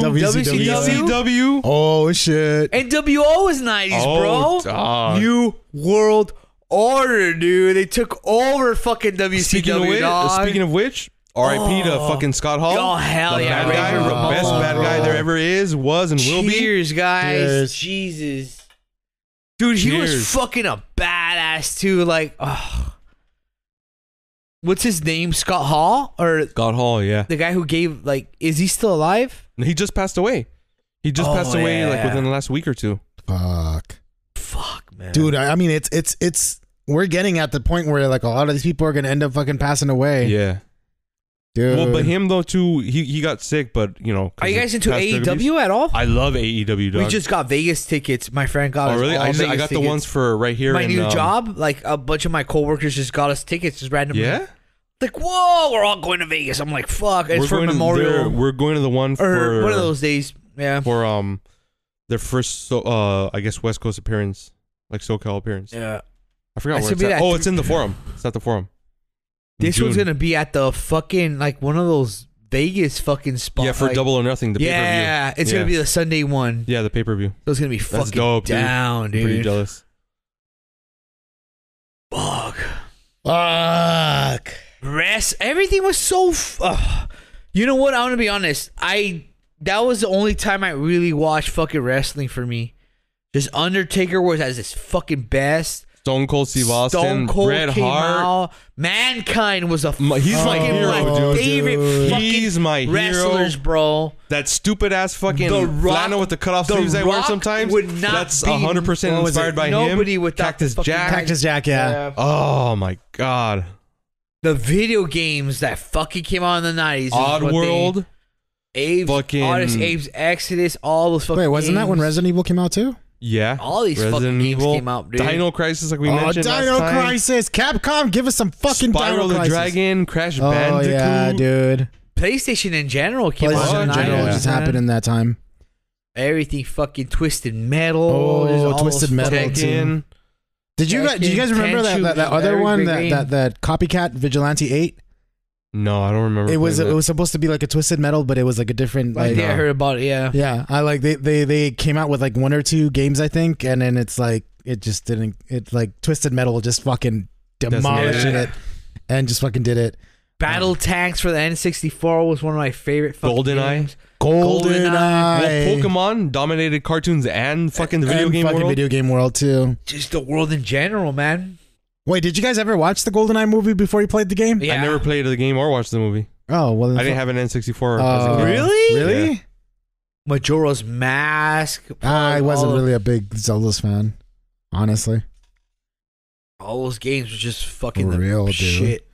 [SPEAKER 2] W- WCW.
[SPEAKER 3] WCW.
[SPEAKER 2] Oh shit.
[SPEAKER 1] NWO was 90s,
[SPEAKER 3] Oh,
[SPEAKER 1] bro.
[SPEAKER 3] dog.
[SPEAKER 1] New World Order, dude. They took over fucking WCW.
[SPEAKER 3] Speaking of, which,
[SPEAKER 1] dog.
[SPEAKER 3] speaking of which, R.I.P. to
[SPEAKER 1] Oh.
[SPEAKER 3] fucking Scott Hall.
[SPEAKER 1] Oh, hell
[SPEAKER 3] the
[SPEAKER 1] yeah,
[SPEAKER 3] Bad guy,
[SPEAKER 1] Razor
[SPEAKER 3] the best
[SPEAKER 1] Ramon,
[SPEAKER 3] bad guy
[SPEAKER 2] bro.
[SPEAKER 3] there ever is, was, and will be.
[SPEAKER 1] Cheers, guys.
[SPEAKER 2] Cheers.
[SPEAKER 1] Jesus. Dude, he was
[SPEAKER 3] Cheers.
[SPEAKER 1] fucking a badass too. Like, oh. what's his name? Scott Hall or
[SPEAKER 3] Scott Hall, yeah.
[SPEAKER 1] the guy who gave? Like, is he still alive?
[SPEAKER 3] He just passed away. He just
[SPEAKER 1] Oh,
[SPEAKER 3] passed away like
[SPEAKER 1] yeah.
[SPEAKER 3] within the last week or two.
[SPEAKER 2] Fuck.
[SPEAKER 1] Fuck, man.
[SPEAKER 2] Dude, I, I mean, it's it's it's we're getting at the point where like a lot of these people are gonna end up fucking passing away.
[SPEAKER 3] Yeah.
[SPEAKER 2] Dude.
[SPEAKER 3] Well, but him though too. He he got sick, but you know. 'cause
[SPEAKER 1] are you
[SPEAKER 3] of
[SPEAKER 1] guys into
[SPEAKER 3] past disease.
[SPEAKER 1] AEW at all?
[SPEAKER 3] I love AEW. Dog.
[SPEAKER 1] we just got Vegas tickets. My friend got.
[SPEAKER 3] Oh
[SPEAKER 1] us
[SPEAKER 3] really?
[SPEAKER 1] all
[SPEAKER 3] I just I
[SPEAKER 1] Vegas
[SPEAKER 3] got the
[SPEAKER 1] tickets.
[SPEAKER 3] ones for right here.
[SPEAKER 1] My
[SPEAKER 3] in,
[SPEAKER 1] new
[SPEAKER 3] um,
[SPEAKER 1] job, like a bunch of my coworkers just got us tickets, just randomly.
[SPEAKER 3] Yeah.
[SPEAKER 1] Like, whoa, we're all going to Vegas. I'm like, fuck, it's for
[SPEAKER 3] going To their,
[SPEAKER 1] Memorial
[SPEAKER 3] we're going to the one
[SPEAKER 1] or
[SPEAKER 3] for
[SPEAKER 1] one of those days. Yeah.
[SPEAKER 3] for um their first so uh I guess West Coast appearance, like SoCal appearance.
[SPEAKER 1] Yeah.
[SPEAKER 3] I forgot
[SPEAKER 1] I
[SPEAKER 3] where
[SPEAKER 1] should
[SPEAKER 3] it's
[SPEAKER 1] be
[SPEAKER 3] at.
[SPEAKER 1] that-
[SPEAKER 3] Oh, it's in the forum. It's at the forum. In
[SPEAKER 1] This one's
[SPEAKER 3] June.
[SPEAKER 1] gonna be at the fucking like one of those Vegas fucking spots.
[SPEAKER 3] yeah for
[SPEAKER 1] like,
[SPEAKER 3] double or nothing. The
[SPEAKER 1] yeah,
[SPEAKER 3] pay-per-view.
[SPEAKER 1] it's
[SPEAKER 3] yeah.
[SPEAKER 1] gonna be the Sunday one.
[SPEAKER 3] yeah the pay per view.
[SPEAKER 1] So it's gonna be
[SPEAKER 3] That's
[SPEAKER 1] fucking
[SPEAKER 3] dope, dude.
[SPEAKER 1] down, dude.
[SPEAKER 3] Pretty jealous.
[SPEAKER 1] Fuck.
[SPEAKER 2] fuck.
[SPEAKER 1] Rest. Everything was so. F- ugh. You know what? I'm gonna be honest. I that was the only time I really watched fucking wrestling for me. Just Undertaker was at his fucking best.
[SPEAKER 3] Stone Cold Steve Austin,
[SPEAKER 1] Stone Cold
[SPEAKER 3] Bret
[SPEAKER 1] came
[SPEAKER 3] Hart.
[SPEAKER 1] out. Mankind was a
[SPEAKER 3] My- he's my
[SPEAKER 1] fucking
[SPEAKER 3] hero,
[SPEAKER 2] dude.
[SPEAKER 1] favorite
[SPEAKER 2] Dude.
[SPEAKER 1] fucking
[SPEAKER 3] He's my hero.
[SPEAKER 1] wrestlers, bro.
[SPEAKER 3] That stupid ass fucking
[SPEAKER 1] The Rock-
[SPEAKER 3] flannel with the cutoff
[SPEAKER 1] The
[SPEAKER 3] sleeves I wear
[SPEAKER 1] Rock
[SPEAKER 3] sometimes.
[SPEAKER 1] would not
[SPEAKER 3] That's
[SPEAKER 1] be-
[SPEAKER 3] hundred percent
[SPEAKER 1] what was
[SPEAKER 3] inspired
[SPEAKER 1] it?
[SPEAKER 3] by
[SPEAKER 1] Nobody
[SPEAKER 3] him.
[SPEAKER 1] without
[SPEAKER 3] Cactus
[SPEAKER 1] fucking
[SPEAKER 3] Jack.
[SPEAKER 1] Cactus-
[SPEAKER 2] Cactus Jack, yeah.
[SPEAKER 3] Oh my god.
[SPEAKER 1] The video games that fucking came out in the nineties.
[SPEAKER 3] Odd World.
[SPEAKER 1] Apes,
[SPEAKER 3] Fucking-
[SPEAKER 1] Artist Apes, Exodus, all those fucking.
[SPEAKER 2] Wait, wasn't that when
[SPEAKER 1] games.
[SPEAKER 2] Resident Evil came out too?
[SPEAKER 3] Yeah.
[SPEAKER 1] All these fucking games came out, dude.
[SPEAKER 3] Dino Crisis, like we
[SPEAKER 2] oh,
[SPEAKER 3] mentioned. last
[SPEAKER 2] Dino
[SPEAKER 3] time.
[SPEAKER 2] Crisis! Capcom, give us some fucking Dino
[SPEAKER 3] Spiral the
[SPEAKER 2] Crisis.
[SPEAKER 3] Dragon, Crash
[SPEAKER 2] Oh
[SPEAKER 3] Bandicoot.
[SPEAKER 2] yeah, dude.
[SPEAKER 1] PlayStation in general came out.
[SPEAKER 2] PlayStation
[SPEAKER 1] in
[SPEAKER 2] in
[SPEAKER 1] the
[SPEAKER 2] general
[SPEAKER 1] 90s,
[SPEAKER 2] just
[SPEAKER 1] man.
[SPEAKER 2] happened in that time.
[SPEAKER 1] Everything fucking twisted metal.
[SPEAKER 2] Oh,
[SPEAKER 1] there's all
[SPEAKER 2] Twisted
[SPEAKER 1] those
[SPEAKER 2] Metal,
[SPEAKER 1] fucking-
[SPEAKER 2] too.
[SPEAKER 3] Tekken.
[SPEAKER 2] Did you guys, did you guys remember that, that, that
[SPEAKER 1] Tenchu,
[SPEAKER 2] other
[SPEAKER 1] Larry
[SPEAKER 2] one that,
[SPEAKER 1] Brigade.
[SPEAKER 2] that that copycat Vigilante Eight?
[SPEAKER 3] No, I don't remember.
[SPEAKER 2] It was
[SPEAKER 3] playing
[SPEAKER 2] it
[SPEAKER 3] that.
[SPEAKER 2] was supposed to be like a twisted metal, but it was like a different
[SPEAKER 1] Like,
[SPEAKER 2] like
[SPEAKER 1] yeah, I heard about it. Yeah.
[SPEAKER 2] yeah. I like they, they they came out with like one or two games I think, and then it's like it just didn't it like twisted metal just fucking demolishing
[SPEAKER 3] Yeah.
[SPEAKER 2] it and just fucking did it.
[SPEAKER 1] Battle Tanks for the N64 was one of my favorite. fucking
[SPEAKER 3] GoldenEye.
[SPEAKER 1] games.
[SPEAKER 2] Golden,
[SPEAKER 1] GoldenEye.
[SPEAKER 3] Well,
[SPEAKER 2] Eye.
[SPEAKER 3] Pokemon dominated cartoons and fucking the video
[SPEAKER 2] And
[SPEAKER 3] game
[SPEAKER 2] fucking
[SPEAKER 3] world.
[SPEAKER 2] video game world too.
[SPEAKER 1] Just the world in general, man.
[SPEAKER 2] Wait, did you guys ever watch the Golden Eye movie before you played the game?
[SPEAKER 1] Yeah.
[SPEAKER 3] I never played the game or watched the movie.
[SPEAKER 2] Oh well, then
[SPEAKER 3] I didn't
[SPEAKER 2] fuck-
[SPEAKER 3] have an N64. as a
[SPEAKER 2] Oh.
[SPEAKER 3] kid.
[SPEAKER 1] Really?
[SPEAKER 2] really.
[SPEAKER 1] Majora's Mask.
[SPEAKER 2] I
[SPEAKER 1] all-
[SPEAKER 2] wasn't
[SPEAKER 1] all-
[SPEAKER 2] really a big Zelda's fan, honestly.
[SPEAKER 1] All those games were just fucking
[SPEAKER 2] Real,
[SPEAKER 1] the
[SPEAKER 2] dude.
[SPEAKER 1] shit.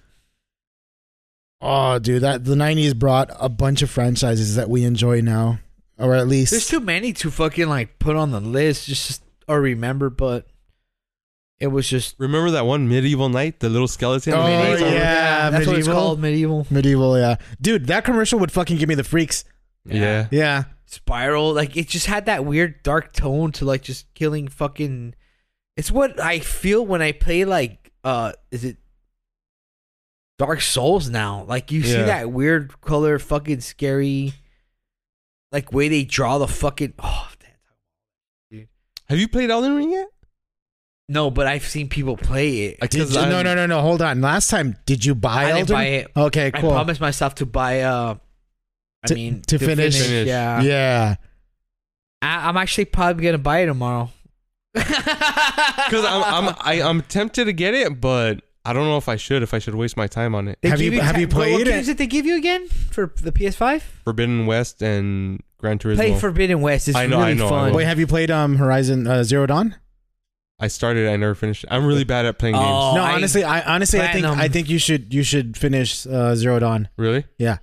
[SPEAKER 2] Oh, dude, that the '90s brought a bunch of franchises that we enjoy now, or at least
[SPEAKER 1] There's too many to fucking like put on the list, just or remember. But it was just
[SPEAKER 3] Remember that one medieval knight, the little skeleton?
[SPEAKER 2] Oh,
[SPEAKER 3] Right?
[SPEAKER 1] medieval.
[SPEAKER 2] yeah.
[SPEAKER 1] that's what it's
[SPEAKER 2] medieval.
[SPEAKER 1] called. Medieval
[SPEAKER 2] medieval. Yeah, dude, that commercial would fucking give me the freaks.
[SPEAKER 3] Yeah.
[SPEAKER 2] Yeah,
[SPEAKER 1] spiral. Like it just had that weird dark tone to like just killing fucking. It's what I feel when I play like uh, is it Dark Souls now? Like you see
[SPEAKER 3] Yeah.
[SPEAKER 1] that weird color, fucking scary, like way they draw the fucking. Oh, damn.
[SPEAKER 3] Have you played Elden Ring yet?
[SPEAKER 1] no, but I've seen people play it.
[SPEAKER 3] Like,
[SPEAKER 2] did
[SPEAKER 3] 'cause
[SPEAKER 2] you, no,
[SPEAKER 3] I'm-
[SPEAKER 2] no, no, no. Hold on. Last time, did you
[SPEAKER 1] I
[SPEAKER 2] buy?
[SPEAKER 1] didn't
[SPEAKER 2] Elden?
[SPEAKER 1] buy it.
[SPEAKER 2] Okay, cool.
[SPEAKER 1] I promised myself to buy. Uh, I
[SPEAKER 2] To-
[SPEAKER 1] mean,
[SPEAKER 2] to finish.
[SPEAKER 3] Finish.
[SPEAKER 1] Yeah,
[SPEAKER 2] yeah,
[SPEAKER 1] I, I'm actually probably gonna buy it tomorrow.
[SPEAKER 3] Because I'm I'm I, I'm tempted to get it, but I don't know if I should. If I should waste my time on it.
[SPEAKER 1] They
[SPEAKER 2] Have
[SPEAKER 1] give
[SPEAKER 2] you- have
[SPEAKER 1] ta-
[SPEAKER 2] you
[SPEAKER 1] what- what
[SPEAKER 2] played it?
[SPEAKER 1] games did they give you again for the PS5?
[SPEAKER 3] Forbidden West and Gran Turismo.
[SPEAKER 1] Play Forbidden West. It's
[SPEAKER 3] I know, I
[SPEAKER 1] really
[SPEAKER 3] know, I
[SPEAKER 1] fun.
[SPEAKER 3] will.
[SPEAKER 2] Wait, have you played um Horizon uh, Zero Dawn?
[SPEAKER 3] I started. it, I never finished. it. I'm really bad at playing
[SPEAKER 1] Oh.
[SPEAKER 3] games.
[SPEAKER 2] no,
[SPEAKER 1] I-
[SPEAKER 2] honestly, I honestly, I think
[SPEAKER 1] Platinum.
[SPEAKER 2] I think you should you should finish uh, Zero Dawn.
[SPEAKER 3] Really?
[SPEAKER 2] Yeah,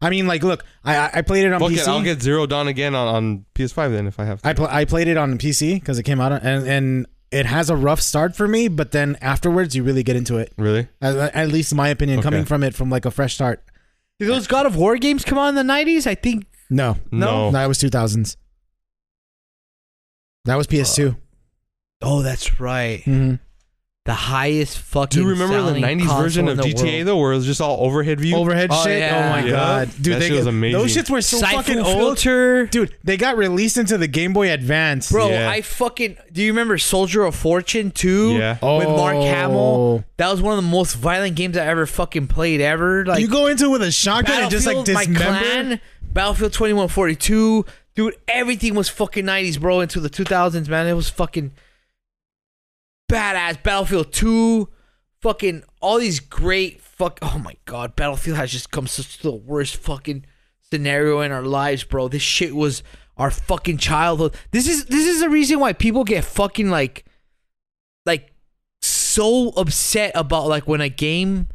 [SPEAKER 2] I mean, like, look, I I- I played it on
[SPEAKER 3] Fuck
[SPEAKER 2] PC.
[SPEAKER 3] it. I'll get Zero Dawn again on, on PS5 then if I have to.
[SPEAKER 2] I pl- I played it on PC because it came out on, and and it has a rough start for me, but then afterwards you really get into it.
[SPEAKER 3] Really?
[SPEAKER 2] At, at least in my opinion,
[SPEAKER 3] Okay.
[SPEAKER 2] coming from it from like a fresh start.
[SPEAKER 1] Did those God of War games come out in the nineties? I think.
[SPEAKER 2] No,
[SPEAKER 3] No.
[SPEAKER 2] that was two thousands. That was PS2.
[SPEAKER 1] Oh, that's right.
[SPEAKER 2] hmm
[SPEAKER 1] The highest fucking.
[SPEAKER 3] Do you remember the
[SPEAKER 1] sounding
[SPEAKER 3] 90s version
[SPEAKER 1] console
[SPEAKER 3] of
[SPEAKER 1] in the
[SPEAKER 3] GTA
[SPEAKER 1] world.
[SPEAKER 3] though, where it was just all overhead view?
[SPEAKER 2] Overhead
[SPEAKER 1] Oh,
[SPEAKER 2] shit.
[SPEAKER 1] yeah.
[SPEAKER 2] Oh my
[SPEAKER 1] Yeah.
[SPEAKER 2] god, dude,
[SPEAKER 3] That
[SPEAKER 2] they
[SPEAKER 3] shit was
[SPEAKER 2] get-
[SPEAKER 3] amazing.
[SPEAKER 2] Those shits were so
[SPEAKER 1] Siphon
[SPEAKER 2] fucking old.
[SPEAKER 1] filter.
[SPEAKER 2] Dude, they got released into the Game Boy Advance.
[SPEAKER 1] Bro,
[SPEAKER 3] Yeah.
[SPEAKER 1] I fucking do you remember Soldier of Fortune 2
[SPEAKER 3] Yeah.
[SPEAKER 1] with Mark Hamill?
[SPEAKER 2] Oh.
[SPEAKER 1] That was one of the most violent games I ever fucking played ever. Like
[SPEAKER 2] you go into it with a shotgun and just like
[SPEAKER 1] Battlefield,
[SPEAKER 2] dismember.
[SPEAKER 1] my clan, Battlefield 2142, dude, everything was fucking 90s, bro, into the 2000s, man. It was fucking badass. Battlefield 2, fucking all these great fuck Oh my god, Battlefield has just come such the worst fucking scenario in our lives, bro. This shit was our fucking childhood. This is this is the reason why people get fucking like like so upset about like when a game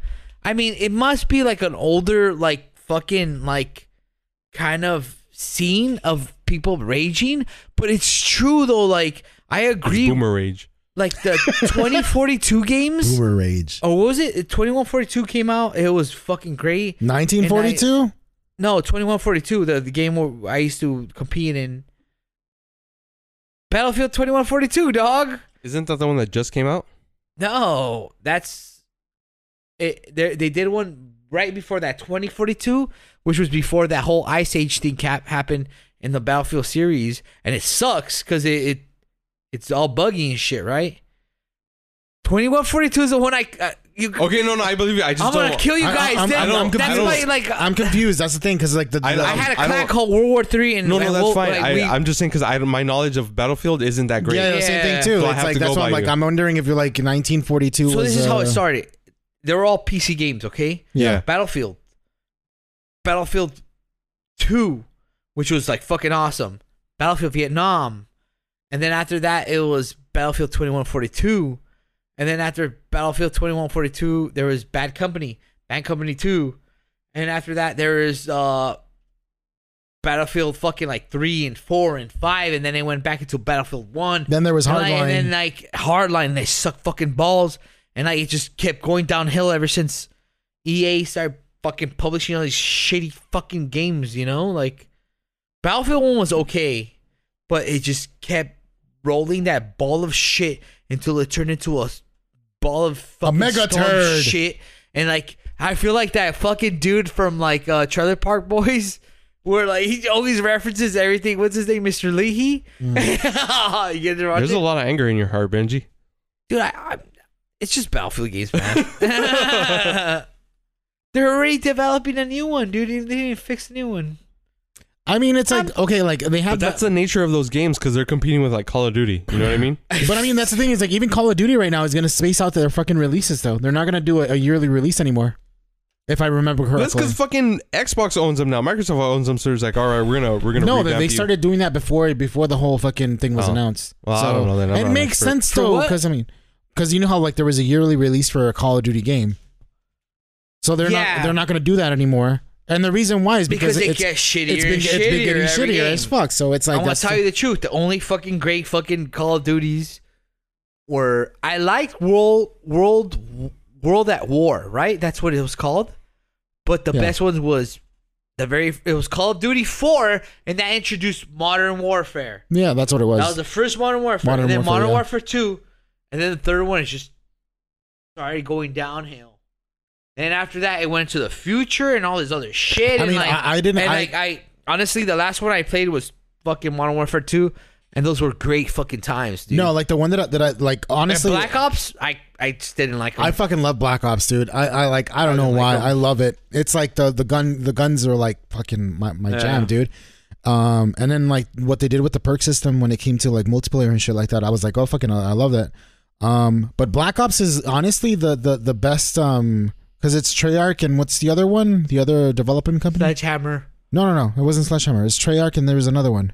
[SPEAKER 1] I mean, it must be like an older like fucking like kind of scene of people raging, but it's true though like I agree
[SPEAKER 3] Boomer rage.
[SPEAKER 1] like the 2042 games
[SPEAKER 2] Boomer rage.
[SPEAKER 1] or what was it? 2142 came out. It was fucking great.
[SPEAKER 2] 1942.
[SPEAKER 1] No, 2142, the, the game where I used to compete in. Battlefield 2142, dog.
[SPEAKER 3] Isn't that the one that just came out?
[SPEAKER 1] No, that's it. They they did one right before that 2042, which was before that whole Ice Age thing cap happened in the Battlefield series, and it sucks because it, it it's all buggy and shit, right? Twenty-one forty-two is the one I. Uh, you,
[SPEAKER 3] Okay, no, no, I believe you. I just
[SPEAKER 1] I'm
[SPEAKER 3] don't.
[SPEAKER 1] gonna kill you
[SPEAKER 2] I-
[SPEAKER 1] guys.
[SPEAKER 2] I'm-
[SPEAKER 1] then.
[SPEAKER 3] I don't- I'm
[SPEAKER 1] that's why,
[SPEAKER 3] confused.
[SPEAKER 1] like,
[SPEAKER 2] I'm confused. That's the thing, because like the,
[SPEAKER 3] I-
[SPEAKER 2] the-
[SPEAKER 1] I had a
[SPEAKER 3] um, I
[SPEAKER 1] clack
[SPEAKER 3] don't-
[SPEAKER 1] called World War Three, and
[SPEAKER 3] no, no,
[SPEAKER 1] and
[SPEAKER 3] that's
[SPEAKER 1] woke-
[SPEAKER 3] fine.
[SPEAKER 1] like,
[SPEAKER 3] I,
[SPEAKER 1] we-
[SPEAKER 3] I'm just saying because I my knowledge of Battlefield isn't that great.
[SPEAKER 2] yeah, the same
[SPEAKER 1] Yeah.
[SPEAKER 2] thing too.
[SPEAKER 3] So I
[SPEAKER 2] it's
[SPEAKER 3] have
[SPEAKER 2] like
[SPEAKER 3] to
[SPEAKER 2] that's
[SPEAKER 3] go
[SPEAKER 2] why I'm
[SPEAKER 3] by
[SPEAKER 2] like
[SPEAKER 3] you.
[SPEAKER 2] I'm wondering if you're like 1942.
[SPEAKER 1] so
[SPEAKER 2] was,
[SPEAKER 1] this is how
[SPEAKER 2] uh,
[SPEAKER 1] it started. They were all PC games, okay?
[SPEAKER 2] Yeah.
[SPEAKER 1] Battlefield, Battlefield Two, which was like fucking awesome. Battlefield Vietnam, and then after that it was Battlefield 2142, and then after Battlefield 2142 there was Bad Company, Bad Company Two, and after that there is uh Battlefield fucking like three and four and five, and then they went back into Battlefield One.
[SPEAKER 2] Then there was
[SPEAKER 1] And, like,
[SPEAKER 2] Hardline.
[SPEAKER 1] and then like Hardline, they suck fucking balls, and like it just kept going downhill ever since EA started fucking publishing all these shitty fucking games. You know, like Battlefield One was okay, but it just kept rolling that ball of shit until it turned into a ball of fucking
[SPEAKER 2] mega
[SPEAKER 1] storm
[SPEAKER 2] turd.
[SPEAKER 1] shit. And like I feel like that fucking dude from like uh Trailer Park Boys. Where like he always references everything. What's his name, Mr. Leahy?
[SPEAKER 2] Mm.
[SPEAKER 1] you get to watch
[SPEAKER 3] There's
[SPEAKER 1] it?
[SPEAKER 3] a lot of anger in your heart, Benji.
[SPEAKER 1] dude. I, I, it's just Battlefield games, man. They're already developing a new one, dude. They didn't even fix the new one.
[SPEAKER 2] I mean, it's like okay, like they have
[SPEAKER 3] But that's the nature of those games because they're competing with like Call of Duty. You know what I mean?
[SPEAKER 2] But I mean, that's the thing is like even Call of Duty right now is gonna space out their fucking releases though. They're not gonna do a, a yearly release anymore, if I remember
[SPEAKER 3] That's
[SPEAKER 2] correctly.
[SPEAKER 3] because fucking Xbox owns them now. Microsoft owns them, so it's like, all right, we're gonna we're gonna.
[SPEAKER 2] No, they,
[SPEAKER 3] revamp
[SPEAKER 2] they
[SPEAKER 3] you.
[SPEAKER 2] started doing that before before the whole fucking thing was
[SPEAKER 3] Oh.
[SPEAKER 2] announced.
[SPEAKER 3] Well, I
[SPEAKER 2] so,
[SPEAKER 3] don't know then. I'm
[SPEAKER 2] It
[SPEAKER 3] not an
[SPEAKER 2] makes
[SPEAKER 3] expert.
[SPEAKER 2] sense
[SPEAKER 1] For
[SPEAKER 2] though,
[SPEAKER 1] what?
[SPEAKER 2] because I mean, because you know how like there was a yearly release for a Call of Duty game, so they're
[SPEAKER 1] Yeah.
[SPEAKER 2] not they're not gonna do that anymore. And the reason why is
[SPEAKER 1] Because
[SPEAKER 2] because,
[SPEAKER 1] they
[SPEAKER 2] it's,
[SPEAKER 1] get shittier
[SPEAKER 2] it's been
[SPEAKER 1] and
[SPEAKER 2] it's been
[SPEAKER 1] shittier
[SPEAKER 2] getting
[SPEAKER 1] every
[SPEAKER 2] shittier
[SPEAKER 1] game.
[SPEAKER 2] as fuck. So it's
[SPEAKER 1] I
[SPEAKER 2] like
[SPEAKER 1] want
[SPEAKER 2] that's
[SPEAKER 1] to tell
[SPEAKER 2] the-
[SPEAKER 1] you the truth. The only fucking great fucking Call of Duties were I liked World World World at War, right? That's what it was called. But the
[SPEAKER 2] Yeah.
[SPEAKER 1] best ones was the very it was Call of Duty Four, and that introduced Modern Warfare.
[SPEAKER 2] yeah, that's what it was.
[SPEAKER 1] That was the first Modern Warfare,
[SPEAKER 2] Modern
[SPEAKER 1] and then
[SPEAKER 2] Warfare,
[SPEAKER 1] Modern
[SPEAKER 2] yeah.
[SPEAKER 1] Warfare Two, and then the third one is just started going downhill. And after that, it went to the future and all this other shit.
[SPEAKER 2] I
[SPEAKER 1] and
[SPEAKER 2] mean,
[SPEAKER 1] like,
[SPEAKER 2] I- I didn't-
[SPEAKER 1] And
[SPEAKER 2] I-
[SPEAKER 1] like, I honestly, the last one I played was fucking Modern Warfare Two, and those were great fucking times, dude.
[SPEAKER 2] no, like the one that I, that I like
[SPEAKER 1] And
[SPEAKER 2] honestly.
[SPEAKER 1] Black Ops, I I just didn't like. 'em.
[SPEAKER 2] I fucking love Black Ops, dude. I, I like I don't know
[SPEAKER 1] like
[SPEAKER 2] why.
[SPEAKER 1] them.
[SPEAKER 2] I love it. It's like the the gun the guns are like fucking my, my jam,
[SPEAKER 1] Yeah.
[SPEAKER 2] dude. Um and then like what they did with the perk system when it came to like multiplayer and shit like that, I was like, "Oh fucking I I love that." Um but Black Ops is honestly the the the best um cuz it's Treyarch and what's the other one? The other development company?
[SPEAKER 1] Sledgehammer,
[SPEAKER 2] no, no, no. It wasn't Sledgehammer. It's Treyarch and there was another one.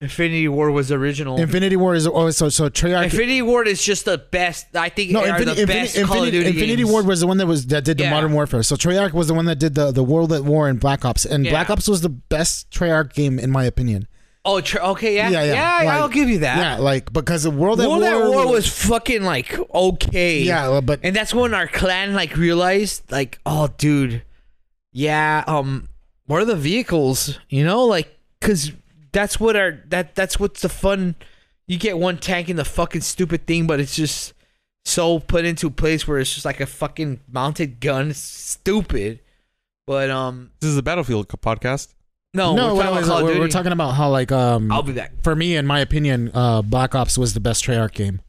[SPEAKER 1] Infinity War was original.
[SPEAKER 2] Infinity War is oh so so Treyarch
[SPEAKER 1] Infinity War is just the best. I think
[SPEAKER 2] No,
[SPEAKER 1] are
[SPEAKER 2] Infin-
[SPEAKER 1] the
[SPEAKER 2] Infin-
[SPEAKER 1] best
[SPEAKER 2] Infinity,
[SPEAKER 1] Call of Duty
[SPEAKER 2] Infinity
[SPEAKER 1] games.
[SPEAKER 2] Ward was the one that was that did the
[SPEAKER 1] Yeah.
[SPEAKER 2] Modern Warfare. So Treyarch was the one that did the the World at War and Black Ops, and Black
[SPEAKER 1] Yeah.
[SPEAKER 2] Ops was the best Treyarch game in my opinion.
[SPEAKER 1] Oh, tr- okay, yeah, yeah,
[SPEAKER 2] like-
[SPEAKER 1] I'll give you that.
[SPEAKER 2] Yeah, like because the World,
[SPEAKER 1] World
[SPEAKER 2] at War,
[SPEAKER 1] at War was fucking like okay.
[SPEAKER 2] yeah, well, but
[SPEAKER 1] And that's when our clan like realized like, oh dude, yeah, um what are the vehicles? You know, like cuz that's what our that that's what's the fun you get one tank in the fucking stupid thing, but it's just so put into place where it's just like a fucking mounted gun. It's stupid. But um
[SPEAKER 3] This is a Battlefield podcast.
[SPEAKER 1] no,
[SPEAKER 2] no,
[SPEAKER 1] we're
[SPEAKER 2] what I
[SPEAKER 1] talking about
[SPEAKER 2] was-
[SPEAKER 1] Call of
[SPEAKER 2] we're, we're
[SPEAKER 1] Duty.
[SPEAKER 2] talking about how like um
[SPEAKER 1] I'll be back.
[SPEAKER 2] for me in my opinion, uh Black Ops was the best Treyarch game.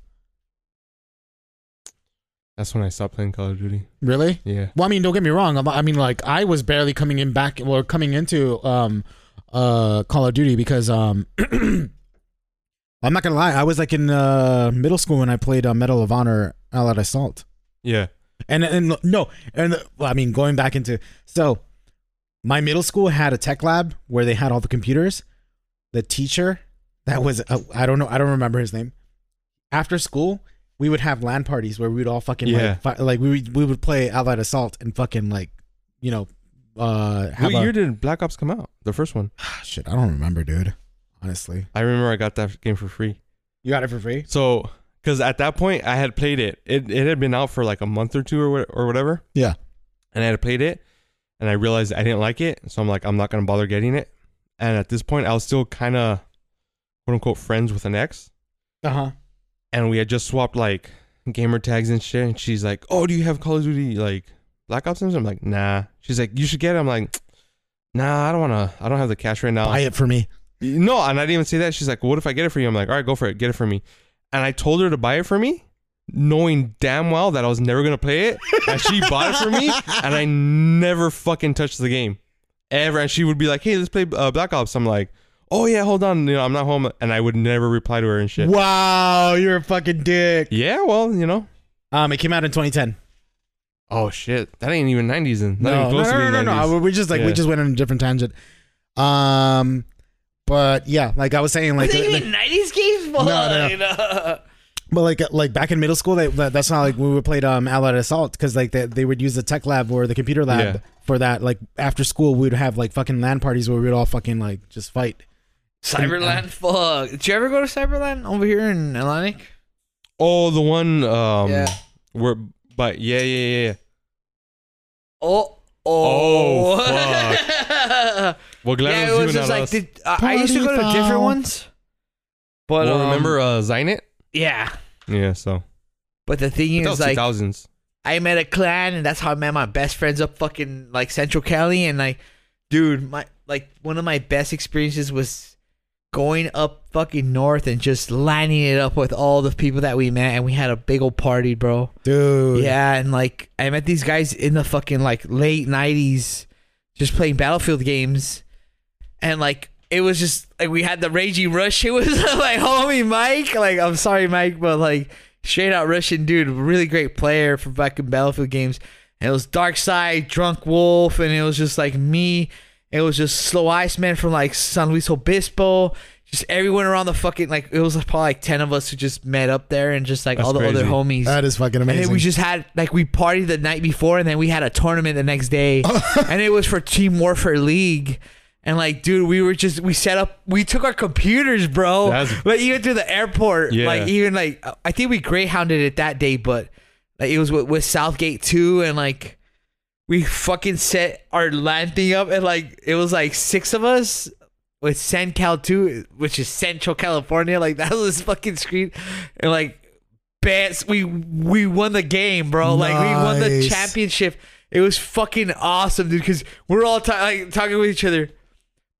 [SPEAKER 3] That's when I stopped playing Call of Duty.
[SPEAKER 2] Really?
[SPEAKER 3] Yeah.
[SPEAKER 2] Well, I mean, don't get me wrong. I'm- I mean, like I was barely coming in back or coming into um, uh, Call of Duty because um, I'm not gonna lie. I was like in uh, middle school when I played uh, Medal of Honor Allied Assault,
[SPEAKER 3] Yeah.
[SPEAKER 2] and and no, and well, I mean going back into so my middle school had a tech lab where they had all the computers. The teacher that was uh, I don't know I don't remember his name. After school, we would have LAN parties where we'd all fucking
[SPEAKER 3] Yeah.
[SPEAKER 2] like, fi- like we would- we would play Allied Assault and fucking like you know uh have
[SPEAKER 3] What
[SPEAKER 2] a- ah,
[SPEAKER 3] year did Black Ops come out? The first one.
[SPEAKER 2] shit I don't remember dude honestly
[SPEAKER 3] I remember I got that game for free.
[SPEAKER 2] you got it for free
[SPEAKER 3] So, because at that point I had played it. It it had been out for like a month or two or what- or whatever,
[SPEAKER 2] yeah
[SPEAKER 3] and I had played it, and I realized I didn't like it. So I'm like, I'm not gonna bother getting it. And at this point, I was still kind of quote unquote friends with an ex.
[SPEAKER 2] uh huh
[SPEAKER 3] and we had just swapped like gamer tags and shit. And she's like, "Oh, do you have Call of Duty like Black Ops?" And I'm like, "Nah." She's like, "You should get it." I'm like, "Nah, I don't wanna. I don't have the cash right now."
[SPEAKER 2] buy it for me
[SPEAKER 3] no, and I didn't even say that. She's like, "What if I get it for you?" I'm like, "All right, go for it. Get it for me." And I told her to buy it for me, knowing damn well that I was never gonna play it, and she bought it for me, and I never fucking touched the game ever. And she would be like, "Hey, let's play uh, Black Ops." I'm like, "Oh yeah, hold on, you know, I'm not home," and I would never reply to her and shit.
[SPEAKER 2] Wow, you're a fucking dick.
[SPEAKER 3] Yeah, well, you know.
[SPEAKER 2] Um, it came out in 2010.
[SPEAKER 3] Oh shit, that ain't even 90s then. Not even
[SPEAKER 2] no,
[SPEAKER 3] close
[SPEAKER 2] no,
[SPEAKER 3] to
[SPEAKER 2] no,
[SPEAKER 3] being
[SPEAKER 2] no, no,
[SPEAKER 3] 90s.
[SPEAKER 2] no. We just like we
[SPEAKER 3] Yeah.
[SPEAKER 2] just went on a different tangent. Um, but yeah, like I was saying, like,
[SPEAKER 1] They
[SPEAKER 2] the-
[SPEAKER 1] mean 90s games?
[SPEAKER 2] No, no, no. but like like back in middle school, they, that, that's not like when we played um Allied Assault because like they, they would use the tech lab or the computer lab
[SPEAKER 3] Yeah.
[SPEAKER 2] for that. Like after school, we'd have like fucking LAN parties where we'd all fucking like just fight.
[SPEAKER 1] Cyberland? Fuck. Did you ever go to Cyberland over here in Atlantic?
[SPEAKER 3] Oh, the one. Um,
[SPEAKER 1] Yeah.
[SPEAKER 3] Where, but yeah, yeah, yeah, yeah.
[SPEAKER 1] Oh.
[SPEAKER 3] Oh,
[SPEAKER 1] Oh.
[SPEAKER 3] Well, glad
[SPEAKER 1] yeah,
[SPEAKER 3] it was,
[SPEAKER 1] it was
[SPEAKER 3] you
[SPEAKER 1] just
[SPEAKER 3] and
[SPEAKER 1] like,
[SPEAKER 3] us.
[SPEAKER 1] did, uh, I used to go to
[SPEAKER 2] Party
[SPEAKER 1] different
[SPEAKER 2] foul.
[SPEAKER 1] ones. But
[SPEAKER 3] well,
[SPEAKER 1] um,
[SPEAKER 3] remember uh, Zynit?
[SPEAKER 1] Yeah.
[SPEAKER 3] Yeah, so
[SPEAKER 1] But the thing
[SPEAKER 3] that
[SPEAKER 1] is,
[SPEAKER 3] was
[SPEAKER 1] like,
[SPEAKER 3] 2000s.
[SPEAKER 1] I met a clan, and that's how I met my best friends up fucking like Central Cali. And like, dude, my like one of my best experiences was going up fucking north and just lining it up with all the people that we met, and we had a big old party, bro.
[SPEAKER 2] Dude,
[SPEAKER 1] Yeah, and like I met these guys in the fucking like late nineties, just playing Battlefield games, and like it was just like we had the raging rush. It was like homie Mike, like I'm sorry Mike, but like straight out Russian dude, really great player for fucking Battlefield games. And it was Dark Side, Drunk Wolf, and it was just like me. It was just Slow Iceman from like San Luis Obispo. Just everyone around the fucking like it was probably like ten of us who just met up there and just like
[SPEAKER 3] That's
[SPEAKER 1] all the other
[SPEAKER 3] crazy.
[SPEAKER 1] homies.
[SPEAKER 2] that is fucking
[SPEAKER 1] And
[SPEAKER 2] amazing.
[SPEAKER 1] then we just had like we partied the night before, and then we had a tournament the next day, and it was for Team Warfare League. And like, dude, we were just we set up, we took our computers, bro.
[SPEAKER 3] That's-
[SPEAKER 1] like even to the airport,
[SPEAKER 3] Yeah.
[SPEAKER 1] like even like I think we greyhounded it that day, but like it was with, with Southgate too, and like we fucking set our land thing up, and like it was like six of us with San Cal too, which is Central California. Like that was fucking screen, and like best we we won the game, bro. Like we won the
[SPEAKER 2] Nice.
[SPEAKER 1] championship. It was fucking awesome, dude. Because we're all ta- like talking with each other.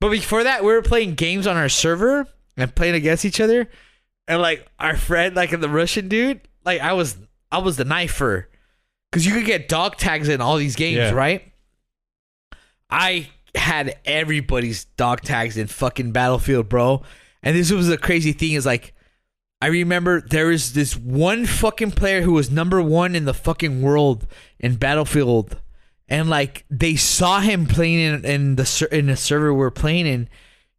[SPEAKER 1] But before that, we were playing games on our server and playing against each other. And like our friend, like the Russian dude, like I was, I was the knifer, because you could get dog tags in all these games,
[SPEAKER 3] Yeah.
[SPEAKER 1] right? I had everybody's dog tags in fucking Battlefield, bro. And this was the crazy thing is like, I remember there is this one fucking player who was number one in the fucking world in Battlefield, and like they saw him playing in, in the ser- in the server we are playing in.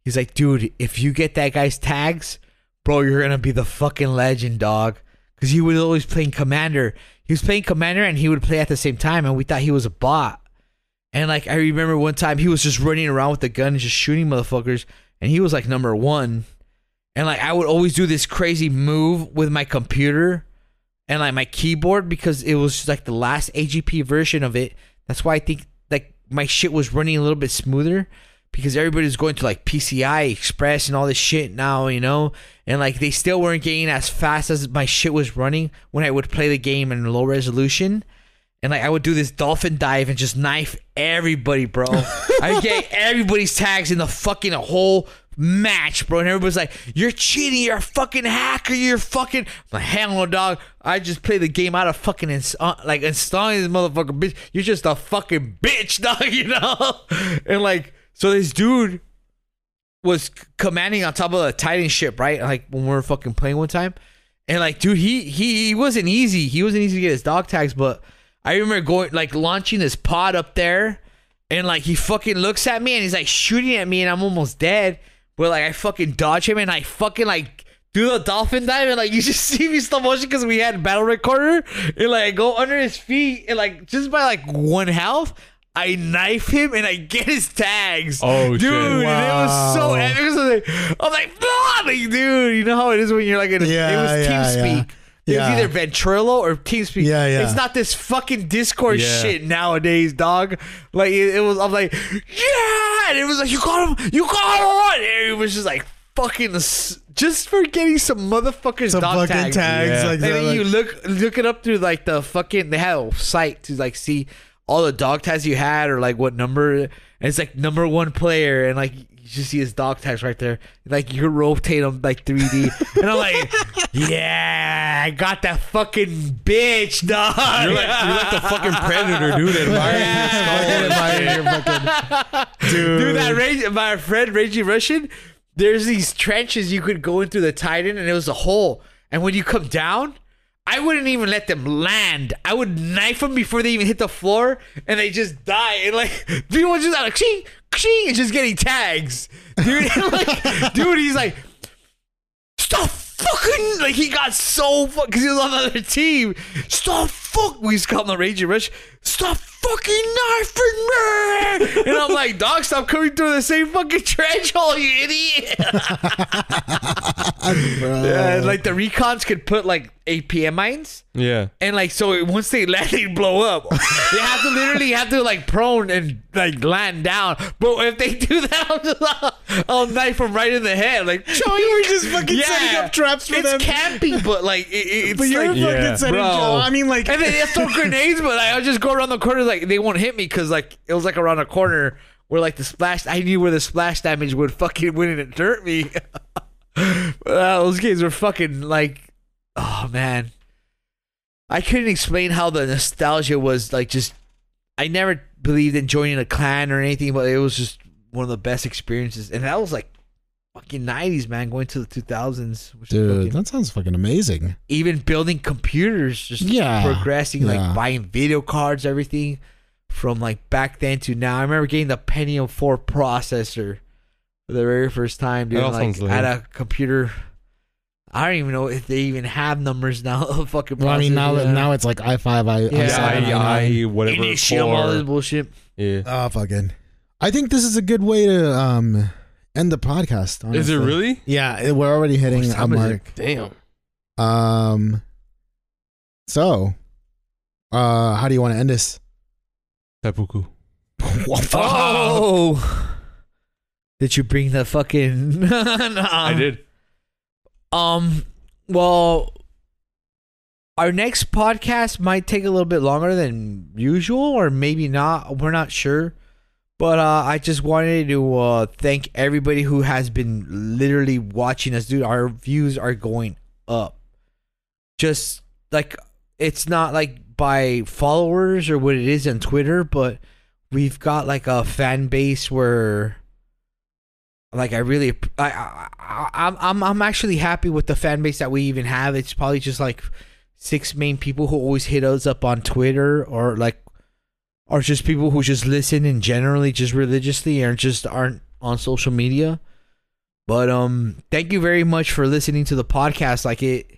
[SPEAKER 1] He's like, dude, if you get that guy's tags, bro, you're gonna be the fucking legend, dog. Because he was always playing commander. He was playing commander, and he would play at the same time, and we thought he was a bot. And like I remember one time he was just running around with a gun and just shooting motherfuckers, and he was like number one. And like I would always do this crazy move with my computer and like my keyboard because it was just like the last AGP version of it. That's why I think like my shit was running a little bit smoother because everybody's going to like PCI Express and all this shit now, you know? And like they still weren't getting as fast as my shit was running when I would play the game in low resolution. And like I would do this dolphin dive and just knife everybody, bro. I would get everybody's tags in the fucking whole match, bro. And everybody's like, "You're cheating! You're a fucking hacker! You're fucking I'm like, hell no, dog! I just play the game out of fucking ins- uh, like installing this motherfucker, bitch. You're just a fucking bitch, dog. You know? And like, so this dude was c- commanding on top of the Titan ship, right? Like when we were fucking playing one time, and like, dude, he he, he wasn't easy. He wasn't easy to get his dog tags, but I remember going like launching this pod up there, and like he fucking looks at me and he's like shooting at me, and I'm almost dead. But like I fucking dodge him and I fucking like do the dolphin dive and like you just see me slow motion because we had battle recorder and like I go under his feet and like just by like one health. I knife him and I get his tags.
[SPEAKER 3] Oh,
[SPEAKER 1] dude!
[SPEAKER 3] shit.
[SPEAKER 1] and it was so
[SPEAKER 2] Wow.
[SPEAKER 1] epic. It was like- I'm like, "Fuck!" Like, dude, you know how it is when you're like, in a,
[SPEAKER 2] Yeah,
[SPEAKER 1] it was
[SPEAKER 2] yeah,
[SPEAKER 1] TeamSpeak.
[SPEAKER 2] yeah.
[SPEAKER 1] It
[SPEAKER 2] Yeah.
[SPEAKER 1] was either Ventrilo or TeamSpeak.
[SPEAKER 2] Yeah, yeah.
[SPEAKER 1] It's not this fucking Discord
[SPEAKER 3] Yeah.
[SPEAKER 1] shit nowadays, dog. Like it, it was, I'm like, yeah, and it was like, you got him, you got him, and it was just like fucking, s- just for getting some motherfuckers
[SPEAKER 2] some
[SPEAKER 1] dog
[SPEAKER 2] fucking
[SPEAKER 1] tags.
[SPEAKER 2] tags,
[SPEAKER 3] Yeah.
[SPEAKER 2] like,
[SPEAKER 1] And
[SPEAKER 2] that,
[SPEAKER 1] then
[SPEAKER 2] like-
[SPEAKER 1] you look look it up through like the fucking they have a site to like see all the dog tags you had or like what number and it's like number one player and like you just see his dog tags right there like you rotate them like 3d and i'm like yeah i got that fucking bitch dog
[SPEAKER 3] You're like, you're like the fucking predator, dude. Admiring
[SPEAKER 2] Don't admire
[SPEAKER 3] yeah.
[SPEAKER 2] your fucking- dude.
[SPEAKER 1] Dude, that Rage, my friend Reggie Russian, there's these trenches you could go into the Titan, and it was a hole. And when you come down, I wouldn't even let them land. I would knife them before they even hit the floor, and they just die. And like people just like ching, ching, and just getting tags, dude. like, dude, he's like, stop fucking like he got so fuck because he was on another team. Stop fuck we used to call him the Raging Rush. Stop fucking knifing me And I'm like, dog, stop coming through the same fucking trench hole, you idiot.
[SPEAKER 2] Bro.
[SPEAKER 1] Yeah, and, like the recons could put like APM mines.
[SPEAKER 3] yeah.
[SPEAKER 1] And like so once they land they blow up. they have to literally have to like prone and like land down. But if they do that I'll, just, I'll knife them right in the head. Like show
[SPEAKER 2] you were just fucking setting up traps for
[SPEAKER 1] it's
[SPEAKER 2] them.
[SPEAKER 1] campy, but like it, it- it's
[SPEAKER 2] but you're
[SPEAKER 1] like,
[SPEAKER 2] fucking
[SPEAKER 3] Yeah.
[SPEAKER 2] setting
[SPEAKER 1] Bro.
[SPEAKER 2] I mean, like,
[SPEAKER 1] and then they throw grenades, but like, I'll just go around the corner like they won't hit me because like it was like around a corner where like the splash I knew where the splash damage would fucking win and hurt me. Uh, those games were fucking like, oh man, I couldn't explain how the nostalgia was like just. I never believed in joining a clan or anything, but it was just one of the best experiences, and that was like fucking nineties, man, going to the two thousands.
[SPEAKER 2] dude, that sounds fucking amazing.
[SPEAKER 1] even building computers, just
[SPEAKER 2] Yeah,
[SPEAKER 1] progressing,
[SPEAKER 2] yeah.
[SPEAKER 1] like buying video cards, everything from like back then to now. I remember getting the Pentium 4 processor for the very first time, dude.
[SPEAKER 3] That all
[SPEAKER 1] Like
[SPEAKER 3] sounds
[SPEAKER 1] at
[SPEAKER 3] lit.
[SPEAKER 1] a computer. I don't even know if they even have numbers now. of fucking
[SPEAKER 2] Well, I mean, now
[SPEAKER 1] processors,
[SPEAKER 2] that now it's like i five, i
[SPEAKER 1] Yeah,
[SPEAKER 2] i7,
[SPEAKER 1] I-
[SPEAKER 2] i9.
[SPEAKER 3] I, I, whatever.
[SPEAKER 1] Initium, all
[SPEAKER 3] four.
[SPEAKER 1] this bullshit.
[SPEAKER 3] Yeah.
[SPEAKER 2] Oh fucking! I think this is a good way to um end the podcast.
[SPEAKER 3] Is
[SPEAKER 2] honestly.
[SPEAKER 3] it really?
[SPEAKER 2] Yeah, it- we're already hitting
[SPEAKER 1] What
[SPEAKER 2] a
[SPEAKER 1] time is
[SPEAKER 2] mark.
[SPEAKER 3] Damn.
[SPEAKER 2] Um, so, uh, how do you want to end this?
[SPEAKER 3] Seppuku.
[SPEAKER 1] Oh. Did you bring the fucking?
[SPEAKER 3] I did.
[SPEAKER 1] Um. Well, our next podcast might take a little bit longer than usual, or maybe not. We're not sure. But uh, I just wanted to uh, thank everybody who has been literally watching us, dude. Our views are going up. Just like it's not like by followers or what it is on Twitter, but we've got like a fan base where like I really I, I, I I'm I'm I'm actually happy with the fan base that we even have. It's probably just like six main people who always hit us up on Twitter or like or just people who just listen and generally just religiously and just aren't on social media. But um thank you very much for listening to the podcast. Like it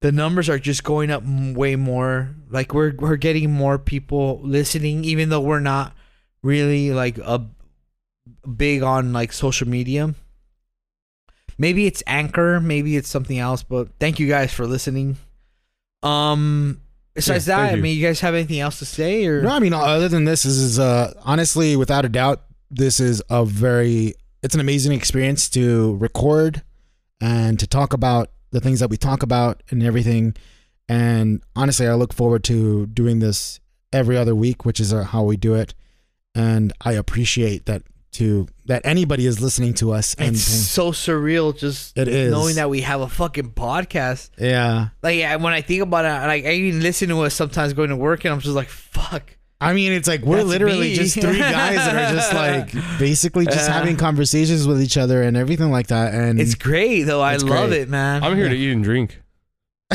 [SPEAKER 1] the numbers are just going up m- way more. Like we're we're getting more people listening even though we're not really like a big on like social media. Maybe it's Anchor, maybe it's something else, but thank you guys for listening. Um besides
[SPEAKER 3] Yeah, thank
[SPEAKER 1] that, I
[SPEAKER 3] you.
[SPEAKER 1] mean you guys have anything else to say or
[SPEAKER 2] No, I mean, other than this, this is uh, honestly, without a doubt, this is a very, it's an amazing experience to record and to talk about the things that we talk about and everything. And honestly, I look forward to doing this every other week, which is uh, how we do it. And I appreciate that to that anybody is listening to us. And
[SPEAKER 1] It's so surreal just
[SPEAKER 2] It is.
[SPEAKER 1] knowing that we have a fucking podcast.
[SPEAKER 2] yeah,
[SPEAKER 1] Like yeah, when I think about it, like I even listen to us sometimes going to work, and I'm just like, fuck.
[SPEAKER 2] I mean, it's like we're
[SPEAKER 1] That's
[SPEAKER 2] literally
[SPEAKER 1] me.
[SPEAKER 2] just three guys that are just like basically just
[SPEAKER 1] Yeah.
[SPEAKER 2] having conversations with each other and everything like that. And
[SPEAKER 1] It's great though. I
[SPEAKER 2] Mm. It's
[SPEAKER 1] love
[SPEAKER 2] great.
[SPEAKER 1] it, man.
[SPEAKER 3] I'm here to eat and drink.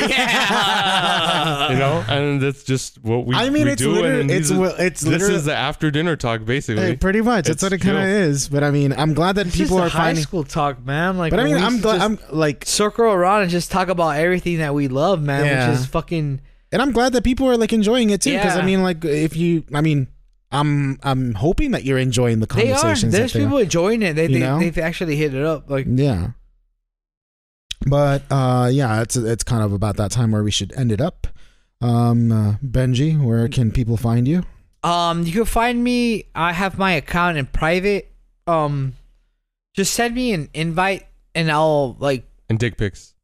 [SPEAKER 1] yeah.
[SPEAKER 3] You know, and that's just what we.
[SPEAKER 2] I mean,
[SPEAKER 3] we
[SPEAKER 2] it's
[SPEAKER 3] do,
[SPEAKER 2] literally
[SPEAKER 3] and
[SPEAKER 2] it's
[SPEAKER 3] these are-
[SPEAKER 2] wi- it's
[SPEAKER 3] this
[SPEAKER 2] literally
[SPEAKER 3] is the after dinner talk, basically.
[SPEAKER 2] hey, pretty much. That's
[SPEAKER 3] it's
[SPEAKER 2] what it kind of
[SPEAKER 3] chill.
[SPEAKER 2] is. But I mean, I'm glad that
[SPEAKER 1] It's
[SPEAKER 2] people
[SPEAKER 1] just
[SPEAKER 2] are
[SPEAKER 1] a high
[SPEAKER 2] finding.
[SPEAKER 1] school talk, man. Like,
[SPEAKER 2] But I
[SPEAKER 1] we
[SPEAKER 2] mean, I'm
[SPEAKER 1] used to
[SPEAKER 2] glad.
[SPEAKER 1] just
[SPEAKER 2] I'm like,
[SPEAKER 1] circle around and just talk about everything that we love, man.
[SPEAKER 2] Yeah.
[SPEAKER 1] Which is fucking.
[SPEAKER 2] and I'm glad that people are like enjoying it too. Because I
[SPEAKER 1] Yeah.
[SPEAKER 2] mean, like, if you, I mean, I'm I'm hoping that you're enjoying the
[SPEAKER 1] They are.
[SPEAKER 2] conversations. that
[SPEAKER 1] There's
[SPEAKER 2] they-
[SPEAKER 1] people enjoying it. They,
[SPEAKER 2] You
[SPEAKER 1] they
[SPEAKER 2] know?
[SPEAKER 1] they've actually hit it up. Like,
[SPEAKER 2] Yeah. But uh, yeah, it's it's kind of about that time where we should end it up. Um, uh, Benji, where can people find you?
[SPEAKER 1] Um, you can find me. I have my account in private. Um, just send me an invite, and I'll like.
[SPEAKER 3] and dick pics.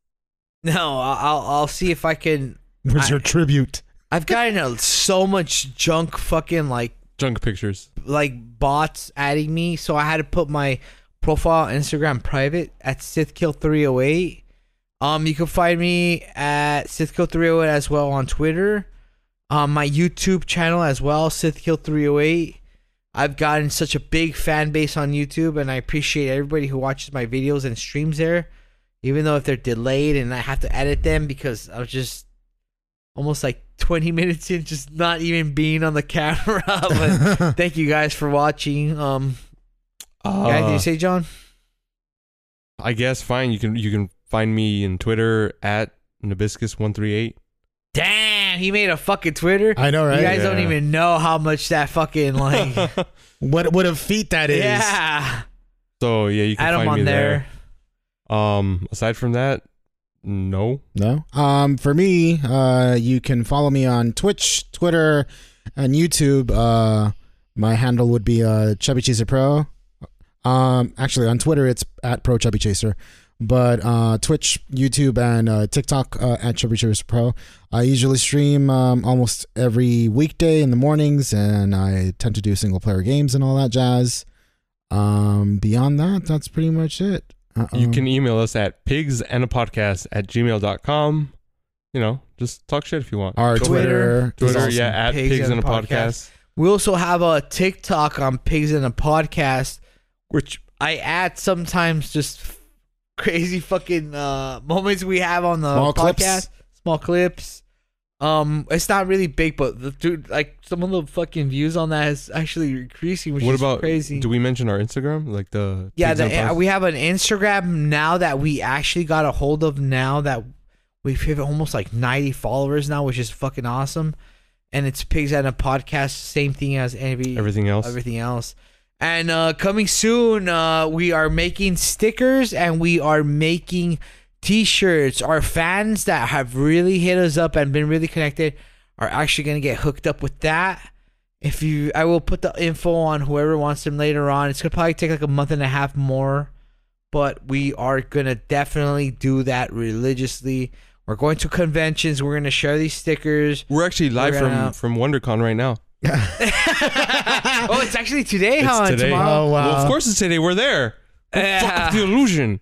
[SPEAKER 1] No, I'll I'll see if I can.
[SPEAKER 2] Where's
[SPEAKER 1] I-
[SPEAKER 2] your tribute?
[SPEAKER 1] I've gotten a, so much junk fucking like
[SPEAKER 3] Junk pictures.
[SPEAKER 1] like bots adding me, so I had to put my profile on Instagram private at Sithkill308. Um, you can find me at Sithkill308 as well on Twitter. Um, my YouTube channel as well, Sithkill308. I've gotten such a big fan base on YouTube, and I appreciate everybody who watches my videos and streams there. Even though if they're delayed and I have to edit them because I was just almost like 20 minutes in, just not even being on the camera. But thank you guys for watching. Um,
[SPEAKER 3] Uh,
[SPEAKER 1] yeah, anything you say, John?
[SPEAKER 3] I guess fine. You can you can find me in Twitter at Nabiscus138.
[SPEAKER 1] Damn, he made a fucking Twitter.
[SPEAKER 2] I know, right?
[SPEAKER 1] you guys don't
[SPEAKER 3] Yeah.
[SPEAKER 1] even know how much that fucking like.
[SPEAKER 2] What what a feat that is.
[SPEAKER 1] yeah,
[SPEAKER 3] so yeah, you can
[SPEAKER 1] add him
[SPEAKER 3] find me
[SPEAKER 1] on there.
[SPEAKER 3] there. Um, aside from that, no.
[SPEAKER 2] No. Um, for me, uh, you can follow me on Twitch, Twitter, and YouTube. Uh, my handle would be uh, Chubby Chaser Pro. Um, actually, on Twitter, it's at Pro Chubby Chaser. But uh, Twitch, YouTube, and uh, TikTok uh, at Chubby Chaser Pro. I usually stream um, almost every weekday in the mornings, and I tend to do single player games and all that jazz. Um, beyond that, that's pretty much it. Uh-oh.
[SPEAKER 1] Um,
[SPEAKER 3] You can email us at pigsandapodcast at gmail.com. You know, just talk shit if you want.
[SPEAKER 2] our
[SPEAKER 1] Twitter.
[SPEAKER 2] Twitter, is
[SPEAKER 3] Twitter,
[SPEAKER 2] awesome.
[SPEAKER 3] yeah, at
[SPEAKER 1] Pigs
[SPEAKER 3] pigs,
[SPEAKER 1] and
[SPEAKER 3] and a
[SPEAKER 1] a
[SPEAKER 3] podcast.
[SPEAKER 1] We also have a TikTok on Pigs in a Podcast, which I add sometimes just f- crazy fucking uh, moments we have on the
[SPEAKER 2] Small
[SPEAKER 1] podcast,
[SPEAKER 2] clips.
[SPEAKER 1] small clips. Um, it's not really big, but the dude, like some of the fucking views on that is actually increasing, which
[SPEAKER 3] What
[SPEAKER 1] is
[SPEAKER 3] about
[SPEAKER 1] crazy.
[SPEAKER 3] Do we mention our Instagram? Like the
[SPEAKER 1] Yeah,
[SPEAKER 3] Pigs and a
[SPEAKER 1] the,
[SPEAKER 3] Pod-
[SPEAKER 1] we have an Instagram now that we actually got a hold of now that we have almost like 90 followers now, which is fucking awesome. And it's Pigs and a Podcast, same thing as every,
[SPEAKER 3] everything else.
[SPEAKER 1] everything else. And uh, coming soon, uh, we are making stickers and we are making T-shirts. Our fans that have really hit us up and been really connected are actually gonna get hooked up with that. If you, I will put the info on whoever wants them later on. It's gonna probably take like a month and a half more, but we are gonna definitely do that religiously. We're going to conventions. We're gonna share these stickers.
[SPEAKER 3] We're actually live
[SPEAKER 1] We're
[SPEAKER 3] from
[SPEAKER 1] gonna-
[SPEAKER 3] from WonderCon right now.
[SPEAKER 1] oh, it's actually today, huh?
[SPEAKER 3] it's
[SPEAKER 1] And
[SPEAKER 3] today.
[SPEAKER 1] Tomorrow. uh,
[SPEAKER 2] Oh, wow.
[SPEAKER 3] Well, of course it's today. We're there. Don't Fuck
[SPEAKER 1] Yeah.
[SPEAKER 3] up the illusion.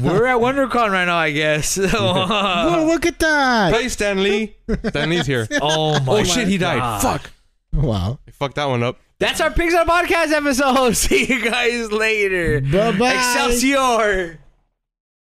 [SPEAKER 1] We're at WonderCon right now, I guess.
[SPEAKER 2] Whoa,
[SPEAKER 1] oh
[SPEAKER 2] look at that!
[SPEAKER 3] Hey, Stanley. Stanley's here.
[SPEAKER 1] my!
[SPEAKER 3] Oh shit, he died.
[SPEAKER 1] God.
[SPEAKER 3] Fuck.
[SPEAKER 2] Wow.
[SPEAKER 3] I fucked that one up.
[SPEAKER 1] That's our Pigs on Podcast episode. See you guys later.
[SPEAKER 2] Bye bye.
[SPEAKER 1] Excelsior.